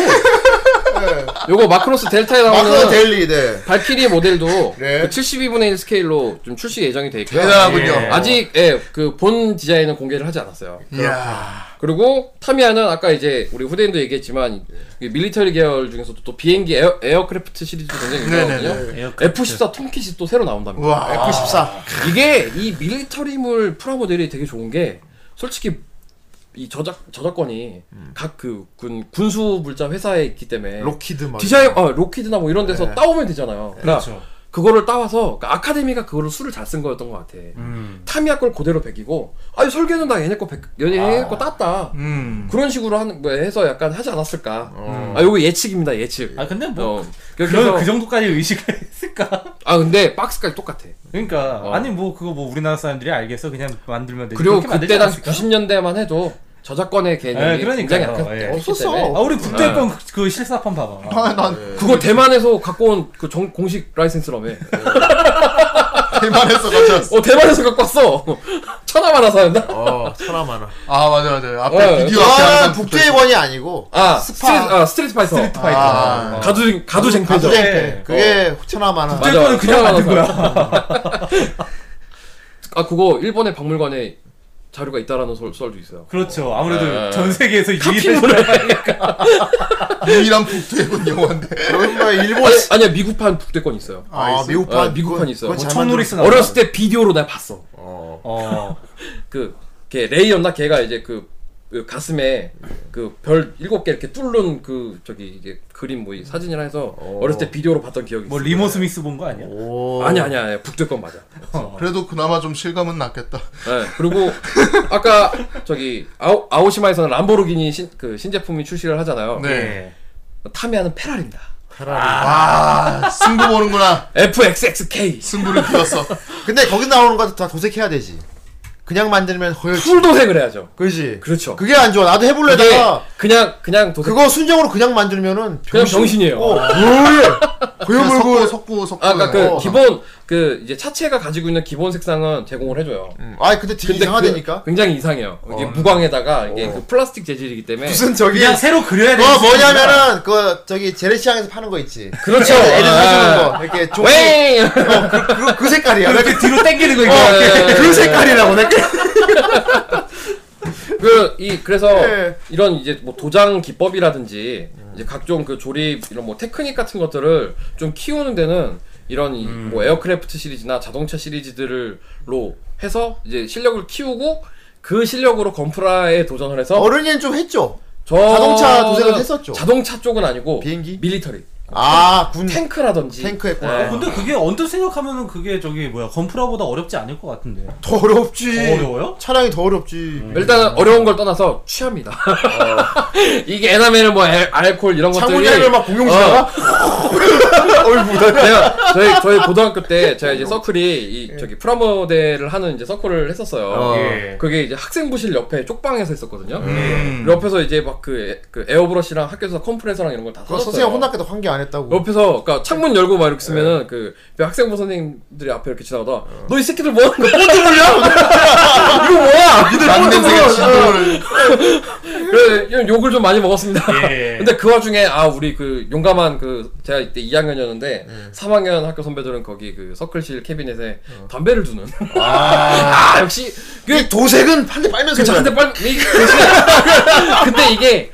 요거 마크로스 델타에
마크로스
나오는
델리. 네.
발키리 모델도
네.
그 72분의 1 스케일로 좀 출시 예정이 돼 있고요.
대단하군요
예.
아직 예, 그 본 디자인은 공개를 하지 않았어요.
이야
그리고 타미야는 아까 이제 우리 후대인도 얘기했지만 이 밀리터리 계열 중에서도 또 비행기 에어, 에어크래프트 시리즈도 굉장히
네네네.
유명하거든요.
에어컨.
F14 톰킷이 또 새로 나온답니다.
우와
F14.
이게 이 밀리터리물 프라모델이 되게 좋은 게 솔직히 이 저작 저작권이
음.
각 그 군 군수 물자 회사에 있기 때문에
로키드 막.
아, 네.
디자인 어 로키드나 뭐 이런 데서 따오면 되잖아요. 그러니까
그렇죠.
그거를 따와서 그러니까 아카데미가 그거를 수를 잘 쓴 거였던 것 같아.
음.
타미야 걸 그대로 베끼고 아니 설계는 나 얘네 거 베, 얘네
아.
거 땄다.
음.
그런 식으로 하는 뭐 해서 약간 하지 않았을까. 아 요거 예측입니다 예측.
어. 아 근데 뭐
어. 그래서
그런 그 정도까지 의식을 했을까?
아 근데 박스까지 똑같아.
그러니까
어.
아니 뭐 그거 뭐 우리나라 사람들이 알겠어 그냥 만들면 되지
그리고
그렇게 만들지
그때 당시
않았을까?
90년대만 해도 저작권의 개념이
예, 그러니까요.
굉장히 네.
예.
약했기
없었어.
때문에
아 우리 북대권 그, 그 실사판 봐봐
아, 난
그거 대만에서 갖고 온 그 공식 라이센스라며.
대만에서 가져왔어.
어 대만에서 갖고 왔어. 천하만하 사는다.
어, 사람 많아.
아, 맞아, 맞아. 앞에
어,
비디오 앞에
아,
항상
국제원이 아니고.
아
스파.
스트리트, 아 스트리트 파이터.
스트리트 파이터
아. 네.
어.
가두 가두 쟁패죠.
그게,
어.
그게 천하 많아.
맞아.
북대권은 그냥
천하만하
만든 거야
아 그거 일본의 박물관에 자료가 있다라는 썰, 썰도 있어요.
그렇죠 아무래도
예.
전 세계에서 유일한
유일한 북대본 영화인데.
여기 뭐 일본.
아니, 아니야 미국판 북대권 있어요.
아,
있어? 뭐
미국판.
아, 미국판 있어.
그건 잘
청놀이
만들었어.
뭐 아, 쓰나
어렸을 때 비디오로 내가 봤어.
어.
어
그 걔 레이였나 걔가 이제 그, 그 가슴에 그 별 일곱 개 이렇게 뚫는 그 저기 이게 그림 뭐 이 사진이라 해서 어렸을 때 비디오로 봤던 기억이
뭐
있어요.
리모 스미스 본 거 아니야? 어.
오.
아니 아니 아니 북대권 맞아.
그래도 그나마 좀 실감은 났겠다.
네, 그리고 아까 저기 아오, 아오시마에서는 람보르기니 신, 그 신제품이 출시를 하잖아요.
네.
타미야는 페라리입니다.
와, 아, 승부 보는구나.
FXXK
승부를 피웠어.
근데 거기 나오는 것도 다 도색해야 되지. 그냥 만들면 헐.
풀도색을 해야죠.
그지.
그렇죠.
그게 안 좋아. 나도
그게
해볼래다가.
그냥 그냥 도색.
그거 순정으로 그냥 만들면은
그냥 병신이에요.
어, 뭘?
그냥 섞고,
고여물고
섞고, 섞고.
아, 그러니까 그
어.
기본 그 이제 차체가 가지고 있는 기본 색상은 제공을 해줘요.
아니 근데 되게 이상하다니까. 어.
그, 굉장히 이상해요. 이게 무광에다가 이게 그 플라스틱 재질이기 때문에
무슨 저기
그냥 새로 그려야 되는
어,
그 뭐냐면은 그 저기 재래시장에서 파는 거 있지.
그렇죠.
애들 애들 사주는
아.
거 이렇게 종
웨이
그, 그 색깔이야.
이렇게 뒤로 당기는 거 이거
예, 예, 예.
그 색깔이라고 내가.
그이 그래서
예.
이런 이제 뭐 도장 기법이라든지 이제 각종 그 조립 이런 뭐 테크닉 같은 것들을 좀 키우는 데는 이런 이
음.
뭐 에어크래프트 시리즈나 자동차 시리즈들로 해서 이제 실력을 키우고 그 실력으로 건프라에 도전을 해서
어른이는 좀 했죠.
저
자동차 도색은 했었죠.
자동차 쪽은 아니고
비행기?
밀리터리 음.
아, 군
탱크라든지
탱크 했구나.
네.
어, 근데 그게 언뜻 생각하면은 그게 저기 뭐야 건프라보다 어렵지 않을 것 같은데
더 어렵지.
예.
어려워요?
차량이 더 어렵지.
일단은 어려운 걸 떠나서 취합니다. 이게 에나멜 뭐 알- 알코올 이런 것들이
창문이를 막 공용시다가
제가 저희 저희 고등학교 때 제가 이제 서클이 이 저기 프라모델을 하는 이제 서클을 했었어요.
예.
그게 이제 학생부실 옆에 쪽방에서 했었거든요. 옆에서 이제 막 그 에어브러시랑 학교에서 컴프레서랑 이런 걸 다
그거
썼어요.
아, 선생님 혼났겠다 네. 환기 안 했다고.
옆에서 그러니까 창문 열고 막 이렇게 쓰면은 그 학생부 선생님들이 앞에 이렇게 지나가다
어.
너 이 새끼들 뭐 하는 거야? 뽀드 물려? 이거 뭐야? 니들 어.
안 냄새가 진동을.
그래 이런 욕을 좀 많이 먹었습니다.
예.
근데 그 와중에 아 우리 그 용감한 그 제가 이때 2학년이었는데 3학년 학교 선배들은 거기 그 서클실 캐비넷에 담배를 두는. 아, 역시 그
이 도색은 한 대 빨면서
그쵸
해줘야
근데
돼.
빨리 이- 근데 이게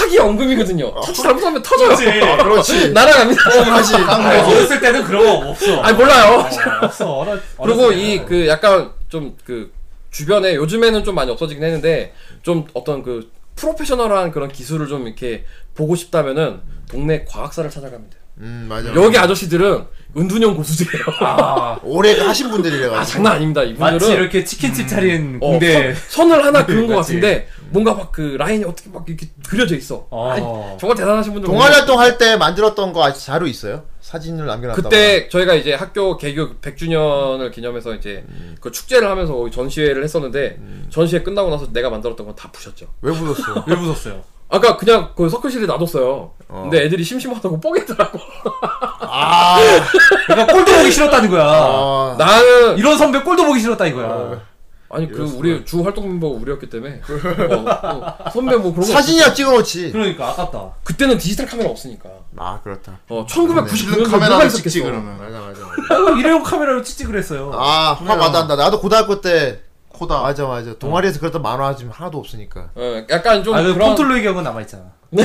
화기연금이거든요. 터치 잘못하면 터져요.
그렇지.
날아갑니다.
다시
어렸을 때는 그런 거 없어
아 몰라요.
어, 없어 어려
그리고
어렸을
이
때는.
그 약간 좀 그 주변에 요즘에는 좀 많이 없어지긴 했는데 좀 어떤 그 프로페셔널한 그런 기술을 좀 이렇게 보고 싶다면은 동네 과학사를 찾아갑니다.
음, 맞아.
여기 아저씨들은 은둔형 고수들이에요. 아,
오래 그 하신 분들이래 가지고.
장난 아닙니다.
마치
이분들은
이렇게 치킨집 차린
어,
군대
선, 선을 하나 그은 것
맞지.
같은데 뭔가 막 그 라인이 어떻게 막 이렇게 그려져 있어.
어.
아니, 정말 대단하신 분들.
동아리
보면
활동할 때 만들었던 거 아직 자료 있어요? 사진을 남겨놨다고.
그때 저희가 이제 학교 개교 100주년을 기념해서 이제 그 축제를 하면서 거기 전시회를 했었는데 전시회 끝나고 나서 내가 만들었던 건 다 부셨죠.
왜 묻었어?
왜 무섭어요?
아까 그냥 그 서클실에 놔뒀어요. 근데 애들이 심심하다고 뽀개더라고.
아,
그러니까 꼴도 보기 싫었다는 거야
아,
나는
이런 선배 꼴도 보기 싫었다 이거야
아니 그 우리 주 활동 멤버가 우리였기 때문에 어, 어, 선배 뭐 그런 거
사진이야 찍어놓지.
그러니까 아깝다
없- 그때는 디지털 카메라 없으니까
아, 그렇다.
어
실은
1999년
카메라로
카메라
찍지,
찍겠어.
그러면.
맞아, 맞아.
아, 일회용 카메라로 찍지 그랬어요
아, 화 받았다. 나도 고등학교 때.
코다.
맞아, 맞아. 동아리에서 그랬던 만화 지금 하나도 없으니까.
어, 약간 좀
아, 그
그런
폰톨로의 기억은 남아있잖아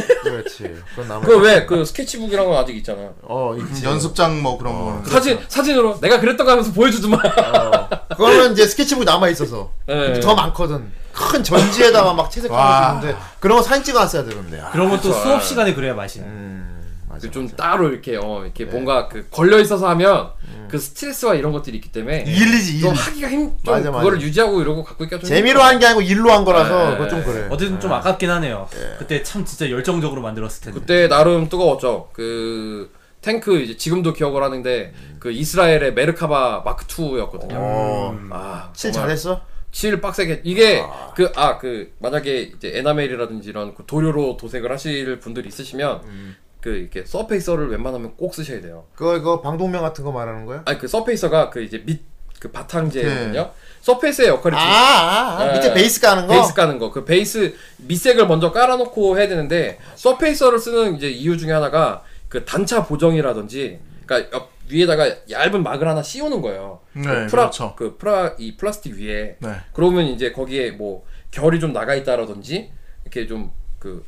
그렇지. 그건 남아.
그거 왜그 그 스케치북이란 건 아직 있잖아.
어, 있지.
연습장 뭐 그런 거.
어, 그렇죠. 사진 사진으로 내가 그랬던 거 하면서 보여주더만.
어. 그거는 이제 스케치북 남아있어서.
예.
더 많거든. 큰 전지에다가 막 채색하고
와.
있는데. 그런 거 사진 찍어놨어야 되는데. 아,
그런 것도 수업 시간에 그래야 맛이야
음, 맞아.
그 좀 따로 이렇게 어 이렇게 뭔가 그 걸려 있어서 하면 그 스트레스와 이런 것들이 있기 때문에
일리지
좀
일.
하기가 힘좀
맞아, 맞아.
그거를 유지하고 이러고 갖고 있기가 좀
재미로
힘들어.
한 게 아니고 일로 한 거라서
네.
그거 좀 그래.
어쨌든 좀 아깝긴 하네요. 그때 참 진짜 열정적으로 만들었을 텐데.
그때 나름 뜨거웠죠. 그 탱크 이제 지금도 기억을 하는데 그 이스라엘의 메르카바 마크 2였거든요.
어.
아,
칠
정말
잘했어?
칠 빡세게 이게 그 아 그 만약에 이제 에나멜이라든지 이런 그 도료로 도색을 하실 분들이 있으시면 그 이렇게 서페이서를 웬만하면 꼭 쓰셔야 돼요.
그거 그거 방독면 같은 거 말하는 거야?
아니 그 서페이서가 그 이제 밑 그 바탕재거든요. 서페이스의 역할이
네. 아,
좀
아, 아.
네.
밑에 베이스 까는 거.
베이스 까는 거. 그 베이스 밑색을 먼저 깔아놓고 해야 되는데 서페이서를 쓰는 이제 이유 중에 하나가 그 단차 보정이라든지, 그러니까 옆, 위에다가 얇은 막을 하나 씌우는 거예요.
네,
그 프라
그렇죠.
그 프라 이 플라스틱 위에.
네.
그러면 이제 거기에 뭐 결이 좀 나가 있다라든지 이렇게 좀 그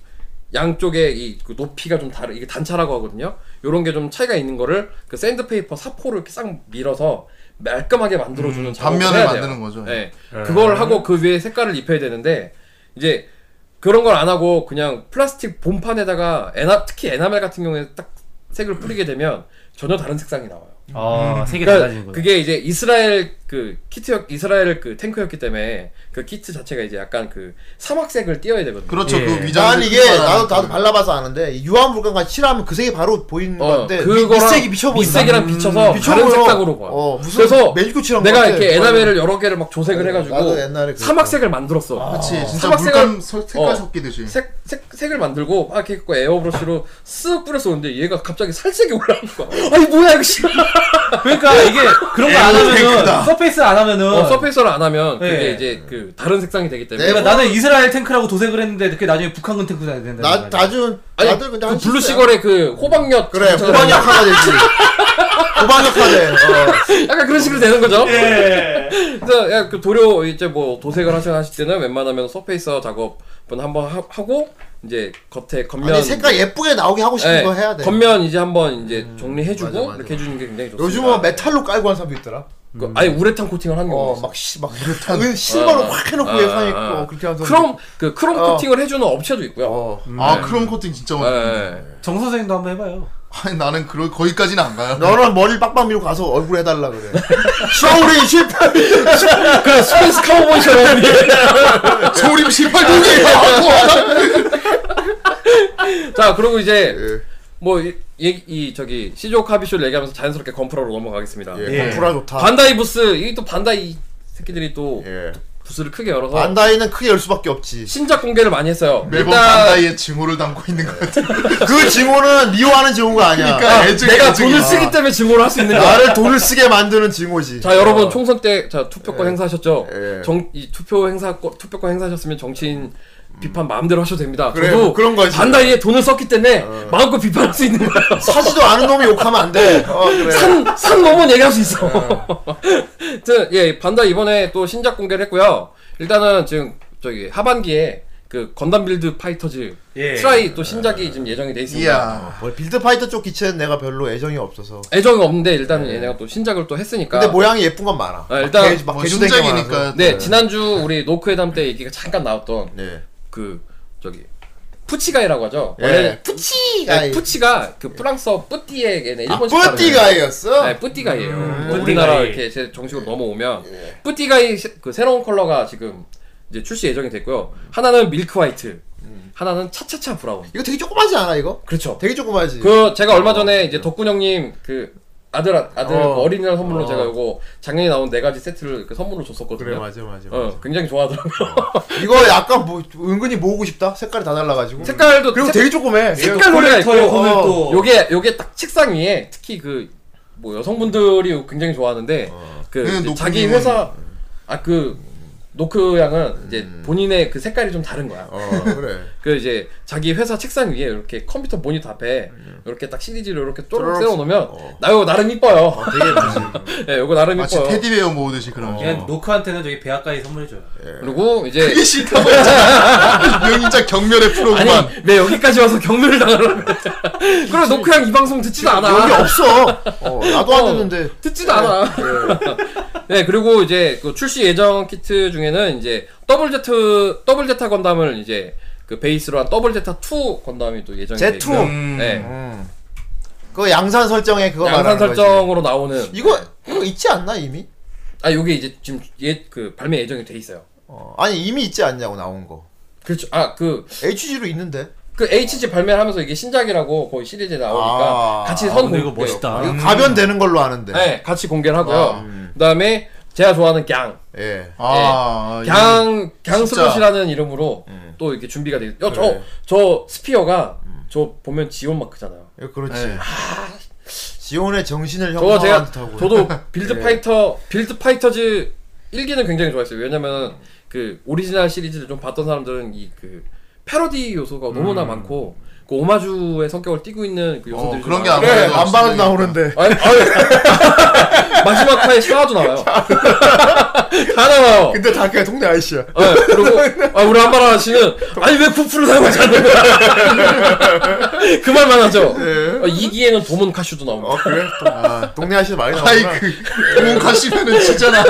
양쪽에 이그 높이가 좀 다르 이게 단차라고 하거든요. 요런 게 좀 차이가 있는 거를 그 샌드페이퍼 사포로 이렇게 싹 밀어서 말끔하게 만들어 주는
음,
작업을
단면을
해야 돼요.
만드는 거죠.
네. 그걸 하고 그 위에 색깔을 입혀야 되는데 이제 그런 걸 안 하고 그냥 플라스틱 본판에다가 에나 특히 에나멜 같은 경우에 딱 색을 뿌리게 되면 전혀 다른 색상이 나와요.
어, 세계 달라지는
그러니까
거예요.
그게 이제 이스라엘 그 키트였 이스라엘 그 탱크였기 때문에 그 키트 자체가 이제 약간 그 사막색을 띄어야 되거든요.
그렇죠.
예.
그 위장.
난 이게 나도 나도 발라봐서 아는데 이 유황불감과 칠하면 그 색이 바로 보이는 건데
어, 그거랑
밑색이 비쳐 보인다. 음,
밑색이랑 비춰서
비춰
다른
보여.
색상으로 봐.
어, 무슨
그래서
매직구 칠한 것
내가
같아.
이렇게 에나멜을 여러 개를 막 조색을
맞아.
해가지고
네, 나도 옛날에 아. 그랬어.
사막색을 만들었어.
그렇지. 진짜
사막색을-
물감 서- 색깔
어.
섞이듯이.
네.
색, 색, 색을 만들고 막 이렇게 갖고 에어브러쉬로 쓱 뿌려서 오는데 얘가 갑자기 살색이 올라오는 거야. 아니 뭐야 이거 씨.
그러니까 이게 그런 거 안 하면은 서페이스 안 하면은
어, 서페이서를 안 하면 그게
네.
이제 그 다른 색상이 되기 때문에
네,
그러니까 나는 이스라엘 탱크라고 도색을 했는데 그게 나중에 북한군 탱크 돼야 된다.
나 다준
아니
다들 근데
그
한
블루
실수야.
시걸의 그 호박엿
그래
정착을
고방역화가 되지. 고방역화돼. 어.
하는 약간 그런 식으로 되는 거죠. 그래서 야, 그 도료 이제 뭐 도색을 하셔 하실 때는 웬만하면 서페이서 작업은 한번 하, 하고 이제 겉에 겉면
아니 색깔 예쁘게 나오게 하고 싶은
네,
예,
거 해야 돼.
겉면 이제 한번 이제 정리해주고
맞아, 맞아.
이렇게 해주는 게 굉장히 좋습니다.
요즘은 메탈로 깔고 하는 사람도 있더라.
그, 아예 우레탄 코팅을 하는
뭐,
경우가 있어요.
어, 어막막 은 실버로
어,
아,
확 해놓고
아,
예상 있고
아, 아.
그렇게 하는 사람.
크롬 그 크롬
어.
코팅을 해주는 업체도 있고요.
어.
아 크롬 코팅 진짜
예,
많이.
예.
정 선생님도 한번 해봐요.
아니 나는 그럴 거기까지는 안 가요.
너는 머리를 빡빡 밀고 가서 얼굴 해달라 그래. 쇼리 실패. 그러니까
그래 스페이스 카우보이처럼
소림
아,
18분이에요.
자 그리고 이제
예.
뭐이 이 저기 시조 카비쇼를 얘기하면서 자연스럽게 건프라로 넘어가겠습니다.
예. 건프라 좋다.
반다이 부스 이게 또 반다이 새끼들이 또
예.
부스를 크게 열어서
반다이는 크게 열 수밖에 없지.
신작 공개를 많이 했어요.
매번 반다이의 증오를 담고 있는 것 같아.
그 징호는 미워하는 징호가 예. 아니야. 아.
그러니까 애증,
내가
애증이야.
돈을 쓰기 때문에 증오를 할 수 있는 거야.
나를 돈을 쓰게 만드는 징호지.
자 여러분 총선 때 자 투표권 행사하셨죠?
어. 예.
정, 이 투표 행사 투표권 행사하셨으면 정치인 비판 마음대로 하셔도 됩니다.
그래,
저도
뭐 그런 거지. 어.
반다이에 돈을 썼기 때문에 마음껏 비판할 수 있는 거예요.
사지도 않은 놈이 욕하면 안
네.
돼. 어, 그래.
산, 산 넘은 얘기할 수 있어. 하여튼, 예, 반다 이번에 또 신작 공개를 했고요. 일단은 지금, 저기, 하반기에 그 건담 빌드 파이터즈
예.
트라이 또 신작이 지금 예정이 돼 있습니다.
이야.
뭐, 빌드 파이터 쪽 기체는 내가 별로 애정이 없어서.
애정이 없는데 일단은 얘네가 또 신작을 또 했으니까.
근데 모양이 예쁜 건 많아.
그러니까 아, 일단
개주-
뭐
개주된 게 많아서.
신작이니까.
네, 지난주 우리 노크회담 때 얘기가 잠깐 나왔던
네.
그, 저기, 푸치가이라고 하죠.
예.
원래
푸치가이.
푸치가 그 프랑스어 뿌띠의 얘네
아,
일본식 발음이에요.
뿌띠가이였어? 음.
네, 뿌띠가이에요. 우리나라 이렇게 제 정식으로 넘어오면
예.
뿌띠가이 시- 그 새로운 컬러가 지금 이제 출시 예정이 됐고요. 하나는 밀크 화이트, 하나는 차차차 브라운.
이거 되게 조그마하지 않아, 이거?
그렇죠.
되게 조그마하지.
그 제가 얼마 전에 이제 덕군 형님 그 아들 아- 아들
어.
어. 린이날 선물로
어.
제가 이거 작년에 나온 네 가지 세트를 그 선물로 줬었거든요.
그래, 맞아, 맞아. 맞아.
어, 굉장히 좋아하더라고요.
이거 약간 뭐, 은근히 모으고 싶다? 색깔이 다 달라가지고.
색깔도
그리고
색-
되게 조그매.
색깔 노래가 있고
컬렉터의 혼을
어.
또
요게 요게 딱 책상 위에 특히 그 뭐 여성분들이 굉장히 좋아하는데 그
네,
이제
노크님은-
자기 회사 아 그 노크 양은 이제 본인의 그 색깔이 좀 다른 거야.
어, 그래.
그 이제 자기 회사 책상 위에 이렇게 컴퓨터 모니터 앞에 이렇게 딱 CD지로 이렇게 쪼르륵
쪼르륵
세워놓으면
어.
나요 나름 이뻐요.
되게 무슨.
예, 요거 나름
아, 마치
이뻐요.
테디베어 모으듯이 그런. 거.
그냥 노크한테는 저기 배 아까이 선물해줘요.
그리고 이제
이게 싫다고 했잖아. 명인자 경멸의
아니
프로그만.
왜 여기까지 와서 경멸을 당하려고 그래. 그리고 노크 양 이 방송 듣지도 않아.
여기 없어. 어, 나도
어.
안 듣는데.
듣지도 않아. 네, 그리고 이제 그 출시 예정 키트 중에는 이제 더블 제트 더블 제타 건담을 이제 그 베이스로 한 더블 제타 2 건담이 또 예정이 돼
제투.
있고요. 네.
음. 그 양산 설정에 그거
양산
말하는 거지.
설정으로 나오는
이거 이거 있지 않나 이미?
아 요게 이제 지금 예, 그 발매 예정이 돼 있어요.
어, 아니 이미 있지 않냐고 나온 거.
그렇죠. 아그
HG로 있는데.
그 HG 발매를 하면서 이게 신작이라고 거의 시리즈에 나오니까
아,
같이 선
근데 이거
공개요.
아,
멋있다. 음.
음.
이거 가변되는 걸로 아는데.
네, 같이 공개를 하고요.
아, 음.
그다음에 제가 좋아하는 갱,
예.
아, 이-
갱,
진짜. 예.
갱스롯이라는 이름으로 또 이렇게 준비가 돼. 요 저, 저 스피어가 저 보면 지온 마크잖아요.
예, 그렇지.
예.
지온의 정신을
저거 제가
형성한 듯하고.
저도 빌드
예.
파이터 빌드 파이터즈 1기는 굉장히 좋아했어요. 왜냐면 그 오리지널 시리즈를 좀 봤던 사람들은 이 그 패러디 요소가 너무나 많고 그 오마주의 성격을 띠고 있는 그
음. 어,
요소들이
그런
좀
게
많아요.
아무래도
네.
없어.
반발은 나오는데.
아니, 아니, 마지막 화에 샤아도 나와요. 다 나와요.
근데 다 그냥 동네 아이씨야.
예, 그리고 아, 우리 한바라 아씨는 아니 왜 쿠프를 사용하지 않는 거야? 그 말만 하죠.
네.
어, 2기에는 도문 카슈도 나옵니다.
어 그래? 또- 아, 동네 아이씨 많이 나오나.
아이 그 도움 가시면은 진짜 나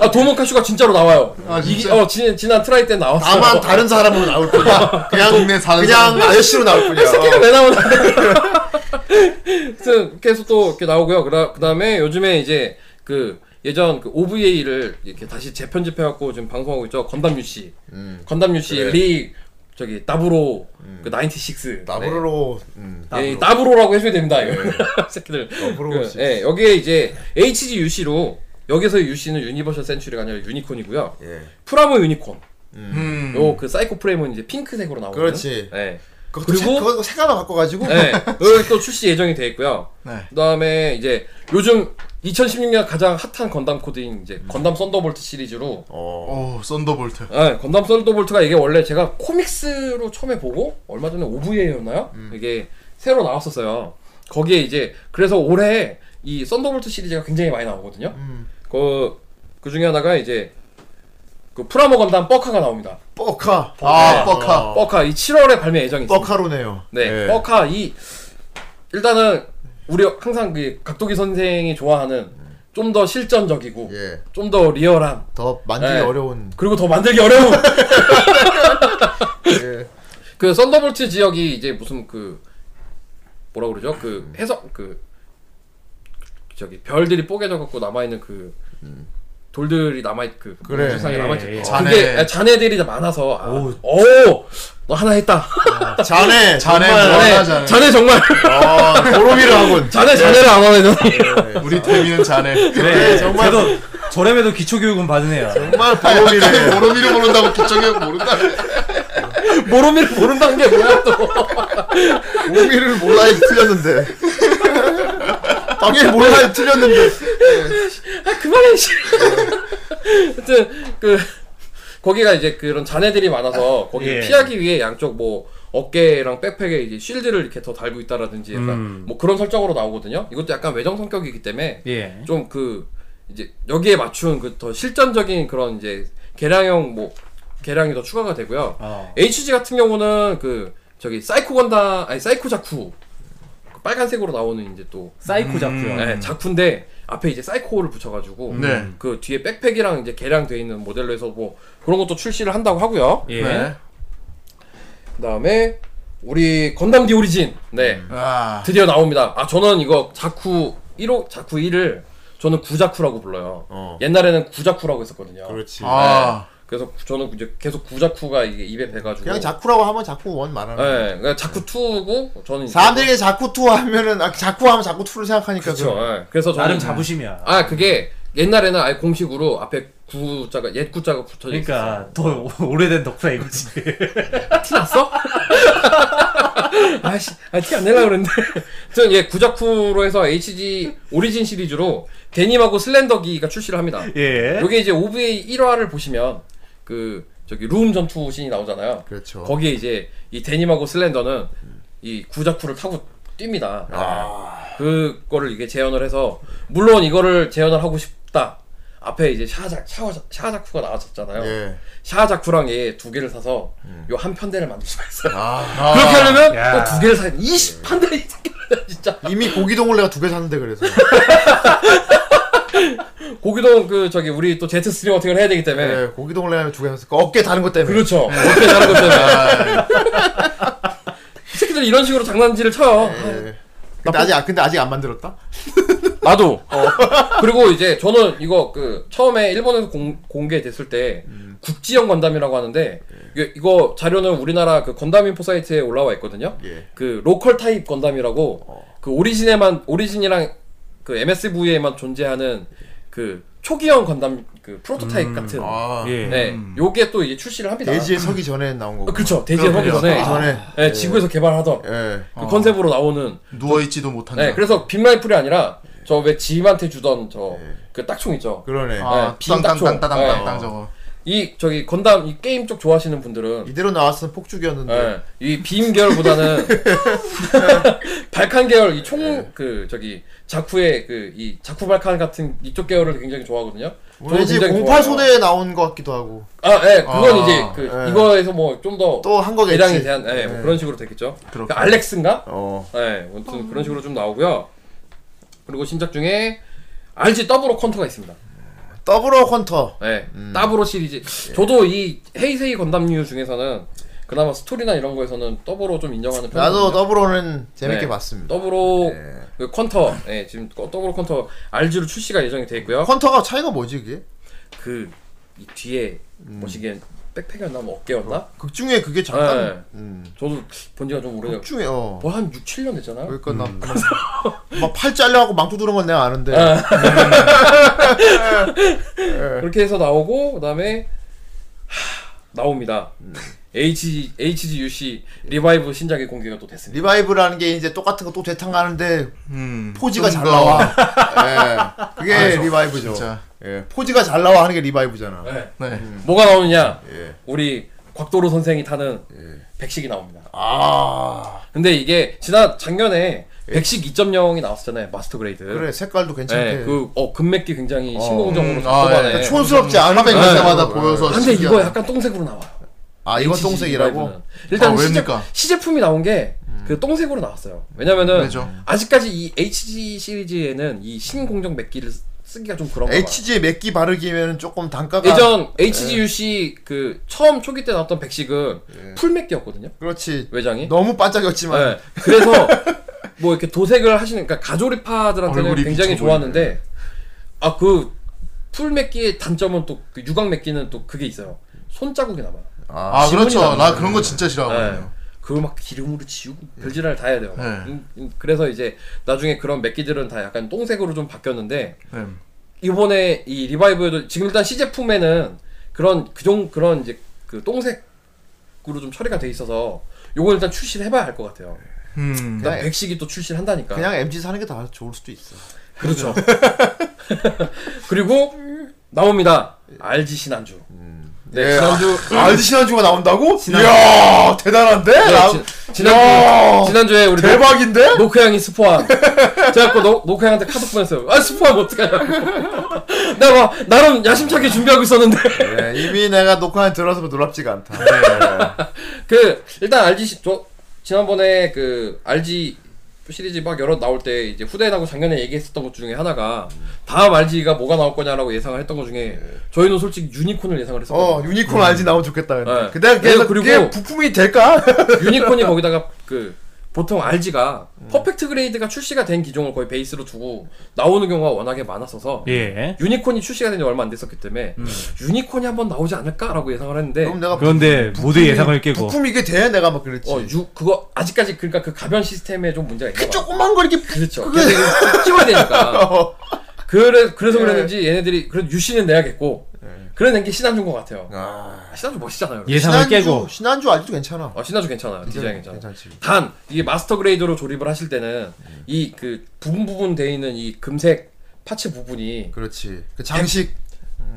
아 도문 카슈가 진짜로 나와요.
아,
이기-
진짜?
어 지, 지난 트라이 때 나왔어.
다만 다른 사람으로 나올 뿐이야. 그냥
동네 사는
그냥
사람.
아저씨로 나올 뿐이야.
새끼가 왜 나오나? 하여튼 계속 또 이렇게 나오고요. 그다, 그다음에 요즘에 이제 그 예전 그 OVA를 이렇게 다시 재편집해 갖고 지금 방송하고 있죠. 건담 유씨.
음.
건담 유씨
네.
리 저기 나브로 그96.
나부로로. 음.
네. 예, 나브로라고 해주면 됩니다. 이거. 새끼들.
나부로로.
그, 예, 여기에 이제 HG UC로 여기서의 UC는 유니버셜 센츄리가 아니라 유니콘이고요.
예.
프라모 유니콘.
음.
요 그 사이코 프레임은 이제 핑크색으로 나오는.
그렇지.
예.
그것도
그리고-
세- 그거 세 가나 바꿔가지고.
네, 여기 또 출시 예정이 돼 있고요.
네.
그다음에 이제 요즘 2016년 가장 핫한 건담 코드인 이제 건담 썬더볼트 시리즈로.
어.
오 썬더볼트.
네, 건담 썬더볼트가 이게 원래 제가 코믹스로 처음에 보고 얼마 전에 OVA였나요? 이게 새로 나왔었어요. 거기에 이제 그래서 올해 이 썬더볼트 시리즈가 굉장히 많이 나오거든요. 그, 그 중에 하나가 이제 그 프라모 건담 뻐카가 나옵니다.
뻐카.
아 뻑카.
뻐카 이 7월에 발매 예정이 있습니다.
뻐카로네요. 예.
네, 버카 이 일단은 우리 항상 그 각도기 선생이 좋아하는 좀 더 실전적이고
예.
좀 더 리얼한
더 만들기
예.
어려운.
그리고 더 만들기 어려운
예.
그 썬더볼트 지역이 이제 무슨 그 뭐라 그러죠 그 해석 그 저기 별들이 뽀개져 갖고 남아 있는 그 돌들이 남아 있그
그래.
세상에 남아
네.
예.
있죠.
잔해.
그게 아, 잔해들이 다 많아서 아,
오.
오너 하나 했다.
자네.
자네
정말.
뭐-
잔해
잔해.
잔해 정말
아, 도로미를 하군.
잔해 잔해를 안 하네 저는.
우리 태민은 자네.
그래,
정말-
정말. 도 저렴해도 기초교육은 받은 애야.
정말
아,
도로미를.
약간 모로미를 모른다고 기적이 모른다.
모로미를 모른다는 게 뭐야 또.
도로미를 몰라야지 틀렸는데. 당연히 몰라야 틀렸는데.
아 그만해 씨. 하여튼 그 거기가 이제 그런 잔해들이 많아서 거기 를
예.
피하기 위해 양쪽 뭐 어깨랑 백팩에 이제 쉴드를 이렇게 더 달고 있다라든지 약간
음.
뭐 그런 설정으로 나오거든요. 이것도 약간 외정 성격이기 때문에
예.
좀 그 이제 여기에 맞춘 그 더 실전적인 그런 이제 개량형 뭐 개량이 더 추가가 되고요.
어.
HG 같은 경우는 그 저기 사이코 건다 아니 사이코 자쿠 그 빨간색으로 나오는 이제 또
사이코 잡고요.
네, 자쿠인데 앞에 이제 사이코를 붙여가지고
네.
그 뒤에 백팩이랑 이제 개량돼 있는 모델로 해서 뭐 그런 것도 출시를 한다고 하고요.
예.
네.
그다음에 우리 건담 디 오리진 네
음.
아.
드디어 나옵니다. 아 저는 이거 자쿠 1호 자쿠 1을 저는 구자쿠라고 불러요.
어.
옛날에는 구자쿠라고 했었거든요.
그렇지.
아.
그래서 저는 이제 계속 구자쿠가 이게 입에 배가지고
그냥 자쿠라고 하면 자쿠 원
예,
말하는 거야.
그러니까 자쿠 2고 저는 이제-
사람들이 자쿠 투 하면은 아, 자쿠 하면 자쿠 투를 생각하니까
그렇죠. 예. 그래서 저는
나름 자부심이야.
아 그게 옛날에는 아예 공식으로 앞에 구자가 옛 구자가 붙어
그러니까 더 오- 오래된 덕후라 이거지.
티 났어? 아씨, 아, 티 안 내려 그랬는데. 저는 예, 구자쿠로 해서 HG 오리진 시리즈로 데님하고 슬렌더기가 출시를 합니다.
예.
요게 이제 OVA 1화를 보시면 그 저기 룸 전투 신이 나오잖아요.
그렇죠.
거기에 이제 이 데님하고 슬렌더는 이 구자쿠를 타고 뜁니다.
아.
그거를 이게 재현을 해서 물론 이거를 재현을 하고 싶다. 앞에 이제 샤자 샤워 샤자쿠가 나왔었잖아요.
예. 음.
샤자쿠랑 얘 두 개를 사서 요 한 편대를 만들 수가 있어요.
아,
그렇게 하려면
야.
또 두 개를 사야 돼. 20판대 이 새끼들 진짜.
아, 이미 고기동을 내가 두 개 샀는데 그래서.
고기동 그 저기 우리 또 제트 스트림 어택을 해야 되기 때문에
예, 고기동을 내가 두 개 샀어. 어깨 다른 것 때문에.
그렇죠. 어떻게 다른 것 아, 예. 때문에. 이 새끼들 이런 식으로 장난질을 쳐요.
예. 근데 아직 아- 근데 아직 안 만들었다.
나도. 어. 그리고 이제 저는 이거 그 처음에 일본에서 공, 공개됐을 때 국지형 건담이라고 하는데 이게- 이거 자료는 우리나라 그 건담 인포 사이트에 올라와 있거든요.
예.
그 로컬 타입 건담이라고
어.
그 오리진에만 오리진이랑 그 MSV에만 존재하는 그 초기형 건담 그 프로토타입 같은
아,
예.
네, 요게 또 이제 출시를 합니다.
음. 대지에 서기 전에 나온
어,
거고.
그렇죠. 대지에 서기 전에
전에 아.
네, 지구에서 개발하던
예. 아.
그 컨셉으로 나오는
누워있지도 못한다.
네, 그래서 빅라이플이 아니라 저 왜 지임한테 주던 저 그 딱총 있죠.
예. 그러네.
아,
네, 빈딱총.
예, 어.
땅땅땅땅땅땅
네.
저거.
이 저기 건담 이 게임 쪽 좋아하시는 분들은
이대로 나왔으면 폭죽이었는데.
예, 이 비임 계열보다는 발칸 계열 이
네.
총 그 저기 자쿠의 그 이 자쿠 발칸 같은 이쪽 계열을 굉장히 좋아하거든요. 저도
왠지
굉장히
08
좋아해요.
소대에 나온 것 같기도 하고.
아, 예, 그건
아,
이제 그
예.
이거에서 뭐 좀더
또 한 거겠지.
대량에 대한 예, 뭐
예.
그런 식으로 되겠죠.
그렇군요.
그 알렉스인가?
어.
예, 아무튼 그런 식으로 좀 나오고요. 그리고 신작 중에 RG 더블로 컨터가 있습니다.
더블어 헌터.
네, 더블로 시리즈.
예.
저도 이 헤이세이 건담류 중에서는 그나마 스토리나 이런 거에서는 더블로 좀 인정하는 편이에요.
나도 더블어는 재밌게 봤습니다.
네. 더블로
예.
그 퀀터, 예, 지금 거- 더블로 퀀터 RG로 출시가 예정이 돼 있고요.
헌터가 차이가 뭐지 이게?
그 이 뒤에 보시기엔 백팩이었나 뭐 어깨였나?
극 중에 그게 음. 잠깐.
예.
음.
저도 본 지가 좀 오래돼요.
극 중에 어.
뭐한 6, 7년 됐잖아요.
그러니까 나막팔 잘려갖고 망토 두는 건 내가 아는데.
그렇게 해서 나오고 그다음에 하, 나옵니다.
음.
H HGUC 리바이브 신작의 공개가 또 됐습니다.
리바이브라는 게 이제 똑같은 거 또 되탕하는데
음.
포즈가 잘
더- 아, 그렇죠.
나와. 예. 그게 리바이브죠.
진짜.
예. 포즈가 잘 나와 하는 게 리바이브잖아.
네.
네.
뭐가 나오느냐?
예.
우리 곽도로 선생이 타는 백식이 나옵니다.
아.
근데 이게 지난 작년에 백식 2.0이 나왔었잖아요. 마스터 그레이드.
그래 색깔도 괜찮게.
네, 그, 어, 금맥기 굉장히 신공적으로
음,
잘 뽑아내.
그러니까
아, 예.
촌스럽지 않은
화면
거.
갈 때마다
예.
보여서.
근데 이거
신기하다.
약간 똥색으로 나와요.
아 이건
HG
똥색이라고.
라이브는. 일단
아,
시제,
왜입니까?
시제품이 나온 게 그 똥색으로 나왔어요. 왜냐면은
왜죠?
아직까지 이 HG 시리즈에는 이 신공정 맥기를 쓰- 쓰기가 좀 그런가 봐요.
HG 맥기 바르기면 조금 단가가.
아, 예전 HGUC 그 처음 초기 때 나왔던 백식은
예.
풀 맥기였거든요.
그렇지.
외장이.
너무 반짝였지만.
네. 그래서 뭐 이렇게 도색을 하시는 그러니까 가조리파들한테는
얼굴이
굉장히
비쳐
좋았는데 아 그 풀맥기의 단점은 또 그 유광맥기는 또 그게 있어요 손자국이 남아
아,
지문이
그렇죠. 나
나오네.
그런 거 진짜 싫어하거든요.
그걸 막 기름으로 지우고 별지랄 다 해야 돼요
네.
음, 음, 그래서 이제 나중에 그런 맥기들은 다 약간 똥색으로 좀 바뀌었는데
네.
이번에 이 리바이브에도 지금 일단 시제품에는 그런 그종 그런 이제 그 똥색으로 좀 처리가 돼 있어서 요건 일단 출시를 해봐야 할 것 같아요
음.
일단 백식이 또 출시를 한다니까
네. 그냥 MG 사는 게 다 좋을 수도 있어.
그렇죠. 그리고 나옵니다. RG 신한주. 네,
예.
지난주
알드 신한주가 나온다고? 이야 대단한데? 나-
네, 지, 지난주
아, 이야,
지난주에 우리
대박인데?
노, 노크 형이 스포한. 제가 그 노, 노크 형한테 카톡 보냈어요. 아 스포하면 어떡하냐고. 내가 막 나름 야심차게 준비하고 있었는데.
예, 이미 내가 녹화한 들어서 뭐 놀랍지가
네,
않다. 예.
그 일단 RG 시, 저 지난번에 그 RG 시리즈 막 여러 나올 때 이제 후대인하고 작년에 얘기했었던 것 중에 하나가 다음 RG가 뭐가 나올 거냐라고 예상을 했던 것 중에 저희는 솔직히 유니콘을 예상을 했었거든요.
네. 어 유니콘 알지 나오면 좋겠다. 근데
네.
근데
네,
걔,
그리고- 네.
그게 부품이 될까?
유니콘이 거기다가 그 보통 RG가
음.
퍼펙트 그레이드가 출시가 된 기종을 거의 베이스로 두고 나오는 경우가 워낙에 많았어서
예.
유니콘이 출시가 된 지 얼마 안 됐었기 때문에 유니콘이 한번 나오지 않을까라고 예상을 했는데
그럼 내가
그런데 모두 예상을 깨고
아, 부품 이게 돼? 내가 막 그랬지.
어, 유, 그거 아직까지 그러니까 그 가변 시스템에 좀 문제가 있나 봐요.
조그만 거 이렇게
그렇죠. 계속 이거 찍어야 되니까.
어.
그래, 그래서
예.
그랬는지 얘네들이 그래도 유씨는 내야겠고 그래낸 게 신한준 것 예. 같아요.
아,
신한준 멋있잖아요. 그래서.
예상을
신한주,
깨고
신한주 아직도 괜찮아.
어, 신한준 괜찮아요. 디자인 괜찮아요.
괜찮지.
단 이게 마스터 그레이드로 조립을 하실 때는 이 그 부분 부분 돼 있는 이 금색 파츠 부분이
그렇지. 그 장식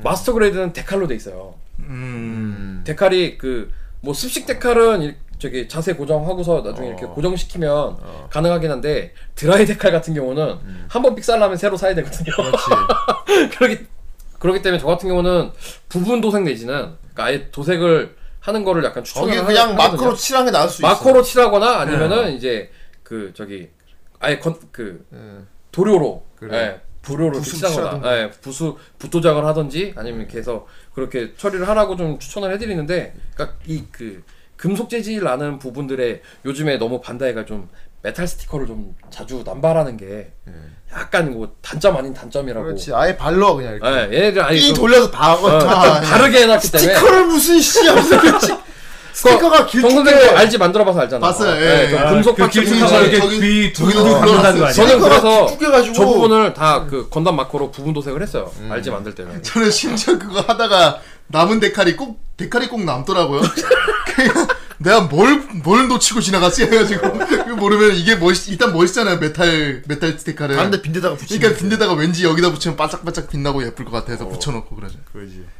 마스터 그레이드는 데칼로 돼 있어요.
음.
데칼이 그 뭐 습식 데칼은 이- 저기 자세 고정하고서 나중에
어.
이렇게 고정시키면 가능하긴 한데 드라이 데칼 같은 경우는
음.
한 번 삑살나면 새로 사야 되거든요. 그러기 그러기 때문에 저 같은 경우는 부분 도색 내지는 그러니까 아예 도색을 하는 거를 약간 추천을
거기
하-
그냥
하거든요.
마크로 칠한 게 나을 수
마커로 칠하거나 아니면은
네.
이제 그 저기 아예 건, 그
있어. 예.
도료로
그래.
예, 부료로 이렇게
부수
칠하거나
칠하던가.
예, 부수 붓도작을 하든지 아니면 이렇게 해서 그렇게 처리를 하라고 좀 추천을 해드리는데 그러니까 이 그 금속 재질 나는 부분들에 요즘에 너무 반다이가 좀 메탈 스티커를 좀 자주 남발하는 게 약간 뭐 단점 아닌 단점이라고.
예. 그렇지 아예 발로 그냥 이렇게
예, 얘네들 아니
삥
좀
돌려서 다
어,
다-
좀 다르게 해놨기 때문에.
스티커를 무슨 씨 하면서 그렇지. 스티커가
정
길쭉해
선생님 알지 만들어봐서 알잖아.
봤어요,
어,
예,
예, 좀
예.
아,
금속
그
그
저기,
파츠
저기,
분석을
저기, 저기, 저기도 올라갔어요.
저는 그래서
쭉쭉해가지고.
저 부분을 다 그 건담 마커로 부분 도색을 했어요.
음.
알지 만들 때는.
저는 심지어 그거 하다가 남은 데칼이 꼭 데칼이 꼭 남더라고요. 그냥 내가 뭘 뭘 놓치고 지나갔지 해가지고 이거 모르면 이게 멋 일단 멋있잖아요 메탈 메탈 스티커를.
다른데 빈대다가 붙이니까
그러니까 빈대다가 왠지 여기다 붙이면 반짝반짝 빛나고 예쁠 것 같아서 붙여놓고 그러죠.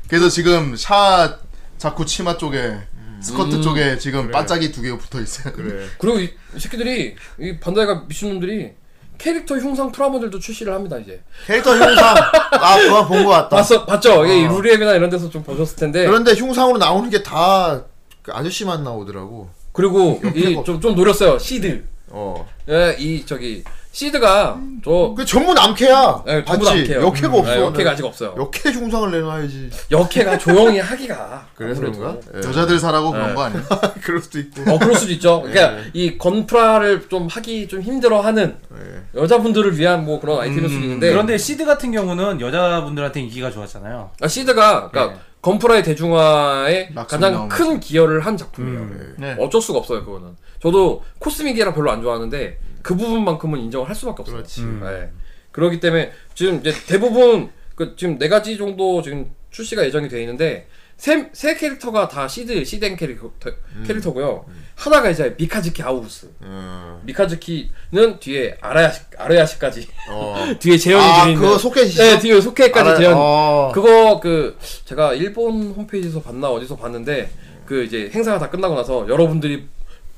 그래서 지금 샤 자꾸 치마 쪽에 스커트 쪽에 지금 반짝이 두 개가 붙어 있어요. 음. 그래.
그리고 이, 이 새끼들이 이 반다이가 미친놈들이 캐릭터 흉상 프라모델도 출시를 합니다 이제.
캐릭터 흉상 아 그만 본 것 같다
봤어, 봤죠? 이게 루리앱이나 이런 데서 좀 보셨을 텐데.
그런데 흉상으로 나오는 게 다그 아저씨만 나오더라고
그리고 이좀 좀 노렸어요 시드.
어그 그
예, 이 저기 시드가 저
전부 남캐야
예, 전부 다
봤지
역해요.
역캐가 없어
예, 역해가 아직 없어요.
역캐 흉상을 내놔야지
역해가 조용히 하기가
그래서
아무래도. 네.
그런가? 예.
여자들 사라고 그런 거 아니에요?
그럴 수도 있고 예.
어 그럴 수도 있죠. 그러니까 이 건프라를 좀 하기 좀 힘들어하는
예.
여자분들을 위한 뭐 그런 아이템일
음.
수도 있는데
그런데 시드 같은 경우는 여자분들한테 인기가 좋았잖아요.
아, 시드가 그러니까 건프라의 대중화에
낙선이
가장
나온
큰 기여를 한 작품이에요.
음.
네.
어쩔 수가 없어요 그거는. 저도 코스믹이랑 별로 안 좋아하는데 그 부분만큼은 인정을 할 수밖에 없어요. 그렇지.
음.
그렇기 때문에 지금 이제 대부분 그 지금 네 가지 정도 지금 출시가 예정이 돼 있는데 세, 세 캐릭터가 다 시드 시덴 캐릭터
음.
캐릭터고요. 하나가 이제 미카즈키 아우스.
예. 어.
미카즈키는 뒤에 아라야시 아라야시까지 뒤에 재현이
어. 아,
들어있는
그거 소켓이죠?
네 뒤에 소켓까지
알아요.
재현
어.
그거 그 제가 일본 홈페이지에서 봤나 어디서 봤는데 그 이제 행사가 다 끝나고 나서 여러분들이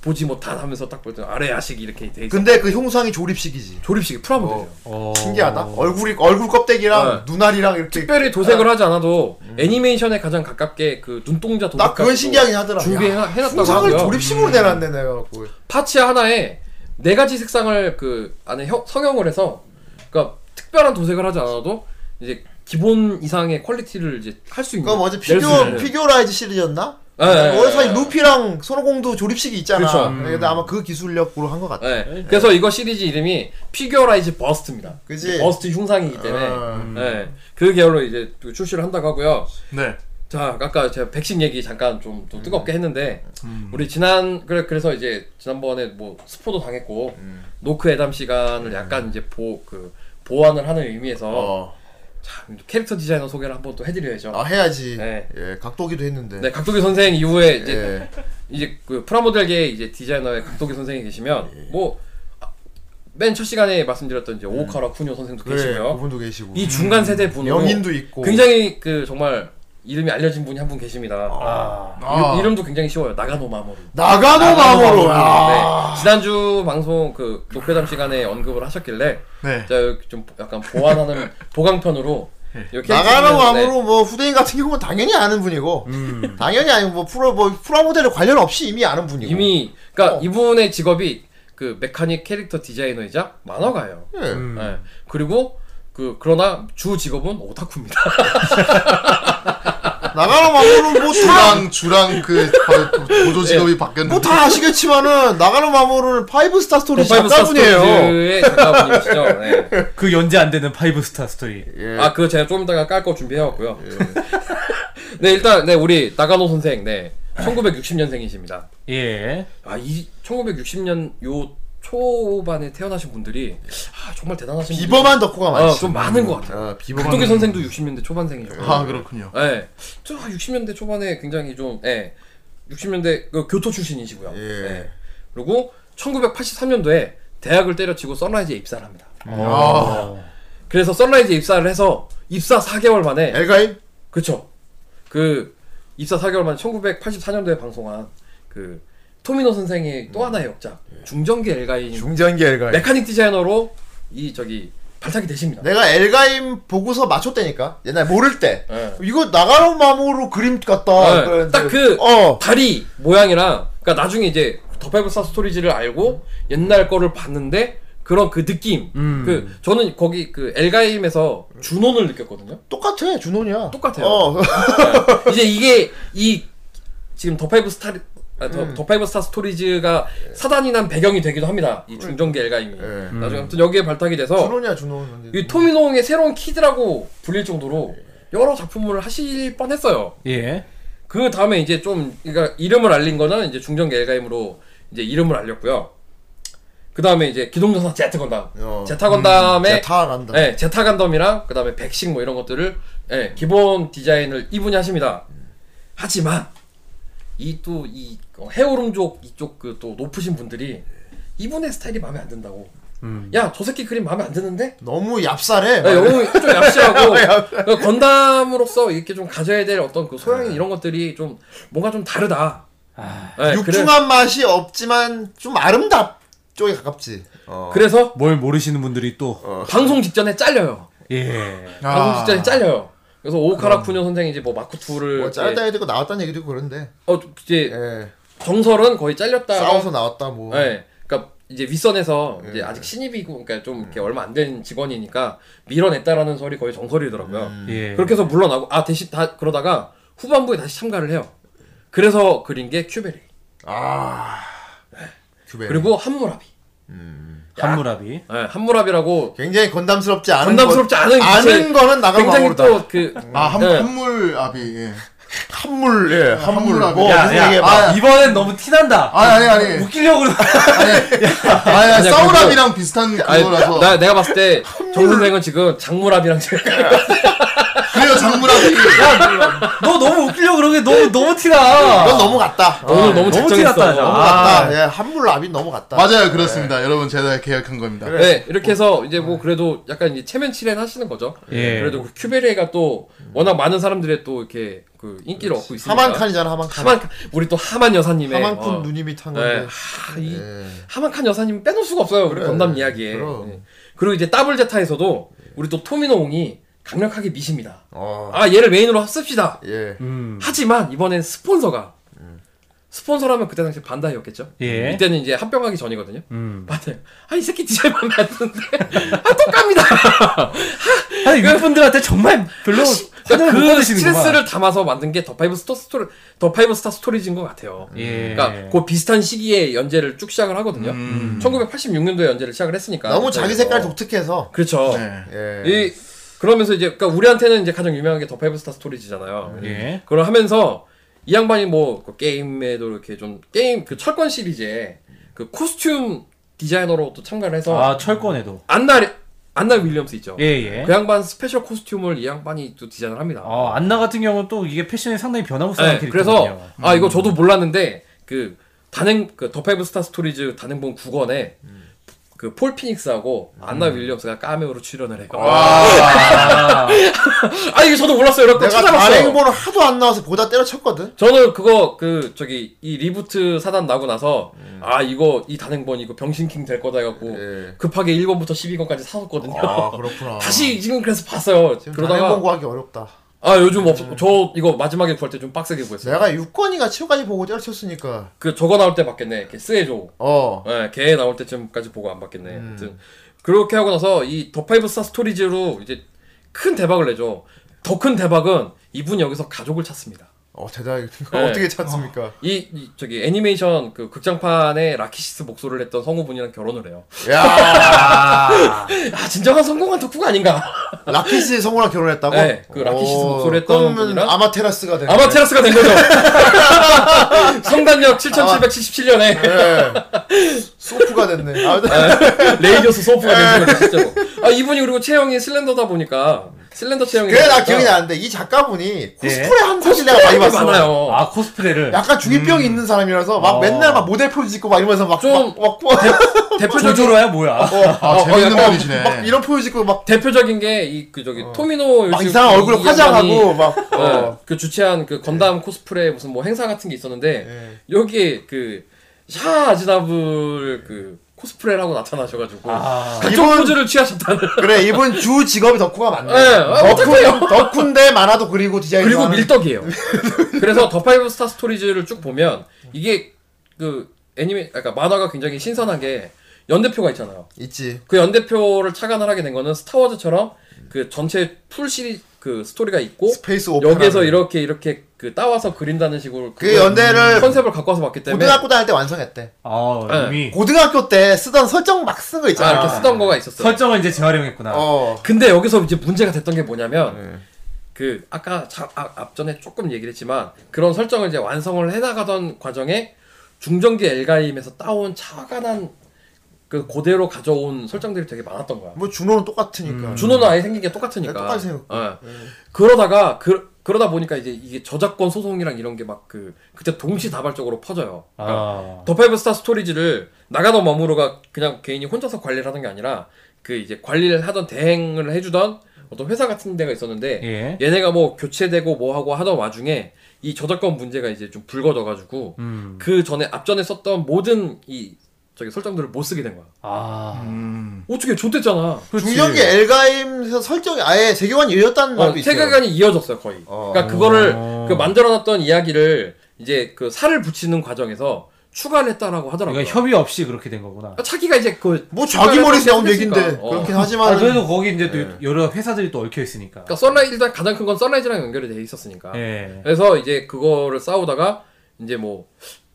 보지 못한 하면서 딱 보더니 아라야식 이렇게 돼 있어
근데 어. 그 흉상이 조립식이지
조립식이 프라모델이에요
어,
신기하다 얼굴이 얼굴 껍데기랑
어.
눈알이랑 이렇게 음.
특별히 도색을 하지 않아도 애니메이션에 가장 가깝게 그 눈동자 도색까지
나 그건 신기하긴 하더라 야,
준비해놨다고
흉상을
하고요 음.
조립식으로 내놨네 내가 그
파츠 하나에 네 가지 색상을 그 안에 형- 성형을 해서 그러니까 특별한 도색을 하지 않아도 이제 기본 이상의 퀄리티를 이제 할 수 있는
그럼 어제
낼수
피규어
있는.
피규어라이즈 시리즈였나?
예, 예,
원래
예.
뭐 사실 루피랑 손오공도 조립식이 있잖아.
그쵸.
근데 아마 그 기술력으로 한 것 같아.
네. 그래서 이거 시리즈 이름이 피규어라이즈 버스트입니다.
그지?
버스트 흉상이기 때문에
음.
네. 그 계열로 이제 또 출시를 한다고 하고요.
네.
자, 아까 제가 백신 얘기 잠깐 좀또
음.
뜨겁게 했는데 우리 지난 그래 그래서 이제 지난번에 뭐 스포도 당했고
음.
노크 회담 시간을 약간 이제 보 그 보완을 하는 의미에서
어.
참, 캐릭터 디자이너 소개를 한번 또 해드려야죠.
아 해야지.
네.
예, 각도기도 했는데.
네, 각도기 선생 이후에 이제
예.
이제 그 프라모델계 이제 디자이너의 각도기 선생이
예.
계시면 뭐 맨 첫 시간에 말씀드렸던 이제 오카라 쿠뇨 선생도
그래,
계시고요.
그분도 계시고.
이 중간 세대 분으로
영인도 있고.
굉장히 그 정말 이름이 알려진 분이 한 분 계십니다.
아.
이, 이름도 굉장히 쉬워요. 나가노 마모루. 뭐.
나가노 마모로. 아.
네, 지난주 방송 그 녹회담 시간에 언급을 하셨길래
예.
네.
제가 여기 좀 약간 보완하는 보강편으로 이렇게
예. 나가노
해드리면서, 네. 음.
마모로 뭐 후대인 같은 경우는 당연히 아는 분이고. 당연히 아니고 뭐 프로 뭐 프라모델에 관련 없이 이미 아는 분이고.
이미 그러니까
어.
이분의 직업이 그 메카닉 캐릭터 디자이너이자 만화가예요.
예.
음.
예. 그리고 그 그러나 주 직업은 오타쿠입니다.
나가노 마모로 뭐다
주랑 주랑 그 바로 보조 직업이 바뀌었는데.
뭐다 아시겠지만은 나가노 마모로는 파이브 스타 스토리
파이브 스타
작가분이에요.
스토리즈의 작가분이시죠. 네.
그 연재 안 되는 파이브 스타 스토리.
예.
아 그거 제가 조금 이따가 깔 거 준비해왔고요.
예.
네 일단 네 우리 나가노 선생 네 1960년생이십니다.
예.
아 이 1960년 요 초반에 태어나신 분들이 아 정말 대단하신
비범한 덕후가
분들이 어,
많지.
좀 많은 것 같아요.
어, 비범한. 음.
박도기 선생도 60년대 초반생이죠.
아 그렇군요.
예. 저 60년대 초반에 굉장히 좀, 예. 60년대 그 교토 출신이시고요.
예.
그리고 1983년도에 대학을 때려치고 썬라이즈에 입사를 합니다.
아.
그래서 썬라이즈에 입사를 해서 입사 4개월 만에,
엘가인?
그쵸. 그, 입사 4개월 만에 1984년도에 방송한 그, 토미노 선생의 또 하나의 역작, 중전기 엘가인,
중전기 엘가인.
메카닉 디자이너로 이, 저기, 발탁이 되십니다.
내가 엘가인 보고서 맞췄다니까. 옛날 모를 때.
예.
이거 나가로 마모로 그림 같다.
네,
네. 그랬는데
딱 그-
어. 파리.
다리 모양이랑 그러니까 나중에 이제 더 파이브 스타 스토리지를 알고 옛날 거를 봤는데 그런 그 느낌
음.
그 저는 거기 그 엘가임에서 준혼을 느꼈거든요
똑같아. 어, 준혼이야.
똑같아요.
어.
이제 이게 이 지금 더 파이브 스타 아, 더,
음.
더 파이브 스타 스토리즈가 사단이 난 배경이 되기도 합니다. 이 중전계 엘가임이.
음. 예.
나중에 아무튼 여기에 발탁이 돼서
준호냐 준호.
이 토미노의 새로운 키드라고 불릴 정도로 여러 작품을 하실 뻔했어요.
예.
그 다음에 이제 좀 그러니까 이름을 알린 거는 이제 중전계 엘가임으로 이제 이름을 알렸고요. 그 다음에 이제 기동전사 제트 건담,
어.
제타 건담의
다 간다.
예, 제타 간덤이랑 그다음에 백식 뭐 이런 것들을 예, 기본 디자인을 이분이 하십니다. 하지만 이 또 이 해오름족 이쪽 그 또 높으신 분들이 이분의 스타일이 마음에 안 든다고. 야 저 새끼 그림 마음에 안 드는데?
너무 얍쌀해.
야, 영웅이 좀
네.
얍시하고 그 건담으로서 이렇게 좀 가져야 될 어떤 그
아.
소양이 이런 것들이 좀 뭔가 좀 다르다. 예,
육중한 맛이 없지만 좀 아름답 쪽에 가깝지. 어.
그래, 서
뭘 모르시는 분들이 또
방송 직전에 잘려요.
예.
아.
방송 직전에 잘려요. 그래서 오카라 쿠뇨 선생이 이제 뭐 마크 2를
어. 뭐 짧다 해도 나왔다는 얘기도 있고 그런데.
어 이제
예.
정설은 거의 잘렸다.
싸워서 나왔다 뭐.
네. 그러니까 이제 윗선에서
네.
이제 아직 신입이고 그러니까 좀
음.
이렇게 얼마 안 된 직원이니까 밀어냈다라는 설이 거의 정설이더라고요.
음. 네.
예.
그렇게 해서 물러나고 아 대신 다 그러다가 후반부에 다시 참가를 해요. 그래서 그린 게 큐베리
아. 네. 규베.
그리고 함무라비.
한무라비.
네, 함무라비라고
굉장히 건담스럽지 않은
건담스럽지 않은
거, 아는
기체.
거는 나가면
굉장히
아무렇다.
또 그
아, 한,
네.
한물 아비. 예.
한물 예. 한물.
한물하고.
뭐
야,
무슨
야,
얘기해 봐.
아,
이번엔 너무 티난다.
아니, 예. 아니, 아니.
웃기려고
아니, 아니,
그냥
싸우랍이랑 비슷한
아니,
그거라서.
나 내가 봤을 때 정선생은 지금 장무라비랑 지금
그래요, 장물합이.
너 너무 웃기려고 그러게 너무 너무 티나.
넌 너무 갔다. 어,
오늘
너무
너무 작정했어. 아,
티났다, 야.
너무 갔다.
네.
예. 한물 라비 너무 갔다.
맞아요, 그렇습니다. 여러분, 제가 계약한 겁니다.
네, 이렇게 해서 이제 뭐 그래도 약간 이제 체면 치레는 하시는 거죠.
예.
그래도 그 큐베레가 또 워낙 많은 사람들의 또 이렇게 그 인기를 얻고 있으니까.
하만칸이잖아, 하만칸.
하만 우리 또 하만 여사님의
하만쿤
어.
누님이 탄
네.
건데.
하, 이
예.
하만칸 여사님 빼놓을 수가 없어요. 우리 건담 이야기에.
그럼.
예. 그리고 이제 더블 제타에서도 우리 또 토미노옹이 강력하게 미십니다.
어.
아, 얘를 메인으로 합습시다.
예.
음.
하지만 이번엔 스폰서가
음.
스폰서라면 그때 당시 반다이였겠죠.
예.
이때는 이제 합병하기 전이거든요.
음.
맞아요. 아, 이 새끼 디자인 마음에 안 드는데. 아, 똑같습니다.
아니 이분들한테 정말 별로 화를 못
그
받으시는구만.
스트레스를 담아서 만든 게 더 파이브 스타 스토리, 더 파이브 스타 스토리즈인 것 같아요.
예.
그러니까 그 비슷한 시기에 연재를 쭉 시작을 하거든요.
음.
1986년도에 연재를 시작을 했으니까.
너무 자기 색깔
어.
독특해서.
그렇죠.
네.
예.
이 그러면서 이제 그러니까 우리한테는 이제 가장 유명한 게 더 파이브 스타 스토리즈잖아요.
예.
그걸 하면서 이 양반이 뭐그 게임에도 이렇게 좀 게임 그 철권 시리즈에 그 코스튬 디자이너로 또 참가를 해서
아 철권에도.
안나 안나 윌리엄스 있죠.
예 예.
그 양반 스페셜 코스튬을 이 양반이 또 디자인을 합니다.
어 안나 같은 경우는 또 이게 패션이 상당히 변화무쌍한
네,
캐릭터거든요.
그래서 아 이거 저도 몰랐는데 그 단행 그더 파이브 스타 스토리즈 단행본 9권에
음.
그 폴 피닉스하고
아.
안나 윌리엄스가 까메오로 출연을 해요. 아 이거 저도 몰랐어요. 이렇게
내가
찾아봤어요.
다행본을 하도 안 나와서 보다 때려쳤거든.
저는 그거 그 저기 이 리부트 사단 나고 나서 아 이거 이 단행본 이거 병신킹 될 거다 해갖고
음. 예.
급하게 1권부터 12권까지 사왔거든요.
아, 그렇구나.
네. 다시 지금 그래서 봤어요.
지금
그러다가
단행본 음. 구하기 어렵다.
아 요즘 없, 저 이거 마지막에 구할 때 좀 빡세게 구했어요.
내가 6권이가 7권까지 보고 때려쳤으니까.
그 저거 나올 때 봤겠네. 이렇게 쓰해줘.
어.
예, 걔 나올 때쯤까지 보고 안 봤겠네.
음.
아무튼 그렇게 하고 나서 이 더 파이브 스타 스토리즈로 이제 큰 대박을 내죠. 더 큰 대박은 이분이 여기서 가족을 찾습니다.
어, 대단해.
네.
어떻게 찾습니까?
이, 이 저기 애니메이션 그 극장판에 라키시스 목소리를 했던 성우분이랑 결혼을 해요.
야
아 진정한 성공한 덕후가 아닌가.
라키스 성우랑 결혼했다고? 어.
네, 그 라키스 목소리 했던
그러면
분이랑?
아마테라스가 되네.
아마테라스가 된 거죠. 성단력 7,777년에
예. 소프가 됐네. 아,
레이디오스 소프가 된 거죠 진짜로. 아 이분이 그리고 체형이 슬렌더다 보니까 슬렌더 체형이.
그래 나 기억이 나는데 이 작가분이 코스프레 한 사진 내가 많이
예. 많이
봤어.
많아요. 음.
아 코스프레를.
약간 중이병이 있는 사람이라서 막
어.
맨날 막 모델 포즈 짓고 막 이러면서 막
좀-
막, 막, 막,
대표적인
조조로야 뭐야?
아,
어,
재밌는
어,
분이시네.
막 이런 포즈 짓고 막,
대표적인 게 이 그 저기 토미노
막
요시-
이상한
이
얼굴
그 양반이
화장하고 막
어,
어.
그 주최한 그 건담 코스프레 무슨 뭐 행사 같은 게
네.
있었는데
예.
여기에 그샤 아즈나블 그 코스프레를 하고 나타나셔가지고
아,
각종
아, 이분-
포즈를 취하셨다는
그래 이분 주 직업이 덕후가 많네.
예, 아,
덕후 덕후인데 만화도 그리고 디자인
그리고 밀떡이에요. 그래서 더 파이브 스타 스토리즈를 쭉 보면 이게 그 애니메 그러니까 만화가 굉장히 신선하게 연대표가 있잖아요.
있지.
그 연대표를 차관을 하게 된 거는 스타워즈처럼 그 전체 풀 시리 그 스토리가 있고
스페이스 오페라.
여기에서 이렇게 이렇게 그 따와서 그린다는 식으로 음,
그 연대를
컨셉을 갖고 와서 봤기 때문에
고등학교 다닐 때 완성했대.
아, 이미
고등학교 때 쓰던 설정 막 쓴 거
아,
있잖아.
이렇게 쓰던 거가 있었어요.
설정을 이제 재활용했구나.
어.
근데 여기서 이제 문제가 됐던 게 뭐냐면
네.
그 아까 자- 아- 앞전에 조금 얘기를 했지만 그런 설정을 이제 완성을 해나가던 과정에 중전기 엘가임에서 따온 차가난 그 그대로 가져온 설정들이 되게 많았던 거야.
뭐 준호는 똑같으니까.
음. 준호는 아예 생긴 게 똑같으니까.
네, 똑같이 생겼고.
예. 그러다가 그 그러다 보니까 이제 이게 저작권 소송이랑 이런 게 막 그 그때 동시다발적으로 퍼져요. 그러니까
아.
더 파이브 스타 스토리지를 나가노 마무로가 그냥 개인이 혼자서 관리를 하던 게 아니라 그 이제 관리를 하던 대행을 해주던 어떤 회사 같은 데가 있었는데
예.
얘네가 뭐 교체되고 뭐 하고 하던 와중에 이 저작권 문제가 이제 좀 불거져가지고
음.
그 전에 앞전에 썼던 모든 이 저기 설정들을 못 쓰게 된 거야.
아.
음.
어떻게 존댔잖아.
중력이 엘가임에서 설정이 아예 세계관이 이었다는 말도 있어요.
세계관이 이어졌어요 거의.
어.
그러니까 그거를 그 만들어놨던 이야기를 이제 그 살을 붙이는 과정에서 추가를 했다라고 하더라고요.
그러니까 협의 없이 그렇게 된 거구나.
그러니까 자기가 이제 그
뭐 자기 머리에서 나온
했으니까.
얘긴데
어.
그렇긴
아,
하지만
그래도 거기 이제 또 여러 회사들이 또 얽혀 있으니까.
예. 그러니까 썬라이 일단 가장 큰 건 썬라이즈랑 연결이 돼 있었으니까.
예.
그래서 이제 그거를 싸우다가 이제 뭐,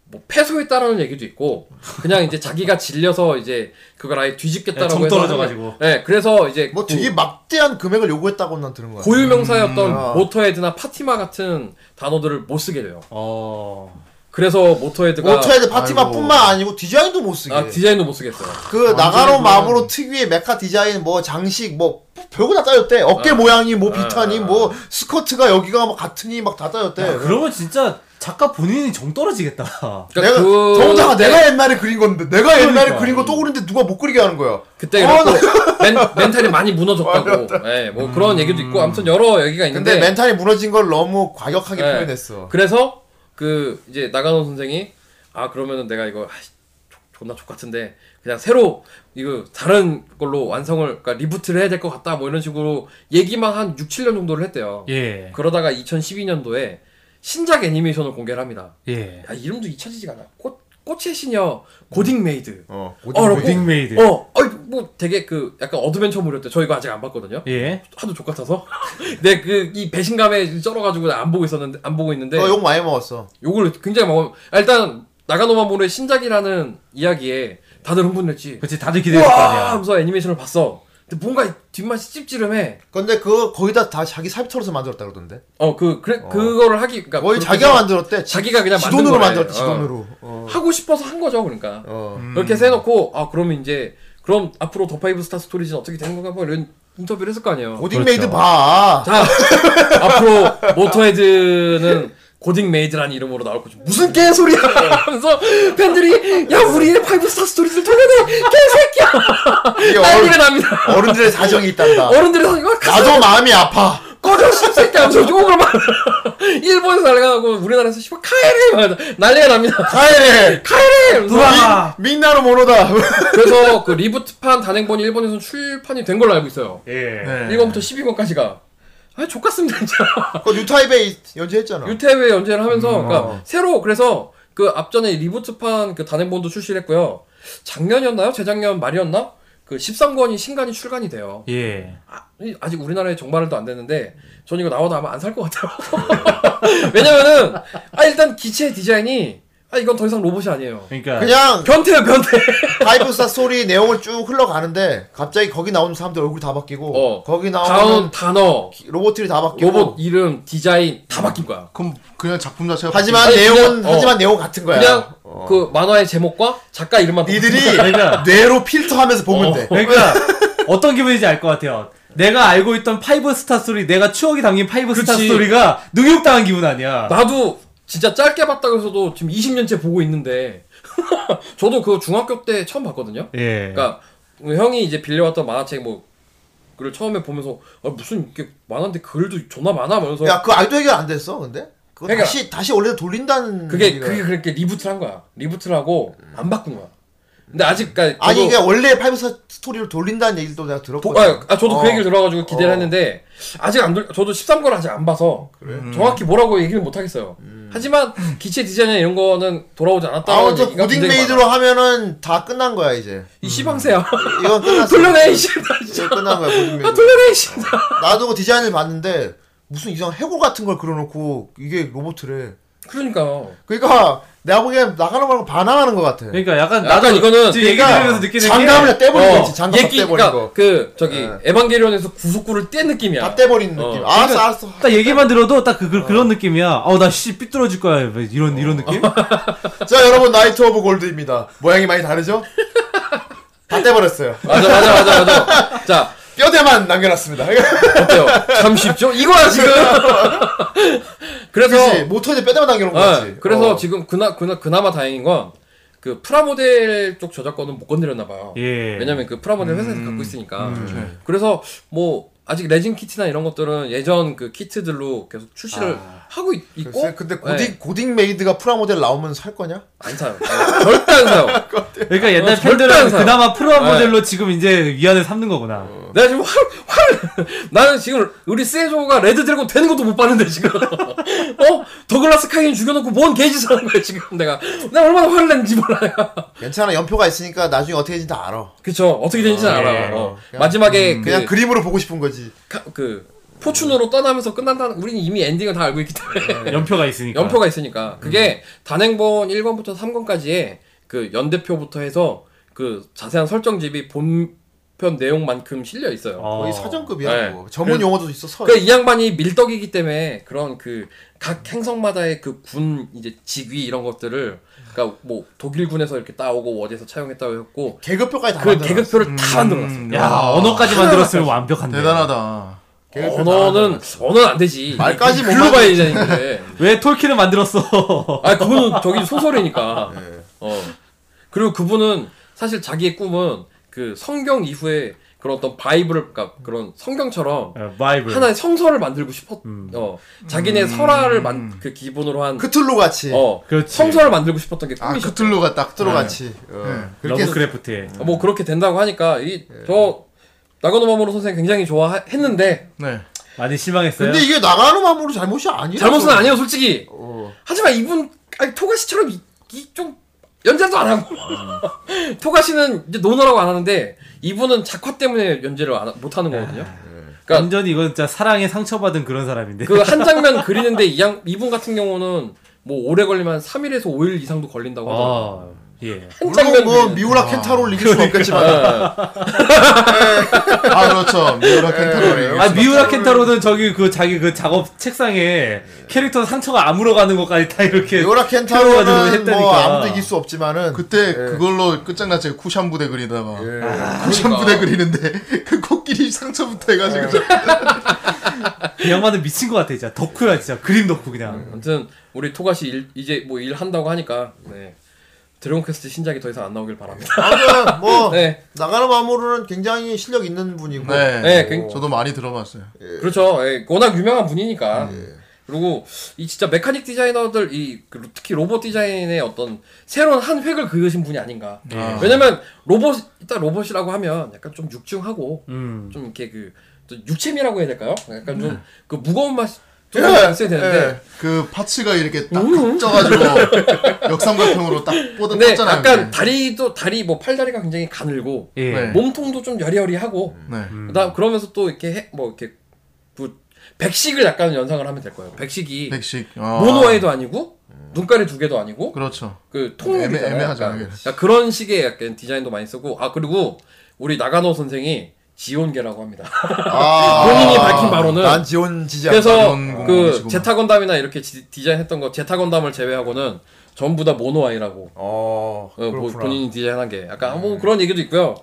뭐 패소했다라는 얘기도 있고 그냥 이제 자기가 질려서 이제 그걸 아예 뒤집겠다라고
정
해서
떨어져가지고.
하는- 네, 그래서 이제
뭐
그
되게 막대한 금액을 요구했다고 난 들은 거야.
고유명사였던
음.
모터헤드나 파티마 같은 단어들을 못 쓰게 돼요.
어.
그래서 모터헤드가
오토헤드 파티마뿐만 아니고 디자인도 못 쓰게.
아, 디자인도 못 쓰겠어요.
그 나가노 마모로 특유의 메카 디자인 뭐 장식 뭐 별거 다 따졌대. 어깨
아.
모양이 뭐
아.
비타니 뭐 스커트가 여기가 뭐 같으니 막 다
네,
따졌대.
아,
야, 그러면 진짜 작가 본인이 정 떨어지겠다.
그러니까
내가
그-
정자가 내가 옛날에 그린 건데 내가 옛날에
그러니까.
그린 거 또 그리는데 누가 못 그리게 하는 거야.
그때
어,
그렇고 멘, 멘탈이 많이 무너졌다고. 예, 뭐 그런 얘기도 있고 아무튼 여러 얘기가 있는데
근데 멘탈이 무너진 걸 너무 과격하게
네.
표현했어.
그래서 그 이제 나가노 선생이 아 그러면은 내가 이거 아이씨, 족- 존나 족 같은데 그냥 새로 이거 다른 걸로 완성을 그러니까 리부트를 해야 될 것 같다 뭐 이런 식으로 얘기만 한 6, 7년 정도를 했대요.
예.
그러다가 2012년도에 신작 애니메이션을 공개를 합니다.
예.
야, 이름도 잊혀지지가 않아. 꽃 꽃의 시녀 고딩 메이드.
어.
어,
고딩
딩 메이드.
어, 어이 뭐 되게 그 약간 어드벤처물이었대. 저 이거 아직 안 봤거든요.
예.
하도 족 같아서. 내 그 이 배신감에 쩔어가지고 안 보고 있었는데 안 보고 있는데.
어, 욕 많이 먹었어.
요걸 굉장히 막 아, 일단 나가노마모르의 신작이라는 이야기에 다들 흥분했지.
그렇지 다들 기대했을 거
우와
아니야.
하면서 애니메이션을 봤어. 근데 뭔가 뒷맛이 찝찝해.
근데 그거 거기다 다 자기 삽입 털어서 만들었다 그러던데.
어그 그래 그거를 하기 그러니까
거의
그렇게
자기가
해서
만들었대.
자기가 그냥 만든
지돈으로
거래.
만들었대.
어.
지돈으로. 어.
하고 싶어서 한 거죠 그러니까.
어.
그렇게 해서 해놓고 아 그러면 이제 그럼 앞으로 더 파이브 스타 스토리지는 어떻게 되는 건가 뭐 이런 인터뷰를 했을 거 아니에요.
고딩 메이드 봐.
자, 앞으로 모터헤드는 고딩 메이드라는 이름으로 나올 거죠. 무슨 개소리야! 하면서 팬들이, 야, 우리의 파이브스타 스토리를 돌려내! 개새끼야!
이게
난리가
어른-
납니다.
어른들의 사정이 있단다.
어른들이 이거 가서
나도 마음이 아파.
꺼져, 씨새끼 하면서 욕을 막. 일본에서 날아가고 우리나라에서 씨발 카에레! 막 난리가 납니다.
카에레.
카에레! 하면서
돌아와.
민나로 모노다.
그래서 그 리부트판 단행본이 일본에서는 출판이 된 걸로 알고 있어요.
예.
네.
1권부터 12권까지가. 아, 족같습니다, 진짜.
그거 뉴타입에 연재했잖아.
유태회 연재를 하면서 그러니까
어.
새로 그래서 그 앞전에 리부트판 그 단행본도 출시를 했고요. 작년이었나요? 재작년 말이었나? 그 13권이 신간이 출간이 돼요.
예.
아, 이- 아직 우리나라에 정발도 안 됐는데 전 이거 나와도 아마 안 살 것 같아요. 왜냐면은 아 일단 기체 디자인이 아 이건 더 이상 로봇이 아니에요.
그러니까
그냥
변태예요, 변태.
파이브스타 소리 내용을 쭉 흘러가는데 갑자기 거기 나오는 사람들 얼굴 다 바뀌고
어.
거기
다운
나오는
단어,
로봇들이 다 바뀌고
로봇 이름, 디자인 다 바뀐 거야.
그럼 그냥 작품 자체가
하지만
아니,
내용은
그냥- 어.
하지만 내용 같은 거야. 어.
그냥 그 만화의 제목과 작가 이름만 바꾼 거야.
니들이
그러니까.
뇌로 필터하면서
어.
보면 돼.
그러니까 어떤 기분인지 알 것 같아요. 내가 알고 있던 파이브 스타 스토리, 내가 추억이 담긴 파이브 스타
그치.
스토리가 능욕당한 기분 아니야.
나도 진짜 짧게 봤다고 해서도 지금 20년째 보고 있는데 저도 그거 중학교 때 처음
네.
봤거든요.
예.
그러니까 형이 이제 빌려왔던 만화책 뭐 그걸 처음에 보면서 아, 무슨 이게 만화인데 글도 존나 많아 하면서
야, 그거 아직도 해결 안 됐어, 근데? 그거
그러니까-
다시, 다시 원래 돌린다는.
그게
얘기가-
그게 그렇게 리부트를 한 거야. 리부트를 하고 안 바꾼 거야. 근데 아직 그러니까
음. 아니,
저도
이게 원래 파이브스타 스토리를 돌린다는 얘기도 내가
도,
들었거든.
아, 아, 저도
어.
그 얘기를 들어가지고 기대를
어.
했는데 아직 안 돌, 저도 13권 아직 안 봐서 정확히 뭐라고 얘기를 못 하겠어요. 하지만 기체 디자인이나 이런 거는 돌아오지 않았다는
음. 아무튼
얘기가
고딩
굉장히 많아.
메이드로 하면은 다 끝난 거야, 이제.
이 시방새야.
이건 끝났어.
돌려내 이 씨발
이제
진짜.
끝난 거야, 고딩
아
메이드.
돌려내 이 씨발.
나도 그 디자인을 봤는데 무슨 이상 해골 같은 걸 그려놓고 이게 로봇이래.
그러니까요.
그러니까 내가 보기엔 나가는 말고 반항하는 것 같아.
그러니까 약간
약간
나도
이거는
지금 얘기
그러니까
들으면서 느끼는
장갑을 다 떼버린
어,
거지. 장갑 다
얘기-
떼버린
그러니까
거. 네.
그 저기 에반게리온에서 구속구를 뗀 느낌이야.
다 떼버린
어.
느낌. 아. 알았어, 알았어.
게 딱 얘기만 들어도 딱 그, 그, 그런 느낌이야. 어, 나씨 삐뚤어질 거야. 이런, 이런 느낌?
자, 여러분 나이트 오브 골드입니다. 모양이 많이 다르죠? 다 떼버렸어요.
맞아 맞아 맞아 맞아. 자
뼈대만 남겨놨습니다. 그러니까
어때요? 참 쉽죠? 이거야 지금. 그래서
그치? 모터에 뼈대만 남겨놓은
네,
거지.
그래서
어.
지금 그나 그나 그나마 다행인 건 그 프라모델 쪽 저작권은 못 건드렸나 봐요.
네.
예.
왜냐면 그 프라모델 회사에서
음.
갖고 있으니까. 네.
네.
그래서 뭐 아직 레진 키트나 이런 것들은 예전 그 키트들로 계속 출시를 하고 있,
아. 글쎄,
고
근데 고딩
네.
고딩 메이드가 프라모델 나오면 살 거냐?
안 사요. 네, 절대 안 사요.
그러니까 옛날
어, 절대 안
팬들은
사요. 어,
그나마 프로 모델로 지금 이제 위안을 삼는 거구나.
어.
내가 지금 활, 활, 나는 지금 우리 세조가 레드 드래곤 되는 것도 못 봤는데, 지금. 어? 더글라스 카인 죽여놓고 뭔 개짓을 하는 거야, 지금 내가. 내가 얼마나 화를 냈는지 몰라요.
괜찮아 연표가 있으니까 나중에 어떻게 되는지 다 알아.
그쵸. 어떻게 되는지는
아,
알아.
예.
어.
그냥-
마지막에 그,
그냥 그, 림으로 보고 싶은 거지.
가- 그, 포춘으로 떠나면서 끝난다는, 우리는 이미 엔딩을 다 알고 있기 때문에.
연표가 있으니까.
네. 연표가 있으니까. 그게
음.
단행본 1권부터 3권까지에 그 연대표부터 해서 그 자세한 설정집이 본편 내용만큼 실려 있어요.
어.
거의 사전급이야.
네.
그거. 전문
그래-
용어도 있어. 서.
그이 양반이 밀떡이기 때문에 그런 그 각 행성마다의 그 군 이제 직위 이런 것들을 그러니까 뭐 독일군에서 이렇게 따오고 어디서 차용했다고 했고
계급표까지 다
그
만들어.
계급표를 다 만들어놨어.
음,
야, 언어까지 만들었으면 완벽한데.
대단하다.
언어는 언어는 안 되지.
아, 말까지 못
글로 봐야 되는데.
왜 톨킨을 만들었어?
아 그분은 저기 소설이니까.
네.
어. 그리고 그분은 사실 자기의 꿈은 그 성경 이후에 그런 어떤 바이블을 그러니까 그런 성경처럼
어, 바이블.
하나의 성서를 만들고 싶었.
음.
어. 자기네 설화를 만 그 기본으로 한.
크툴루 같이.
어.
그렇지.
성서를 만들고 싶었던 게
아,
꿈이셨죠.
그툴루가 딱
크툴루
들어갔지.
같이. 어.
네.
그렇게
러브크래프트에.
어, 뭐 그렇게 된다고 하니까
네.
이 저 나가노 마모로 선생 굉장히 좋아했는데
네.
많이 실망했어요.
근데 이게 나가노 마모로 잘못이 아니야.
잘못은 아니에요 솔직히.
어.
하지만 이분 아니 토가시처럼 이좀 연재도 안 하고 토가시는 이제 노너라고 안 하는데 이분은 작화 때문에 연재를 안 하- 못 하는 거거든요.
아,
그러니까
완전히 이건 진짜 사랑에 상처받은 그런
네.
사람인데.
그 한 장면 그리는데 이 양, 이분 같은 경우는 뭐 오래 걸리면 한 3일에서 5일 이상도 걸린다고 하더라고요.
아, 예.
한
물론
장면
뭐
그리는데. 아.
미우라 켄타로를 이길 수는 없겠지만.
아, 그렇죠. 미우라
네.
켄타로리.
아, 미우라 켄타로는 저기 그 자기 그 작업 책상에 캐릭터 상처가 아물어 가는 것까지 다
예,
이렇게.
미우라
크툴루가
켄타로는
좀
뭐
했다니까.
아무도 이길 수 없지만은.
그때
예.
그걸로 끝장났죠. 쿠션 부대 그리다가.
예.
쿠션
그러니까.
부대 그리는데 그 코끼리 상처부터 해가지고.
그 양반은 미친 것 같아, 진짜. 덕후야, 진짜. 그림 덕후, 그냥.
아무튼 우리 토가시 일, 이제 뭐 일 한다고 하니까 네. 드래곤 퀘스트 신작이 더 이상 안 나오길 바랍니다.
아무튼 뭐
네.
나가노 마모로는 굉장히 실력 있는 분이고.
네.
네, 굉-
저도 많이 들어봤어요.
그렇죠. 예, 워낙 유명한 분이니까. 그리고 이 진짜 메카닉 디자이너들 이 그- 특히 로봇 디자인의 어떤 새로운 한 획을 그으신 분이 아닌가.
예.
아.
왜냐면 로봇 일단 로봇이라고 하면 약간 좀 육중하고
음.
좀 이렇게 그또 육체미라고 해야 될까요? 약간 좀 그 무거운 맛이 좀
예,
있어야 되는데
그 파츠가 이렇게 딱 쪄가지고 역삼각형으로 딱 뻗어
근데
뻗잖아요.
약간 다리도 다리 뭐 팔다리가 굉장히 가늘고
예.
네.
몸통도 좀 여리여리하고
네.
그다음 그러면서 또 이렇게 해, 뭐 이렇게 그 백식을 약간 연상을 하면 될 거예요. 백식이
백식.
모노아이도 아니고 눈깔이 두 개도 아니고
그렇죠.
그
애매-
통일이잖아요.
애매하죠,
약간.
애매하죠.
그러니까 그런 식의 약간 디자인도 많이 쓰고 아 그리고 우리 나가노 선생이 지온계라고 합니다.
아.
본인이 밝힌 바로는
난 지원 지지. 않-
그래서
그런
그
공간이시구나.
제타 건담이나 이렇게 지- 디자인했던 거 제타 건담을 제외하고는 전부 다 모노아이라고
어.
어, 뭐
그렇구나.
본인이 디자인한 게 약간 뭐 그런 얘기도 있고요.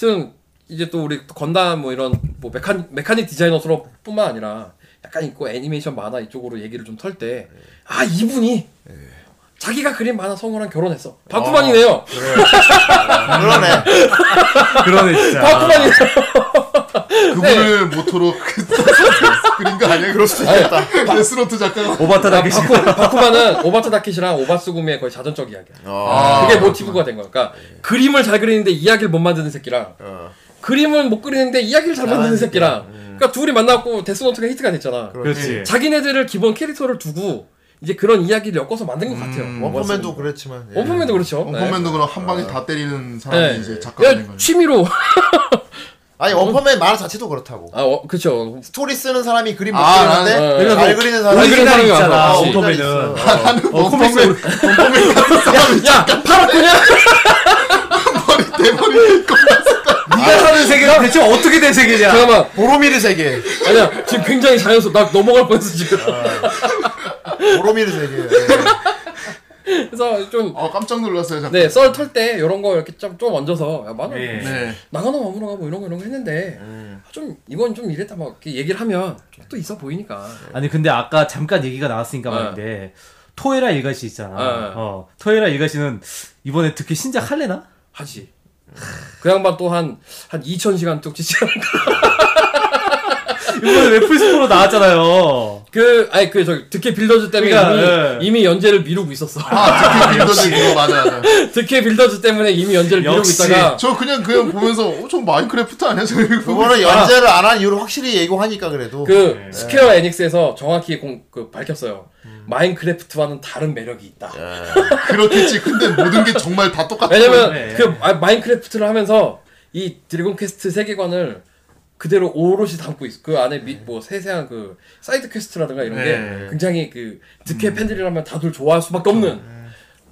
하여튼 이제 또 우리 건담 뭐 이런 뭐 메카 메카닉 디자이너로뿐만 아니라 약간 있고 애니메이션 만화 이쪽으로 얘기를 좀 털 때 아 이분이 자기가 그린 만화 성우랑 결혼했어. 바쿠만이네요.
그러네.
그러네, 진짜.
바쿠만이네요. 네.
그분을 모토로 그- 그린 거 아니야? 그럴 수도 있겠다. 데스노트 작가가.
오바타
아,
다케시.
바쿠 바쿠만은 오바타 다키시랑 오바스구미의 거의 자전적 이야기야.
아.
그게 모티브가 된 거야. 그러니까 그림을 잘 그리는데 이야기를 못 만드는 새끼랑
어.
그림을 못 그리는데 이야기를 잘 만드는 새끼랑 그러니까 둘이 만나고 데스노트가 히트가 됐잖아.
그렇지.
자기네들을 기본 캐릭터를 두고 이제 그런 이야기를 엮어서 만든 것 같아요.
음,
원펀맨도 그랬지만. 예.
어,
원펀맨도 그렇죠.
아.
원펀맨도 그럼 한 방에 다 때리는 사람이
네.
이제 작가가
네.
된
야,
거죠.
취미로
아니 원펀맨 만화 자체도 그렇다고.
아, 어, 그쵸.
스토리 쓰는 사람이 그림 못
아,
그리는데
난- 어,
잘
어,
그리는
잘
사람이
그리는
오리지널
사람이
있잖아,
많아.
원펀맨은.
있어.
나는 뭐
어,
원펀맨
코믹스 오리-
원펀맨 같은 사람이
야, 팔았구냐?
머리 대머리
네가 사는 세계가 대체 어떻게 된 세계냐?
잠깐만.
보로미르 세계.
아니야, 지금 굉장히 자연스러워. 나 넘어갈 뻔했어, 지금.
아.
보로미르 세계. 예.
그래서 좀,
어 깜짝 놀랐어요 잠깐
네, 썰 털 때, 요런 거 이렇게 좀, 좀 얹어서, 야, 만화,
예.
네.
나가노 마무라가 뭐 이런 거 이런 거 했는데, 좀, 이건 좀 이랬다 막 이렇게 얘기를 하면, 좀또 있어 보이니까.
아니 근데 아까 잠깐 얘기가 나왔으니까
어.
말인데 토에라 일가시 있잖아.
어.
어. 토에라 일가시는 이번에 특히 신작 할래나?
하지. 그 양반 또 한, 한 2,000시간 뚝 지지 않을까.
이번에 웹플스토로 나왔잖아요.
그, 아니, 그, 저기, 득해 빌더즈 때문에
그러니까,
이미, 이미 연재를 미루고 있었어.
아 빌더즈 그거 맞아 맞아
득해 빌더즈 때문에 이미 연재를 미루고
역시.
있다가,
저 그냥 그냥 보면서 어, 저 마인크래프트 아니야 저 이거
그거는 연재를 안 한 이유를 확실히 예고하니까 그래도.
그 스퀘어 에닉스에서 정확히 공, 그 밝혔어요.
음.
마인크래프트와는 다른 매력이 있다.
아, 그렇겠지 근데 모든 게 정말 다 똑같아
왜냐면
네.
그 마- 마인크래프트를 하면서 이 드래곤 퀘스트 세계관을 그대로 오롯이 담고 있어. 그 안에 미, 뭐 세세한 그 사이드 퀘스트라든가 이런
네. 음. 그렇죠.
게 굉장히 그 득해 팬들이라면 다들 좋아할 수밖에 없는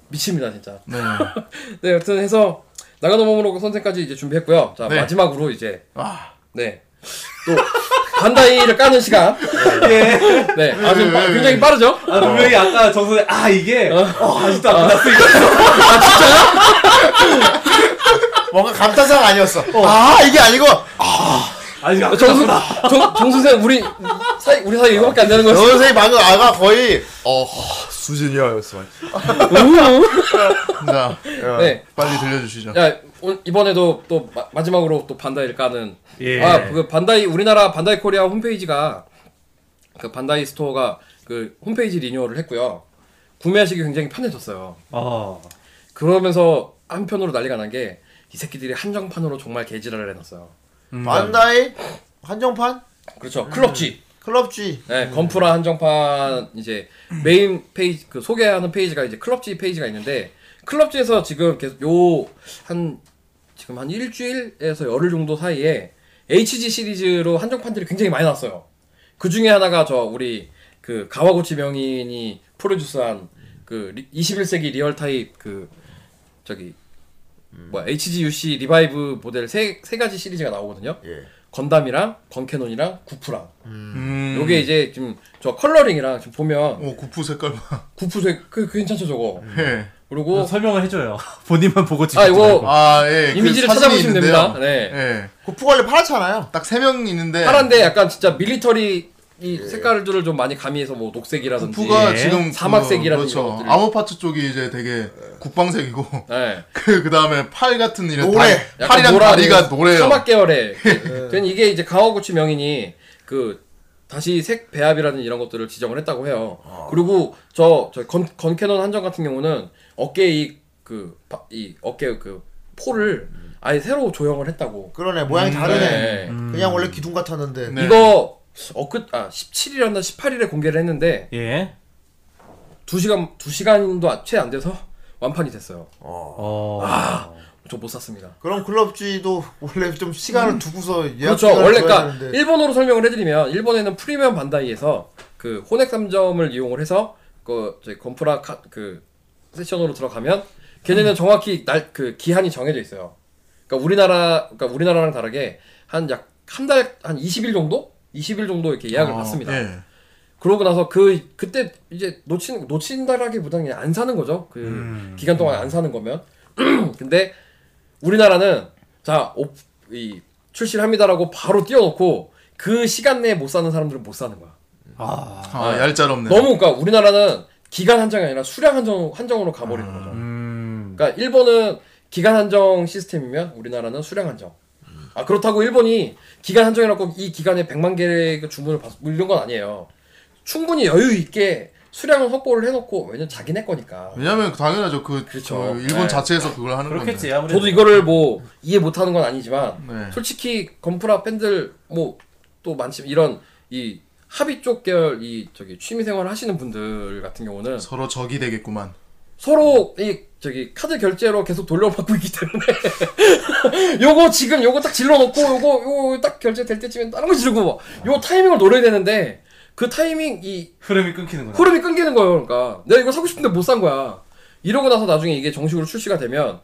미칩니다 진짜.
네.
네, 여튼 해서 나가노 모모로그 선생까지 이제 준비했고요. 자
네. 아.
마지막으로 이제
와.
네. 또 반다이를 까는 시간.
예.
네, 아주 빠- 굉장히 빠르죠?
아, 분명히 아까 정선에 아 이게 어, 아직도 안 끝났어.
뭔가 감탄사가 아니었어. 아 이게 아니고
아직 안
정수
끝났어.
정, 정수생 우리 사이 우리 사이 이거밖에 안 되는
네.
여
거였어.
선생님 방금 아가 거의 어 수진이야였어.
자
네.
빨리 들려주시죠
야 오늘 이번에도 또 마, 마지막으로 또 반다이를 까는
예.
아그 반다이 우리나라 반다이 코리아 홈페이지가 그 반다이 스토어가 그 홈페이지 리뉴얼을 했고요. 구매하시기 굉장히 편해졌어요.
어.
그러면서 한편으로 난리가 난 게 이 새끼들이 한정판으로 정말 개지랄을 해놨어요.
반다이 한정판
그렇죠. 클럽지.
클럽 G.
네, 건프라 한정판 이제 메인 페이지 그 소개하는 페이지가 이제 클럽지 페이지가 있는데 클럽지에서 지금 계속 요 한 지금 한 일주일에서 열흘 정도 사이에 HG 시리즈로 한정판들이 굉장히 많이 나왔어요. 그 중에 하나가 저 우리 그 가와구치 명인이 프로듀스한 그 리- 21세기 리얼 타입 그 저기 뭐야 HGUC 리바이브 모델 세, 세 가지 시리즈가 나오거든요.
예.
건담이랑 건캐논이랑 구프랑
음.
요게 이제 지금 저 컬러링이랑 지금 보면
오 구프 색깔 봐.
구프색 그 괜찮죠 저거
예.
그리고
아, 설명을 해줘요. 본인만 보고 지금.
어. 아 이거
아 예. 그
이미지를
사진이
찾아보시면
있는데요.
됩니다 네
예.
고프관리 그 팔았잖아요.
딱 세 명 있는데
파란데 약간 진짜 밀리터리 이 색깔들을 좀 많이 가미해서 뭐 녹색이라든지
네. 구프가
예.
지금
사막색이라든지
그, 그렇죠.
이런 것들이.
암호파츠 쪽이 이제 되게 국방색이고
네.
그 그다음에 팔 같은 이런
노래.
다리, 팔이랑 다리가 노래요.
사막 계열의 전 이게 이제 가와구치 명인이 그 다시 색 배합이라든 이런 것들을 지정을 했다고 해요.
아.
그리고 저저건 건캐논 한정 같은 경우는 어깨 이그이 어깨 그 폴을
음.
아예 새로 조형을 했다고.
그러네 모양이 다르네.
네.
그냥 원래 기둥 같았는데.
네.
이거 어끝 아 17일이었나 18일에 공개를 했는데
예.
2시간 2시간도 채 안 돼서 완판이 됐어요.
어.
저 못 샀습니다.
그럼 클럽 G도 원래 좀 시간을 두고서 예약
그렇죠.
기간을
원래
줘야
그러니까
되는데.
일본어로 설명을 해드리면 일본에는 프리미엄 반다이에서 그 혼액 3점을 이용을 해서 그 저희 건프라 카, 그 세션으로 들어가면 걔네는 정확히 날 그 기한이 정해져 있어요. 그러니까 우리나라 그러니까 우리나라랑 다르게 한 약 한 달 한 20일 정도 20일 정도 이렇게 아, 예약을 받습니다.
예.
그러고 나서 그 그때 이제 놓친 놓친다라기보다는 그냥 안 사는 거죠. 그 기간 동안 안 사는 거면. 근데 우리나라는 자이 출시를 합니다라고 바로 띄워놓고 그 시간 내에 못 사는 사람들은 못 사는 거야.
아, 얄짤없네.
너무 그러니까 우리나라는 기간 한정이 아니라 수량 한정 한정으로 가버리는 거죠.
음.
그러니까 일본은 기간 한정 시스템이면 우리나라는 수량 한정. 아 그렇다고 일본이 기간 한정이라고 이 기간에 100만 개의 그 주문을 받 이런 건 아니에요. 충분히 여유 있게 수량을 확보를 해놓고 왜냐면 자기네 거니까.
왜냐면 당연하죠. 그,
그렇죠.
그 일본
네.
자체에서 그걸 하는
그렇겠지
건데.
아무래도.
저도 이거를 뭐 이해 못하는 건 아니지만
네.
솔직히 건프라 팬들 뭐 또 많지만 이런 이 합의 쪽 계열 이 저기 취미생활 하시는 분들 같은 경우는
서로 적이 되겠구만.
서로 이 저기 카드 결제로 계속 돌려받고 있기 때문에 요거 지금 요거 딱 질러놓고 요거 요거 딱 결제될 때쯤엔 다른 거 지르고 뭐 요 타이밍을 노려야 되는데 그 타이밍 이
흐름이 끊기는구나.
흐름이 끊기는 거예요. 그러니까 내가 이거 사고 싶은데 못 산 거야. 이러고 나서 나중에 이게 정식으로 출시가 되면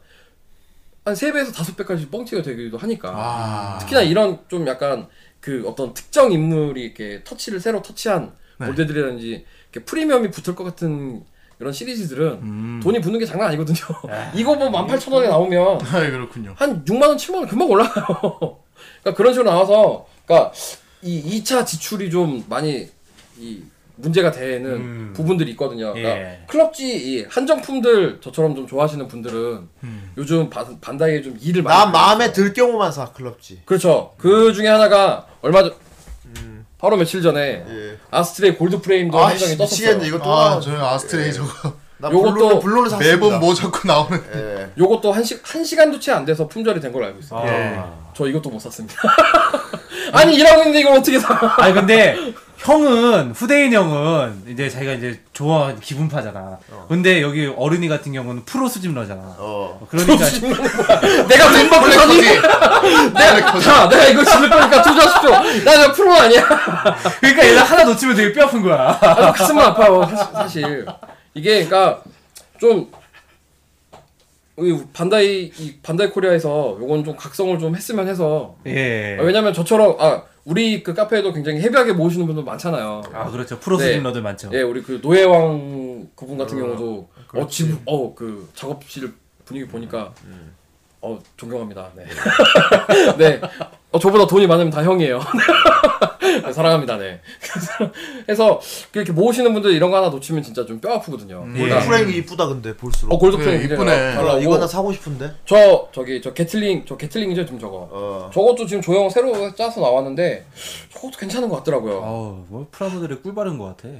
한 3배에서 5배까지 뻥튀기가 되기도 하니까
아.
특히나 이런 좀 약간 그 어떤 특정 인물이 이렇게 터치를 새로 터치한 모델들이라든지 이렇게 프리미엄이 붙을 것 같은 이런 시리즈들은
음.
돈이 붙는 게 장난 아니거든요. 이거 뭐 18,000원에 나오면
아, 그렇군요.
한 6만 원, 7만 원 금방 올라가요. 그러니까 그런 식으로 나와서 그러니까 이 2차 지출이 좀 많이 이 문제가 되는 부분들이 있거든요. 그러니까
예.
클럽지 이 한정품들 저처럼 좀 좋아하시는 분들은 요즘 바, 반다이에 좀 일을 많이
나
해요.
마음에 들 경우만 사 클럽지.
그렇죠. 그 중에 하나가 얼마 전 바로 며칠 전에
예.
아스트레이 골드 프레임도
아,
한정이
씨,
떴었어요.
미치겠네 이거 또.
아,
하나.
저는 아스트레이 저거
나
요것도 음.
블루는 블루는 샀습니다.
매번 뭐 자꾸 나오는.
예.
요것도 한, 시, 한 시간도 채 안 돼서 품절이 된 걸로 알고 있어요.
아.
저 이것도 못 샀습니다. 아니 일하고 있는데 이걸 어떻게 사?
아니 근데 형은 후대인 형은 이제 자기가 이제 좋아하는 기분파잖아.
어.
근데 여기 어른이 같은 경우는 프로 수집러잖아.
어.
그러니까
내가 멤버
컬렉터지.
플래니? 내가 자, 내가 이거 지를 거니까 투자하십시오. 나 이거 프로 아니야.
그러니까 얘가 하나 놓치면 되게 뼈 아픈 거야.
아, 가슴만 아파요 사실, 사실. 이게 그러니까 좀 우리 반다이 이 반다이 코리아에서 요건 좀 각성을 좀 했으면 해서
예.
네.
아, 왜냐면 저처럼 아 우리 그 카페에도 굉장히 헤비하게 모으시는 분들 많잖아요.
아 그렇죠. 프로
네.
수집러들 많죠.
예, 우리 그 노예왕 어, 그분 같은 경우도 어지 어그 작업실 분위기 보니까 어 존경합니다. 네. 네. 어 저보다 돈이 많으면 다 형이에요. 네, 사랑합니다. 네. 그래서 해서 그 이렇게 모으시는 분들 이런 거 하나 놓치면 진짜 좀 뼈 아프거든요.
골드 프레임 이쁘다 근데 볼수록.
어 골드
그래,
프레임 굉장히
이쁘네.
아,
잘 나오고.
음. 예. 이거 하나 사고 싶은데.
저 저기 저 게틀링 저 게틀링이죠 지금 저거.
어.
저것도 지금 조형 새로 짜서 나왔는데 저것도 괜찮은 것 같더라고요.
어우 뭐 프라모델에 꿀 바른 것 같아.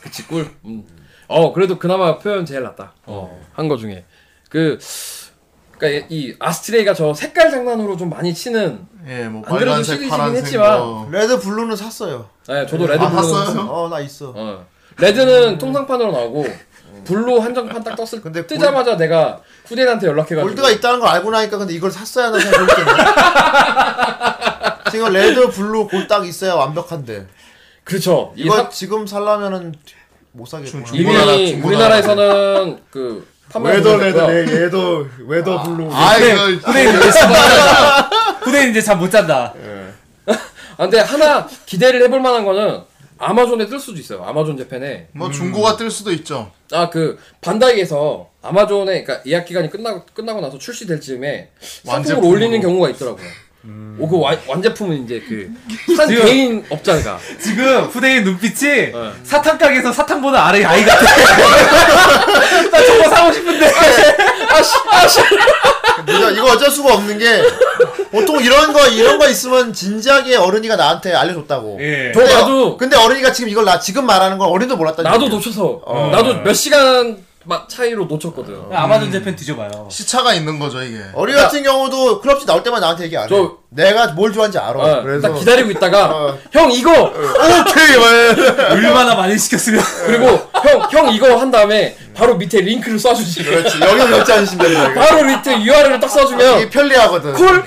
그치 꿀. 음. 어 그래도 그나마 표현 제일 낫다. 어, 한 거 중에 그 그러니까 이 아스트레이가 저 색깔 장난으로 좀 많이 치는.
예, 뭐
안 그래도
빨간색,
시리즈긴
파란색
했지만.
뭐.
레드 블루는 샀어요.
네, 저도 레드
아,
블루.
봤어요?
어 나 있어.
어 레드는 통상판으로 나오고 블루 한정판 딱 떴을
근데
뜨자마자 내가 후대인한테 연락해가지고.
골드가 있다는 걸 알고 나니까 근데 이걸 샀어야 하나 생각이 드네. 지금 레드 블루 골 딱 있어야 완벽한데.
그렇죠. 이
이거
사-
지금 살라면은 못 사겠구나.
중-
이미
중고나라, 중고나라.
우리나라에서는 그 판매
외더 레드 얘, 얘도 외더 블루.
아, 이거
네.
후대인 이제 잠못 잔다. 후대인 이제 잠 못 잔다.
아, 근데 하나 기대를 해볼 만한 거는 아마존에 뜰 수도 있어요. 아마존 재팬에.
뭐 중고가 뜰 수도 있죠.
아 그 반다이에서 아마존에 그러니까 예약 기간이 끝나고 끝나고 나서 출시될 즈음에 상품을
완제품으로.
올리는 경우가 있더라고요. 오그 완제품은 이제 그 한
지금-
개인 업자가
지금 후대인 눈빛이
네.
사탕 가게에서 사탕 보는 아래 아이 같아. 나 저거 사고 싶은데.
아씨 아씨
이거, 그러니까 이거 어쩔 수가 없는 게 보통 이런 거 이런 거 있으면 진지하게 어른이가 나한테 알려줬다고.
예.
저 나도
근데 어른이가 지금 이걸 나 지금 말하는 건 어른도 몰랐다.
나도 놓쳐서 나도 몇 시간 마- 차이로 놓쳤거든.
어.
아마존 재팬 뒤져봐요.
시차가 있는 거죠, 이게.
어리 같은 경우도 클럽지 나올 때만 나한테 얘기 안 해.
그러니까 저-
내가 뭘 좋아하는지 알아.
어,
그래서
딱 기다리고 있다가
어.
형 이거
오케이. 왜?
얼마나 많이 시켰으면.
그리고 형 형 이거 한 다음에 바로 밑에 링크를 쏴주지.
그렇지. 여기 몇자 안심된다 이거.
바로 밑에 URL을 딱
이게
쏴주면
편리하거든.
아, 콜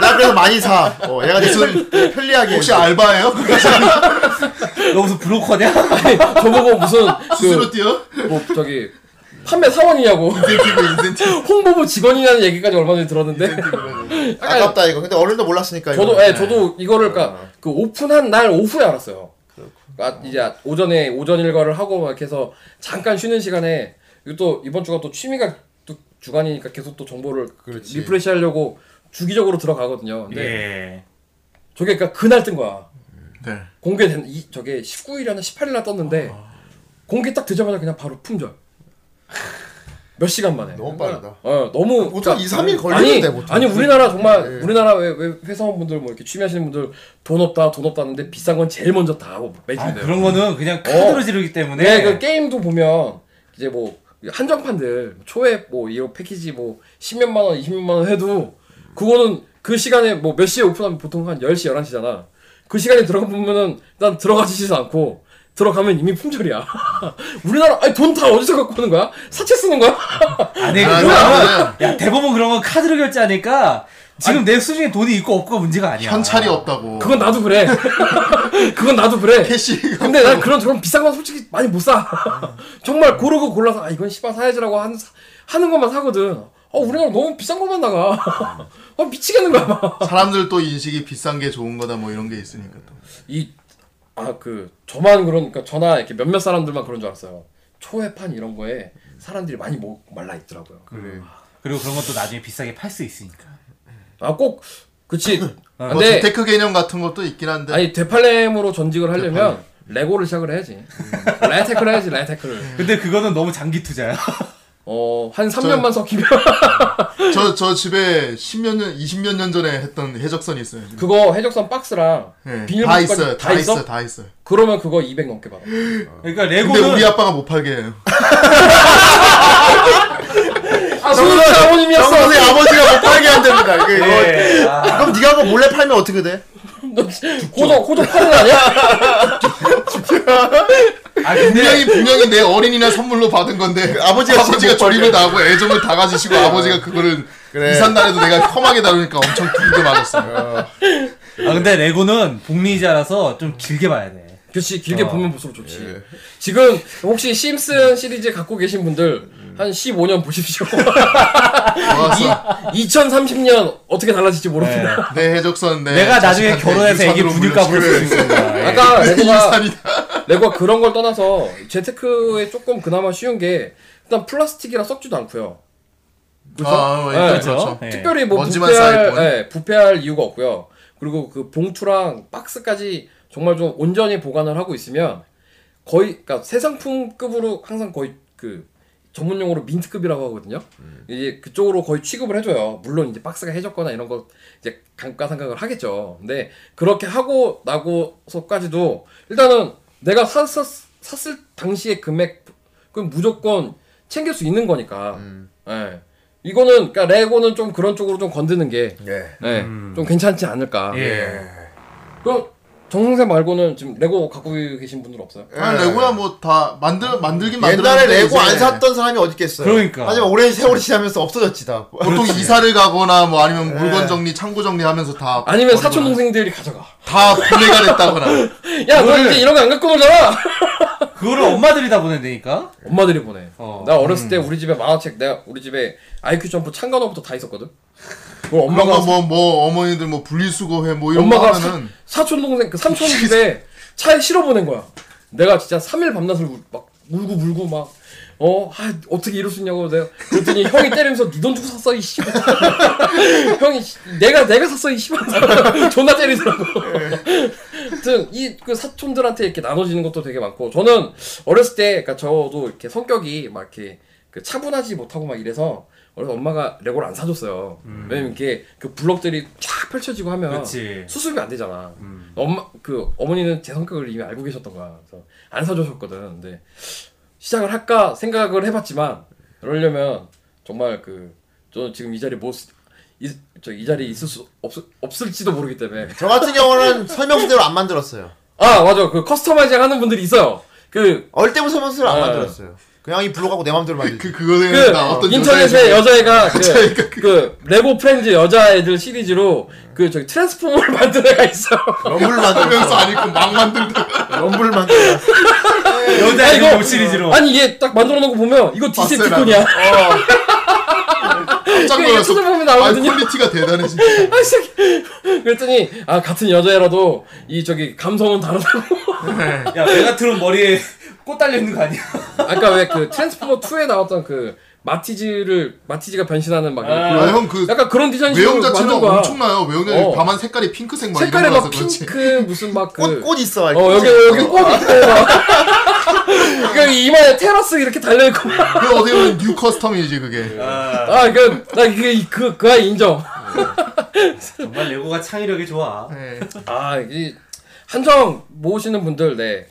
나 그래서 많이 사. 어, 얘가 내 손을 편리하게.
혹시
해줘.
알바예요?
너 무슨 브로커냐?
아니, 저보고 무슨 그,
스스로 뛰어?
뭐 저기 판매 사원이냐고
인센티브, 인센티브.
홍보부 직원이라는 얘기까지 얼마 전에 들었는데 그러니까
아깝다 이거. 근데 어른도 몰랐으니까.
저도
이거는.
예 저도 이거를 그러니까 그 오픈한 날 오후에 알았어요. 그러니까 이제 오전에 오전 일과를 하고 막 이렇게 해서 잠깐 쉬는 시간에 이거 또 이번 주가 또 취미가 또 주간이니까 계속 또 정보를
그렇지.
리프레시하려고 주기적으로 들어가거든요. 근데
예.
저게 그러니까 그날 뜬 거야.
네.
공개된 이 저게 19일이나 18일날 떴는데 공개 딱 되자마자 그냥 바로 품절. 몇 시간 만에.
너무 빠르다.
어 너무
보통
그러니까-
2, 3일
아니
걸리는데 보통.
아니 우리나라 정말
예.
우리나라 왜, 왜 회사원분들 뭐 이렇게 취미하시는 분들 돈 없다 돈 없다 하는데 비싼 건 제일 먼저 다 하고
아,
매진돼요.
그런 거는 그냥 카드로
어.
지르기 때문에.
네, 그 게임도 보면 이제 뭐 한정판들 초에 뭐 이런 패키지 뭐 10몇만 원, 20몇만 원 해도 그거는 그 시간에 뭐 몇 시에 오픈하면 보통 한 10시, 11시잖아. 그 시간에 들어가 보면은 일단 들어가지지도 않고 들어가면 이미 품절이야. 우리나라 아니 돈 다 어디서 갖고 오는 거야? 사채 쓰는 거야?
아니
아,
그거야.
나는-
야 대부분 그런 건 카드로 결제하니까 지금 내 수중에 돈이 있고 없고가 문제가 아니야.
현찰이 없다고.
그건 나도 그래. 그건 나도 그래.
캐시.
근데 난 그런 저런 비싼 건 솔직히 많이 못 사. 정말 고르고 골라서 아 이건 씨발 사야지라고 하는 사- 하는 것만 사거든. 어 우리나라 너무 비싼 것만 나가. 어 미치겠는 거야. 막.
사람들 또 인식이 비싼 게 좋은 거다 뭐 이런 게 있으니까 또.
이 아 그 저만 그러니까 저나 이렇게 몇몇 사람들만 그런 줄 알았어요. 초회판 이런 거에 사람들이 많이 목 말라 있더라고요.
그래.
그리고 그런 것도 나중에 비싸게 팔 수 있으니까.
아 꼭 그치.
뭐
근데
재테크 개념 같은 것도 있긴 한데.
아니 되팔렘으로 전직을 하려면 레고를 시작을 해야지. 레테크를 해야지 레테크를.
근데 그거는 너무 장기 투자야.
어한 3년만 섞이면
저 저 집에 10몇 년, 20몇 년 전에 했던 해적선이 있어요.
그거 해적선 박스랑
네, 다
비닐봉지까지
있어요.
다
다
있어?
있어요. 다 있어요.
그러면 그거 200 넘게 받아.
그러니까
근데
레고는
우리 아빠가 못 팔게 해요.
아 소유자 아버님이었어.
정선이 아버지가 못 팔게
어.
한답니다. 그,
예. 아,
이거- 그럼 네가 그거 몰래 팔면 어떻게 돼?
너 호적 호적 파는 아니야?
아, 근데
분명히 분명히 내 어린이날 선물로 받은 건데 그 아버지가 아버지가 조립을 다 하고 애정을 다 가지시고 아버지가 그거를
그래.
이산날에도 내가 험하게 다루니까 엄청 두게 맞았어요.
아 근데 레고는 복리자라서 좀 길게 봐야 돼.
그렇지
아,
길게 보면 볼수록 좋지.
예.
지금 혹시 심슨 시리즈 갖고 계신 분들 한 15년 보십시오.
좋았어.
2030년 어떻게 달라질지 모릅니다.
내 해적선 내
네. 내가 나중에
네, 자식한테
결혼해서 애기
유산으로
부니까 부를 수
물려줄
있는 거야.
아까
그래,
레고가
네. 예. 유산이다.
레고가 그런 걸 떠나서 재테크에 조금 그나마 쉬운 게 일단 플라스틱이라 썩지도 않고요.
아, 네,
네,
그렇죠.
예.
특별히 뭐
먼지만
부패할,
쌓일 뿐.
예, 부패할 이유가 없고요. 그리고 그 봉투랑 박스까지 정말 좀 온전히 보관을 하고 있으면 거의 그러니까 새 상품급으로 항상 거의 그 전문 용어로 민트급이라고 하거든요.
음.
이제 그쪽으로 거의 취급을 해줘요. 물론 이제 박스가 해졌거나 이런 거 이제 감가 상각을 하겠죠. 근데 그렇게 하고 나고서까지도 일단은 내가 샀, 샀을 당시의 금액 그럼 무조건 챙길 수 있는 거니까.
음.
예. 이거는 그러니까 레고는 좀 그런 쪽으로 좀 건드는 게
예.
예, 좀 괜찮지 않을까.
예.
그럼 정승세 말고는 지금 레고 갖고 계신 분들 없어요?
아, 레고야 뭐 다 만들 만들긴 만들.
옛날에 레고 안 샀던 사람이 어디 있겠어요.
그러니까.
하지만 오랜
음.
세월이 지나면서 없어졌지 다.
보통 이사를 가거나 뭐 아니면 물건 정리, 창고 정리하면서 다
아니면
버리거나
사촌 동생들이 가져가.
다 분해가 됐다거나.
야, 너 이제 이런 거 안 갖고 놀잖아.
그거를 엄마들이 다 보낸다니까.
엄마들이 보내. 음.
어.
나 어렸을 때 우리 집에 만화책 내가 우리 집에 아이큐 점프 창간호부터 다 있었거든. 그걸 엄마가
엄마가 뭐 뭐 어머니들 뭐 분리수거해 뭐 이런 거
엄마가
하면은
사, 촌 동생 그 삼촌 집에 차에 실어 보낸 거야. 내가 진짜 3일 밤낮을 울- 막 울고 물고 막 어, 아, 어떻게 이럴 수 있냐고 내가 그랬더니 형이 때리면서 네 돈 주고 샀어 이 씨발. 형이 씨- 내가 내가 샀어 이 씨발. 존나 때리더라고. 하여튼 이 그 사촌들한테 이렇게 나눠지는 것도 되게 많고 저는 어렸을 때 그러니까 저도 이렇게 성격이 막 이렇게 그 차분하지 못하고 막 이래서 어려서 엄마가 레고를 안 사줬어요. 왜냐면 이렇게 그 블럭들이 쫙 펼쳐지고 하면
그렇지.
수습이 안 되잖아.
음.
엄마 그 어머니는 제 성격을 이미 알고 계셨던 거야. 그래서 안 사주셨거든. 근데 시작을 할까 생각을 해봤지만 그러려면 정말 그 저는 지금 이 자리 못이저이 자리에 있을 수 없, 없을지도 모르기 때문에
저 같은 경우는 설명서대로 안 만들었어요.
아 맞아 그 커스터마이징 하는 분들이 있어요. 그
어릴 때부터 설명서를 안
네.
만들었어요. 그냥 이 블록하고 내 마음대로 만들지.
아. 그 그거는
그
나 어떤 뭐 아,
인터넷에
여자애가-
여자애가
여자애가
그, 그 레고 프렌즈 여자애들 시리즈로 그 저기 트랜스포머를 만든 애가 있어.
그.
럼블 만들어.
하면서 안 읽고 막 그 만들다.
럼블 만들어.
그.
네. 여자
이거-
이거 시리즈로.
아니 얘 딱 만들어 놓은 거 보면 이거 디셉티콘이야.
어. 깜짝
이거
놀랐어.
찾아보면
아,
나오거든요.
퀄리티가 대단해 진짜.
아, 새끼. 그랬더니 아 같은 여자애라도 이 저기 감성은 다르다고.
야 메가트론 머리에 꽃 달려 있는 거 아니야?
아까 왜 그 트랜스포머 2에 나왔던 그 마티즈를 마티즈가 변신하는 막 이런
아,
그런-
형 그
약간 그런 디자인으로
외형 자체는
만든 거야.
엄청나요. 외형은
어.
다만 색깔이 핑크색 막
색깔이
이런
막
거라서 그렇지.
핑크 무슨 막그
꽃, 꽃 있어.
어 여기 여기 꽃 있고 막 그러니까 이마에 테라스 이렇게 달려 있고 막.
그 어떻게 보면 뉴 커스텀이지 그게.
아 그러니까 나그그 그아 인정.
정말 레고가 창의력이 좋아.
네.
아 이 한정 모으시는 분들 네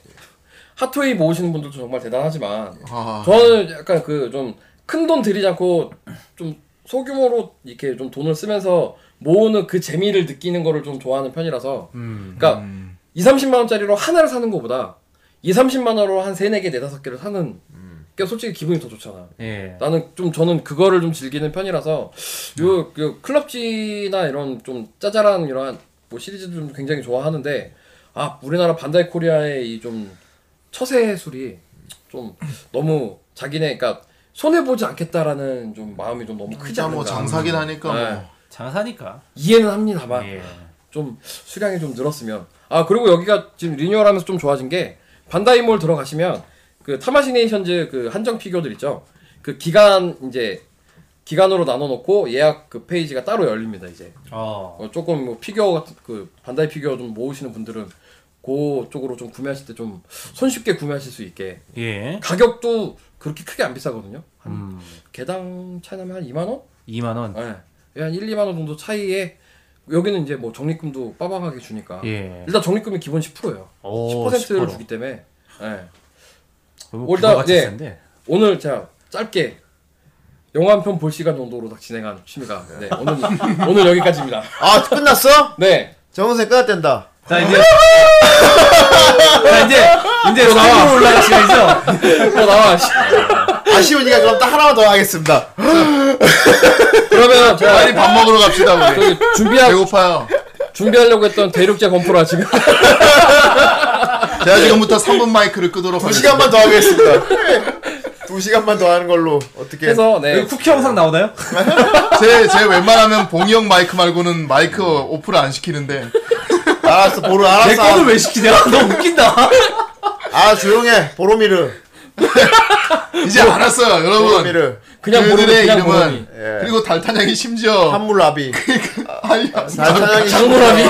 핫토이 모으시는 분들도 정말 대단하지만
아,
저는 약간 그 좀 큰 돈 들이지 않고 좀 소규모로 이렇게 좀 돈을 쓰면서 모으는 그 재미를 느끼는 거를 좀 좋아하는 편이라서 그러니까 2, 30만 원짜리로 하나를 사는 것보다 2, 30만 원으로 한 3, 4개, 4, 5개를 사는 게 솔직히 기분이 더 좋잖아.
예.
나는 좀 저는 그거를 좀 즐기는 편이라서 요, 요 클럽지나 이런 좀 짜잘한 이런 뭐 시리즈도 좀 굉장히 좋아하는데 아 우리나라 반다이 코리아의 이 좀 처세 술이 좀 너무 자기네 그러니까 손해 보지 않겠다라는 좀 마음이 좀 너무 크지 않은가
뭐 장사긴 하니까
네.
뭐.
장사니까.
이해는 합니다만
예.
좀 수량이 좀 늘었으면 아 그리고 여기가 지금 리뉴얼하면서 좀 좋아진 게 반다이몰 들어가시면 그 타마시네이션즈 그 한정 피규어들 있죠 그 기간 이제 기간으로 나눠놓고 예약 그 페이지가 따로 열립니다 이제
어.
어, 조금 뭐 피규어 같은 그 반다이 피규어 좀 모으시는 분들은 그쪽으로 좀 구매하실 때 좀 손쉽게 구매하실 수 있게
예.
가격도 그렇게 크게 안 비싸거든요 한
음.
개당 차이나면 한 2만 원
2만 원. 어,
예. 한 1, 2만 원 정도 차이에 여기는 이제 뭐 적립금도 빠방하게 주니까
예.
일단 적립금이 기본 10%예요.
오,
10%를
10%.
주기 때문에 예.
그럼
올다-
그거 같이
예.
쓰는데.
오늘 제가 짧게 영화 한 편 볼 시간 정도로 딱 진행한 취미가 네, 오늘 오늘 여기까지입니다.
아 끝났어?
네.
정은세 끝났댄다.
자 이제. 자 이제 이제 나와 올라갈 시간 있어.
또 나와. 씨.
아쉬우니까 그럼 딱 하나만 더 하겠습니다.
그러면
빨리
제가
밥 먹으러 갑시다 우리.
저기 준비하,
배고파요.
준비하려고 했던 대륙제 건프라 지금
제가 지금부터 3분 마이크를 끄도록
두 시간만 더 하겠습니다. 두 시간만 더 하는 걸로 어떻게?
해서 네.
여기
그
쿠키 영상 나오나요?
제, 제 웬만하면 봉이 형 마이크 말고는 마이크 오프를 안 시키는데.
알았어 보로
내
알았어.
거는 왜 시키냐? 너무 웃긴다.
아 조용해 보로미르
이제 알았어요, 여러분.
보로미르
그냥 모르는
그들의
그냥
이름은
모르니.
예.
그리고 달타냥이 심지어
함물라비
아니,
달타냥이
장물라비.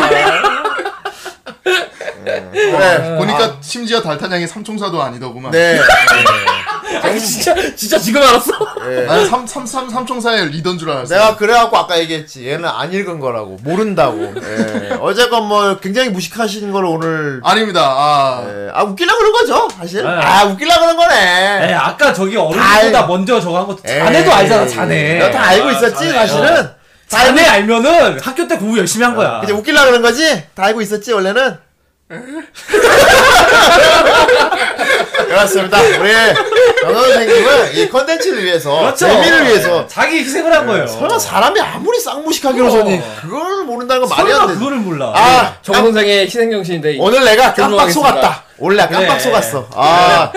네. 그래
보니까 심지어 달타냥이 삼총사도
아.
아니더구만.
네
아니, 진짜 진짜 지금 알았어.
나는 삼, 삼, 삼, 삼총사의 리더인 줄 알았어.
내가 그래갖고 아까 얘기했지 얘는 안 읽은 거라고 모른다고 예. 어쨌건 뭐 굉장히 무식하신 걸 오늘
아닙니다. 아,
예. 아 웃기려 그런 거죠 사실
네.
아 웃기려 그런
에
거네
아까 저기 어른보다
아이.
먼저 저거 한 거 자네도 알잖아 자네. 아,
너다 알고 있었지
자네.
사실은 다
자네
알고-
알면은 학교 때 공부 열심히 한 거야.
이제 웃기려 그런 거지 다 알고 있었지 원래는 그렇습니다 우리 정현 선생님은 이 컨텐츠를 위해서
그렇죠. 어.
재미를 위해서
자기 희생을 한 거예요.
설마 사람이 아무리 쌍무식하기로서니 그걸 모른다는 건 말이
설마
안 되지.
그거를 몰라.
아,
정 선생의 희생정신인데 이-
오늘 내가 깜빡
존중하겠습니다.
속았다. 오늘 내가 깜빡
그래.
속았어. 아,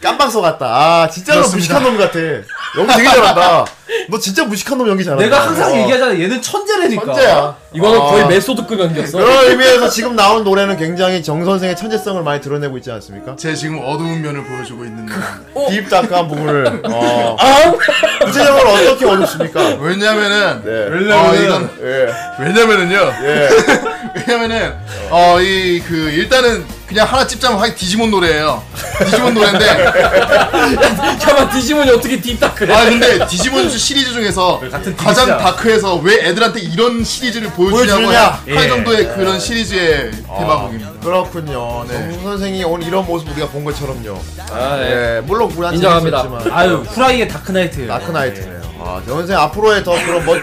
깜빡 속았다. 아, 진짜로 무식한 놈 같아. 연기 되게 잘한다. 너 진짜 무식한 놈 연기 잘한다.
내가 항상
어,
얘기하잖아. 얘는 천재라니까.
천재야.
이거는
아.
거의 메소드급 연기였어.
그런 의미에서 지금 나온 노래는 굉장히 정 선생의 천재성을 많이 드러내고 있지 않습니까?
제 지금 어두운 면을 보여주고 있는데.
어.
딥다크한 부분을. 어.
아.
구체적으로 어떻게 어둡습니까? 네.
왜냐면은, 어,
왜냐면은-
이건,
예,
왜냐면은요.
예.
왜냐면은 어 이 그 일단은 그냥 하나 찝자면 확 디지몬 노래예요. 디지몬 노래인데
잠깐만 디지몬이 어떻게 딥다크래?
아 근데 디지몬 시리즈 중에서
같은
가장
디지몬이야.
다크해서 왜 애들한테 이런 시리즈를 보여주냐고
보여주냐? 아.
할
예.
정도의 그런 시리즈의 대마곡입니다.
그렇군요. 네. 정 선생이 오늘 이런 모습 우리가 본 것처럼요.
아, 예.
예, 물론 우리 한테
인정합니다.
있었지만.
아유 후라이의 다크나이트예요.
다크나이트네요. 아, 정은생 앞으로의 더 그런 멋,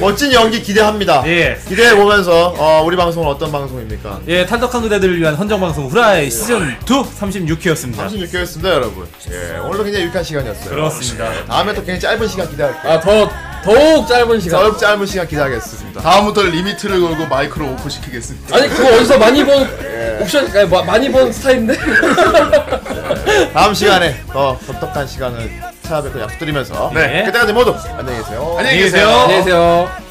멋진 연기 기대합니다.
예.
기대해 보면서 어, 우리 방송은 어떤 방송입니까?
예, 탈덕한 그대들을 위한 헌정방송 후라이 시즌 2 36회였습니다.
36개였습니다, 여러분. 예, 오늘도 굉장히 유익한 시간이었어요.
그렇습니다.
다음에 또 굉장히 짧은 시간 기대할게요.
아, 더, 더욱 짧은 시간.
더욱 짧은 시간 기대하겠습니다.
다음부터 리미트를 걸고 마이크를 오프 시키겠습니다.
아니, 그거 어디서 많이 본, 옵션, 아니, 마, 많이 본 스타일인데?
다음 시간에 더 독특한 시간을 찾아뵙고 약속드리면서
네.
그때까지 모두 안녕히 계세요.
안녕히
안녕히
계세요.
계세요.
안녕히 계세요.